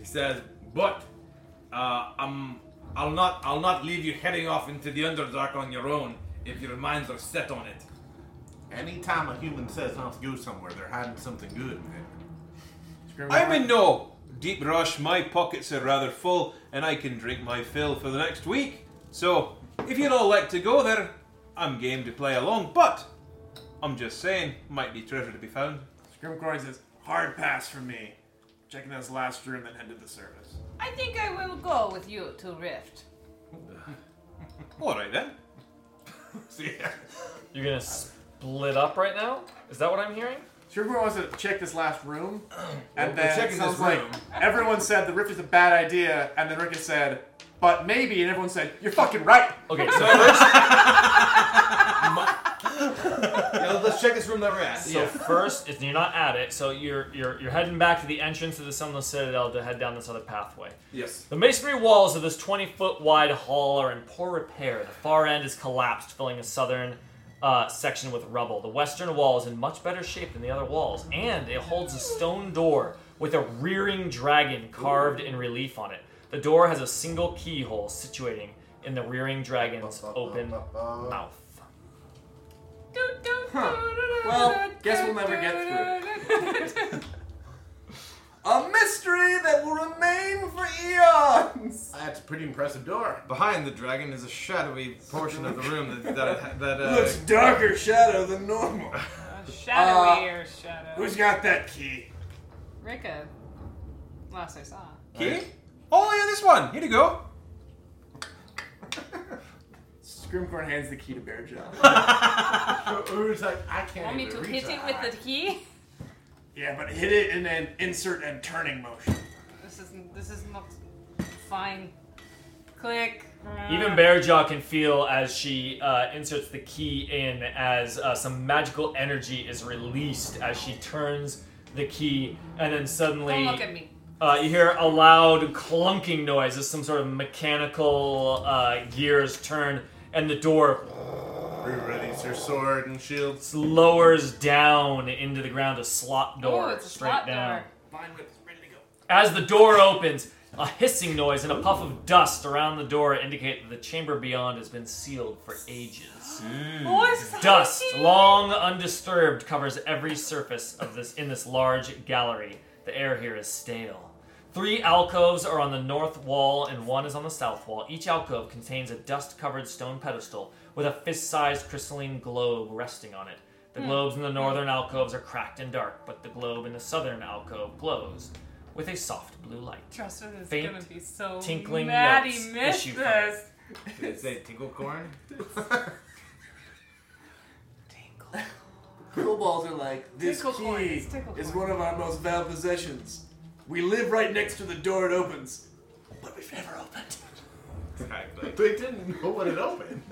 Speaker 5: he says, but uh, um, I'll not, I'll not leave you heading off into the underdark on your own if your minds are set on it.
Speaker 6: Anytime a human says not to go somewhere, they're hiding something good in it. Screw
Speaker 7: I'm
Speaker 6: it.
Speaker 7: in no deep rush. My pockets are rather full, and I can drink my fill for the next week. So, if you'd all like to go there, I'm game to play along. But I'm just saying, might be treasure to be found.
Speaker 10: Grimcorn says, hard pass for me. Checking this last room and ended the service.
Speaker 4: I think I will go with you to Rift.
Speaker 7: All right then.
Speaker 2: You're gonna split up right now? Is that what I'm hearing?
Speaker 10: Shrewsbury wants to check this last *clears throat* room, and
Speaker 2: We're
Speaker 10: then
Speaker 2: checking
Speaker 10: it sounds
Speaker 2: this
Speaker 10: like
Speaker 2: room.
Speaker 10: everyone said the rift is a bad idea, and then Rickett said, "But maybe," and everyone said, "You're fucking right." *laughs*
Speaker 2: *laughs* Okay,
Speaker 10: so
Speaker 5: let's check this room that we're at.
Speaker 2: So first, if you're not at it, so you're you're you're heading back to the entrance of the Sunless Citadel to head down this other pathway.
Speaker 5: Yes.
Speaker 2: The masonry walls of this 20 foot wide hall are in poor repair. The far end is collapsed, filling the southern uh, section with rubble. The western wall is in much better shape than the other walls, and it holds a stone door with a rearing dragon carved in relief on it. The door has a single keyhole situating in the rearing dragon's open mouth.
Speaker 18: Well, guess we'll never get through. it. A mystery that will remain for eons.
Speaker 6: That's a pretty impressive door.
Speaker 5: Behind the dragon is a shadowy portion of the room
Speaker 18: *laughs*
Speaker 5: that that, that uh,
Speaker 10: Looks darker shadow
Speaker 3: *laughs*
Speaker 10: than normal.
Speaker 4: Shadowy
Speaker 10: Uh,
Speaker 4: or shadow.
Speaker 10: Who's got that key?
Speaker 4: Rika. Last I saw.
Speaker 7: Key? Oh yeah, this one. Here you go.
Speaker 10: Scrimcorn hands the key to Bear *laughs* Joe.
Speaker 5: Oh,
Speaker 6: Uru's like, I can't.
Speaker 4: Want me to hit it with the key?
Speaker 10: Yeah, but hit it in an insert and turning motion.
Speaker 4: This isn't. This is not fine. Click. Uh,
Speaker 2: Even Bearjaw can feel as she uh, inserts the key in, as uh, some magical energy is released as she turns the key, and then suddenly
Speaker 4: Don't look at me.
Speaker 2: Uh, you hear a loud clunking noise as some sort of mechanical uh, gears turn, and the door
Speaker 6: readies her sword and shield,
Speaker 2: lowers down into the ground, a slot door
Speaker 4: Ooh, it's a
Speaker 2: straight
Speaker 4: slot
Speaker 2: down.
Speaker 4: door.
Speaker 10: Mine whip's ready to go.
Speaker 2: As the door opens, a hissing noise and a puff of dust around the door indicate that the chamber beyond has been sealed for ages.
Speaker 4: What's
Speaker 2: Hmm. dust,
Speaker 4: happening?
Speaker 2: long undisturbed, covers every surface of this in this large gallery. The air here is stale. Three alcoves are on the north wall and one is on the south wall. Each alcove contains a dust-covered stone pedestal with a fist-sized crystalline globe resting on it. The
Speaker 25: Hmm.
Speaker 2: globes in the northern alcoves are cracked and dark, but the globe in the southern alcove glows with a soft blue light.
Speaker 4: Justin is
Speaker 2: Faint
Speaker 4: gonna be so
Speaker 2: tinkling
Speaker 4: mad he
Speaker 2: notes
Speaker 4: missed
Speaker 2: issue from it.
Speaker 4: this.
Speaker 5: Did it say tinkle corn?
Speaker 10: Cool balls are like this
Speaker 4: Tickle
Speaker 10: key
Speaker 4: coin, it's tickle
Speaker 10: is
Speaker 4: coin.
Speaker 10: one of our most valued possessions. We live right next to the door it opens, but we've never opened. *laughs*
Speaker 5: Exactly.
Speaker 6: They didn't know what it opened.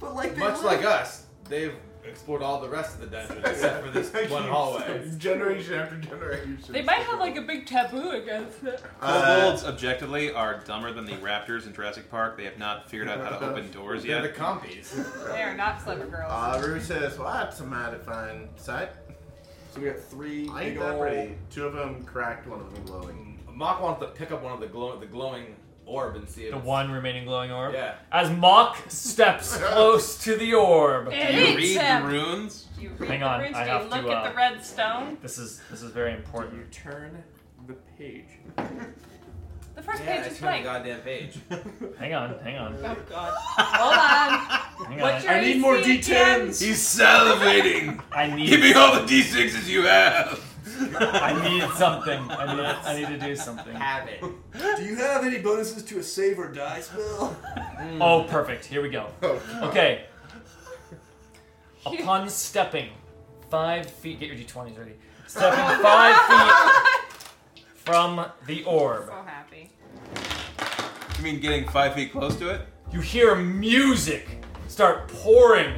Speaker 10: But like they
Speaker 5: Much
Speaker 10: live-
Speaker 5: like us, they've explored all the rest of the dungeon except for this one hallway.
Speaker 6: generation after generation.
Speaker 4: They might have like a big taboo against it.
Speaker 6: Uh,
Speaker 7: Kobolds, objectively, are dumber than the raptors in Jurassic Park. They have not figured out how to open doors
Speaker 5: They're
Speaker 7: yet.
Speaker 5: the compies.
Speaker 4: They are not clever girls.
Speaker 6: Uh, Rue says, well, that's a mighty fine sight.
Speaker 18: So we got three
Speaker 6: I ain't
Speaker 5: big
Speaker 6: that
Speaker 5: ol'
Speaker 6: pretty. Two of them cracked, one of them glowing.
Speaker 5: Mock wants to pick up one of the glow the glowing orb and see if
Speaker 2: The
Speaker 5: it's-
Speaker 2: one remaining glowing orb.
Speaker 5: Yeah.
Speaker 2: As Mock steps close to the orb.
Speaker 4: Do you read the
Speaker 7: runes?
Speaker 4: You read
Speaker 2: Hang
Speaker 4: the
Speaker 2: on,
Speaker 4: runes,
Speaker 2: I
Speaker 4: do
Speaker 2: have
Speaker 4: you look
Speaker 2: to.
Speaker 4: at
Speaker 2: uh,
Speaker 4: the red stone?
Speaker 2: This is this is very important.
Speaker 10: turn the page.
Speaker 4: The first
Speaker 5: Yeah,
Speaker 4: page
Speaker 5: it's
Speaker 4: is
Speaker 5: from the
Speaker 4: blank.
Speaker 3: *laughs*
Speaker 5: goddamn page.
Speaker 2: Hang on, hang on.
Speaker 4: Oh god.
Speaker 2: *laughs*
Speaker 4: Hold on.
Speaker 2: Hang
Speaker 4: What's
Speaker 2: on.
Speaker 4: your AC again?
Speaker 7: He's salivating.
Speaker 2: I need.
Speaker 7: Give me all the d6s you have.
Speaker 2: I need something. I need. I need to do something.
Speaker 5: Have
Speaker 3: Uh,
Speaker 5: it.
Speaker 10: Do you have any bonuses to a save or die spell?
Speaker 4: Mm.
Speaker 2: Oh, perfect. Here we go. Okay. Upon stepping five feet, get your d20s ready. Stepping five feet
Speaker 4: *laughs*
Speaker 2: from the orb.
Speaker 4: So happy.
Speaker 7: You mean getting five feet close to it?
Speaker 2: you hear music start pouring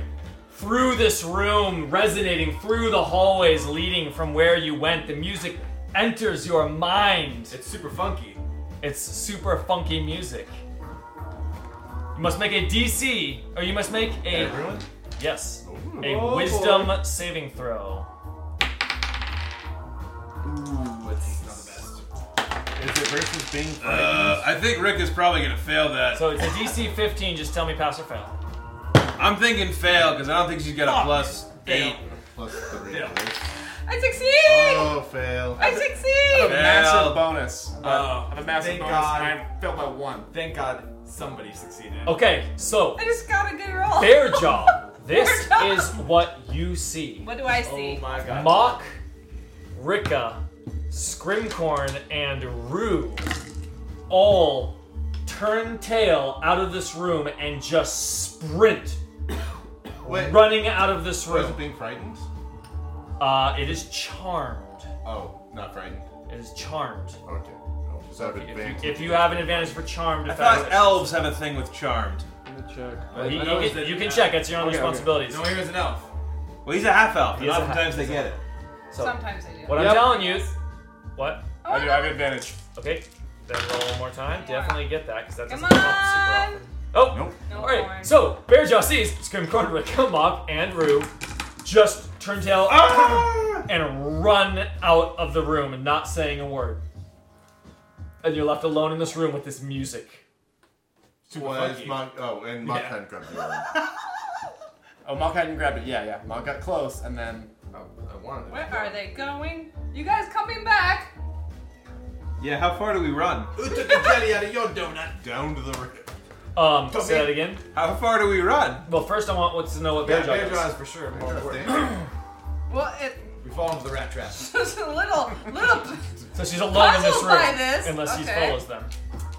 Speaker 2: through this room, resonating through the hallways leading from where you went. The music enters your mind. It's super funky. It's super funky music. You must make a DC, or you must make a.
Speaker 6: Everyone?
Speaker 2: Yes. A
Speaker 6: Oh, boy.
Speaker 2: wisdom saving throw.
Speaker 6: Ooh, it's not the best.
Speaker 2: Is it versus being
Speaker 24: Uh, I think Rick is probably gonna fail that.
Speaker 2: So it's a DC 15, just tell me pass or fail.
Speaker 24: I'm thinking fail because I don't think she's got a plus eight.
Speaker 6: Plus three.
Speaker 4: I succeed!
Speaker 6: Oh, fail.
Speaker 4: I
Speaker 18: I have
Speaker 4: succeed!
Speaker 18: a
Speaker 24: Fail.
Speaker 18: massive bonus.
Speaker 24: Oh.
Speaker 18: I have a massive
Speaker 24: Thank
Speaker 18: bonus,
Speaker 24: God.
Speaker 18: and I failed by one. Thank God somebody succeeded.
Speaker 2: Okay, so
Speaker 4: I just got a good roll.
Speaker 2: Bear Jaw. This
Speaker 4: Bear Jaw.
Speaker 2: is what you see.
Speaker 4: What do I see? Oh my god.
Speaker 2: Mock, Rika, Scrimcorn, and Rue all turn tail out of this room and just sprint, running out of this room.
Speaker 6: Was Oh, it being frightened?
Speaker 2: Uh, it is charmed.
Speaker 6: Oh, not frightened.
Speaker 2: It is charmed.
Speaker 6: Okay. Oh, does that have advantage?
Speaker 2: If you have an advantage for charmed,
Speaker 24: I
Speaker 2: if
Speaker 24: thought
Speaker 2: that-
Speaker 24: elves have a thing with charmed.
Speaker 12: I'm gonna check.
Speaker 2: Well, he- he can- you can check, it's your own responsibilities.
Speaker 24: No, he was an elf. Well, he's a half elf,
Speaker 2: He
Speaker 24: and
Speaker 2: is a half-
Speaker 24: oftentimes they get it.
Speaker 2: So,
Speaker 4: Sometimes I do. Oh,
Speaker 2: What I'm
Speaker 24: Yep.
Speaker 2: telling you. What?
Speaker 4: I do,
Speaker 2: I have advantage. Okay, then roll one more time. Definitely get that, because that
Speaker 4: Come
Speaker 2: doesn't come up super often. Oh! Alright, so Bear Jaw sees Scrim Cornwood come up and Rue just turn tail and run out of the room and not saying a word. And you're left alone in this room with this music.
Speaker 6: Was Mock, oh, and Mock hadn't grabbed it.
Speaker 18: Oh, Mock hadn't grabbed it. Yeah, yeah. Mock got close, and then. Oh, I wanted
Speaker 4: Where are they going? You guys coming back?
Speaker 24: Yeah, how far do we run?
Speaker 10: Who took the jelly out of your donut?
Speaker 6: Down to the river.
Speaker 2: Um,
Speaker 6: Don't
Speaker 2: say
Speaker 6: be-
Speaker 2: that again.
Speaker 24: How far do we run?
Speaker 2: Well, first I want to know what
Speaker 18: Yeah,
Speaker 2: Bear Jaw
Speaker 18: Bear Jaw
Speaker 2: does.
Speaker 18: is for sure.
Speaker 4: Well, it,
Speaker 18: we fall into the rat trap.
Speaker 4: just a *laughs* little, little.
Speaker 2: So she's alone in this
Speaker 4: Puzzled
Speaker 2: room.
Speaker 4: by this,
Speaker 2: Unless she
Speaker 4: okay.
Speaker 2: follows them.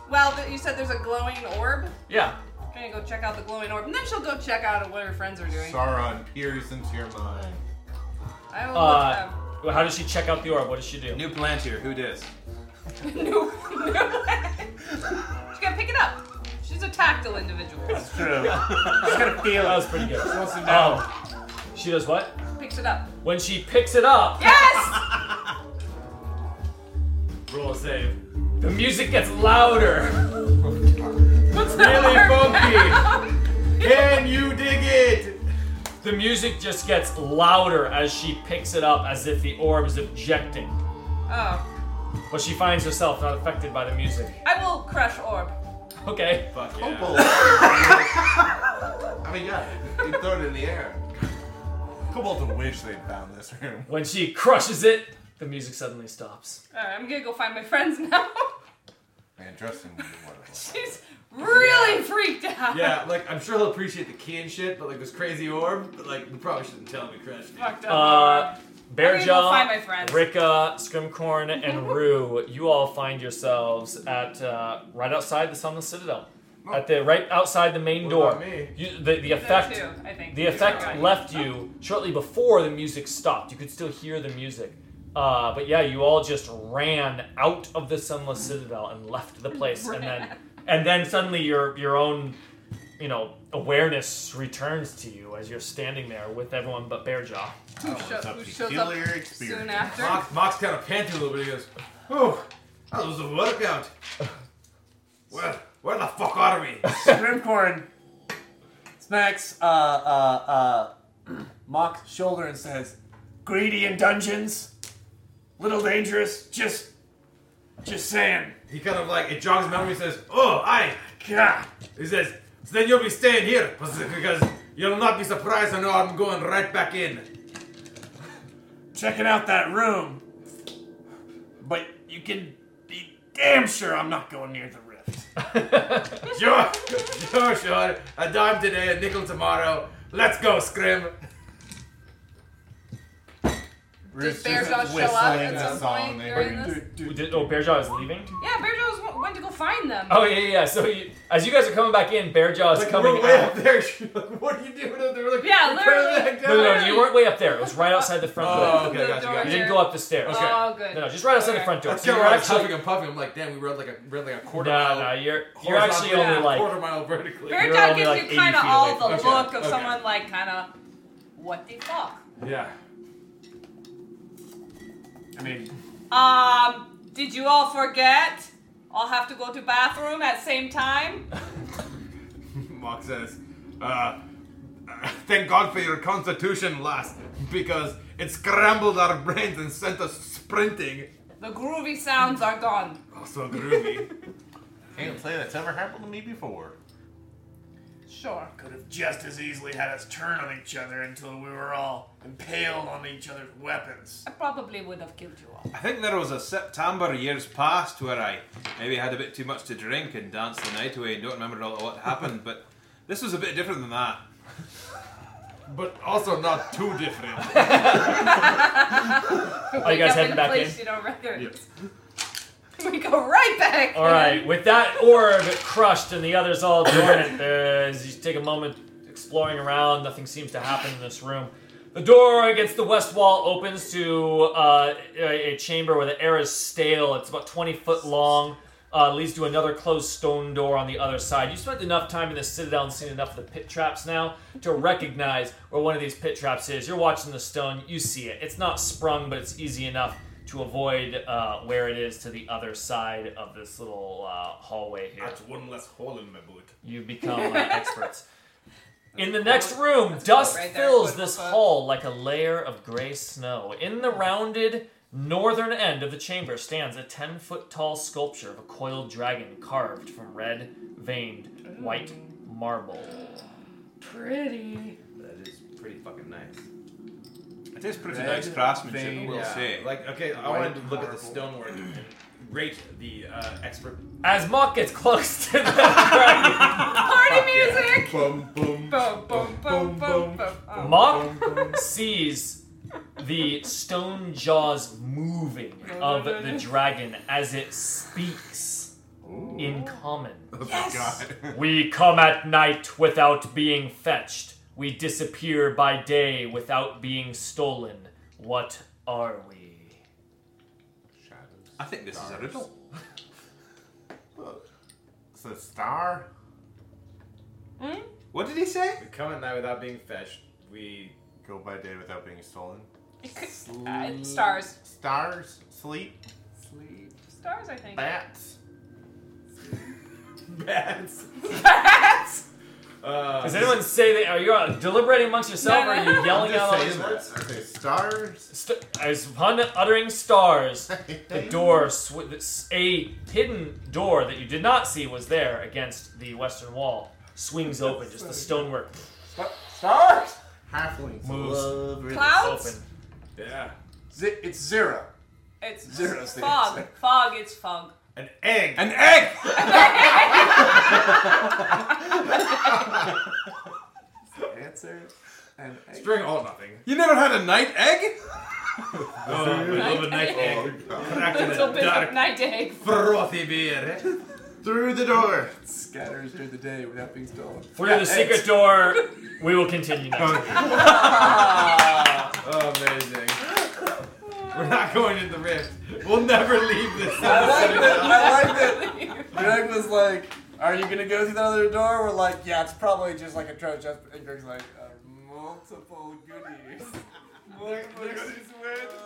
Speaker 4: Well, th- you said there's a glowing orb.
Speaker 2: Yeah.
Speaker 4: I'm gonna go check out the glowing orb, and then she'll go check out what her friends are doing.
Speaker 6: Sauron peers into your mind.
Speaker 4: I will look
Speaker 2: Uh,
Speaker 4: them.
Speaker 2: well, how does she check out the orb? What does she do?
Speaker 24: New plant here. Who dis?
Speaker 4: *laughs* She's gonna pick it up. She's a tactile individual.
Speaker 2: True. She's gonna feel. That was pretty good. She
Speaker 18: wants to
Speaker 2: know. she does what?
Speaker 4: Picks it up.
Speaker 2: When she picks it up,
Speaker 4: Yes!
Speaker 2: *laughs* roll a save. The music gets louder.
Speaker 4: What's
Speaker 2: really funky.
Speaker 18: Can you dig it?
Speaker 2: The music just gets louder as she picks it up, as if the orb is objecting.
Speaker 4: *laughs* Oh.
Speaker 2: But she finds herself not affected by the music.
Speaker 4: I will crush orb.
Speaker 2: Okay. Fuck
Speaker 6: I mean, yeah, you throw it in the air. Cobalt would wish they'd found this room.
Speaker 2: When she crushes it, the music suddenly stops.
Speaker 4: Alright, I'm gonna go find my friends now. *laughs*
Speaker 6: Man, Justin would be wonderful.
Speaker 4: She's really freaked out.
Speaker 3: Yeah, like I'm sure he'll appreciate the key and shit, but like this crazy orb, but like we probably shouldn't tell him we crushed it.
Speaker 4: Fucked up.
Speaker 2: Uh,
Speaker 4: I'm
Speaker 2: Bearjaw,
Speaker 4: gonna go find my friends.
Speaker 2: Rika, Scrimcorn,
Speaker 4: *laughs*
Speaker 2: and Rue, you all find yourselves at uh, right outside the Sunless Citadel. At the right outside the main door. You- the, the
Speaker 4: There
Speaker 2: effect
Speaker 4: too, I think.
Speaker 2: the
Speaker 4: You're
Speaker 2: effect
Speaker 4: right.
Speaker 2: left you shortly before the music stopped. You could still hear the music. Uh, but yeah, you all just ran out of the Sunless Citadel and left the place and then
Speaker 4: Ran.
Speaker 2: and then suddenly your your own you know awareness returns to you as you're standing there with everyone but Bearjaw.
Speaker 4: Who, sho- who shows up soon after?
Speaker 3: Mock, Mock's kind of panting a little bit. He goes, "Oh, that was a workout. Where, where the fuck are we?"
Speaker 18: Scrimcorn smacks uh, uh, uh, Mock's shoulder and says,
Speaker 10: Greedy in dungeons. Little dangerous. Just, just saying.
Speaker 3: He kind of like it jogs his memory. Says, "Oh, I." He says, "So "Then you'll be staying here because you'll not be surprised. I know I'm going right back in."
Speaker 10: Checking out that room. But you can be damn sure I'm not going near the rift.
Speaker 3: Sure, sure, sure. A dime today, a nickel tomorrow. Let's go, Scrim.
Speaker 4: Does Bearjaw show up at some point during this?
Speaker 2: Did- oh, Bearjaw is leaving?
Speaker 4: Yeah, Bearjaw's w- went to go find them.
Speaker 2: Oh yeah, yeah. yeah. So you, as you guys are coming back in, Bearjaw is coming
Speaker 18: we're way
Speaker 2: out.
Speaker 18: up
Speaker 3: *laughs*
Speaker 18: there. She's like, what are you doing up there? We're like,
Speaker 4: Yeah,
Speaker 18: "You're turning
Speaker 4: literally.
Speaker 18: back
Speaker 2: No,
Speaker 18: down."
Speaker 2: no, no, you weren't way up there. It was right outside the front
Speaker 18: Oh,
Speaker 2: door.
Speaker 18: okay, gotcha, gotcha.
Speaker 2: You didn't go up the stairs.
Speaker 18: Okay. Oh, good.
Speaker 2: No, no, just right outside the front door.
Speaker 18: That's
Speaker 2: So
Speaker 18: kind
Speaker 2: you
Speaker 18: of
Speaker 2: were
Speaker 18: why I was
Speaker 2: actually
Speaker 18: huffing and puffing. I'm like, damn, we rode like a ran like a quarter
Speaker 2: No,
Speaker 18: mile.
Speaker 2: no, you're- you're actually
Speaker 18: horizontally
Speaker 2: only
Speaker 18: and a
Speaker 2: like-
Speaker 18: quarter mile vertically.
Speaker 2: You're
Speaker 4: Bearjaw
Speaker 2: only
Speaker 4: gives
Speaker 2: like
Speaker 4: you
Speaker 2: 80
Speaker 4: kind of
Speaker 2: feet
Speaker 4: all
Speaker 2: away
Speaker 4: the
Speaker 2: from it.
Speaker 4: look of
Speaker 2: Okay.
Speaker 4: someone like kind of, what the fuck?
Speaker 18: Yeah.
Speaker 26: I mean,
Speaker 4: Um, did you all forget? I'll have to go to bathroom at same time.
Speaker 5: Mock says, uh, thank God for your constitution, lass, because it scrambled our brains and sent us sprinting.
Speaker 4: The groovy sounds are gone.
Speaker 5: Oh, so
Speaker 4: *laughs*
Speaker 5: groovy.
Speaker 25: Can't say that's ever happened to me before.
Speaker 4: Sure.
Speaker 10: Could have just as easily had us turn on each other until we were all impaled on each other's weapons.
Speaker 4: I probably would have killed you
Speaker 2: *laughs*
Speaker 4: all.
Speaker 7: I think there was a September years past where I maybe had a bit too much to drink and danced the night away and don't remember all what happened, but this was a bit different than that.
Speaker 5: But also not too different.
Speaker 2: Are Oh, you guys heading back in?
Speaker 4: *laughs* We go right back.
Speaker 2: All right, with that orb crushed and the others
Speaker 18: *coughs*
Speaker 2: all dormant, uh, as you take a moment exploring around, nothing seems to happen in this room. The door against the west wall opens to uh, a a chamber where the air is stale. It's about 20 foot long, uh, leads to another closed stone door on the other side. You spent enough time in the citadel and seen enough of the pit traps now to recognize where one of these pit traps is. You're watching the stone, you see it. It's not sprung, but it's easy enough to avoid uh, where it is to the other side of this little uh, hallway here.
Speaker 5: That's one less hole in my boot.
Speaker 2: You become uh, experts. In the next room, dust fills this hall like a layer of gray snow. In the rounded northern end of the chamber stands a 10 foot tall sculpture of a coiled dragon carved from red veined white marble.
Speaker 4: Pretty.
Speaker 7: That is pretty fucking nice. It is pretty
Speaker 5: Red
Speaker 7: nice craftsmanship,
Speaker 5: vein,
Speaker 7: we'll
Speaker 5: yeah.
Speaker 7: say.
Speaker 5: Uh, Like, okay, I wanted to look at the stonework and rate the uh, expert.
Speaker 2: As Mock gets close to the *laughs*
Speaker 4: Party music.
Speaker 5: Boom, boom.
Speaker 4: Boom, boom, boom, boom, boom. Oh.
Speaker 6: *laughs*
Speaker 2: Mock sees the stone jaws moving of the dragon as it speaks in common.
Speaker 6: Oh my god.
Speaker 2: *laughs* We come at night without being fetched. We disappear by day without being stolen. What are we?
Speaker 7: I think this is a riddle.
Speaker 25: It's a star.
Speaker 7: What did he say?
Speaker 5: We come at night without being fetched. We
Speaker 25: go by day without being stolen.
Speaker 4: *laughs* Uh, stars.
Speaker 25: Stars, sleep,
Speaker 5: Sleep.
Speaker 4: Stars, I think.
Speaker 25: bats.
Speaker 5: Bats.
Speaker 4: Bats.
Speaker 2: *laughs*
Speaker 5: Uh,
Speaker 2: Does anyone say that? Are you uh, deliberating amongst yourself, or are you yelling out all these words?
Speaker 25: Okay, stars.
Speaker 2: St- as one uttering stars, the door, sw- a hidden door that you did not see was there against the western wall, swings open. Just the stonework
Speaker 18: Stars?
Speaker 25: Halflings.
Speaker 2: moves
Speaker 4: Clouds?
Speaker 2: open.
Speaker 5: Yeah.
Speaker 18: Z- it's zero.
Speaker 4: It's
Speaker 18: Zero states.
Speaker 4: fog. Fog. It's fog.
Speaker 5: An egg.
Speaker 18: An egg!
Speaker 12: Answer.
Speaker 18: An egg.
Speaker 5: String all oh, nothing.
Speaker 24: You never had a night egg?
Speaker 4: *laughs*
Speaker 5: love a night egg. Cracked in
Speaker 4: Little
Speaker 5: a
Speaker 4: bit of
Speaker 5: dark,
Speaker 4: night egg. *laughs*
Speaker 5: frothy beer.
Speaker 25: Through the door.
Speaker 12: Scatters during the day without being stolen.
Speaker 2: Through the secret door, we will continue next.
Speaker 5: Amazing. We're not going in the rift. We'll never leave this.
Speaker 18: *laughs* I like that. I like that. *laughs* Greg was like, "Are you gonna go through that other door?" We're like, "Yeah, it's probably just like a trap." Just and Greg's like, uh, "Multiple goodies." Look, look at these words.